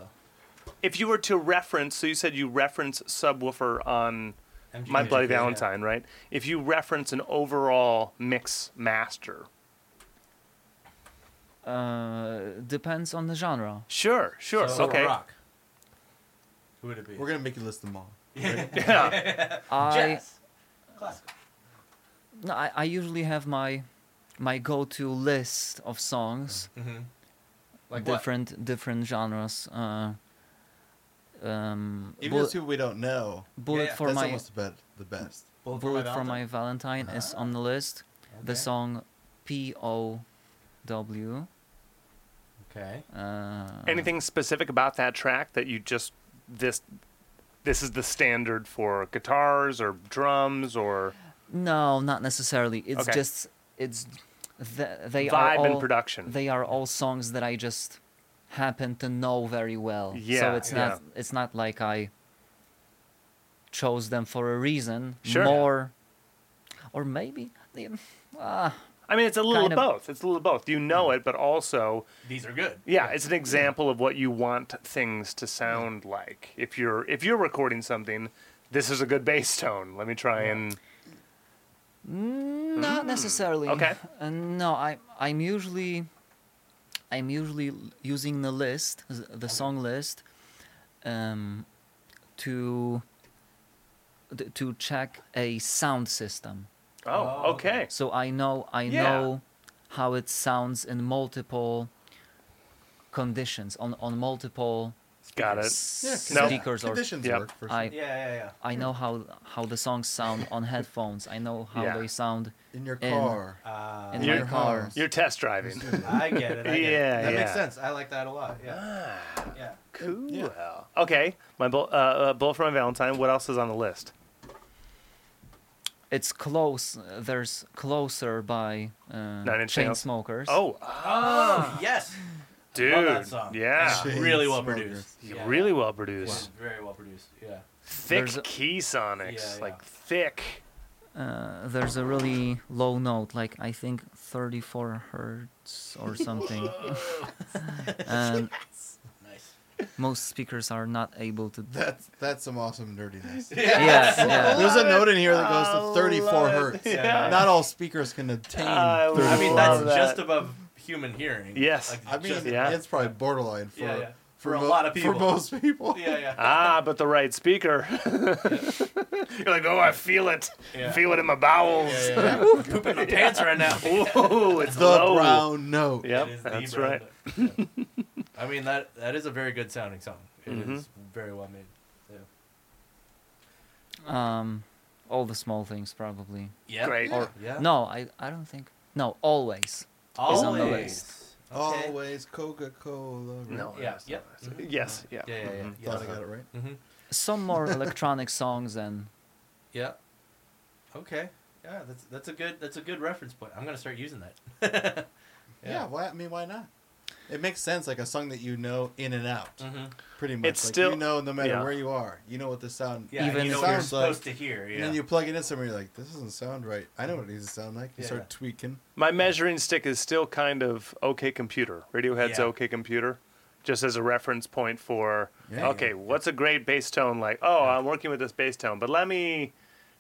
[SPEAKER 2] if you were to reference, so you said you reference Subwoofer on
[SPEAKER 1] though? MGK,
[SPEAKER 2] My Bloody
[SPEAKER 1] yeah.
[SPEAKER 2] Valentine, right? If you reference an overall mix master,
[SPEAKER 4] Uh, depends on the genre.
[SPEAKER 2] Sure, sure.
[SPEAKER 1] So,
[SPEAKER 2] okay.
[SPEAKER 1] Rock. Who would it be?
[SPEAKER 3] We're gonna make you list them all.
[SPEAKER 2] Yeah.
[SPEAKER 4] I,
[SPEAKER 1] Jazz. Classical.
[SPEAKER 4] no, I, I usually have my, my go-to list of songs,
[SPEAKER 1] Like what?
[SPEAKER 4] different, different genres. Uh, um,
[SPEAKER 3] Even
[SPEAKER 4] Bull-
[SPEAKER 3] those people we don't know.
[SPEAKER 4] Bullet
[SPEAKER 1] yeah,
[SPEAKER 4] for
[SPEAKER 3] that's
[SPEAKER 4] my
[SPEAKER 3] almost about the best.
[SPEAKER 1] Bullet for My
[SPEAKER 4] Bullet for
[SPEAKER 1] Valentine?
[SPEAKER 4] My Valentine is on the list. The
[SPEAKER 1] Okay.
[SPEAKER 4] song P O W.
[SPEAKER 1] Okay.
[SPEAKER 4] Uh,
[SPEAKER 2] Anything specific about that track that you just this this is the standard for guitars or drums or
[SPEAKER 4] No, not necessarily. It's
[SPEAKER 2] Okay.
[SPEAKER 4] just it's th- they are
[SPEAKER 2] vibe
[SPEAKER 4] all
[SPEAKER 2] and production.
[SPEAKER 4] they are all songs that I just happen to know very well.
[SPEAKER 2] Yeah,
[SPEAKER 4] so it's
[SPEAKER 2] yeah.
[SPEAKER 4] not it's not like I chose them for a reason.
[SPEAKER 2] Sure.
[SPEAKER 4] More, or maybe they, ah,
[SPEAKER 2] I mean, it's a little
[SPEAKER 4] kind
[SPEAKER 2] of
[SPEAKER 4] of- Mm.
[SPEAKER 2] both. It's a little of both. You know it, but also,
[SPEAKER 1] These are good.
[SPEAKER 2] yeah, it's an example of what you want things to sound like. If you're if you're recording something, this is a good bass tone. Let me try and
[SPEAKER 4] Not necessarily.
[SPEAKER 2] Mm. Okay.
[SPEAKER 4] Uh, no, I I'm usually I'm usually l- using the list, th- the song list, um, to th- to check a sound system.
[SPEAKER 2] oh, okay.
[SPEAKER 4] So I know I
[SPEAKER 2] Yeah.
[SPEAKER 4] know how it sounds in multiple conditions on on multiple
[SPEAKER 2] Got it.
[SPEAKER 4] s-
[SPEAKER 2] No.
[SPEAKER 4] speakers or
[SPEAKER 3] conditions
[SPEAKER 2] Yep.
[SPEAKER 3] work for sure.
[SPEAKER 4] I
[SPEAKER 1] Yeah, yeah, yeah.
[SPEAKER 4] I know how how the songs sound on headphones. I know how
[SPEAKER 2] Yeah.
[SPEAKER 4] they sound
[SPEAKER 3] in your
[SPEAKER 4] in-
[SPEAKER 3] car.
[SPEAKER 1] Uh,
[SPEAKER 4] in
[SPEAKER 2] Your-
[SPEAKER 4] my car.
[SPEAKER 2] You're test driving.
[SPEAKER 1] I get it. I get
[SPEAKER 2] Yeah,
[SPEAKER 1] it. That
[SPEAKER 2] yeah.
[SPEAKER 1] makes sense. I like that a lot. Yeah. yeah.
[SPEAKER 2] Cool. Okay, my bull, uh, uh, bull from Valentine. What else is on the list?
[SPEAKER 4] it's close. uh, There's closer by uh,
[SPEAKER 2] Nine Inch Nails.
[SPEAKER 4] Chainsmokers.
[SPEAKER 2] Oh,
[SPEAKER 1] Oh, yes.
[SPEAKER 2] dude,
[SPEAKER 1] Love that song.
[SPEAKER 2] yeah,
[SPEAKER 1] It's really well
[SPEAKER 3] Smokers.
[SPEAKER 1] produced. Yeah.
[SPEAKER 2] really well
[SPEAKER 1] It's
[SPEAKER 2] produced.
[SPEAKER 1] very well produced. Yeah.
[SPEAKER 2] Thick
[SPEAKER 4] There's a-
[SPEAKER 2] key sonics,
[SPEAKER 1] Yeah,
[SPEAKER 2] like
[SPEAKER 1] yeah.
[SPEAKER 2] thick.
[SPEAKER 4] Uh, there's a really low note, like I think 34 hertz or something.
[SPEAKER 1] Nice.
[SPEAKER 4] and most speakers are not able to.
[SPEAKER 3] That's that's some awesome nerdiness.
[SPEAKER 4] Yeah, yeah.
[SPEAKER 3] There's a note in here that goes to 34 hertz.
[SPEAKER 1] Yeah.
[SPEAKER 3] Not all speakers can attain.
[SPEAKER 2] I
[SPEAKER 3] 34
[SPEAKER 1] Uh, I mean,
[SPEAKER 2] Love
[SPEAKER 1] that's
[SPEAKER 2] that.
[SPEAKER 1] just above human hearing.
[SPEAKER 2] Yes.
[SPEAKER 3] I mean,
[SPEAKER 1] just-
[SPEAKER 2] yeah.
[SPEAKER 3] it's probably borderline for
[SPEAKER 1] Yeah, yeah.
[SPEAKER 3] For,
[SPEAKER 1] For a
[SPEAKER 3] mo-
[SPEAKER 1] lot of people.
[SPEAKER 3] For most people.
[SPEAKER 1] yeah, yeah.
[SPEAKER 2] Ah, but the right speaker. You're like, oh, I feel it.
[SPEAKER 1] Yeah.
[SPEAKER 2] Feel it in my bowels.
[SPEAKER 1] yeah, yeah, yeah. pooping my pants right now.
[SPEAKER 2] Whoa, it's
[SPEAKER 3] The
[SPEAKER 2] low.
[SPEAKER 3] brown note.
[SPEAKER 1] It is
[SPEAKER 2] Yep,
[SPEAKER 1] the
[SPEAKER 2] that's right.
[SPEAKER 1] brand. Yeah. I mean that that is a very good sounding song. It is
[SPEAKER 3] Mm-hmm.
[SPEAKER 1] very well made. Yeah.
[SPEAKER 4] Um, all the small things probably.
[SPEAKER 1] Yeah.
[SPEAKER 2] Great.
[SPEAKER 1] Or- yeah.
[SPEAKER 4] No, I I don't think. No, always.
[SPEAKER 1] Always.
[SPEAKER 4] on the
[SPEAKER 1] Okay.
[SPEAKER 3] Always Coca Cola.
[SPEAKER 2] No.
[SPEAKER 1] Yeah.
[SPEAKER 2] that's
[SPEAKER 1] Yeah. Mm-hmm.
[SPEAKER 2] not what I said. Yes. Yeah.
[SPEAKER 1] Yeah. Yeah. Yeah.
[SPEAKER 2] Mhm.
[SPEAKER 1] yeah.
[SPEAKER 3] Thought I got it right.
[SPEAKER 1] Mm-hmm.
[SPEAKER 4] Some more electronic songs and
[SPEAKER 1] Yeah. Okay. Yeah, that's that's a good that's a good reference point. I'm gonna start using that.
[SPEAKER 3] Yeah. Why? I mean, why not? It makes sense, like a song that you know in and out,
[SPEAKER 1] Mm-hmm.
[SPEAKER 3] pretty much.
[SPEAKER 2] Mm. It's
[SPEAKER 3] like,
[SPEAKER 2] still-
[SPEAKER 3] you know, no matter
[SPEAKER 2] yeah.
[SPEAKER 3] where you are, you know what the sound.
[SPEAKER 1] Yeah. Even
[SPEAKER 4] Even
[SPEAKER 1] you know
[SPEAKER 4] if
[SPEAKER 1] what you're
[SPEAKER 3] sounds like-
[SPEAKER 1] supposed to hear. Yeah.
[SPEAKER 3] And then you plug it in somewhere, you're like, this doesn't sound right. I know what it needs to sound like. You
[SPEAKER 1] Yeah,
[SPEAKER 3] start
[SPEAKER 1] yeah.
[SPEAKER 3] tweaking.
[SPEAKER 2] My measuring stick is still kind of OK Computer, Radiohead's
[SPEAKER 1] Yeah.
[SPEAKER 2] OK Computer, just as a reference point for
[SPEAKER 3] Yeah.
[SPEAKER 2] okay, what's a great bass tone like? Oh, I'm working with this bass tone, but let me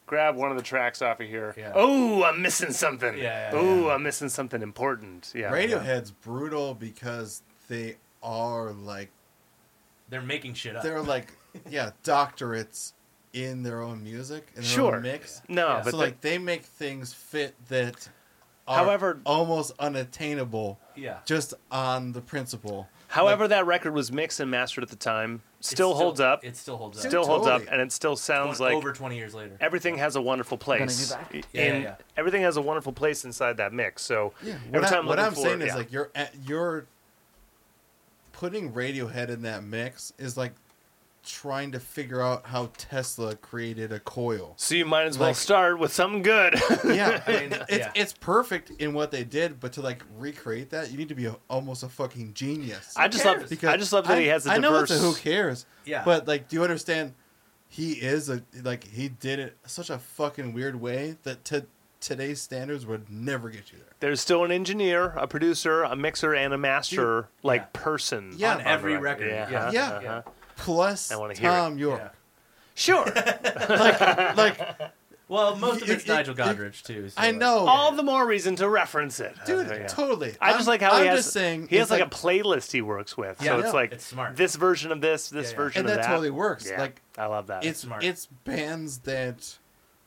[SPEAKER 2] grab one of the tracks off of here.
[SPEAKER 1] Yeah.
[SPEAKER 2] Oh, I'm missing something.
[SPEAKER 1] Yeah, yeah,
[SPEAKER 2] oh,
[SPEAKER 1] yeah.
[SPEAKER 2] I'm missing something important. Yeah. yeah.
[SPEAKER 3] Radiohead's brutal because they are like
[SPEAKER 1] They're making shit up.
[SPEAKER 3] they're like yeah doctorates in their own music and their
[SPEAKER 2] Sure.
[SPEAKER 3] own mix.
[SPEAKER 2] No,
[SPEAKER 1] Yeah.
[SPEAKER 3] so
[SPEAKER 2] but the-
[SPEAKER 3] like they make things fit that are
[SPEAKER 2] However-
[SPEAKER 3] almost unattainable
[SPEAKER 1] Yeah.
[SPEAKER 3] just on the principle.
[SPEAKER 2] However, that record was mixed and mastered at the time.
[SPEAKER 1] It
[SPEAKER 2] Still, holds up.
[SPEAKER 1] It still holds up.
[SPEAKER 2] still holds up,
[SPEAKER 3] Totally.
[SPEAKER 2] and it still sounds
[SPEAKER 1] Twen-
[SPEAKER 2] like
[SPEAKER 1] over 20 years later.
[SPEAKER 2] everything has a wonderful place.
[SPEAKER 4] Gonna be
[SPEAKER 1] Yeah,
[SPEAKER 2] and
[SPEAKER 1] yeah, yeah.
[SPEAKER 2] everything has a wonderful place inside that mix. So
[SPEAKER 3] Yeah,
[SPEAKER 2] every
[SPEAKER 3] what, I,
[SPEAKER 2] time
[SPEAKER 3] what
[SPEAKER 2] looking
[SPEAKER 3] I'm
[SPEAKER 2] for-
[SPEAKER 3] saying is
[SPEAKER 2] yeah.
[SPEAKER 3] like you're at, you're putting Radiohead in that mix is like trying to figure out how Tesla created a coil.
[SPEAKER 2] So you might as well
[SPEAKER 3] like-
[SPEAKER 2] start with something good.
[SPEAKER 3] Yeah,
[SPEAKER 1] I mean,
[SPEAKER 3] it's
[SPEAKER 1] yeah.
[SPEAKER 3] it's perfect in what they did, but to like recreate that, you need to be a, almost a fucking genius.
[SPEAKER 2] I just love.
[SPEAKER 3] Because
[SPEAKER 2] I just love that he has a
[SPEAKER 3] I know it's
[SPEAKER 2] diverse.
[SPEAKER 3] a who cares.
[SPEAKER 1] Yeah.
[SPEAKER 3] But like, do you understand? He is a like he did it such a fucking weird way that to today's standards would never get you there.
[SPEAKER 2] There's still an engineer, a producer, a mixer, and a master like
[SPEAKER 1] yeah.
[SPEAKER 2] person.
[SPEAKER 3] Yeah.
[SPEAKER 1] on every record. Yeah.
[SPEAKER 2] Yeah.
[SPEAKER 3] Yeah.
[SPEAKER 2] uh-huh.
[SPEAKER 3] Plus,
[SPEAKER 2] I wanna hear it.
[SPEAKER 3] Tom York.
[SPEAKER 1] Yeah.
[SPEAKER 2] Sure.
[SPEAKER 3] Like
[SPEAKER 1] Well, most of
[SPEAKER 3] You-
[SPEAKER 1] it's
[SPEAKER 3] you-
[SPEAKER 1] Nigel
[SPEAKER 3] you-
[SPEAKER 1] Godrich too. so,
[SPEAKER 3] I
[SPEAKER 1] like-
[SPEAKER 3] know,
[SPEAKER 2] All the more reason to reference it.
[SPEAKER 3] dude.
[SPEAKER 2] Uh, yeah.
[SPEAKER 3] Totally.
[SPEAKER 2] I just
[SPEAKER 3] I'm-
[SPEAKER 2] like how
[SPEAKER 3] I'm
[SPEAKER 2] he has.
[SPEAKER 3] just saying
[SPEAKER 2] he has
[SPEAKER 3] it's
[SPEAKER 2] like, a playlist he works with.
[SPEAKER 1] Yeah,
[SPEAKER 2] so
[SPEAKER 1] yeah.
[SPEAKER 2] it's like
[SPEAKER 1] It's smart.
[SPEAKER 2] this version of this, this
[SPEAKER 1] Yeah, yeah.
[SPEAKER 2] version
[SPEAKER 3] and
[SPEAKER 2] of
[SPEAKER 3] that
[SPEAKER 2] that.
[SPEAKER 3] totally works.
[SPEAKER 2] Yeah.
[SPEAKER 3] Like
[SPEAKER 2] I love that.
[SPEAKER 3] it's
[SPEAKER 1] smart.
[SPEAKER 3] it's bands that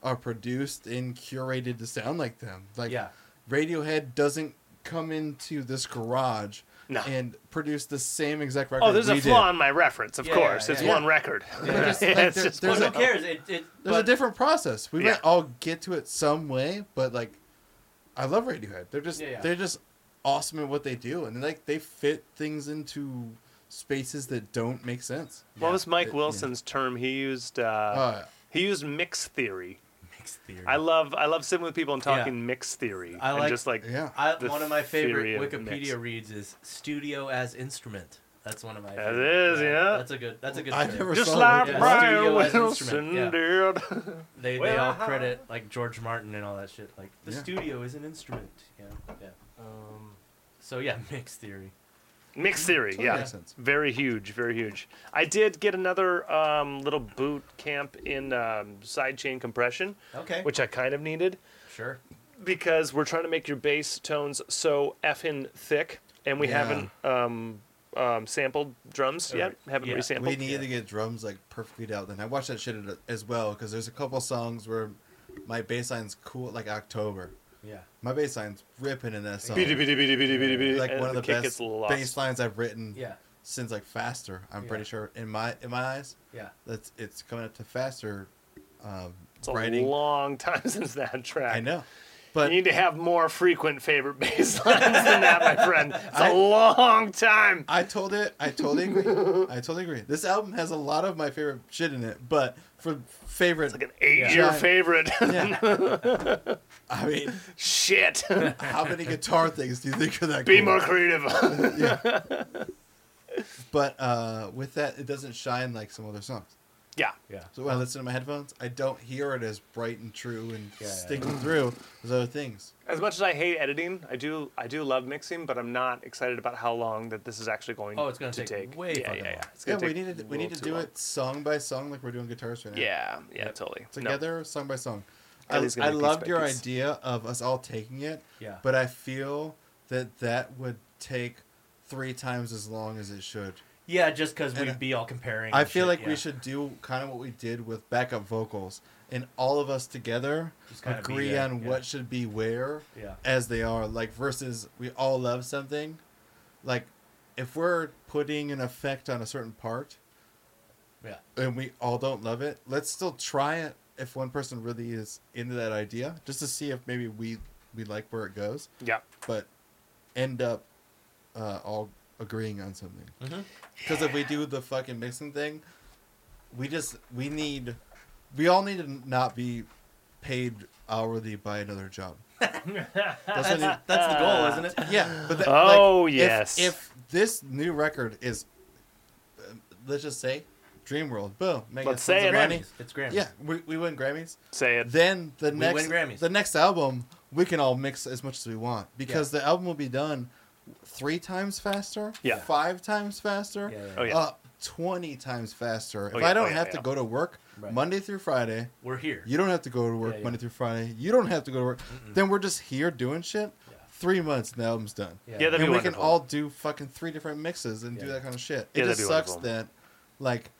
[SPEAKER 3] are produced and curated to sound like them. Like
[SPEAKER 1] Yeah.
[SPEAKER 3] Radiohead doesn't come into this garage
[SPEAKER 2] No.
[SPEAKER 3] and produce the same exact record.
[SPEAKER 2] oh, there's
[SPEAKER 3] we
[SPEAKER 2] a flaw
[SPEAKER 3] did.
[SPEAKER 2] in my reference. Of
[SPEAKER 1] Yeah,
[SPEAKER 2] course,
[SPEAKER 1] yeah,
[SPEAKER 2] it's
[SPEAKER 1] yeah.
[SPEAKER 2] one record.
[SPEAKER 3] But just, like,
[SPEAKER 2] It's
[SPEAKER 3] there-
[SPEAKER 2] just
[SPEAKER 3] there's
[SPEAKER 2] one
[SPEAKER 1] Well,
[SPEAKER 3] a-
[SPEAKER 1] who cares? It, it,
[SPEAKER 3] There's a
[SPEAKER 1] but-
[SPEAKER 3] different process. We
[SPEAKER 2] Yeah.
[SPEAKER 3] might all get to it some way, but like, I love Radiohead. They're just
[SPEAKER 1] Yeah, yeah.
[SPEAKER 3] they're just awesome at what they do, and like they fit things into spaces that don't make sense.
[SPEAKER 2] What was Mike
[SPEAKER 3] Yeah.
[SPEAKER 2] Wilson's term? He used uh,
[SPEAKER 3] Uh,
[SPEAKER 2] he used mix theory.
[SPEAKER 1] Mixed theory.
[SPEAKER 2] I love I love sitting with people and
[SPEAKER 1] Yeah.
[SPEAKER 2] talking mix theory.
[SPEAKER 1] I
[SPEAKER 2] and
[SPEAKER 1] like-
[SPEAKER 2] just like
[SPEAKER 3] yeah,
[SPEAKER 1] I,
[SPEAKER 2] the
[SPEAKER 1] one of my
[SPEAKER 2] theory
[SPEAKER 1] favorite
[SPEAKER 2] of
[SPEAKER 1] Wikipedia
[SPEAKER 2] mix.
[SPEAKER 1] reads is "studio as instrument." That's one of my.
[SPEAKER 2] That
[SPEAKER 1] favorites.
[SPEAKER 2] is, yeah.
[SPEAKER 1] That's a good. That's a good.
[SPEAKER 3] I
[SPEAKER 1] term.
[SPEAKER 3] never-
[SPEAKER 2] just
[SPEAKER 3] song
[SPEAKER 2] like
[SPEAKER 3] like
[SPEAKER 1] that.
[SPEAKER 2] Brian
[SPEAKER 1] Studio as
[SPEAKER 2] Wilson
[SPEAKER 1] instrument,
[SPEAKER 2] did.
[SPEAKER 1] They they
[SPEAKER 2] Well, uh-huh.
[SPEAKER 1] all
[SPEAKER 2] how-
[SPEAKER 1] credit like George Martin and all that shit. Like the
[SPEAKER 3] Yeah.
[SPEAKER 1] studio is an instrument. Yeah. Yeah. Um, So yeah, mixed theory.
[SPEAKER 2] Mix theory,
[SPEAKER 3] Totally
[SPEAKER 2] yeah.
[SPEAKER 3] makes sense.
[SPEAKER 2] Very huge, very huge. I did get another um, little boot camp in um, sidechain compression,
[SPEAKER 1] Okay.
[SPEAKER 2] which I kind of needed
[SPEAKER 1] sure.
[SPEAKER 2] because we're trying to make your bass tones so effing thick, and we
[SPEAKER 3] Yeah.
[SPEAKER 2] haven't um, um, sampled drums
[SPEAKER 1] Uh,
[SPEAKER 2] yet. Haven't
[SPEAKER 1] yeah.
[SPEAKER 2] resampled.
[SPEAKER 3] we need to get drums like perfectly dialed in. I watched that shit as well because there's a couple songs where my bass line's cool, like October.
[SPEAKER 1] Yeah.
[SPEAKER 3] My bass line's ripping in that song.
[SPEAKER 2] Bidi, bidi, bidi, bidi, bidi, bidi,
[SPEAKER 3] Like
[SPEAKER 2] and
[SPEAKER 3] one of the
[SPEAKER 2] kick
[SPEAKER 3] best
[SPEAKER 2] gets a little lost.
[SPEAKER 3] bass lines I've written
[SPEAKER 1] Yeah.
[SPEAKER 3] since like Faster. I'm
[SPEAKER 1] Yeah.
[SPEAKER 3] pretty sure in my in my eyes.
[SPEAKER 1] Yeah.
[SPEAKER 3] That's it's coming up to faster um,
[SPEAKER 2] It's a
[SPEAKER 3] writing.
[SPEAKER 2] long time since that track.
[SPEAKER 3] I know, but
[SPEAKER 2] you need to have more frequent favorite bass lines than that, my friend. It's a
[SPEAKER 3] I-
[SPEAKER 2] long time.
[SPEAKER 3] I told it. I totally agree. I totally agree. This album has a lot of my favorite shit in it, but for favorite,
[SPEAKER 2] Like an eight-year
[SPEAKER 3] Yeah.
[SPEAKER 2] favorite.
[SPEAKER 3] yeah. I mean,
[SPEAKER 2] Shit.
[SPEAKER 3] how many guitar things do you think are that?
[SPEAKER 2] Be
[SPEAKER 3] cool?
[SPEAKER 2] more creative.
[SPEAKER 3] But uh, with that, it doesn't shine like some other songs.
[SPEAKER 2] yeah.
[SPEAKER 1] Yeah.
[SPEAKER 3] So when I listen to my headphones, I don't hear it as bright and true and
[SPEAKER 1] Yeah, yeah,
[SPEAKER 3] sticking through as other things.
[SPEAKER 2] As much as I hate editing, I do I do love mixing, but I'm not excited about how long that this is actually going
[SPEAKER 1] Oh, it's
[SPEAKER 2] going
[SPEAKER 1] gonna
[SPEAKER 2] to
[SPEAKER 1] take way
[SPEAKER 2] yeah,
[SPEAKER 1] fucking
[SPEAKER 2] yeah, yeah.
[SPEAKER 1] long.
[SPEAKER 2] It's
[SPEAKER 3] Yeah,
[SPEAKER 2] gonna
[SPEAKER 3] we
[SPEAKER 2] take
[SPEAKER 3] need to
[SPEAKER 2] a
[SPEAKER 3] we need
[SPEAKER 2] little
[SPEAKER 3] to
[SPEAKER 2] too
[SPEAKER 3] do
[SPEAKER 2] long.
[SPEAKER 3] it song by song like we're doing guitars right now.
[SPEAKER 2] Yeah, yeah, totally. No.
[SPEAKER 3] together song by song.
[SPEAKER 2] God,
[SPEAKER 3] I,
[SPEAKER 2] he's gonna
[SPEAKER 3] I
[SPEAKER 2] be piece
[SPEAKER 3] loved
[SPEAKER 2] by
[SPEAKER 3] your
[SPEAKER 2] piece.
[SPEAKER 3] idea of us all taking it,
[SPEAKER 1] Yeah.
[SPEAKER 3] but I feel that that would take three times as long as it should.
[SPEAKER 1] Yeah, just because
[SPEAKER 3] And,
[SPEAKER 1] we'd
[SPEAKER 3] uh,
[SPEAKER 1] be all comparing.
[SPEAKER 3] I
[SPEAKER 1] and
[SPEAKER 3] feel
[SPEAKER 1] shit,
[SPEAKER 3] like
[SPEAKER 1] yeah.
[SPEAKER 3] we should do kind of what we did with backup vocals, and all of us together
[SPEAKER 1] Just kinda be
[SPEAKER 3] agree
[SPEAKER 1] there,
[SPEAKER 3] on
[SPEAKER 1] yeah.
[SPEAKER 3] what should be where
[SPEAKER 1] Yeah.
[SPEAKER 3] as they are. Like versus we all love something, like if we're putting an effect on a certain part,
[SPEAKER 1] Yeah.
[SPEAKER 3] and we all don't love it, let's still try it if one person really is into that idea, just to see if maybe we we like where it goes,
[SPEAKER 2] Yeah.
[SPEAKER 3] but end up uh, all agreeing on something. Because if we do the fucking mixing thing, we just we need we all need to not be paid hourly by another job. That's what it-
[SPEAKER 1] That's the goal, isn't it?
[SPEAKER 3] yeah, but that,
[SPEAKER 2] Oh,
[SPEAKER 3] like, if-
[SPEAKER 2] yes.
[SPEAKER 3] If, this new record is, uh, let's just say, Dream World, boom, make
[SPEAKER 2] Let's
[SPEAKER 3] us
[SPEAKER 2] say
[SPEAKER 3] some
[SPEAKER 2] it.
[SPEAKER 3] Grammy.
[SPEAKER 1] Grammys. It's Grammys.
[SPEAKER 3] Yeah, we, we win Grammys.
[SPEAKER 2] Say it.
[SPEAKER 3] Then the
[SPEAKER 1] We
[SPEAKER 3] next
[SPEAKER 1] win Grammys.
[SPEAKER 3] the next album we can all mix as much as we want because the album will be done three times faster,
[SPEAKER 2] Yeah.
[SPEAKER 3] five times faster,
[SPEAKER 1] Yeah, yeah,
[SPEAKER 2] Oh, yeah.
[SPEAKER 3] uh, twenty times faster.
[SPEAKER 2] Oh,
[SPEAKER 3] if
[SPEAKER 2] yeah,
[SPEAKER 3] I don't
[SPEAKER 2] oh, yeah,
[SPEAKER 3] have
[SPEAKER 2] yeah.
[SPEAKER 3] to go to work
[SPEAKER 1] Right.
[SPEAKER 3] Monday through Friday,
[SPEAKER 1] We're here.
[SPEAKER 3] you don't have to go to work
[SPEAKER 1] Yeah, yeah.
[SPEAKER 3] Monday through Friday. You don't have to go to work. Then we're just here doing shit.
[SPEAKER 1] Yeah.
[SPEAKER 3] Three months and the album's done.
[SPEAKER 1] Yeah.
[SPEAKER 2] Yeah, that'd
[SPEAKER 3] and
[SPEAKER 2] be
[SPEAKER 3] we
[SPEAKER 2] wonderful.
[SPEAKER 3] can all do fucking three different mixes and do
[SPEAKER 1] Yeah.
[SPEAKER 3] that kind of shit. It
[SPEAKER 2] Yeah, that'd
[SPEAKER 3] just
[SPEAKER 2] be
[SPEAKER 3] sucks
[SPEAKER 2] wonderful.
[SPEAKER 3] that, like,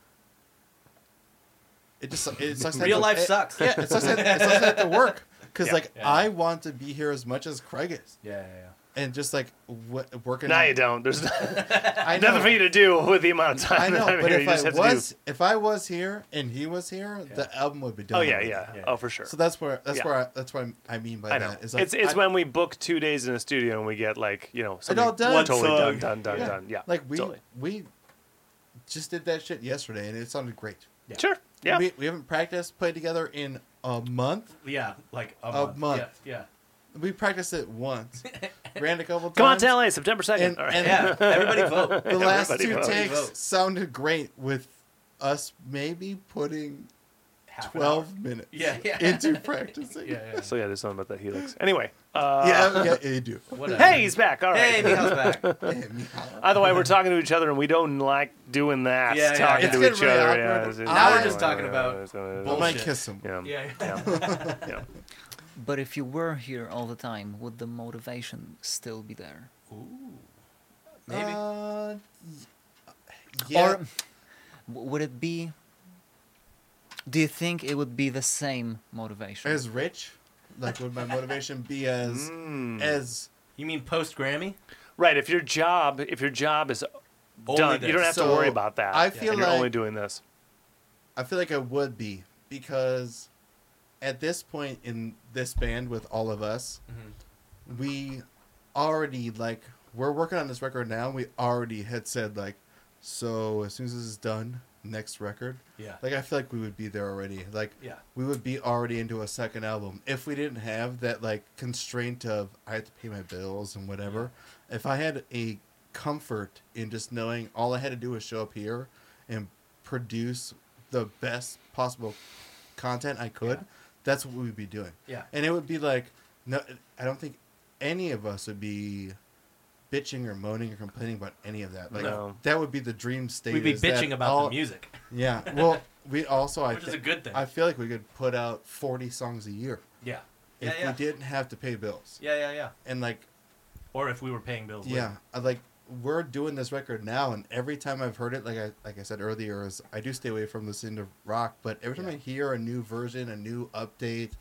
[SPEAKER 3] it just it sucks. that
[SPEAKER 1] Real
[SPEAKER 3] it-
[SPEAKER 1] life
[SPEAKER 3] it-
[SPEAKER 1] sucks.
[SPEAKER 3] Yeah, it sucks that it sucks that to work. Because
[SPEAKER 2] Yeah.
[SPEAKER 3] like
[SPEAKER 1] Yeah.
[SPEAKER 3] I want to be here as much as Craig is,
[SPEAKER 1] Yeah, yeah, yeah.
[SPEAKER 3] and just like w- working.
[SPEAKER 2] No,
[SPEAKER 3] on-
[SPEAKER 2] you don't. There's
[SPEAKER 3] I know,
[SPEAKER 2] nothing for you to do with the amount of time
[SPEAKER 3] I know,
[SPEAKER 2] that I'm
[SPEAKER 3] but
[SPEAKER 2] here.
[SPEAKER 3] if
[SPEAKER 2] you just
[SPEAKER 3] I
[SPEAKER 2] have
[SPEAKER 3] was,
[SPEAKER 2] to
[SPEAKER 3] if I was here and he was here, the album would be
[SPEAKER 2] do.
[SPEAKER 3] done.
[SPEAKER 2] Oh yeah,
[SPEAKER 3] already.
[SPEAKER 2] yeah,
[SPEAKER 1] Yeah.
[SPEAKER 2] Oh for sure.
[SPEAKER 3] So that's where that's
[SPEAKER 2] Yeah.
[SPEAKER 3] where I, that's what I mean by
[SPEAKER 2] I know.
[SPEAKER 3] that. It's like
[SPEAKER 2] it's it's
[SPEAKER 3] I-
[SPEAKER 2] when we book two days in a studio and we get like you know something
[SPEAKER 3] all done.
[SPEAKER 1] One
[SPEAKER 2] totally
[SPEAKER 1] song.
[SPEAKER 2] done, done, done,
[SPEAKER 3] Yeah.
[SPEAKER 2] done. Yeah,
[SPEAKER 3] like we
[SPEAKER 2] totally.
[SPEAKER 3] we just did that shit yesterday and it sounded great.
[SPEAKER 1] Yeah.
[SPEAKER 2] sure. Yeah,
[SPEAKER 3] We, we haven't practiced played together in a month.
[SPEAKER 1] Yeah, like a,
[SPEAKER 3] A month.
[SPEAKER 1] Yeah,
[SPEAKER 3] We practiced it once, ran a couple times.
[SPEAKER 2] come on to LA September
[SPEAKER 3] And-
[SPEAKER 2] second. All right.
[SPEAKER 1] yeah.
[SPEAKER 3] and-
[SPEAKER 1] yeah. Everybody vote.
[SPEAKER 3] the last
[SPEAKER 2] Everybody
[SPEAKER 3] two
[SPEAKER 2] votes.
[SPEAKER 3] takes
[SPEAKER 1] Votes.
[SPEAKER 3] sounded great with us maybe putting
[SPEAKER 1] Half an hour.
[SPEAKER 3] 12 minutes
[SPEAKER 1] Yeah, yeah.
[SPEAKER 3] into practicing.
[SPEAKER 1] Yeah, yeah.
[SPEAKER 2] So yeah, there's something about that helix. Anyway, uh,
[SPEAKER 3] yeah, yeah, you do.
[SPEAKER 1] Whatever.
[SPEAKER 2] Hey, he's back. All right.
[SPEAKER 1] Hey, Mihal's back.
[SPEAKER 3] Hey, Mihal.
[SPEAKER 2] Either way, we're talking to each other, and we don't like doing that.
[SPEAKER 1] Yeah, yeah,
[SPEAKER 2] talking
[SPEAKER 1] yeah.
[SPEAKER 2] to
[SPEAKER 3] It's
[SPEAKER 2] each
[SPEAKER 3] getting really
[SPEAKER 2] other. Yeah,
[SPEAKER 3] awkward.
[SPEAKER 2] it's just-
[SPEAKER 1] Now
[SPEAKER 3] we're just
[SPEAKER 1] talking about
[SPEAKER 3] I might
[SPEAKER 1] Bullshit.
[SPEAKER 3] kiss him.
[SPEAKER 2] Yeah.
[SPEAKER 1] Yeah, yeah.
[SPEAKER 2] yeah. yeah.
[SPEAKER 4] But if you were here all the time, would the motivation still be there?
[SPEAKER 1] Ooh. Maybe.
[SPEAKER 3] Uh, yeah.
[SPEAKER 4] Or w- would it be? Do you think it would be the same motivation?
[SPEAKER 3] as rich, like would my motivation be as
[SPEAKER 2] Mm.
[SPEAKER 3] as
[SPEAKER 1] you mean post Grammy?
[SPEAKER 2] Right. If your job, if your job is done, you don't have to
[SPEAKER 3] So,
[SPEAKER 2] worry about that.
[SPEAKER 3] I feel
[SPEAKER 2] and you're
[SPEAKER 3] like-
[SPEAKER 2] only doing this.
[SPEAKER 3] I feel like I would be because at this point in this band with all of us, we already like we're working on this record now. We already had said like, so as soon as this is done, next record.
[SPEAKER 1] Yeah.
[SPEAKER 3] Like I feel like we would be there already. Like
[SPEAKER 1] Yeah.
[SPEAKER 3] we would be already into a second album if we didn't have that like constraint of I have to pay my bills and whatever. If I had a comfort in just knowing all I had to do was show up here and produce the best possible content I could, that's what we'd be doing.
[SPEAKER 1] Yeah.
[SPEAKER 3] And it would be like no I don't think any of us would be bitching or moaning or complaining about any of that. Like
[SPEAKER 2] No.
[SPEAKER 3] that would be the dream state.
[SPEAKER 1] We'd be
[SPEAKER 3] is that
[SPEAKER 1] bitching about
[SPEAKER 3] all-
[SPEAKER 1] the music.
[SPEAKER 3] yeah. Well, we also I
[SPEAKER 1] Which is
[SPEAKER 3] thi-
[SPEAKER 1] a good thing.
[SPEAKER 3] I feel like we could put out 40 songs a year
[SPEAKER 1] Yeah.
[SPEAKER 3] if
[SPEAKER 1] Yeah, yeah.
[SPEAKER 3] we didn't have to pay bills.
[SPEAKER 1] yeah, yeah, yeah.
[SPEAKER 3] And like
[SPEAKER 1] Or if we were paying bills.
[SPEAKER 3] yeah,
[SPEAKER 1] later.
[SPEAKER 3] I like we're doing this record now and every time I've heard it like I like I said earlier is I do stay away from listening to rock, but every time I hear a new version, a new update,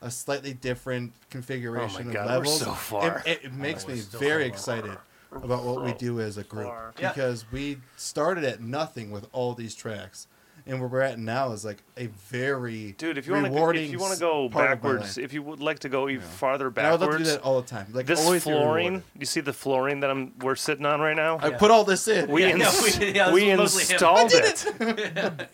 [SPEAKER 3] a slightly different configuration
[SPEAKER 2] God,
[SPEAKER 3] of
[SPEAKER 2] we're
[SPEAKER 3] levels,
[SPEAKER 2] so far.
[SPEAKER 3] it- it, it makes
[SPEAKER 1] we're
[SPEAKER 3] me
[SPEAKER 1] still
[SPEAKER 3] very
[SPEAKER 1] so
[SPEAKER 3] excited about what we do as a group
[SPEAKER 2] far.
[SPEAKER 1] Yeah.
[SPEAKER 3] because we started at nothing with all these tracks. And where we're at now is like a very
[SPEAKER 2] Dude, if you want to,
[SPEAKER 3] rewarding
[SPEAKER 2] if you want to go
[SPEAKER 3] s- part of my
[SPEAKER 2] backwards,
[SPEAKER 3] life.
[SPEAKER 2] if you would like to go even farther
[SPEAKER 3] And I would love to do
[SPEAKER 2] backwards,
[SPEAKER 3] that all the time. Like
[SPEAKER 2] this
[SPEAKER 3] always be
[SPEAKER 2] flooring,
[SPEAKER 3] rewarded.
[SPEAKER 2] you see the flooring that I'm we're sitting on right now.
[SPEAKER 3] I
[SPEAKER 1] Yeah.
[SPEAKER 3] put all this in.
[SPEAKER 2] we
[SPEAKER 1] Yeah, no,
[SPEAKER 2] ins-
[SPEAKER 1] we- yeah, this
[SPEAKER 2] we
[SPEAKER 1] was mostly him.
[SPEAKER 2] installed it.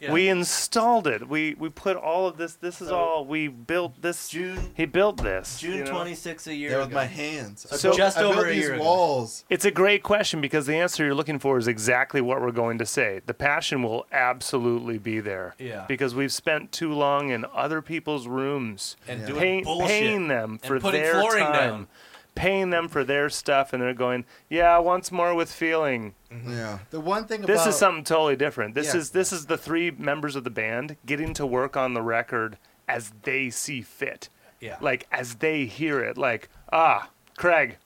[SPEAKER 1] Yeah.
[SPEAKER 2] We installed it. We we put all of this. This is all we built. This
[SPEAKER 1] June-
[SPEAKER 2] he built this. you
[SPEAKER 1] June
[SPEAKER 2] know?
[SPEAKER 1] twenty sixth a year
[SPEAKER 3] yeah, with
[SPEAKER 1] ago.
[SPEAKER 3] my hands. I
[SPEAKER 1] So
[SPEAKER 3] built-
[SPEAKER 1] just
[SPEAKER 3] I
[SPEAKER 1] over
[SPEAKER 3] built
[SPEAKER 1] a
[SPEAKER 3] these
[SPEAKER 1] year ago.
[SPEAKER 3] walls.
[SPEAKER 2] It's a great question because the answer you're looking for is exactly what we're going to say. The passion will absolutely be there.
[SPEAKER 1] Yeah.
[SPEAKER 2] Because we've spent too long in other people's rooms
[SPEAKER 1] And
[SPEAKER 3] Yeah.
[SPEAKER 1] doing
[SPEAKER 2] paying,
[SPEAKER 1] bullshit.
[SPEAKER 2] paying them for
[SPEAKER 1] and putting
[SPEAKER 2] their
[SPEAKER 1] flooring
[SPEAKER 2] time,
[SPEAKER 1] down.
[SPEAKER 2] paying them for their stuff, and they're going, "Yeah, once more with feeling."
[SPEAKER 1] Mm-hmm.
[SPEAKER 3] Yeah. The one thing
[SPEAKER 2] This
[SPEAKER 3] about
[SPEAKER 2] is something totally different. This
[SPEAKER 3] Yeah.
[SPEAKER 2] is this is the three members of the band getting to work on the record as they see fit.
[SPEAKER 1] Yeah.
[SPEAKER 2] Like as they hear it, like, ah, Craig,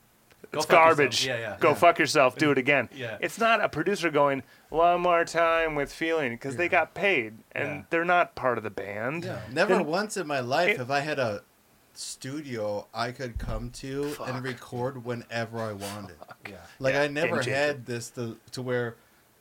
[SPEAKER 1] Go
[SPEAKER 2] it's
[SPEAKER 1] fuck yourself.
[SPEAKER 2] garbage.
[SPEAKER 1] Yeah, yeah.
[SPEAKER 2] Go
[SPEAKER 1] Yeah.
[SPEAKER 2] fuck yourself. Do it again.
[SPEAKER 1] Yeah.
[SPEAKER 2] It's not a producer going one more time with feeling because they got paid and
[SPEAKER 1] Yeah.
[SPEAKER 2] they're not part of the band.
[SPEAKER 3] Yeah. Never
[SPEAKER 2] And-
[SPEAKER 3] once in my life
[SPEAKER 2] it-
[SPEAKER 3] have I had a studio I could come to
[SPEAKER 2] Fuck.
[SPEAKER 3] and record whenever I wanted.
[SPEAKER 1] Yeah.
[SPEAKER 3] Like
[SPEAKER 2] Yeah,
[SPEAKER 3] I never
[SPEAKER 2] and Jacob.
[SPEAKER 3] had this to, to where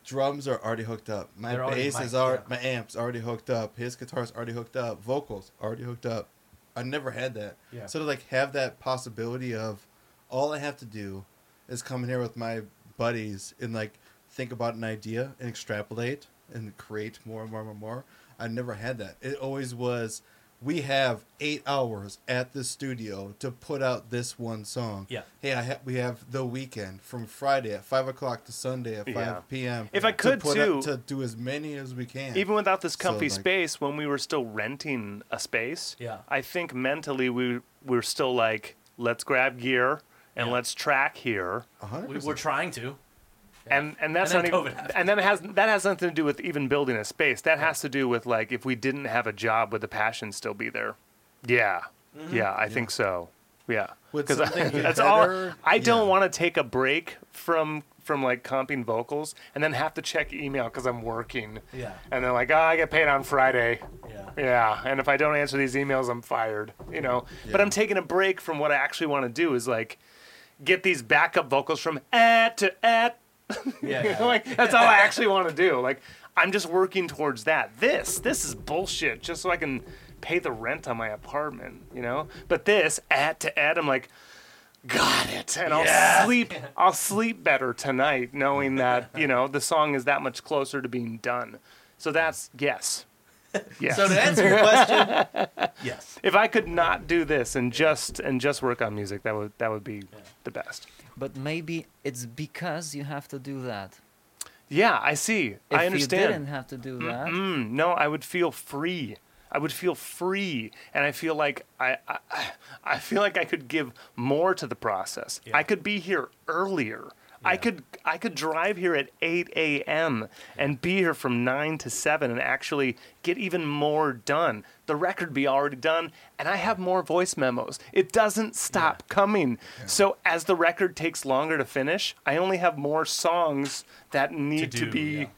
[SPEAKER 3] drums are already hooked up. My
[SPEAKER 1] They're already
[SPEAKER 3] bass
[SPEAKER 1] mic'd,
[SPEAKER 3] is already
[SPEAKER 1] yeah.
[SPEAKER 3] my amps already hooked up. His guitar's already hooked up. Vocals already hooked up. I never had that.
[SPEAKER 1] Yeah.
[SPEAKER 3] So to like have that possibility of all I have to do is come in here with my buddies and like think about an idea and extrapolate and create more and more and more. and more. I never had that. It always was we have eight hours at the studio to put out this one song.
[SPEAKER 1] Yeah.
[SPEAKER 3] Hey, I ha- we have the weekend from Friday at five o'clock to Sunday at five
[SPEAKER 2] Yeah.
[SPEAKER 3] p.m.
[SPEAKER 2] If I could,
[SPEAKER 3] to put
[SPEAKER 2] too-
[SPEAKER 3] up, to do as many as we can.
[SPEAKER 2] even without this comfy
[SPEAKER 3] like-
[SPEAKER 2] space when we were still renting a space
[SPEAKER 1] Yeah.
[SPEAKER 2] i think mentally we we're still like let's grab gear and
[SPEAKER 1] Yeah.
[SPEAKER 2] let's track here
[SPEAKER 3] A hundred
[SPEAKER 1] We were
[SPEAKER 3] percent.
[SPEAKER 1] trying to.
[SPEAKER 2] and and that's
[SPEAKER 1] And then
[SPEAKER 2] not
[SPEAKER 1] COVID
[SPEAKER 2] even,
[SPEAKER 1] happened.
[SPEAKER 2] and then it has that has nothing to do with even building a space that has to do with like if we didn't have a job would the passion still be there yeah
[SPEAKER 1] Mm-hmm.
[SPEAKER 2] yeah i think so yeah
[SPEAKER 3] Would
[SPEAKER 2] because
[SPEAKER 3] something be
[SPEAKER 2] that's all
[SPEAKER 3] better?
[SPEAKER 2] i don't
[SPEAKER 3] Yeah.
[SPEAKER 2] want to take a break from from like comping vocals and then have to check email because i'm working
[SPEAKER 1] Yeah.
[SPEAKER 2] and then like oh, i get paid on friday
[SPEAKER 1] Yeah.
[SPEAKER 2] Yeah, and if I don't answer these emails, I'm fired. You know, but
[SPEAKER 3] Yeah.
[SPEAKER 2] I'm taking a break from what I actually want to do is like get these backup vocals from at to at.
[SPEAKER 1] Yeah, yeah.
[SPEAKER 2] like that's all I actually want to do. Like I'm just working towards that. This this is bullshit. Just so I can pay the rent on my apartment. You know, but this at to at, I'm like. Got it, and I'll sleep. I'll sleep better tonight, knowing that you know the song is that much closer to being done. So that's yes, yes.
[SPEAKER 1] So to answer your question, yes.
[SPEAKER 2] If I could not do this and just and just work on music, that would that would be the best.
[SPEAKER 4] But maybe it's because you have to do that.
[SPEAKER 2] Yeah, I see.
[SPEAKER 4] If
[SPEAKER 2] I
[SPEAKER 4] you didn't
[SPEAKER 2] understand.
[SPEAKER 4] have to do that,
[SPEAKER 2] Mm, no, I would feel free. I would feel free, and I feel like I I, I feel like I could give more to the process. I could be here earlier. I could I could drive here at 8 a.m. and be here from 9 to 7 and actually get even more done. The record be already done, and I have more voice memos. It doesn't stop coming. So as the record takes longer to finish, I only have more songs that need to,
[SPEAKER 1] do,
[SPEAKER 2] be
[SPEAKER 1] yeah.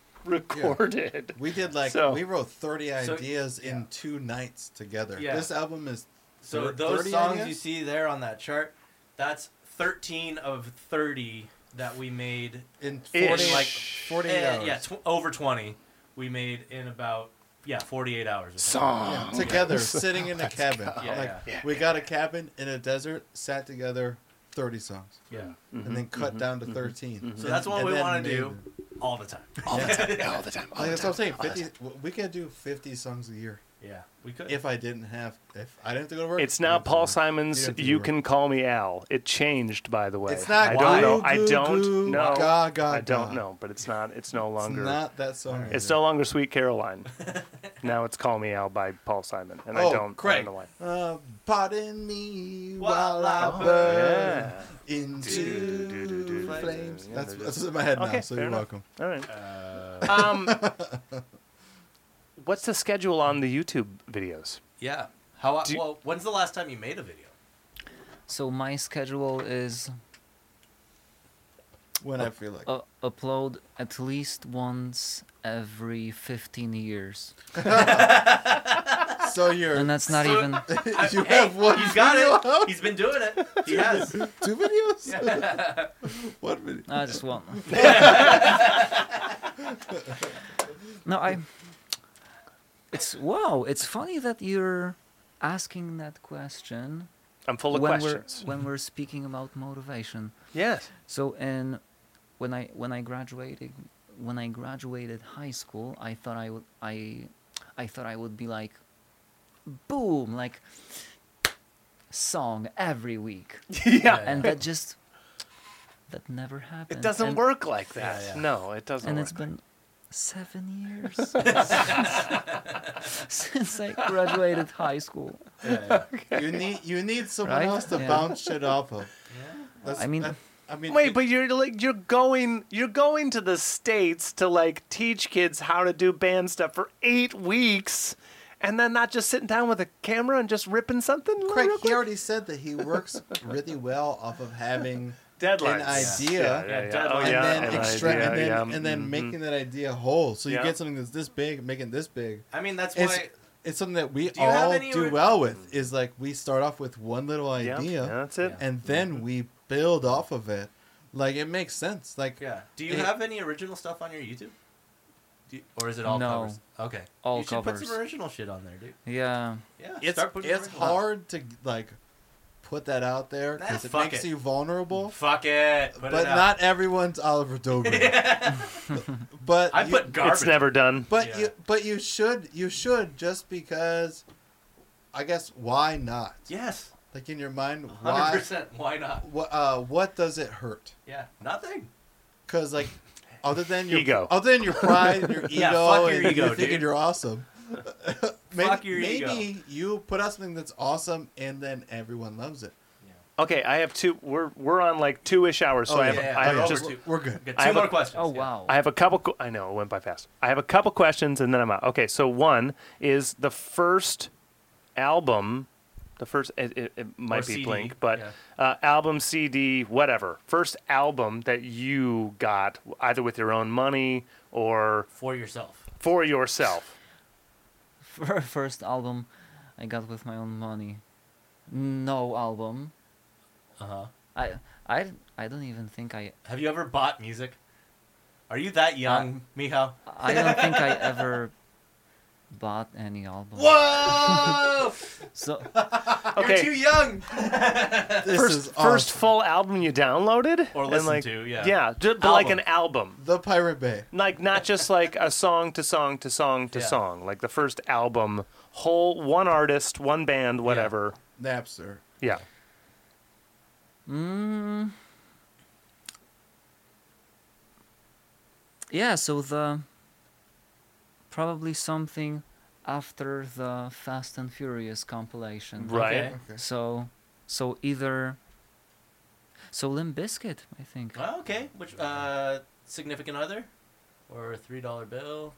[SPEAKER 2] recorded.
[SPEAKER 3] We did like
[SPEAKER 2] So-
[SPEAKER 3] we wrote thirty
[SPEAKER 1] So-
[SPEAKER 3] ideas in two nights together.
[SPEAKER 1] Yeah.
[SPEAKER 3] This album is
[SPEAKER 1] So
[SPEAKER 3] thir-
[SPEAKER 1] those
[SPEAKER 3] 30
[SPEAKER 1] songs
[SPEAKER 3] ideas?
[SPEAKER 1] you see there on that chart, that's 13 of 30 that we made.
[SPEAKER 3] in
[SPEAKER 2] Ish.
[SPEAKER 3] forty like
[SPEAKER 2] Ish.
[SPEAKER 3] forty eight
[SPEAKER 1] eh,
[SPEAKER 3] hours.
[SPEAKER 1] yeah, tw- over 20 we made in about yeah 48 hours. or something.
[SPEAKER 2] song.
[SPEAKER 3] together, sitting in a cabin.
[SPEAKER 1] Yeah,
[SPEAKER 3] like
[SPEAKER 1] yeah.
[SPEAKER 3] we got a cabin in a desert, sat together, thirty songs,
[SPEAKER 1] Yeah. Mm-hmm,
[SPEAKER 3] and then cut down to 13
[SPEAKER 1] So mm-hmm. that's what
[SPEAKER 3] And-
[SPEAKER 1] we
[SPEAKER 3] and then
[SPEAKER 1] want to
[SPEAKER 3] made
[SPEAKER 1] do
[SPEAKER 3] it.
[SPEAKER 1] all the time.
[SPEAKER 2] all the time.
[SPEAKER 3] Like that's what I'm saying. Fifty. w- We could do fifty songs a year
[SPEAKER 1] Yeah, we could.
[SPEAKER 3] if I didn't have if I didn't have to go to work.
[SPEAKER 2] It's
[SPEAKER 3] I
[SPEAKER 2] now
[SPEAKER 3] didn't have to
[SPEAKER 2] Paul
[SPEAKER 3] work.
[SPEAKER 2] Simon's.
[SPEAKER 3] have to
[SPEAKER 2] You
[SPEAKER 3] work.
[SPEAKER 2] can call me Al. It changed, by the way.
[SPEAKER 3] It's not
[SPEAKER 2] I don't know.
[SPEAKER 3] Goo
[SPEAKER 2] I
[SPEAKER 3] Goo
[SPEAKER 2] don't
[SPEAKER 3] Goo
[SPEAKER 2] know.
[SPEAKER 3] Ga Ga
[SPEAKER 2] I don't
[SPEAKER 3] Ga.
[SPEAKER 2] know. But it's not. It's no
[SPEAKER 3] It's
[SPEAKER 2] longer. It's,
[SPEAKER 3] not that song.
[SPEAKER 2] no longer Sweet Caroline. now it's Call Me Al by Paul Simon, and I
[SPEAKER 3] Oh,
[SPEAKER 2] don't. I
[SPEAKER 1] Craig.
[SPEAKER 2] don't know why.
[SPEAKER 3] Uh, pardon me
[SPEAKER 1] While
[SPEAKER 3] while I
[SPEAKER 1] I
[SPEAKER 3] burn
[SPEAKER 2] Oh, Yeah.
[SPEAKER 3] into
[SPEAKER 2] Do-do-do-do-do-do.
[SPEAKER 3] flames.
[SPEAKER 2] Yeah,
[SPEAKER 3] That's,
[SPEAKER 2] they're
[SPEAKER 3] that's
[SPEAKER 2] just-
[SPEAKER 3] in my head
[SPEAKER 2] Okay,
[SPEAKER 3] now, so
[SPEAKER 2] fair
[SPEAKER 3] you're
[SPEAKER 2] enough.
[SPEAKER 3] welcome.
[SPEAKER 2] All right.
[SPEAKER 1] Uh,
[SPEAKER 2] Um, what's the schedule on the YouTube videos?
[SPEAKER 1] yeah. How?
[SPEAKER 2] Do-
[SPEAKER 1] well, when's the last time you made a video?
[SPEAKER 4] so my schedule is
[SPEAKER 3] When I feel like
[SPEAKER 4] uh, upload at least once every 15 years,
[SPEAKER 3] so you're
[SPEAKER 4] and that's not
[SPEAKER 1] So-
[SPEAKER 4] even.
[SPEAKER 3] you have one.
[SPEAKER 1] He's got
[SPEAKER 3] video
[SPEAKER 1] it. He's been doing it. He has.
[SPEAKER 3] out? Two videos. what video?
[SPEAKER 4] I just want. no, I. It's wow. It's funny that you're asking that question
[SPEAKER 2] I'm full of
[SPEAKER 4] when
[SPEAKER 2] questions.
[SPEAKER 4] we're when we're speaking about motivation.
[SPEAKER 2] Yes.
[SPEAKER 4] So in when I when I graduated when I graduated high school, I thought I would I I thought I would be like boom like song every week.
[SPEAKER 2] yeah.
[SPEAKER 4] And that just that never happened.
[SPEAKER 2] It doesn't
[SPEAKER 4] And-
[SPEAKER 2] work like that.
[SPEAKER 1] Yeah, yeah.
[SPEAKER 2] No, it doesn't.
[SPEAKER 4] And
[SPEAKER 2] work
[SPEAKER 4] it's
[SPEAKER 2] like
[SPEAKER 4] been seven years since I graduated high school.
[SPEAKER 1] Yeah, yeah.
[SPEAKER 3] You need you need someone
[SPEAKER 4] Right?
[SPEAKER 3] else to
[SPEAKER 4] Yeah.
[SPEAKER 3] bounce shit off of. That's,
[SPEAKER 4] I mean-
[SPEAKER 3] that- I mean,
[SPEAKER 2] Wait,
[SPEAKER 3] it-
[SPEAKER 2] but you're like you're going you're going to the states to like teach kids how to do band stuff for eight weeks, and then not just sitting down with a camera and just ripping something. real
[SPEAKER 3] Craig, he
[SPEAKER 2] quick?
[SPEAKER 3] already said that he works really well off of having
[SPEAKER 2] deadlines.
[SPEAKER 3] an
[SPEAKER 2] Yeah,
[SPEAKER 3] idea.
[SPEAKER 2] yeah, yeah.
[SPEAKER 1] Yeah,
[SPEAKER 2] Oh,
[SPEAKER 1] deadlines.
[SPEAKER 3] and
[SPEAKER 2] yeah,
[SPEAKER 3] then
[SPEAKER 2] an
[SPEAKER 3] extra,
[SPEAKER 2] idea,
[SPEAKER 3] and then,
[SPEAKER 2] yeah.
[SPEAKER 3] and then
[SPEAKER 2] Mhm.
[SPEAKER 3] making that idea whole. So you
[SPEAKER 2] Yeah.
[SPEAKER 3] get something that's this big, making this big.
[SPEAKER 1] I mean, that's
[SPEAKER 3] It's
[SPEAKER 1] why.
[SPEAKER 3] it's something that we
[SPEAKER 1] Do you have
[SPEAKER 3] all
[SPEAKER 1] any
[SPEAKER 3] do
[SPEAKER 1] ori-
[SPEAKER 3] well with. Is like we start off with one little
[SPEAKER 2] Yeah,
[SPEAKER 3] idea,
[SPEAKER 2] yeah, that's it.
[SPEAKER 3] and then we build off of it. Like it makes sense. Like
[SPEAKER 1] Yeah. Do you
[SPEAKER 3] It-
[SPEAKER 1] have any original stuff on your YouTube? Do you, or is it all
[SPEAKER 4] No.
[SPEAKER 1] covers? Okay.
[SPEAKER 4] All
[SPEAKER 1] you should put
[SPEAKER 4] covers.
[SPEAKER 1] some original shit on there, dude.
[SPEAKER 4] Yeah.
[SPEAKER 1] Yeah.
[SPEAKER 3] it's
[SPEAKER 1] start putting
[SPEAKER 3] it's
[SPEAKER 1] original-
[SPEAKER 3] hard to like put that out there
[SPEAKER 1] Nah,
[SPEAKER 3] because it
[SPEAKER 1] fuck
[SPEAKER 3] makes
[SPEAKER 1] it.
[SPEAKER 3] you vulnerable.
[SPEAKER 1] Fuck it. Put
[SPEAKER 3] but
[SPEAKER 1] it out.
[SPEAKER 3] not everyone's Oliver Dobrik. but
[SPEAKER 1] I
[SPEAKER 3] you-
[SPEAKER 1] put garbage.
[SPEAKER 2] It's never done.
[SPEAKER 3] But
[SPEAKER 1] Yeah.
[SPEAKER 3] you but you should you should just because I guess why not?
[SPEAKER 1] Yes.
[SPEAKER 3] Like in your mind,
[SPEAKER 1] Hundred
[SPEAKER 3] why
[SPEAKER 1] percent. Why not?
[SPEAKER 3] what uh what does it hurt?
[SPEAKER 1] Yeah. Nothing.
[SPEAKER 3] Cuz like other than your
[SPEAKER 2] Ego.
[SPEAKER 3] other than your pride and your ego
[SPEAKER 1] Yeah, fuck your
[SPEAKER 3] and
[SPEAKER 1] ego,
[SPEAKER 3] you thinking
[SPEAKER 1] dude.
[SPEAKER 3] you're awesome. maybe,
[SPEAKER 1] Fuck your ego.
[SPEAKER 3] maybe you put out something that's awesome and then everyone loves it.
[SPEAKER 2] Okay, I have two. We're we're on like two ish hours, so
[SPEAKER 3] Oh,
[SPEAKER 2] I have
[SPEAKER 1] yeah, yeah,
[SPEAKER 2] I
[SPEAKER 1] we're
[SPEAKER 2] have
[SPEAKER 1] over
[SPEAKER 2] just
[SPEAKER 1] two.
[SPEAKER 3] We're good.
[SPEAKER 1] Good.
[SPEAKER 2] I
[SPEAKER 1] Two
[SPEAKER 2] have a-
[SPEAKER 1] more questions.
[SPEAKER 4] Oh
[SPEAKER 1] yeah.
[SPEAKER 4] wow.
[SPEAKER 2] I have a couple. qu- I know it went by fast. I have a couple questions, and then I'm out. Okay, so one is the first album, the first it, it, it might
[SPEAKER 1] Or
[SPEAKER 2] be
[SPEAKER 1] CD,
[SPEAKER 2] Blink, but
[SPEAKER 1] yeah.
[SPEAKER 2] uh, album, CD, whatever. First album that you got either with your own money or
[SPEAKER 1] For yourself.
[SPEAKER 2] for yourself.
[SPEAKER 4] fir- first album I got with my own money. No album.
[SPEAKER 1] Uh huh.
[SPEAKER 4] I I I don't even think I
[SPEAKER 1] Have you ever bought music? Are you that young, Michal?
[SPEAKER 4] I don't think I ever bought any album.
[SPEAKER 1] Whoa!
[SPEAKER 4] So
[SPEAKER 1] You're
[SPEAKER 2] Okay.
[SPEAKER 1] too young.
[SPEAKER 3] This
[SPEAKER 2] first,
[SPEAKER 3] is um,
[SPEAKER 2] first
[SPEAKER 3] awesome.
[SPEAKER 2] full album you downloaded
[SPEAKER 1] Or
[SPEAKER 2] And,
[SPEAKER 1] listened
[SPEAKER 2] like-
[SPEAKER 1] to, yeah.
[SPEAKER 2] yeah, ju- but like
[SPEAKER 1] Album.
[SPEAKER 2] an album,
[SPEAKER 3] the Pirate Bay.
[SPEAKER 2] like not just like a song to song to song to
[SPEAKER 1] Yeah.
[SPEAKER 2] song, like the first album, whole one artist, one band, whatever.
[SPEAKER 3] Napster.
[SPEAKER 2] Yeah,
[SPEAKER 4] mm, yeah, so the probably something after the Fast and Furious compilation.
[SPEAKER 2] right.
[SPEAKER 1] Okay.
[SPEAKER 3] Okay.
[SPEAKER 4] So so either so Limp Bizkit, I think.
[SPEAKER 1] Oh, okay. Which uh, significant other, or a three dollar bill?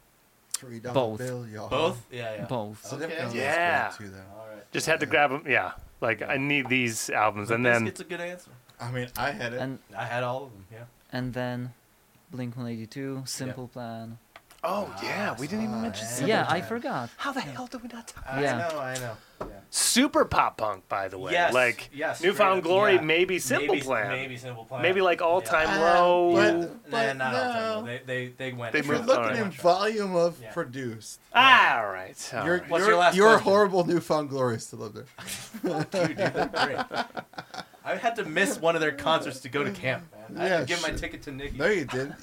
[SPEAKER 3] Three dollar
[SPEAKER 4] Both.
[SPEAKER 3] bill, y'all.
[SPEAKER 1] Both. Yeah, yeah. Oh,
[SPEAKER 4] Both.
[SPEAKER 3] So they've
[SPEAKER 1] Okay.
[SPEAKER 3] got those
[SPEAKER 2] Yeah.
[SPEAKER 3] great, Too, though.
[SPEAKER 1] All right.
[SPEAKER 2] Just had to grab them. Yeah, like I need these albums, and then
[SPEAKER 1] it's a good answer.
[SPEAKER 3] I mean, I had it.
[SPEAKER 4] And
[SPEAKER 1] I had all of them. Yeah.
[SPEAKER 4] and then Blink 182, Simple Plan.
[SPEAKER 2] oh yeah, we didn't even
[SPEAKER 3] Uh,
[SPEAKER 2] mention.
[SPEAKER 1] Simple
[SPEAKER 4] yeah, I
[SPEAKER 1] Plan.
[SPEAKER 4] forgot.
[SPEAKER 2] How the hell did we not talk?
[SPEAKER 1] I
[SPEAKER 4] Yeah.
[SPEAKER 1] know. I know. Yeah.
[SPEAKER 2] Super pop punk, by the way.
[SPEAKER 1] Yes.
[SPEAKER 2] like
[SPEAKER 1] yes,
[SPEAKER 2] New Found
[SPEAKER 1] straight up,
[SPEAKER 2] Glory,
[SPEAKER 1] yeah.
[SPEAKER 2] maybe Simple
[SPEAKER 1] maybe,
[SPEAKER 2] Plan, maybe,
[SPEAKER 1] Maybe simple plan.
[SPEAKER 2] like all time
[SPEAKER 3] Yeah.
[SPEAKER 2] low.
[SPEAKER 3] But-
[SPEAKER 1] Yeah.
[SPEAKER 3] but
[SPEAKER 1] nah, not all time.
[SPEAKER 3] no.
[SPEAKER 1] They they they went.
[SPEAKER 2] They
[SPEAKER 3] if you're
[SPEAKER 2] moved-
[SPEAKER 3] looking
[SPEAKER 2] alright.
[SPEAKER 3] in volume of
[SPEAKER 1] Yeah.
[SPEAKER 3] produced,
[SPEAKER 2] Ah, all right. all
[SPEAKER 3] your
[SPEAKER 2] right.
[SPEAKER 1] What's
[SPEAKER 3] your,
[SPEAKER 1] your last
[SPEAKER 3] your
[SPEAKER 1] question?
[SPEAKER 3] horrible newfound glory is still up there.
[SPEAKER 1] Dude, you did great. I had to miss one of their concerts to go to camp, man. I had
[SPEAKER 3] Yeah,
[SPEAKER 1] to give my
[SPEAKER 3] shit.
[SPEAKER 1] ticket to Nikki.
[SPEAKER 3] No, you didn't.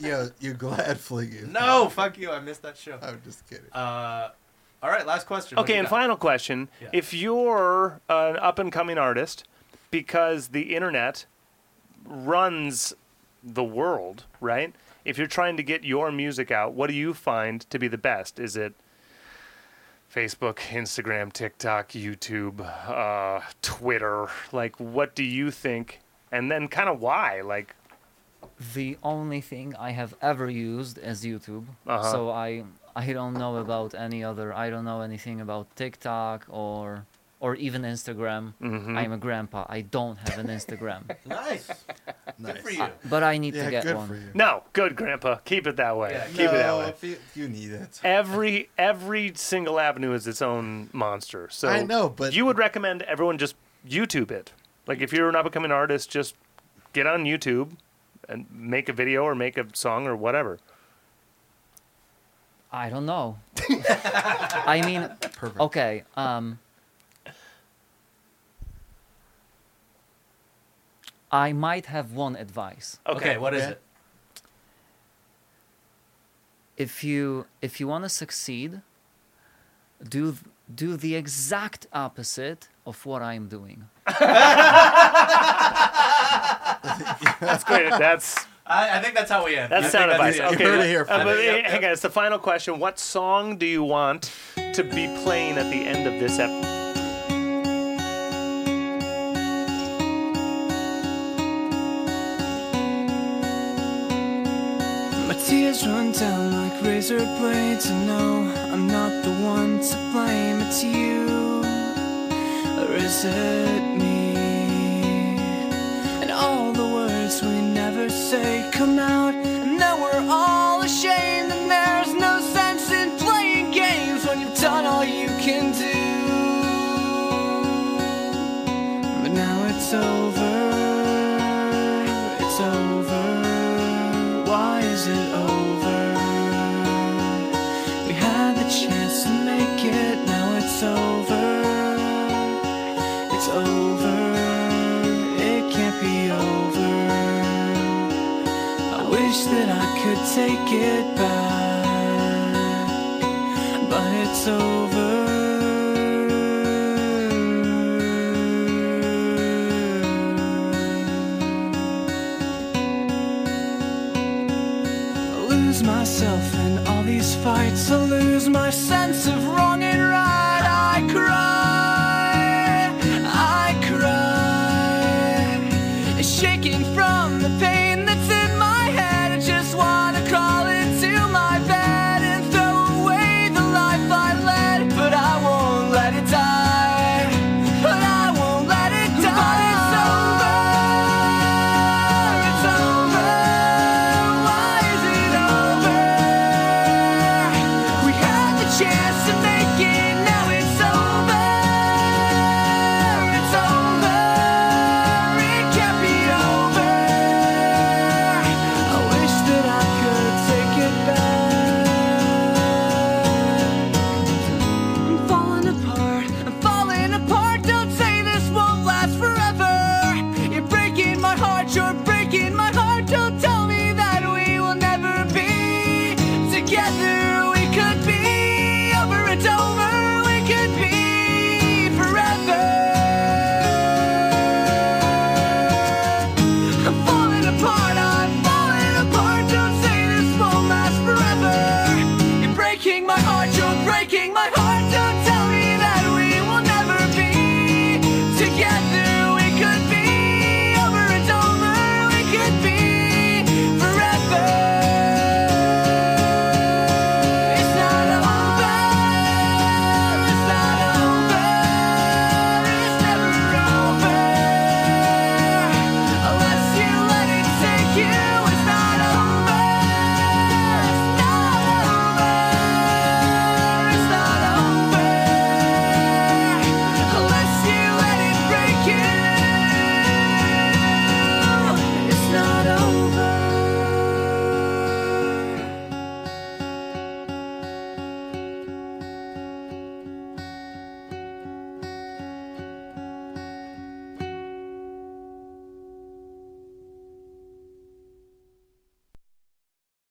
[SPEAKER 3] You, yeah, you glad fling you.
[SPEAKER 1] No, fuck you. I missed that show.
[SPEAKER 3] I'm just kidding.
[SPEAKER 1] Uh, all right, last question. What do
[SPEAKER 2] Okay,
[SPEAKER 1] you
[SPEAKER 2] and
[SPEAKER 1] got?
[SPEAKER 2] final question:
[SPEAKER 1] Yeah.
[SPEAKER 2] If you're an up and coming artist, because the internet runs the world, right? If you're trying to get your music out, what do you find to be the best? Is it Facebook, Instagram, TikTok, YouTube, uh, Twitter? Like, what do you think? And then, kind of, why? Like,
[SPEAKER 4] The only thing I have ever used is YouTube.
[SPEAKER 2] Uh-huh.
[SPEAKER 4] So I I don't know about any other. I don't know anything about TikTok or or even Instagram.
[SPEAKER 1] Mm-hmm.
[SPEAKER 4] I'm a grandpa. I don't have an Instagram.
[SPEAKER 1] Nice. Good
[SPEAKER 3] Nice.
[SPEAKER 1] for you.
[SPEAKER 4] but I need
[SPEAKER 3] yeah,
[SPEAKER 4] to get
[SPEAKER 3] good
[SPEAKER 4] one.
[SPEAKER 3] for you.
[SPEAKER 2] no, good, Grandpa. Keep it that way.
[SPEAKER 1] Yeah,
[SPEAKER 2] Keep it that
[SPEAKER 3] No,
[SPEAKER 2] way.
[SPEAKER 3] if you, you need it.
[SPEAKER 2] every every single avenue is its own monster. So
[SPEAKER 3] I know, but-
[SPEAKER 2] you would recommend everyone just YouTube it. Like if you're an up and coming artist, just get on YouTube and make a video or make a song or whatever.
[SPEAKER 4] I don't know. I mean,
[SPEAKER 3] Perfect.
[SPEAKER 4] okay. Um, I might have one advice.
[SPEAKER 1] Okay, what is
[SPEAKER 3] Yeah.
[SPEAKER 1] it?
[SPEAKER 4] if you if you want to succeed do th- do the exact opposite of what i'm doing
[SPEAKER 2] that's great. That's
[SPEAKER 1] I, I think that's how we end. I
[SPEAKER 2] that's
[SPEAKER 1] think
[SPEAKER 2] sound advice.
[SPEAKER 1] the
[SPEAKER 3] you
[SPEAKER 1] end.
[SPEAKER 2] okay,
[SPEAKER 3] heard it here
[SPEAKER 2] uh, but,
[SPEAKER 1] first. Yep, yep.
[SPEAKER 2] hey guys, the final question: What song do you want to be playing at the end of this episode?
[SPEAKER 7] My tears run down like razor blades. I know I'm not the one to blame. It's you, or is it me? And all the words we never say come out, and now we're all ashamed. And there's no sense in playing games when you've done all you can do. But now it's over. It's over. Why is it over? We had the chance to make it. Now it's over. It's over. It can't be over. I wish that I could take it back but it's over. I lose myself in all these fights, I lose my sense of